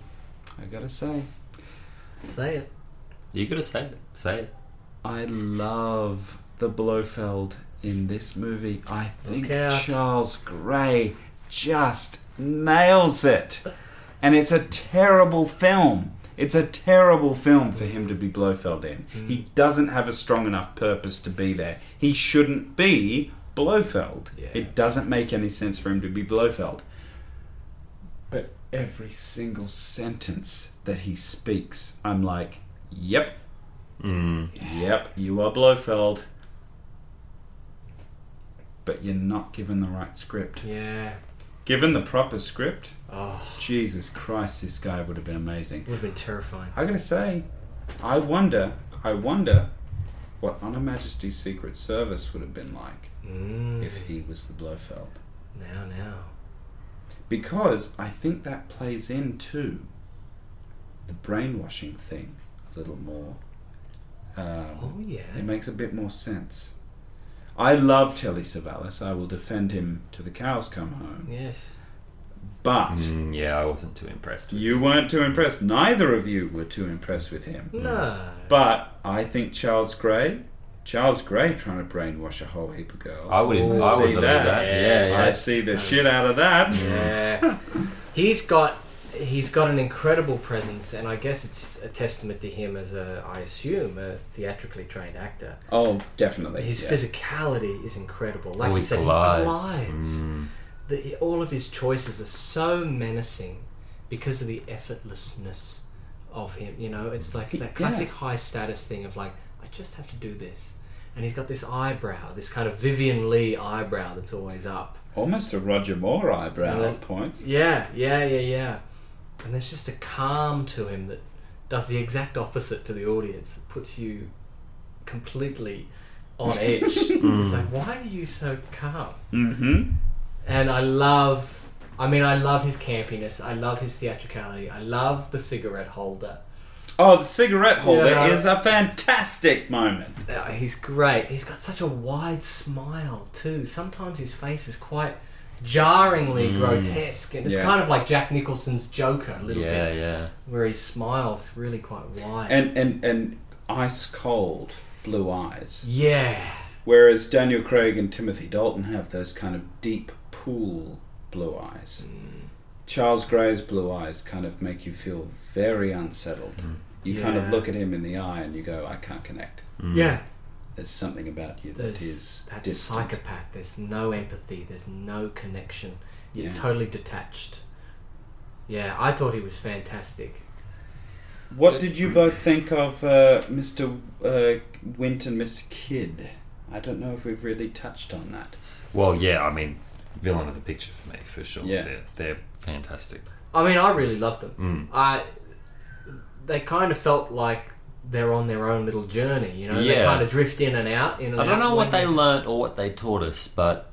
Speaker 3: I gotta say,
Speaker 1: Say it.
Speaker 2: you gotta say it. Say it.
Speaker 3: I love the Blofeld in this movie. I think
Speaker 1: Look out.
Speaker 3: Charles Gray just nails it. And it's a terrible film. It's a terrible film for him to be Blofeld in.
Speaker 1: Mm.
Speaker 3: He doesn't have a strong enough purpose to be there. He shouldn't be Blofeld.
Speaker 1: Yeah.
Speaker 3: It doesn't make any sense for him to be Blofeld. But every single sentence that he speaks, I'm like, yep,
Speaker 1: Hmm.
Speaker 3: Yep, you are Blofeld. But you're not given the right script.
Speaker 1: Yeah.
Speaker 3: Given the proper script,
Speaker 1: Oh,
Speaker 3: Jesus Christ, this guy would have been amazing.
Speaker 1: would have been terrifying.
Speaker 3: I'm gonna say, I wonder, I wonder what Honor Majesty's Secret Service would have been like
Speaker 1: Mm.
Speaker 3: if he was the Blofeld.
Speaker 1: Now, now.
Speaker 3: Because I think that plays into the brainwashing thing a little more.
Speaker 1: Oh,
Speaker 3: Um,
Speaker 1: yeah.
Speaker 3: It makes a bit more sense. I love Telly Savalas. I will defend him to the cows come home.
Speaker 1: Yes.
Speaker 3: But
Speaker 8: Mm, yeah, I wasn't too impressed. With
Speaker 3: you weren't too impressed. Neither of you were too impressed with him.
Speaker 1: No.
Speaker 3: But I think Charles Gray, Charles Gray trying to brainwash a whole heap of girls.
Speaker 8: I would,
Speaker 3: I
Speaker 8: I would
Speaker 3: see
Speaker 8: believe
Speaker 3: that.
Speaker 8: that. Yeah, yeah.
Speaker 3: I see the shit out of that.
Speaker 1: Yeah. he's got he's got an incredible presence, and I guess it's a testament to him as a, I assume, a theatrically trained actor.
Speaker 3: Oh, definitely.
Speaker 1: His
Speaker 3: yeah.
Speaker 1: physicality is incredible. Like
Speaker 2: Uh,
Speaker 1: you
Speaker 2: Oh, he
Speaker 1: said,
Speaker 2: glides. Mm.
Speaker 1: he glides. The, all of his choices are so menacing because of the effortlessness of him. You know, it's like that classic high status thing of like, I just have to do this. And he's got this eyebrow, this kind of Vivian Lee eyebrow that's always up.
Speaker 3: Almost a Roger Moore eyebrow
Speaker 1: Yeah.
Speaker 3: at points.
Speaker 1: Yeah, yeah, yeah, yeah. And there's just a calm to him that does the exact opposite to the audience. It puts you completely on edge. It's like, why are you so calm?
Speaker 3: Mm-hmm.
Speaker 1: And I love, I mean, I love his campiness. I love his theatricality. I love the cigarette holder.
Speaker 3: Oh, the cigarette holder
Speaker 1: Yeah.
Speaker 3: is a fantastic moment.
Speaker 1: Uh, he's great. He's got such a wide smile, too. Sometimes his face is quite jarringly grotesque. And it's
Speaker 3: Yeah.
Speaker 1: kind of like Jack Nicholson's Joker, a little bit.
Speaker 2: Yeah, yeah.
Speaker 1: where he smiles really quite wide.
Speaker 3: And and and ice cold blue eyes.
Speaker 1: yeah,
Speaker 3: Whereas Daniel Craig and Timothy Dalton have those kind of deep pool blue eyes.
Speaker 1: Mm.
Speaker 3: Charles Gray's blue eyes kind of make you feel very unsettled. You kind of
Speaker 1: Mm. Yeah.
Speaker 3: look at him in the eye and you go, I can't connect.
Speaker 2: Mm.
Speaker 1: yeah.
Speaker 3: There's something about you that
Speaker 1: There's
Speaker 3: is
Speaker 1: that
Speaker 3: distant.
Speaker 1: psychopath. There's no empathy. There's no connection. You're
Speaker 3: Yeah.
Speaker 1: totally detached. Yeah, I thought he was fantastic.
Speaker 3: What did you both think of uh, Mr. Uh, Wint and Mr. Kidd? I don't know if we've really touched on that.
Speaker 2: Well, yeah, I mean,
Speaker 8: villain of the picture for me, for sure.
Speaker 3: Yeah.
Speaker 8: They're, they're
Speaker 2: fantastic.
Speaker 1: I mean, I really loved them. I they kind of felt like they're on their own little journey. You know, they
Speaker 2: Yeah.
Speaker 1: kind of drift in and out. In and
Speaker 2: I don't
Speaker 1: out
Speaker 2: know
Speaker 1: when
Speaker 2: what they learnt or what they taught us, but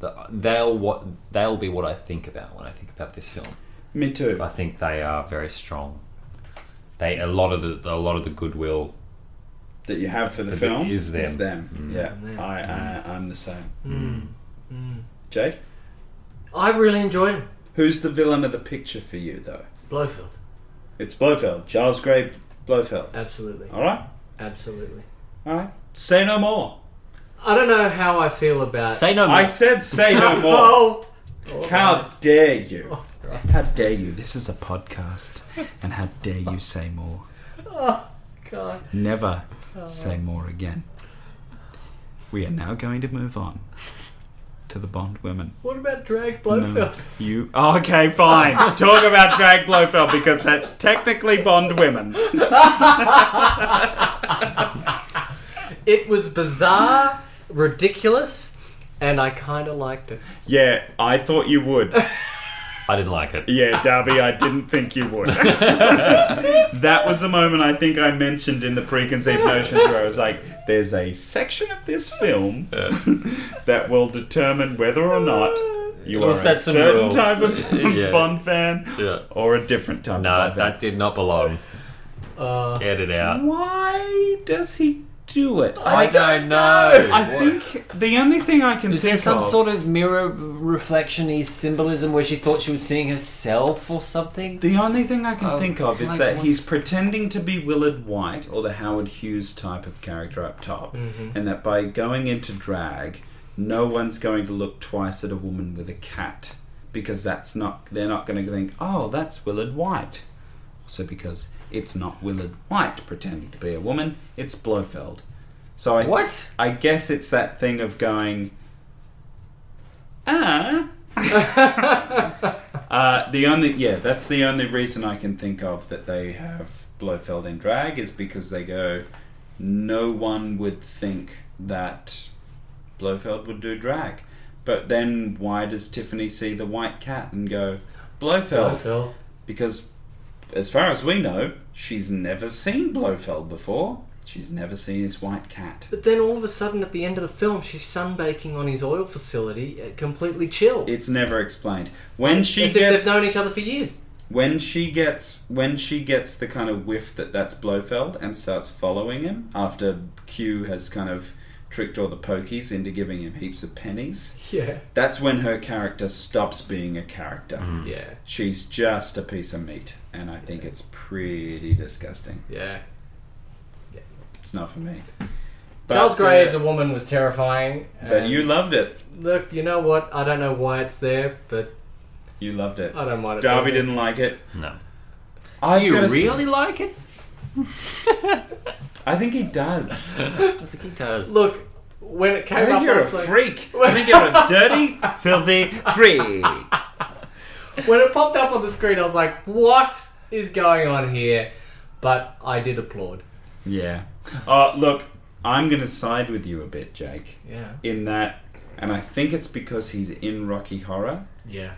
Speaker 2: th- they'll what they'll be what I think about when I think about this film.
Speaker 3: Me too.
Speaker 2: I think they are very strong. They a lot of the a lot of the goodwill.
Speaker 3: That you have for the
Speaker 2: It
Speaker 3: film
Speaker 2: is them.
Speaker 3: It's them.
Speaker 1: Mm.
Speaker 3: Yeah, I, I, I'm the same. Jake,
Speaker 1: I really enjoyed him.
Speaker 3: who's the villain of the picture for you though?
Speaker 1: Blofeld,
Speaker 3: It's Blofeld, Charles Gray Blofeld.
Speaker 1: absolutely,
Speaker 3: All right,
Speaker 1: absolutely.
Speaker 3: all right. Say no more.
Speaker 1: I don't know how I feel about.
Speaker 2: Say no
Speaker 3: I
Speaker 2: more.
Speaker 3: said say no more.
Speaker 1: Oh,
Speaker 3: How dare you? How dare you? This is a podcast, and how dare you say more?
Speaker 1: God.
Speaker 3: Never say more again. We are now going to move on to the Bond women.
Speaker 1: What about Drag
Speaker 3: No,
Speaker 1: Blofeld?
Speaker 3: you. oh, Okay, fine. Talk about Drag Blofeld because that's technically Bond women.
Speaker 1: It was bizarre, ridiculous, and I kind of liked it.
Speaker 3: Yeah, I thought you would.
Speaker 2: I didn't like it.
Speaker 3: Yeah, Darby, I didn't think you would. that was the moment I think I mentioned in the preconceived notions where I was like, there's a section of this film that will determine whether or not you
Speaker 2: We'll
Speaker 3: are a
Speaker 2: set some
Speaker 3: certain
Speaker 2: rules.
Speaker 3: type of
Speaker 2: Yeah.
Speaker 3: Bond fan
Speaker 2: Yeah.
Speaker 3: or a different type
Speaker 2: No,
Speaker 3: of Bond fan.
Speaker 2: that did not belong.
Speaker 1: Uh,
Speaker 2: Get it out.
Speaker 3: Why does he do it?
Speaker 2: I don't know.
Speaker 3: I think the only thing I can
Speaker 2: Was
Speaker 3: think
Speaker 2: there some
Speaker 3: of
Speaker 2: sort of mirror reflection-y symbolism where she thought she was seeing herself or something?
Speaker 3: The only thing I can
Speaker 2: Oh,
Speaker 3: think of is
Speaker 2: like
Speaker 3: that
Speaker 2: what's-
Speaker 3: he's pretending to be Willard White or the Howard Hughes type of character up top,
Speaker 2: Mm-hmm.
Speaker 3: and that by going into drag, no one's going to look twice at a woman with a cat because that's not they're not going to think, "Oh, that's Willard White." Also because it's not Willard White pretending to be a woman, it's Blofeld. So I
Speaker 2: What?
Speaker 3: I guess it's that thing of going ah uh, the only yeah, that's the only reason I can think of that they have Blofeld in drag is because they go, no one would think that Blofeld would do drag, but then why does Tiffany see the white cat and go Blofeld?
Speaker 1: Blofeld.
Speaker 3: Because as far as we know, she's never seen Blofeld before. She's never seen his white cat.
Speaker 1: But then all of a sudden, at the end of the film, she's sunbaking on his oil facility, uh, completely chill.
Speaker 3: It's never explained. When she
Speaker 1: As if
Speaker 3: gets
Speaker 1: they've known each other for years.
Speaker 3: when she gets when she gets the kind of whiff that that's Blofeld and starts following him after Q has kind of tricked all the pokies into giving him heaps of pennies.
Speaker 1: Yeah.
Speaker 3: That's when her character stops being a character.
Speaker 1: Yeah.
Speaker 3: She's just a piece of meat, and I think it's pretty disgusting.
Speaker 1: Yeah.
Speaker 3: It's not for me.
Speaker 1: Charles Grey
Speaker 3: uh,
Speaker 1: as a um, woman was terrifying.
Speaker 3: But
Speaker 1: and
Speaker 3: you loved it.
Speaker 1: look, you know what? I don't know why it's there, but
Speaker 3: You loved it.
Speaker 1: I don't mind it.
Speaker 3: Darby didn't like it.
Speaker 8: No.
Speaker 3: I
Speaker 8: Do you really like it?
Speaker 3: I think he does.
Speaker 8: I think he does.
Speaker 1: Look, when it
Speaker 3: I
Speaker 1: came up,
Speaker 3: think you're
Speaker 1: I
Speaker 3: a
Speaker 1: was like,
Speaker 3: freak. I think you're a dirty, filthy freak.
Speaker 1: when it popped up on the screen, I was like, "What is going on here?" But I did applaud.
Speaker 3: Yeah. Uh, look, I'm going to side with you a bit, Jake,
Speaker 1: Yeah.
Speaker 3: in that, and I think it's because he's in Rocky Horror
Speaker 1: Yeah.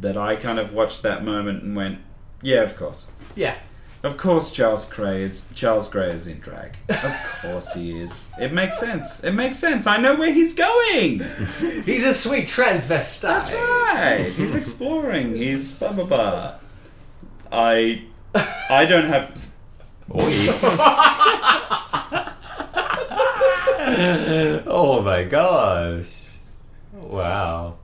Speaker 3: that I kind of watched that moment and went, yeah, of course.
Speaker 1: Yeah.
Speaker 3: Of course, Charles Gray is Charles Gray is in drag. Of course he is. It makes sense. It makes sense. I know where he's going.
Speaker 1: He's a sweet transvestite.
Speaker 3: That's right. He's exploring. He's blah blah blah. I I don't have.
Speaker 8: Oh my gosh. Wow.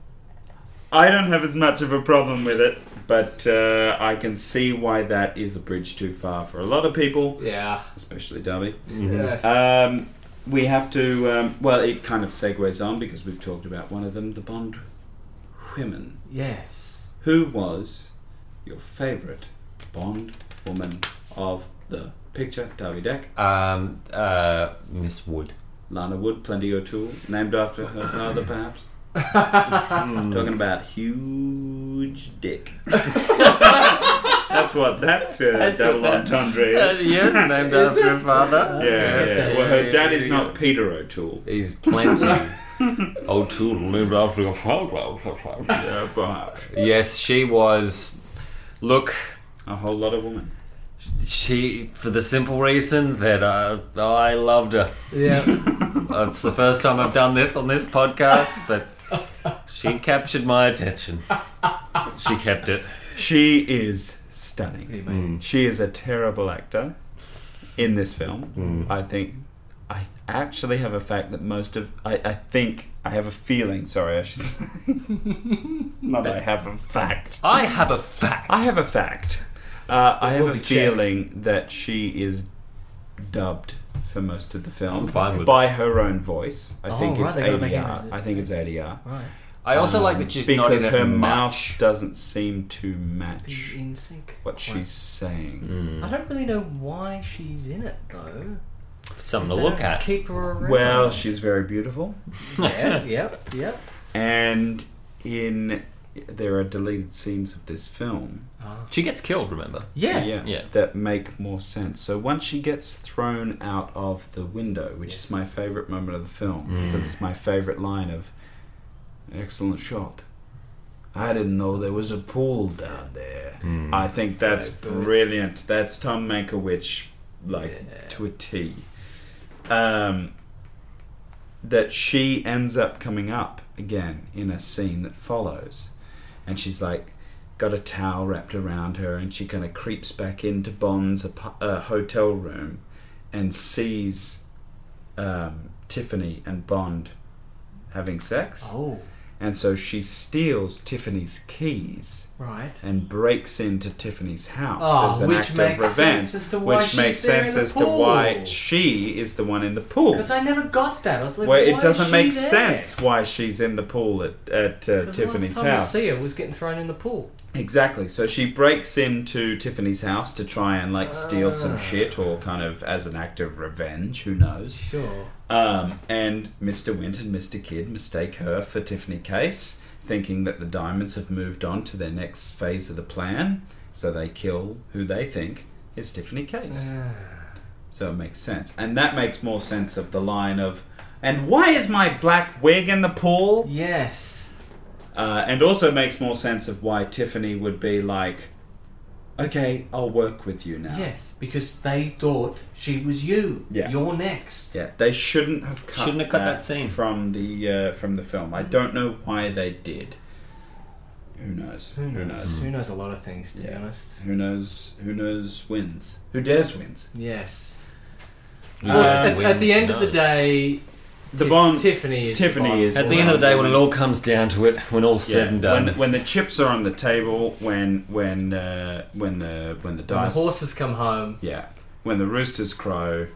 Speaker 3: I don't have as much of a problem with it, but uh, I can see why that is a bridge too far for a lot of people,
Speaker 1: Yeah.
Speaker 3: especially Darby.
Speaker 1: Yes.
Speaker 3: Um, we have to. Um, well, it kind of segues on because we've talked about one of them, the Bond women.
Speaker 1: yes.
Speaker 3: Who was your favourite Bond woman of the picture? Darby Deck,
Speaker 2: Um, uh, Miss Wood.
Speaker 3: Lana Wood, Plenty O'Toole, named after her father, perhaps. Talking about huge dick. That's what that uh, double entendre is.
Speaker 2: Uh, yeah, named after her father.
Speaker 3: Yeah, yeah. Well, her dad is not Peter O'Toole.
Speaker 2: He's plenty. Oh,
Speaker 8: O'Toole named after your father.
Speaker 3: Yeah, perhaps.
Speaker 2: yes, she was. Look,
Speaker 3: A whole lot of women.
Speaker 2: she for the simple reason that uh, I loved her.
Speaker 1: Yeah.
Speaker 2: It's the first time I've done this on this podcast, but she captured my attention. She kept it.
Speaker 3: She is stunning.
Speaker 1: Amazing.
Speaker 3: She is a terrible actor in this
Speaker 2: Mm.
Speaker 3: film. I think I actually have a fact that most of I, I think I have a feeling, sorry I should say. Not that I have a fact.
Speaker 2: I have a fact.
Speaker 3: I have a fact. Uh, I have
Speaker 1: will
Speaker 3: a
Speaker 1: be checked.
Speaker 3: feeling that she is dubbed for most of the film
Speaker 2: I'm fine with
Speaker 3: by her own voice. I
Speaker 1: Oh,
Speaker 3: think
Speaker 1: right,
Speaker 3: it's
Speaker 1: they gotta make it-
Speaker 3: ADR. I think it's ADR.
Speaker 1: Right.
Speaker 2: I also like
Speaker 3: Um,
Speaker 2: that she's not in
Speaker 3: because
Speaker 2: it
Speaker 3: her mouth
Speaker 2: much.
Speaker 3: doesn't seem to
Speaker 1: Be
Speaker 3: match
Speaker 1: in sync.
Speaker 3: what she's saying.
Speaker 2: Hmm.
Speaker 1: I don't really know why she's in it though.
Speaker 2: Something
Speaker 1: They
Speaker 2: to look
Speaker 1: don't
Speaker 2: at.
Speaker 1: Keep her around.
Speaker 3: Well, she's very beautiful.
Speaker 1: yeah, yep, yep.
Speaker 3: And in there are deleted scenes of this film
Speaker 2: She gets killed. Remember?
Speaker 1: Ah, Yeah.
Speaker 2: Yeah.
Speaker 3: that make more sense. So once she gets thrown out of the window, which is my favorite moment of the film because it's my favorite line of excellent shot. I didn't know there was a pool down there. I think that's brilliant. That's Tom Mankiewicz like to a T. Um that she ends up coming up again in a scene that follows. And she's like, got a towel wrapped around her, and she kind of creeps back into Bond's ap- uh, hotel room and sees um, Tiffany and Bond having sex.
Speaker 1: Oh,
Speaker 3: And so she steals Tiffany's keys
Speaker 1: right.
Speaker 3: and breaks into Tiffany's house
Speaker 1: Ah,
Speaker 3: as an
Speaker 1: which
Speaker 3: act of
Speaker 1: makes
Speaker 3: revenge,
Speaker 1: sense as to why
Speaker 3: which
Speaker 1: she's
Speaker 3: makes
Speaker 1: there in
Speaker 3: sense
Speaker 1: the
Speaker 3: as
Speaker 1: pool.
Speaker 3: to why she is the one in the pool.
Speaker 1: Because I never got that. I was like,
Speaker 3: Well,
Speaker 1: why
Speaker 3: it
Speaker 1: is
Speaker 3: doesn't
Speaker 1: she
Speaker 3: make
Speaker 1: there?
Speaker 3: sense why she's in the pool at, at uh,
Speaker 1: 'Cause
Speaker 3: Tiffany's
Speaker 1: last time
Speaker 3: house.
Speaker 1: I see her was getting thrown in the pool.
Speaker 3: Exactly. So she breaks into Tiffany's house to try and like steal
Speaker 1: Ah.
Speaker 3: some shit or kind of as an act of revenge, who knows.
Speaker 1: Sure.
Speaker 3: Um, and Mr. Wint and Mr. Kidd mistake her for Tiffany Case, thinking that the diamonds have moved on to their next phase of the plan. So they kill who they think is Tiffany Case.
Speaker 1: Mm. Ah.
Speaker 3: So it makes sense. And that makes more sense of the line of, and why is my black wig in the pool?
Speaker 1: Yes.
Speaker 3: Uh, and also makes more sense of why Tiffany would be like, okay, I'll work with you now.
Speaker 1: Yes, because they thought she was you.
Speaker 3: Yeah.
Speaker 1: You're next.
Speaker 3: Yeah, they shouldn't have cut,
Speaker 8: Shouldn't have cut that scene.
Speaker 3: from the uh, from the film. I don't know why they did. Who knows?
Speaker 1: Who knows? Who knows a lot of things, to be
Speaker 3: Yeah.
Speaker 1: honest.
Speaker 3: Who knows? Who knows wins? Who dares wins?
Speaker 1: Yes.
Speaker 8: Who
Speaker 1: Well,
Speaker 8: knows?
Speaker 1: at, at the end of the
Speaker 8: Knows.
Speaker 1: day,
Speaker 3: The
Speaker 1: Tif-
Speaker 3: bond.
Speaker 1: Tiffany is
Speaker 3: Tiffany
Speaker 1: Bond.
Speaker 3: is-
Speaker 8: At the end of the day, when it all comes down to it, when all's
Speaker 3: Yeah,
Speaker 8: said and done,
Speaker 3: When, when the chips are on the table, when when uh, when the when the
Speaker 1: When the
Speaker 3: dice.
Speaker 1: horses come home.
Speaker 3: Yeah, when the roosters crow.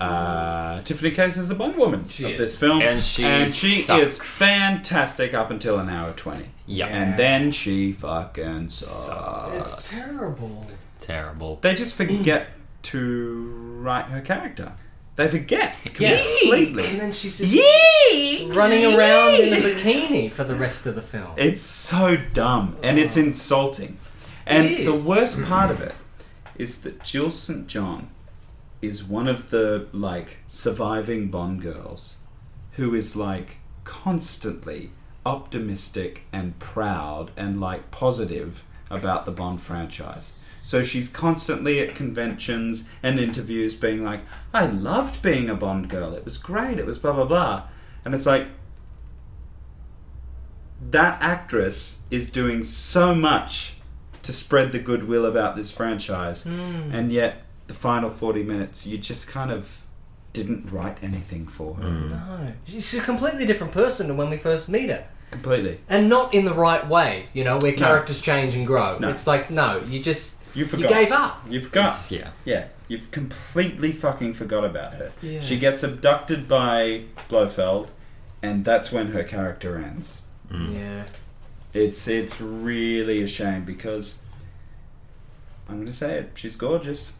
Speaker 3: Uh, Tiffany Case is the Bond woman
Speaker 1: She
Speaker 3: of
Speaker 1: is.
Speaker 3: this film,
Speaker 8: And she
Speaker 3: and she
Speaker 8: sucks.
Speaker 3: is fantastic up until an hour twenty.
Speaker 8: yeah,
Speaker 3: And then she fucking sucks.
Speaker 1: It's terrible.
Speaker 8: terrible.
Speaker 3: They just forget to write her character. They forget completely.
Speaker 1: And then she's just
Speaker 3: Yee!
Speaker 1: running around in a bikini for the rest of the film.
Speaker 3: It's so dumb and it's insulting. And
Speaker 1: It
Speaker 3: the
Speaker 1: is.
Speaker 3: worst part of it is that Jill St. John is one of the like surviving Bond girls who is like constantly optimistic and proud and like positive about the Bond franchise. So she's constantly at conventions and interviews being like, I loved being a Bond girl. It was great. It was blah, blah, blah. And it's like, that actress is doing so much to spread the goodwill about this franchise,
Speaker 1: Hmm.
Speaker 3: and yet the final 40 minutes, you just kind of didn't write anything for her
Speaker 8: Hmm.
Speaker 1: No. She's a completely different person than when we first meet her.
Speaker 3: completely.
Speaker 1: And not in the right way, you know, where characters change and grow.
Speaker 3: No.
Speaker 1: It's like, no, you just.
Speaker 3: You
Speaker 1: You
Speaker 3: forgot.
Speaker 1: gave up.
Speaker 3: You forgot.
Speaker 8: It's- yeah.
Speaker 3: Yeah, you've completely fucking forgot about her.
Speaker 1: Yeah.
Speaker 3: She gets abducted by Blofeld, and that's when her character ends. Mm.
Speaker 1: Yeah.
Speaker 3: It's it's really a shame because I'm gonna say it. She's gorgeous.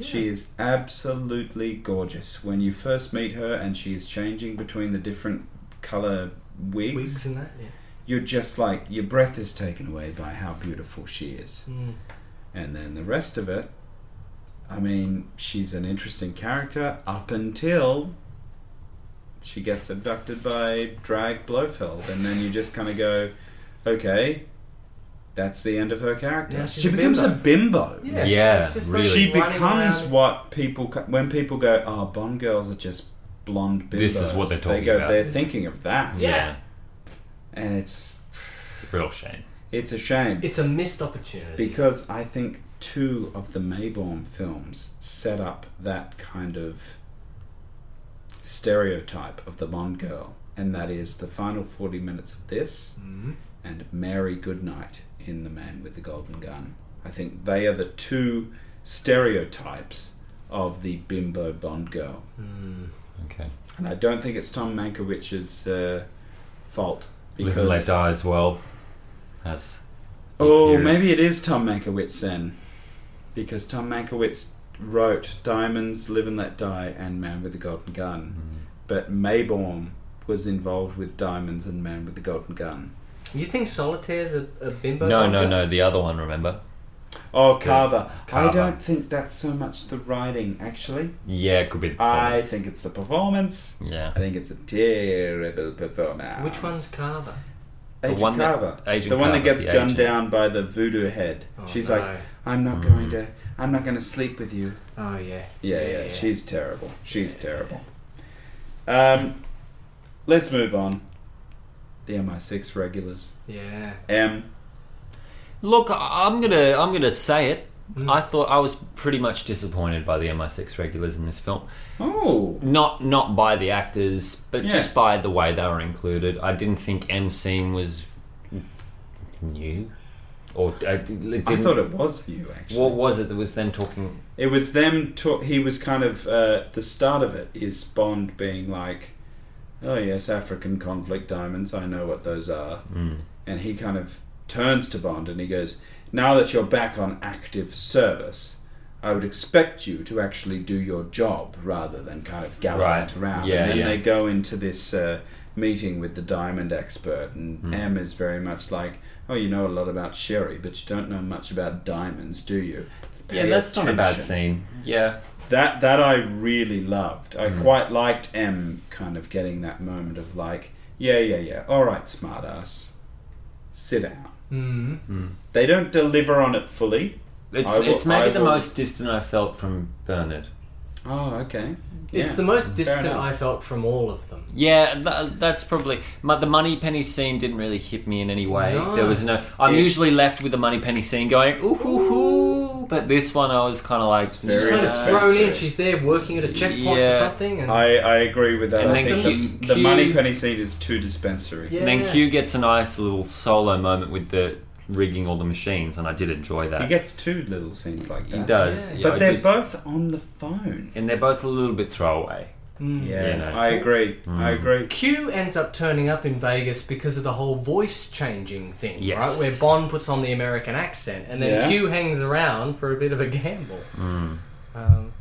Speaker 3: She is absolutely gorgeous. When you first meet her and she is changing between the different color wigs,
Speaker 1: Wigs and that, yeah.
Speaker 3: you're just like your breath is taken away by how beautiful she is.
Speaker 1: Mm.
Speaker 3: And then the rest of it, I mean, she's an interesting character up until she gets abducted by Drag Blofeld, and then you just kind of go, okay, that's the end of her character.
Speaker 1: Now she's
Speaker 3: she
Speaker 1: a
Speaker 3: becomes a bimbo.
Speaker 1: Yeah,
Speaker 8: Yeah,
Speaker 1: she's just
Speaker 8: really.
Speaker 1: like
Speaker 3: She
Speaker 1: running
Speaker 3: becomes
Speaker 1: around.
Speaker 3: what people ca- when people go, oh, Bond girls are just blonde bimbos.
Speaker 2: This is what they're talking
Speaker 3: they go,
Speaker 2: about.
Speaker 3: They're thinking of that,
Speaker 1: Yeah.
Speaker 3: and it's
Speaker 2: It's a real shame.
Speaker 3: it's a shame.
Speaker 1: It's a missed opportunity.
Speaker 3: Because I think two of the Mayborn films set up that kind of stereotype of the Bond girl, and that is the final 40 minutes of this
Speaker 1: Mm.
Speaker 3: and Mary Goodnight in The Man with the Golden Gun. I think they are the two stereotypes of the bimbo Bond girl.
Speaker 2: Okay.
Speaker 3: And I don't think it's Tom Mankiewicz's uh, fault.
Speaker 2: Live and Let
Speaker 3: Because,
Speaker 2: Die as well. That's
Speaker 3: Oh,
Speaker 2: appearance.
Speaker 3: maybe it is Tom Mankiewicz then, because Tom Mankiewicz wrote "Diamonds, Live and Let Die" and "Man with the Golden
Speaker 2: Mm-hmm. hmm.
Speaker 3: Gun," but Mayborn was involved with "Diamonds" and "Man with the Golden Gun."
Speaker 1: You think Solitaire's a, a bimbo?
Speaker 2: no, no,
Speaker 1: bunker?
Speaker 2: no. The other one, remember?
Speaker 3: Oh, Carver. I
Speaker 2: Carver.
Speaker 3: don't think that's so much the writing, actually.
Speaker 2: Yeah, it could be. The
Speaker 3: I
Speaker 2: performance.
Speaker 3: think it's the performance. I
Speaker 2: Yeah.
Speaker 3: think it's a terrible performance.
Speaker 1: Which one's Carver?
Speaker 2: The
Speaker 3: Agent
Speaker 2: one that-
Speaker 3: Carver.
Speaker 2: Agent
Speaker 3: the one that
Speaker 2: Carver,
Speaker 3: gets
Speaker 2: the
Speaker 3: gunned
Speaker 2: agent.
Speaker 3: down by the voodoo head.
Speaker 1: Oh,
Speaker 3: She's
Speaker 1: no.
Speaker 3: like, "I'm not going to. I'm not going to sleep with you."
Speaker 1: Oh yeah.
Speaker 3: Mm. Yeah, yeah, she's terrible. She's terrible. Um, let's move on. The MI6 regulars.
Speaker 1: Yeah.
Speaker 3: M.
Speaker 2: Look, I- I'm gonna I'm gonna say it.
Speaker 3: Hmm.
Speaker 2: I thought I was pretty much disappointed by the MI6 regulars in this film.
Speaker 3: Oh,
Speaker 2: Not not by the actors, but
Speaker 3: Yeah.
Speaker 2: just by the way they were included. I didn't think M scene was new, or I, it didn't.
Speaker 3: I thought it was you actually.
Speaker 2: what was it that was them talking?
Speaker 3: It was them. To- he was kind of uh, the start of it is Bond being like, "Oh yes, African conflict diamonds. I know what those are." Mm. And he kind of turns to Bond and he goes, "Now that you're back on active service." I would expect you to actually do your job rather than kind of gallivant
Speaker 2: Right.
Speaker 3: around.
Speaker 2: Yeah,
Speaker 3: and then
Speaker 2: yeah.
Speaker 3: they go into this uh, meeting with the diamond expert, and
Speaker 2: Hmm.
Speaker 3: M is very much like, "Oh, you know a lot about sherry, but you don't know much about diamonds, do you?"
Speaker 2: Yeah,
Speaker 3: Pay
Speaker 2: that's not a bad
Speaker 3: attention."
Speaker 2: scene. Yeah,
Speaker 3: That that I really loved.
Speaker 2: Hmm.
Speaker 3: I quite liked M kind of getting that moment of like, yeah, yeah, yeah. All right, smartass, sit down.
Speaker 1: Mm.
Speaker 3: They don't deliver on it fully.
Speaker 2: It's
Speaker 3: I will-
Speaker 2: it's maybe
Speaker 3: I
Speaker 2: the
Speaker 3: will-
Speaker 2: most distant I felt from Bernard.
Speaker 3: Oh, okay.
Speaker 1: It's
Speaker 3: Yeah.
Speaker 1: the most distant
Speaker 3: enough.
Speaker 1: I felt from all of them.
Speaker 2: Yeah, th- that's probably mu- the money penny scene didn't really hit me in any way.
Speaker 1: No.
Speaker 2: There was no. I'm
Speaker 3: It's-
Speaker 2: usually left with the money penny scene going ooh hoo hoo, but this one I was kind of like
Speaker 1: She's
Speaker 3: Very
Speaker 1: kind of thrown in.
Speaker 3: expensive.
Speaker 1: She's there working at a checkpoint
Speaker 2: Yeah.
Speaker 1: or something, and
Speaker 3: I, I agree with that.
Speaker 2: And
Speaker 3: I
Speaker 2: then
Speaker 3: think the,
Speaker 2: Q-
Speaker 3: the
Speaker 2: Q-
Speaker 3: money penny seed is too dispensary.
Speaker 1: yeah.
Speaker 2: And then Q gets a nice little solo moment with the rigging all the machines, and I did enjoy that.
Speaker 3: He gets two little scenes like that.
Speaker 2: He does,
Speaker 1: Yeah.
Speaker 2: yeah,
Speaker 3: But
Speaker 2: I
Speaker 3: they're
Speaker 2: did.
Speaker 3: both on the phone.
Speaker 2: and they're both a little bit throwaway.
Speaker 1: Mm.
Speaker 3: Yeah,
Speaker 2: You know.
Speaker 3: I agree. I
Speaker 2: Mm.
Speaker 3: agree.
Speaker 1: Q ends up turning up in Vegas because of the whole voice changing thing,
Speaker 2: Yes.
Speaker 1: right? Where Bond puts on the American accent, and then
Speaker 3: Yeah.
Speaker 1: Q hangs around for a bit of a gamble.
Speaker 3: Hmm.
Speaker 1: Um,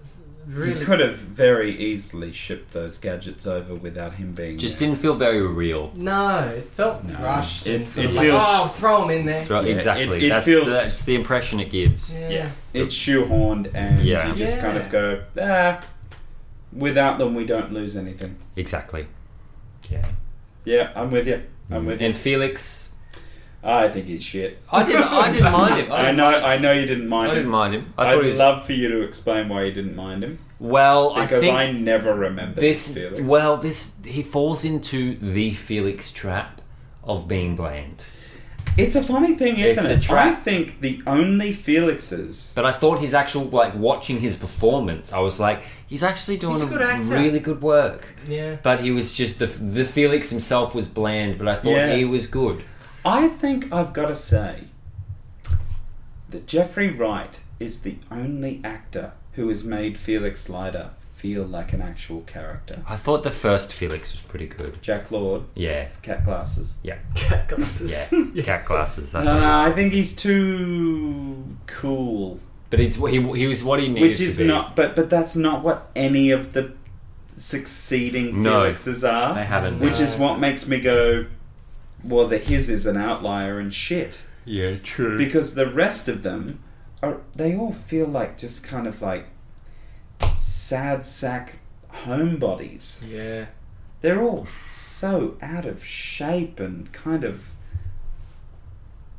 Speaker 1: it's
Speaker 3: You
Speaker 1: really,
Speaker 3: could have very easily shipped those gadgets over without him being.
Speaker 2: Just
Speaker 3: there.
Speaker 2: didn't feel very real.
Speaker 1: no, it felt
Speaker 3: No.
Speaker 1: rushed. and
Speaker 3: It-
Speaker 1: sort
Speaker 3: it
Speaker 1: of like,
Speaker 3: feels-
Speaker 1: oh, throw him in there.
Speaker 2: Throw-
Speaker 3: Yeah,
Speaker 2: exactly.
Speaker 3: it- it
Speaker 2: that's,
Speaker 3: feels-
Speaker 2: that's the impression it gives.
Speaker 1: yeah.
Speaker 3: Yeah. It's shoehorned, and
Speaker 2: Yeah.
Speaker 3: you just kind
Speaker 1: Yeah.
Speaker 3: of go, ah. Without them, we don't lose anything.
Speaker 2: Exactly. Yeah.
Speaker 3: Yeah, I'm with you. I'm with you.
Speaker 2: And Felix,
Speaker 3: I think he's shit.
Speaker 2: Mm. I didn't. I didn't mind him. I
Speaker 3: I
Speaker 2: didn't,
Speaker 3: know. I know you didn't mind
Speaker 2: I
Speaker 3: him.
Speaker 2: didn't mind him. I
Speaker 3: I
Speaker 2: thought
Speaker 3: would
Speaker 2: he was
Speaker 3: love for you to explain why you didn't mind him
Speaker 2: well. I
Speaker 3: because
Speaker 2: think
Speaker 3: I, never remember
Speaker 2: this.
Speaker 3: Felix.
Speaker 2: Well, this he falls into the Felix trap of being bland.
Speaker 3: It's a funny thing, isn't
Speaker 2: It's a
Speaker 3: it?
Speaker 2: trap.
Speaker 3: I think the only Felixes.
Speaker 2: But I thought his actual like watching his performance, I was like, he's actually doing
Speaker 1: He's a good
Speaker 2: a
Speaker 1: actor.
Speaker 2: really good work.
Speaker 1: Yeah.
Speaker 2: But he was just the the Felix himself was bland. But I thought
Speaker 3: Yeah.
Speaker 2: he was good.
Speaker 3: I think I've got to say that Jeffrey Wright is the only actor who has made Felix Leiter feel like an actual character.
Speaker 2: I thought the first Felix was pretty good.
Speaker 3: Jack Lord,
Speaker 2: Yeah,
Speaker 3: cat glasses.
Speaker 2: yeah,
Speaker 1: Cat glasses.
Speaker 2: yeah. Cat glasses. I
Speaker 3: No, no,
Speaker 2: thought he was-
Speaker 3: I think he's too cool,
Speaker 2: but it's what he he was what he needed
Speaker 3: which is
Speaker 2: to be.
Speaker 3: not. But but that's not what any of the succeeding
Speaker 2: No.
Speaker 3: Felixes are.
Speaker 2: They haven't.
Speaker 3: Which
Speaker 1: No.
Speaker 3: is what makes me go, well, the his is an outlier and shit.
Speaker 2: yeah, true.
Speaker 3: Because the rest of them are, they all feel like just kind of like sad sack homebodies.
Speaker 1: Yeah.
Speaker 3: They're all so out of shape and kind of.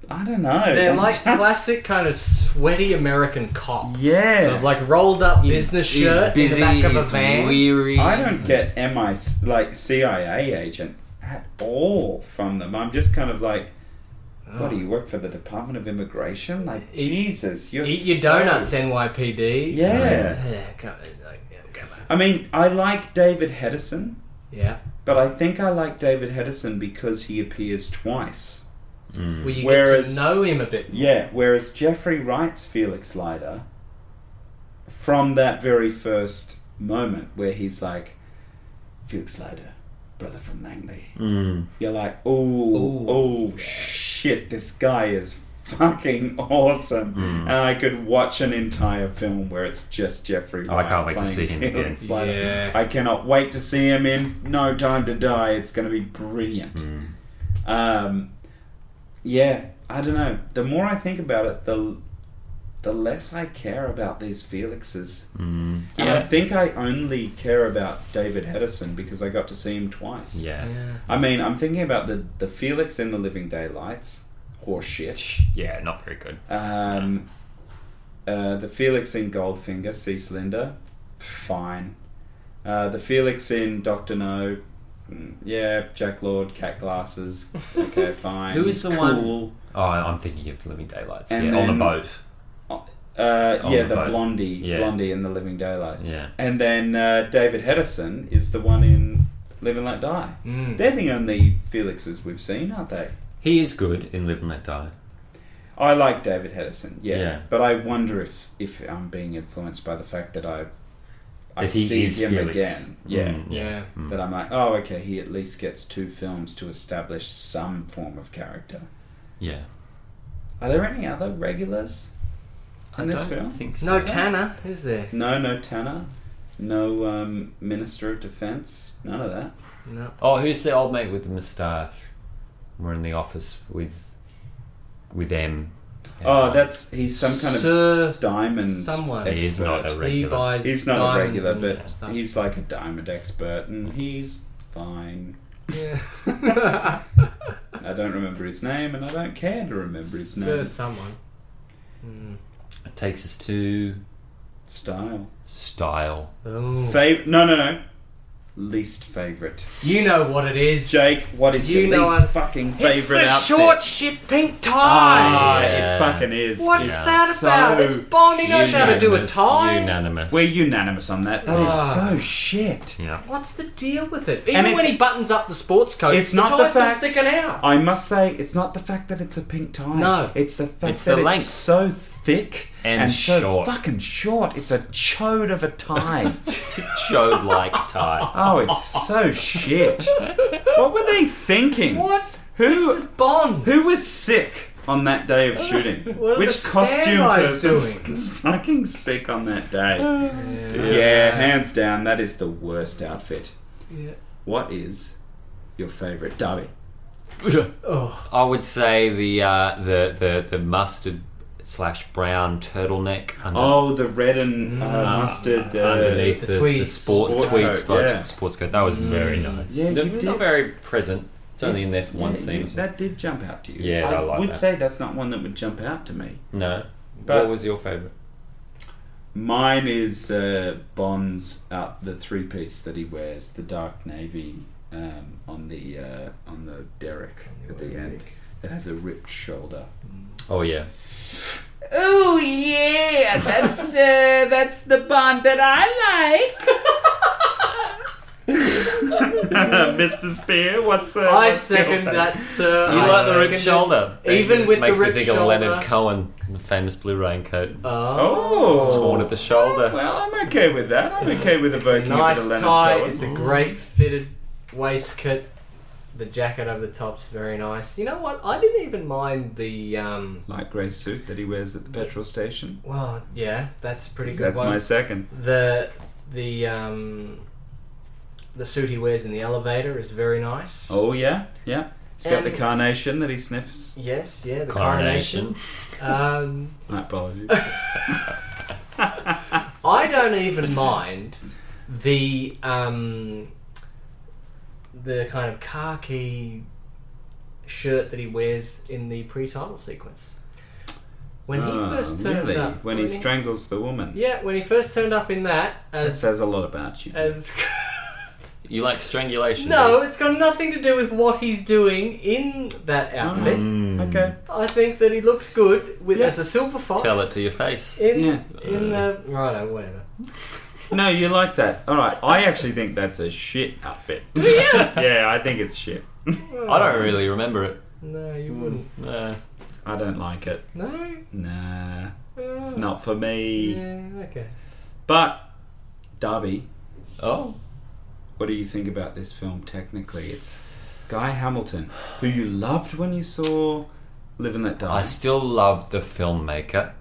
Speaker 3: I don't know.
Speaker 1: They're like
Speaker 3: just-
Speaker 1: classic kind of sweaty American cop.
Speaker 3: Yeah.
Speaker 1: Of like rolled up business
Speaker 2: he's
Speaker 1: shirt
Speaker 2: busy,
Speaker 1: in the back of a
Speaker 2: he's
Speaker 1: van.
Speaker 2: weary.
Speaker 3: I don't get MI like CIA agent at all from them. I'm just kind of like,
Speaker 1: Oh,
Speaker 3: what do you work for the Department of Immigration? Like
Speaker 1: Eat-
Speaker 3: Jesus, you're
Speaker 1: Eat your
Speaker 3: so-
Speaker 1: donuts, NYPD.
Speaker 3: Yeah,
Speaker 1: Yeah, come on, like, yeah, go back.
Speaker 3: I mean, I like David Hedison,
Speaker 1: Yeah.
Speaker 3: but I think I like David Hedison because he appears twice. Mm.
Speaker 2: Mm,
Speaker 1: Well, you get
Speaker 3: Whereas-
Speaker 1: to know him a bit.
Speaker 3: Yeah, whereas Jeffrey Wright's Felix Leiter, from that very first moment where he's like, Felix Leiter, brother from Langley,
Speaker 2: mm,
Speaker 3: you're like, oh,
Speaker 1: Ooh.
Speaker 3: oh, shit, this guy is fucking awesome.
Speaker 2: Hmm.
Speaker 3: And I could watch an entire film where it's just Jeffrey
Speaker 2: Oh, I
Speaker 3: Wright.
Speaker 2: can't wait to
Speaker 3: playing
Speaker 2: see him again.
Speaker 3: Felix Leiter.
Speaker 1: Yeah.
Speaker 3: I cannot wait to see him in No Time to Die. It's going to be brilliant.
Speaker 2: Hmm.
Speaker 3: Um, yeah, I don't know. The more I think about it, the the less I care about these Felixes.
Speaker 2: mm.
Speaker 3: And I
Speaker 2: Yeah.
Speaker 3: think I only care about David Hedison because I got to see him twice.
Speaker 2: Yeah.
Speaker 1: Yeah.
Speaker 3: I mean, I'm thinking about the the Felix in the Living Daylights, or shit.
Speaker 2: Sh- Yeah, not very good.
Speaker 3: Um, uh, the Felix in Goldfinger, C Cylinder, fine. Uh, the Felix in Doctor No, mm, yeah, Jack Lord, Cat Glasses, okay, fine.
Speaker 2: Who
Speaker 3: He's
Speaker 2: is the one-
Speaker 3: cool.
Speaker 2: Oh, I'm thinking of the Living Daylights.
Speaker 3: And
Speaker 2: yeah, on
Speaker 3: then-
Speaker 2: the boat.
Speaker 3: Uh,
Speaker 2: On
Speaker 3: yeah,
Speaker 2: the
Speaker 3: the
Speaker 2: boat.
Speaker 3: Blondie,
Speaker 2: Yeah.
Speaker 3: Blondie in the Living Daylights.
Speaker 2: Yeah.
Speaker 3: And then uh, David Hedison is the one in Live and Let Die.
Speaker 1: Mm.
Speaker 3: They're the only Felixes we've seen, aren't they?
Speaker 2: He is good in Live and Let Die.
Speaker 3: I like David Hedison, yeah.
Speaker 2: Yeah.
Speaker 3: But I wonder if if I'm being influenced by the fact that I I
Speaker 2: That he
Speaker 3: see
Speaker 2: is
Speaker 3: him
Speaker 2: Felix.
Speaker 3: again, yeah.
Speaker 2: Mm,
Speaker 1: Yeah.
Speaker 3: That I'm like, oh, okay, he at least gets two films to establish some form of character.
Speaker 2: Yeah.
Speaker 3: Are there any other regulars in this film?
Speaker 2: think so.
Speaker 1: No Tanner, is there?
Speaker 3: No, no Tanner, no um, Minister of Defense, none of that.
Speaker 1: No.
Speaker 2: Oh, who's the old mate with the moustache? We're in the office with with M.
Speaker 3: Oh, that's he's some kind of
Speaker 1: Sir
Speaker 3: diamond
Speaker 1: someone.
Speaker 3: expert.
Speaker 2: He is not a regular.
Speaker 1: Levi's.
Speaker 3: He's not a
Speaker 1: diamonds
Speaker 3: regular,
Speaker 1: and
Speaker 3: but
Speaker 1: stuff.
Speaker 3: he's like a diamond expert, and he's fine.
Speaker 1: Yeah.
Speaker 3: I don't remember his name, and I don't care to remember his
Speaker 1: Sir
Speaker 3: name.
Speaker 1: someone.
Speaker 8: It takes us to
Speaker 3: Style.
Speaker 2: Style.
Speaker 1: Oh.
Speaker 3: Fav- no, no, no. Least favorite.
Speaker 1: You know what it is.
Speaker 3: Jake, what is
Speaker 1: You
Speaker 3: your
Speaker 1: know
Speaker 3: least
Speaker 1: it.
Speaker 3: fucking favorite
Speaker 1: It's the
Speaker 3: outfit?
Speaker 1: short shit pink tie.
Speaker 3: Ah,
Speaker 8: Yeah.
Speaker 3: it fucking is.
Speaker 1: What's
Speaker 3: It's
Speaker 1: that about?
Speaker 3: so-
Speaker 1: It's Bond. He knows how to do a
Speaker 8: Unanimous,
Speaker 1: tie.
Speaker 8: Unanimous.
Speaker 3: We're unanimous on that. That is
Speaker 1: Ah.
Speaker 3: so shit.
Speaker 8: yeah.
Speaker 1: What's the deal with it?
Speaker 3: And
Speaker 1: Even when
Speaker 3: it's-
Speaker 1: he buttons up the sports coat,
Speaker 3: it's
Speaker 1: the
Speaker 3: not the
Speaker 1: tie's still
Speaker 3: fact-
Speaker 1: sticking out.
Speaker 3: I must say, it's not the fact that it's a pink tie.
Speaker 1: No.
Speaker 3: it's the fact
Speaker 2: It's the
Speaker 3: that
Speaker 2: length.
Speaker 3: it's so thick
Speaker 2: And
Speaker 3: so
Speaker 2: short.
Speaker 3: fucking short. It's a chode of a tie.
Speaker 2: It's a chode like tie.
Speaker 3: oh, it's so shit. What were they thinking?
Speaker 1: What?
Speaker 3: Who-
Speaker 1: This is Bond.
Speaker 3: Who was sick on that day of shooting?
Speaker 1: What are
Speaker 3: Which
Speaker 1: the
Speaker 3: costume
Speaker 1: standbys
Speaker 3: person
Speaker 1: doing? Oh,
Speaker 3: was fucking sick on that day? yeah. hands down, that is the worst outfit.
Speaker 1: Yeah.
Speaker 3: What is your favourite, Darby?
Speaker 1: Oh,
Speaker 2: I would say the uh, the, the the mustard slash brown turtleneck under,
Speaker 3: Oh, the red and uh,
Speaker 8: Mm. Ah,
Speaker 3: mustard. Uh,
Speaker 2: underneath
Speaker 1: the
Speaker 2: the,
Speaker 1: tweeds.
Speaker 2: the sports
Speaker 3: Sport
Speaker 2: tweed
Speaker 3: coat,
Speaker 2: sports,
Speaker 3: yeah.
Speaker 2: sports coat. That was very nice.
Speaker 3: Yeah,
Speaker 8: Mm. They're
Speaker 3: you
Speaker 8: not
Speaker 3: did.
Speaker 8: very present. It's only in there for one
Speaker 3: Yeah,
Speaker 8: scene.
Speaker 3: you-
Speaker 8: or something.
Speaker 3: that did jump out to you.
Speaker 8: Yeah,
Speaker 3: I,
Speaker 8: I like
Speaker 3: would
Speaker 8: that.
Speaker 3: say that's not one that would jump out to me.
Speaker 8: No.
Speaker 3: But-
Speaker 8: what was your favourite?
Speaker 3: Mine is uh, Bond's uh, the three piece that he wears, the dark navy um, on the uh, on the derrick at the end. It has a ripped shoulder.
Speaker 8: Oh yeah.
Speaker 3: Oh yeah, that's uh, that's the Bond that I like. Mr. Spear, what's uh,
Speaker 1: I
Speaker 3: what's your
Speaker 1: second
Speaker 3: favourite?
Speaker 1: that, sir.
Speaker 2: You
Speaker 1: I
Speaker 2: like the ripped
Speaker 1: second it.
Speaker 2: shoulder.
Speaker 1: Even
Speaker 2: It
Speaker 1: with
Speaker 2: makes
Speaker 1: the
Speaker 2: me
Speaker 1: ripped
Speaker 2: think
Speaker 1: shoulder.
Speaker 2: of Leonard Cohen, the famous blue raincoat,
Speaker 1: Oh,
Speaker 3: Oh.
Speaker 2: torn at the shoulder.
Speaker 3: Well, I'm okay with that. I'm okay with
Speaker 1: it's a
Speaker 3: evoking
Speaker 1: nice
Speaker 3: a bit of Leonard
Speaker 1: tie.
Speaker 3: Cohen.
Speaker 1: It's a great fitted waistcoat. The jacket over the top's very nice. You know what? I didn't even mind the. Um,
Speaker 3: light grey suit that he wears at the petrol station.
Speaker 1: well, yeah, that's a pretty good
Speaker 3: That's
Speaker 1: one.
Speaker 3: my second.
Speaker 1: The the um, the suit he wears in the elevator is very nice.
Speaker 3: Oh yeah, yeah. He's got the
Speaker 1: And-
Speaker 3: carnation that he sniffs.
Speaker 1: Yes, yeah, the
Speaker 2: Coronation.
Speaker 1: coronation. Um,
Speaker 3: My apologies.
Speaker 1: I don't even mind the um, the kind of khaki shirt that he wears in the pre-title sequence. When he
Speaker 3: Ah,
Speaker 1: first turns
Speaker 3: really?
Speaker 1: up,
Speaker 3: when he strangles the woman.
Speaker 1: yeah, when he first turned up in that
Speaker 3: That
Speaker 1: as
Speaker 3: says a lot about you.
Speaker 1: as
Speaker 2: You like strangulation?
Speaker 1: no, it's got nothing to do with what he's doing in that outfit.
Speaker 2: Mm.
Speaker 3: Okay.
Speaker 1: I think that he looks good with
Speaker 3: Ah. Yeah.
Speaker 1: as a silver
Speaker 2: don't
Speaker 1: fox.
Speaker 2: you? Tell it to Uh. your face.
Speaker 1: in
Speaker 3: Yeah.
Speaker 1: in the righto, whatever.
Speaker 3: No, you like that. All right. I actually think that's a shit outfit. yeah, I think it's shit.
Speaker 2: I don't really remember it.
Speaker 1: No, you wouldn't.
Speaker 2: Uh,
Speaker 3: I don't like it.
Speaker 1: No,
Speaker 3: Nah, it's
Speaker 1: Uh,
Speaker 3: not for me.
Speaker 1: Yeah, okay.
Speaker 3: But Darby,
Speaker 2: oh,
Speaker 3: what do you think about this film technically? It's Guy Hamilton, who you loved when you saw Live and Let Die.
Speaker 2: I still love the filmmaker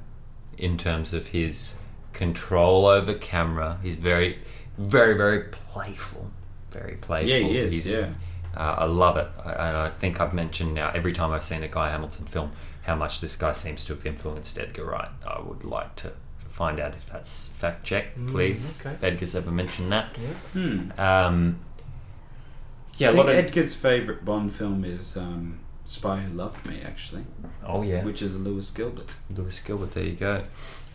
Speaker 2: in terms of his control over camera. He's very, very, very playful. Very playful.
Speaker 3: yeah, he is.
Speaker 2: oh, He's-
Speaker 3: yeah.
Speaker 2: Uh, I love it. I, and I think I've mentioned now every time I've seen a Guy Hamilton film how much this guy seems to have influenced Edgar Wright. I would like to find out if that's fact check,
Speaker 3: Mm,
Speaker 2: please.
Speaker 1: okay.
Speaker 2: If Edgar's ever mentioned that.
Speaker 3: Hmm.
Speaker 2: Um, yeah,
Speaker 3: I
Speaker 2: a lot
Speaker 3: think
Speaker 2: of.
Speaker 3: Edgar's favourite Bond film is um, Spy Who Loved Me, actually,
Speaker 2: oh, yeah.
Speaker 3: which is Lewis Gilbert.
Speaker 2: Lewis Gilbert, there you go.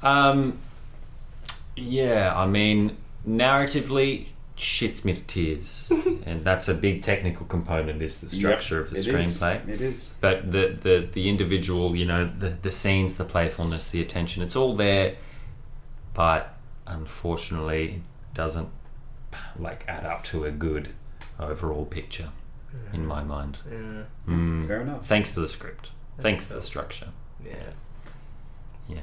Speaker 2: Um, yeah, I mean, narratively, shits me to tears. and that's a big technical component, is the structure of the screenplay.
Speaker 3: It is.
Speaker 2: but the, the the individual you know the, the scenes the playfulness the attention it's all there but unfortunately it doesn't like add up to a good overall picture in my mind
Speaker 1: Yeah,
Speaker 2: mm.
Speaker 3: Fair enough.
Speaker 2: thanks to the script thanks to
Speaker 1: fair.
Speaker 2: the structure
Speaker 1: yeah.
Speaker 2: yeah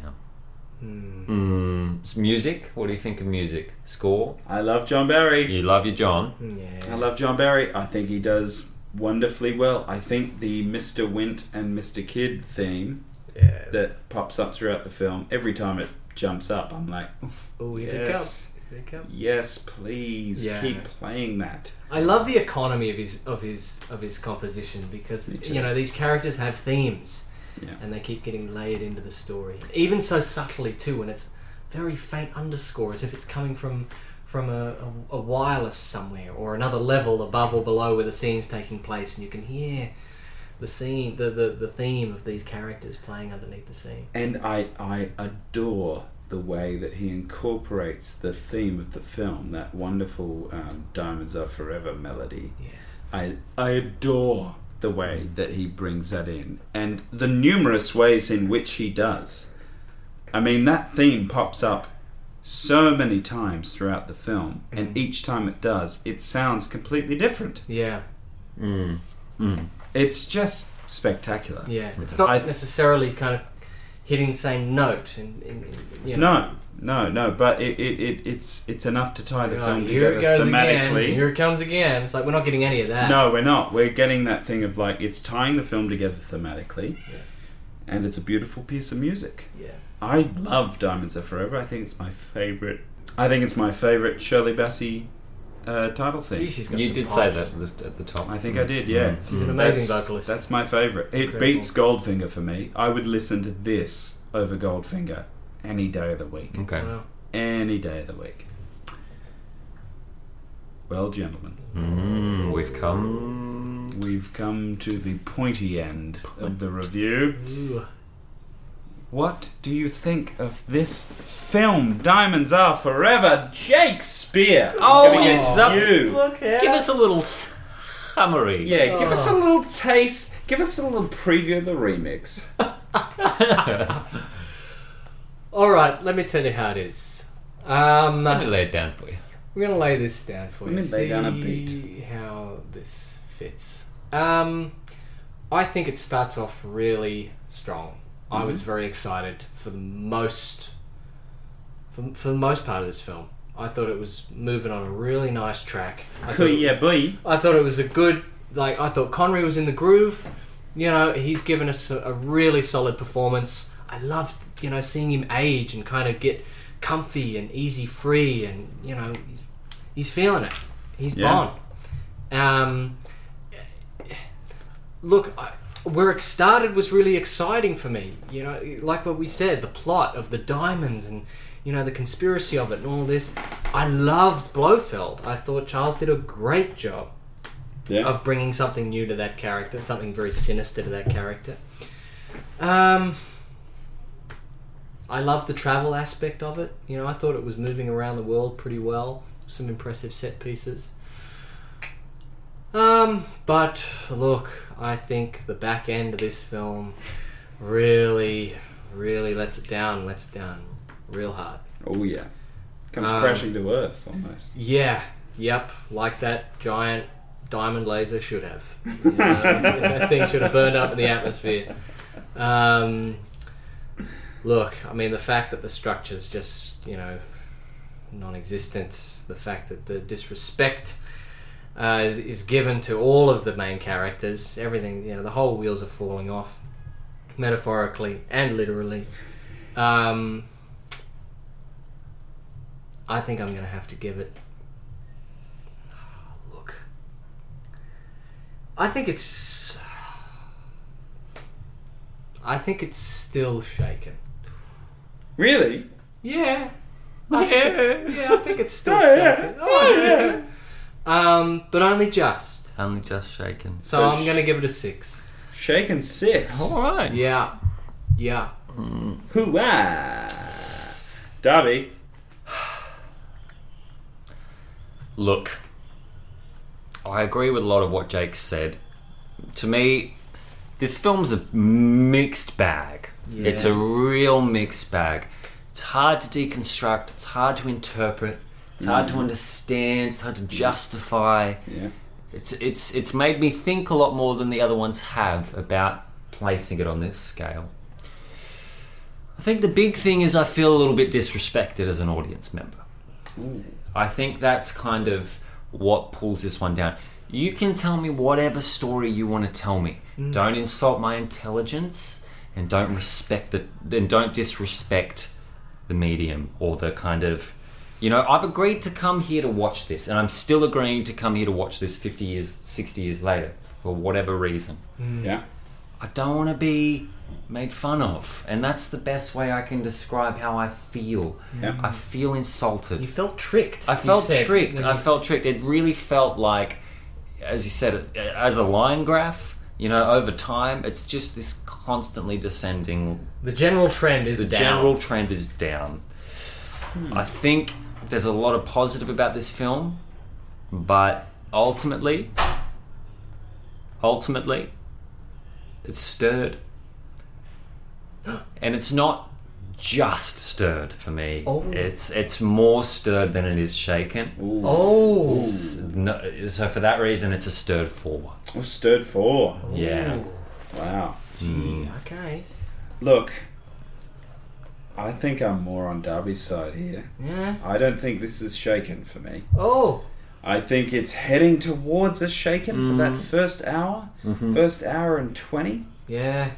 Speaker 1: Hmm.
Speaker 2: mm. s- music what do you think of music score
Speaker 3: I love John Barry.
Speaker 2: you love your john
Speaker 3: I
Speaker 1: Yeah.
Speaker 3: love John Barry. I think he does wonderfully well. I think the Mr. Wint and Mr. Kid theme
Speaker 1: Yes.
Speaker 3: that pops up throughout the film, every time it jumps up, I'm like,
Speaker 1: Oh, here they come.
Speaker 3: yes,
Speaker 1: Here they come.
Speaker 3: yes, please
Speaker 1: Yeah.
Speaker 3: keep playing that.
Speaker 1: I love the economy of his of his of his composition because
Speaker 3: Me too.
Speaker 1: you know these characters have themes,
Speaker 3: Yeah.
Speaker 1: and they keep getting layered into the story, even so subtly too. And it's very faint underscore, as if it's coming from from a, a, a wireless somewhere or another level above or below where the scene's taking place, and you can hear the scene, the, the, the theme of these characters playing underneath the scene.
Speaker 3: And I, I adore the way that he incorporates the theme of the film, that wonderful um, Diamonds Are Forever melody.
Speaker 1: Yes.
Speaker 3: I, I adore the way that he brings that in and the numerous ways in which he does. I mean, that theme pops up so many times throughout the film, and each time it does, it sounds completely different.
Speaker 1: Yeah,
Speaker 9: Mm. Mm.
Speaker 3: It's just spectacular.
Speaker 1: yeah. It's not
Speaker 3: I-
Speaker 1: necessarily kind of hitting the same note. In, in, in, you know,
Speaker 3: No, no, no. But it, it, it it's it's enough to tie the
Speaker 1: You're
Speaker 3: film
Speaker 1: like, here it
Speaker 3: together
Speaker 1: goes again.
Speaker 3: thematically.
Speaker 1: Here it comes again. It's like we're not getting any of that.
Speaker 3: No, we're not. We're getting that thing of like it's tying the film together thematically,
Speaker 1: Yeah.
Speaker 3: and it's a beautiful piece of music.
Speaker 1: Yeah.
Speaker 3: I love Diamonds Are Forever. I think it's my favorite. I think it's my favorite Shirley Bassey uh, title thing.
Speaker 1: Gee, she's got
Speaker 2: You
Speaker 1: some
Speaker 2: did
Speaker 1: pipes.
Speaker 2: say that at the- at the top.
Speaker 3: I think I did. Yeah, Mm.
Speaker 1: She's an amazing
Speaker 3: That's-
Speaker 1: vocalist.
Speaker 3: That's my favorite. It
Speaker 1: Incredible.
Speaker 3: beats Goldfinger for me. I would listen to this over Goldfinger any day of the week.
Speaker 2: Okay.
Speaker 1: Wow.
Speaker 3: Any day of the week. Well, gentlemen.
Speaker 2: Mm, we've come.
Speaker 3: We've come to the pointy end of the review.
Speaker 1: Ooh.
Speaker 3: What do you think of this film, Diamonds Are Forever, Jake Spear?
Speaker 2: Oh,
Speaker 3: Gonna get
Speaker 2: it's up-
Speaker 3: you.
Speaker 1: Look at
Speaker 2: Give us a little summary.
Speaker 3: Yeah, give us a little taste. Give us a little preview of the remix.
Speaker 1: All right, let me tell you how it is. Um,
Speaker 2: Let me lay it down for you.
Speaker 1: We're gonna lay this down for
Speaker 3: Let
Speaker 1: you.
Speaker 3: me lay
Speaker 1: See
Speaker 3: down a beat.
Speaker 1: how this fits. Um, I think it starts off really strong. I
Speaker 3: Mm-hmm.
Speaker 1: was very excited for the most for, for the most part of this film. I thought it was moving on a really nice track. I thought, it was-
Speaker 3: boy.
Speaker 1: I thought it was a good like I thought Connery was in the groove. You know, he's given us a, a really solid performance. I loved you know seeing him age and kind of get comfy and easy free, and you know he's, he's feeling it. He's
Speaker 3: Yeah.
Speaker 1: Bond. Um, look, I, where it started was really exciting for me. You know, like what we said, the plot of the diamonds and you know the conspiracy of it and all this. I loved Blofeld. I thought Charles did a great job
Speaker 3: Yeah.
Speaker 1: of bringing something new to that character, something very sinister to that character. Um, I love the travel aspect of it. You know, I thought it was moving around the world pretty well. Some impressive set pieces. Um, but look, I think the back end of this film really, really lets it down. Lets it down real hard.
Speaker 3: Oh, yeah. Comes
Speaker 1: Um,
Speaker 3: crashing to earth almost.
Speaker 1: Yeah. Yep. Like that giant diamond laser should have. You know, that thing should have burned up in the atmosphere. Um, look, I mean, the fact that the structure's just you know non-existent, the fact that the disrespect. Uh, is, is given to all of the main characters. Everything, you know, the whole wheels are falling off, metaphorically and literally. Um, I think I'm going to have to give it. Look. I think it's. I think it's still shaken.
Speaker 3: Really?
Speaker 1: Yeah.
Speaker 3: Yeah.
Speaker 1: Yeah, I think it's still
Speaker 3: Oh, yeah.
Speaker 1: shaken. Oh, yeah. Um, but only just.
Speaker 2: Only just shaken.
Speaker 1: So,
Speaker 3: So
Speaker 1: I'm
Speaker 3: sh-
Speaker 1: going to give it a six.
Speaker 3: Shaken Six.
Speaker 2: All right.
Speaker 1: Yeah. Yeah.
Speaker 3: Hooah! Darby.
Speaker 2: Look, I agree with a lot of what Jake said. To me, this film's a mixed bag. It's a real mixed bag. It's hard to deconstruct, it's hard to interpret, it's hard to understand, it's hard to justify.
Speaker 3: Yeah.
Speaker 2: It's it's it's made me think a lot more than the other ones have about placing it on this scale. I think the big thing is I feel a little bit disrespected as an audience member. I think that's kind of what pulls this one down. You can tell me whatever story you want to tell me. Don't insult my intelligence and don't respect the and don't disrespect the medium or the kind of you know, I've agreed to come here to watch this and I'm still agreeing to come here to watch this 50 years 60 years later for whatever reason.
Speaker 3: Yeah.
Speaker 2: I don't want to be made fun of and that's the best way I can describe how I feel.
Speaker 3: Yeah.
Speaker 2: I feel insulted.
Speaker 1: You felt tricked.
Speaker 2: I
Speaker 1: you
Speaker 2: felt
Speaker 1: said,
Speaker 2: tricked.
Speaker 1: when
Speaker 2: I
Speaker 1: you-
Speaker 2: felt tricked. It really felt like, as you said, as a line graph, You know, over time, it's just this constantly descending
Speaker 1: The general trend is
Speaker 2: the
Speaker 1: down. Hmm.
Speaker 2: general trend is down. I think there's a lot of positive about this film, but ultimately, ultimately, it's stirred, and it's not just stirred for me.
Speaker 1: Oh.
Speaker 2: It's it's more stirred than it is shaken.
Speaker 1: Oh,
Speaker 2: S- no- so for that reason, it's a stirred forward.
Speaker 3: Well, stirred four.
Speaker 2: Yeah,
Speaker 3: Wow. Mm.
Speaker 1: Gee, okay.
Speaker 3: Look, I think I'm more on Derby's side here.
Speaker 1: Yeah.
Speaker 3: I don't think this is shaken for me.
Speaker 1: Oh,
Speaker 3: I think it's heading towards a shaken for that first hour, first hour and 20.
Speaker 1: yeah.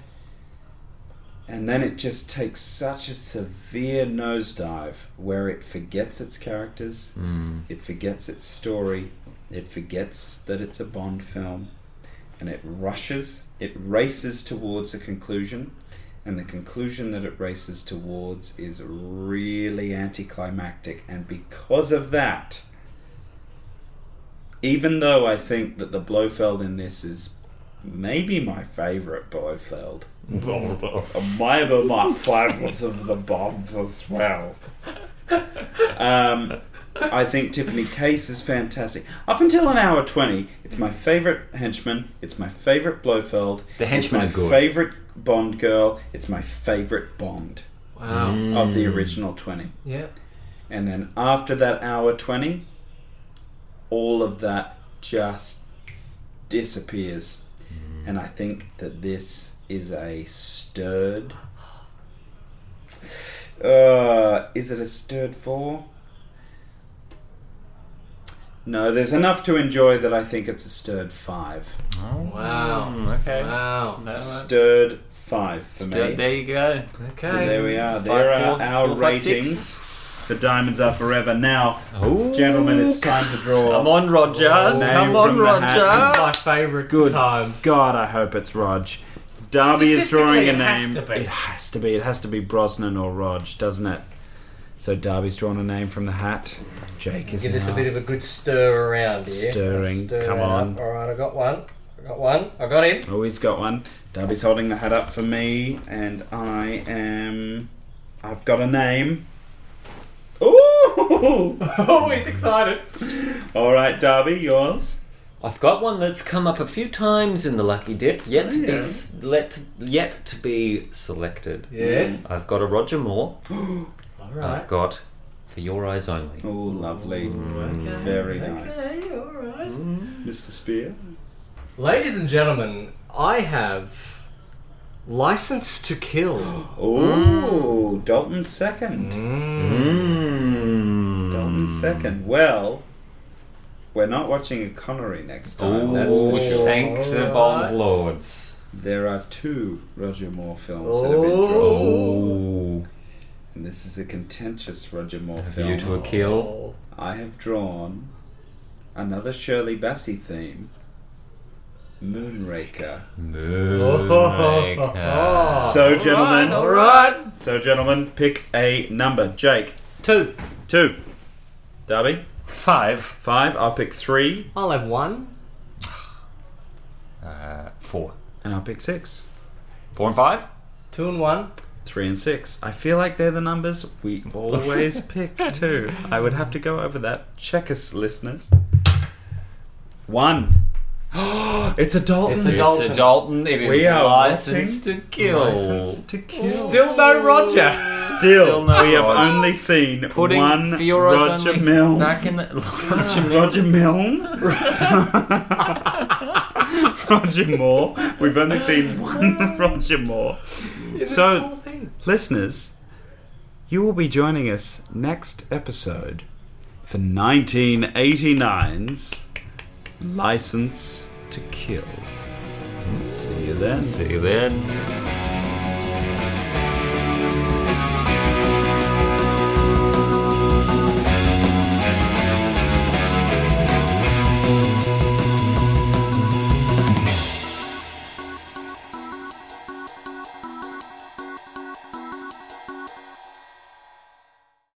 Speaker 3: And then it just takes such a severe nosedive where it forgets its characters, it forgets its story, it forgets that it's a Bond film, and it rushes, it races towards a conclusion, and the conclusion that it races towards is really anticlimactic. And because of that, even though I think that the Blofeld in this is maybe my favorite Blofeld, my other my favorites of the bombs as well. Um, I think Tiffany Case is fantastic. Up until an hour twenty, it's my favorite henchman. It's my favorite Blofeld.
Speaker 2: The henchmen
Speaker 3: it's
Speaker 2: are
Speaker 3: my
Speaker 2: good.
Speaker 3: favorite Bond girl. It's my favorite Bond
Speaker 2: Oh.
Speaker 1: Wow.
Speaker 3: of the original twenty.
Speaker 1: Yeah.
Speaker 3: And then after that hour 20, all of that just disappears.
Speaker 2: Hmm.
Speaker 3: And I think that this is a stirred. Uh, is it a stirred four? No, there's enough to enjoy that I think it's a stirred five.
Speaker 1: Wow.
Speaker 2: okay.
Speaker 1: Wow.
Speaker 3: Stirred five for me.
Speaker 2: There you go.
Speaker 1: Okay.
Speaker 3: So there we are.
Speaker 2: Five,
Speaker 3: There are
Speaker 2: four-
Speaker 3: our
Speaker 2: four, five, six.
Speaker 3: ratings. The diamonds are forever. Now,
Speaker 2: Ooh.
Speaker 3: gentlemen, it's time to draw.
Speaker 2: Come on, Roger.
Speaker 3: Name
Speaker 2: Come on,
Speaker 3: from the hat.
Speaker 1: It's
Speaker 2: Roger.
Speaker 1: my favourite
Speaker 3: Good
Speaker 1: time.
Speaker 3: God, I hope it's Rog. Darby is drawing a
Speaker 1: Statistically, it has to be.
Speaker 3: name. It has to be. It has to be Brosnan or Rog, doesn't it? So Darby's drawn a name from the hat. Jake is
Speaker 1: Give this a
Speaker 3: now-
Speaker 1: bit of a good stir around here.
Speaker 3: Stirring.
Speaker 1: Stir
Speaker 3: Come
Speaker 1: that up.
Speaker 3: on.
Speaker 1: All right, I got one. I got one. I got him.
Speaker 3: Oh, he's got one. Darby's holding the hat up for me, and I am. I've got a name. Ooh!
Speaker 1: Oh, he's excited.
Speaker 3: All right, Darby, yours.
Speaker 2: I've got one that's come up a few times in the Lucky Dip, yet
Speaker 3: Oh,
Speaker 2: to be s- let yet to be selected.
Speaker 1: Yes.
Speaker 2: I've got a Roger Moore.
Speaker 1: All right.
Speaker 2: I've got for your eyes only.
Speaker 3: Oh, lovely.
Speaker 1: Okay.
Speaker 3: Very nice.
Speaker 1: Okay. All right.
Speaker 3: Mr. Spear.
Speaker 1: Ladies and gentlemen, I have license to kill.
Speaker 3: Ooh, Dalton's second.
Speaker 2: Mm.
Speaker 3: Dalton second. Well, we're not watching a Connery next time. that's
Speaker 2: Ooh,
Speaker 3: for sure.
Speaker 2: thank the Bond Lords.
Speaker 3: There are two Roger Moore films that have been
Speaker 1: Oh.
Speaker 3: drawn,
Speaker 2: Oh,
Speaker 3: and this is a contentious Roger Moore
Speaker 2: for you
Speaker 3: film.
Speaker 2: to a kill.
Speaker 3: I have drawn another Shirley Bassey theme, Moonraker.
Speaker 1: Oh.
Speaker 2: Moonraker.
Speaker 1: Ah.
Speaker 3: So, gentlemen,
Speaker 1: All right.
Speaker 3: so gentlemen, pick a number. Jake,
Speaker 1: Two.
Speaker 3: two. Darby,
Speaker 2: Five.
Speaker 3: five. I'll pick three,
Speaker 1: I'll have one.
Speaker 2: Uh, four.
Speaker 3: and I'll pick six.
Speaker 2: Four and five?
Speaker 1: Two and one.
Speaker 3: Three and six. I feel like they're the numbers we always pick too. I would have to go over that. Check us, listeners. One. it's a Dalton.
Speaker 1: It's a Dalton.
Speaker 2: It's a Dalton. It is
Speaker 3: We are
Speaker 2: licensed to kill.
Speaker 3: License to kill.
Speaker 1: Still no Roger.
Speaker 3: Still,
Speaker 2: Still no
Speaker 3: we have
Speaker 2: Roger.
Speaker 3: only seen
Speaker 2: Putting
Speaker 3: one
Speaker 2: Fiora's
Speaker 3: Roger
Speaker 2: only
Speaker 3: Milne.
Speaker 2: back in the Roger Milne.
Speaker 3: Roger Milne. Roger Moore. We've only seen one Roger Moore. So-
Speaker 1: This whole thing.
Speaker 3: Listeners, you will be joining us next episode for 1989's License to Kill. See you then.
Speaker 2: See you then.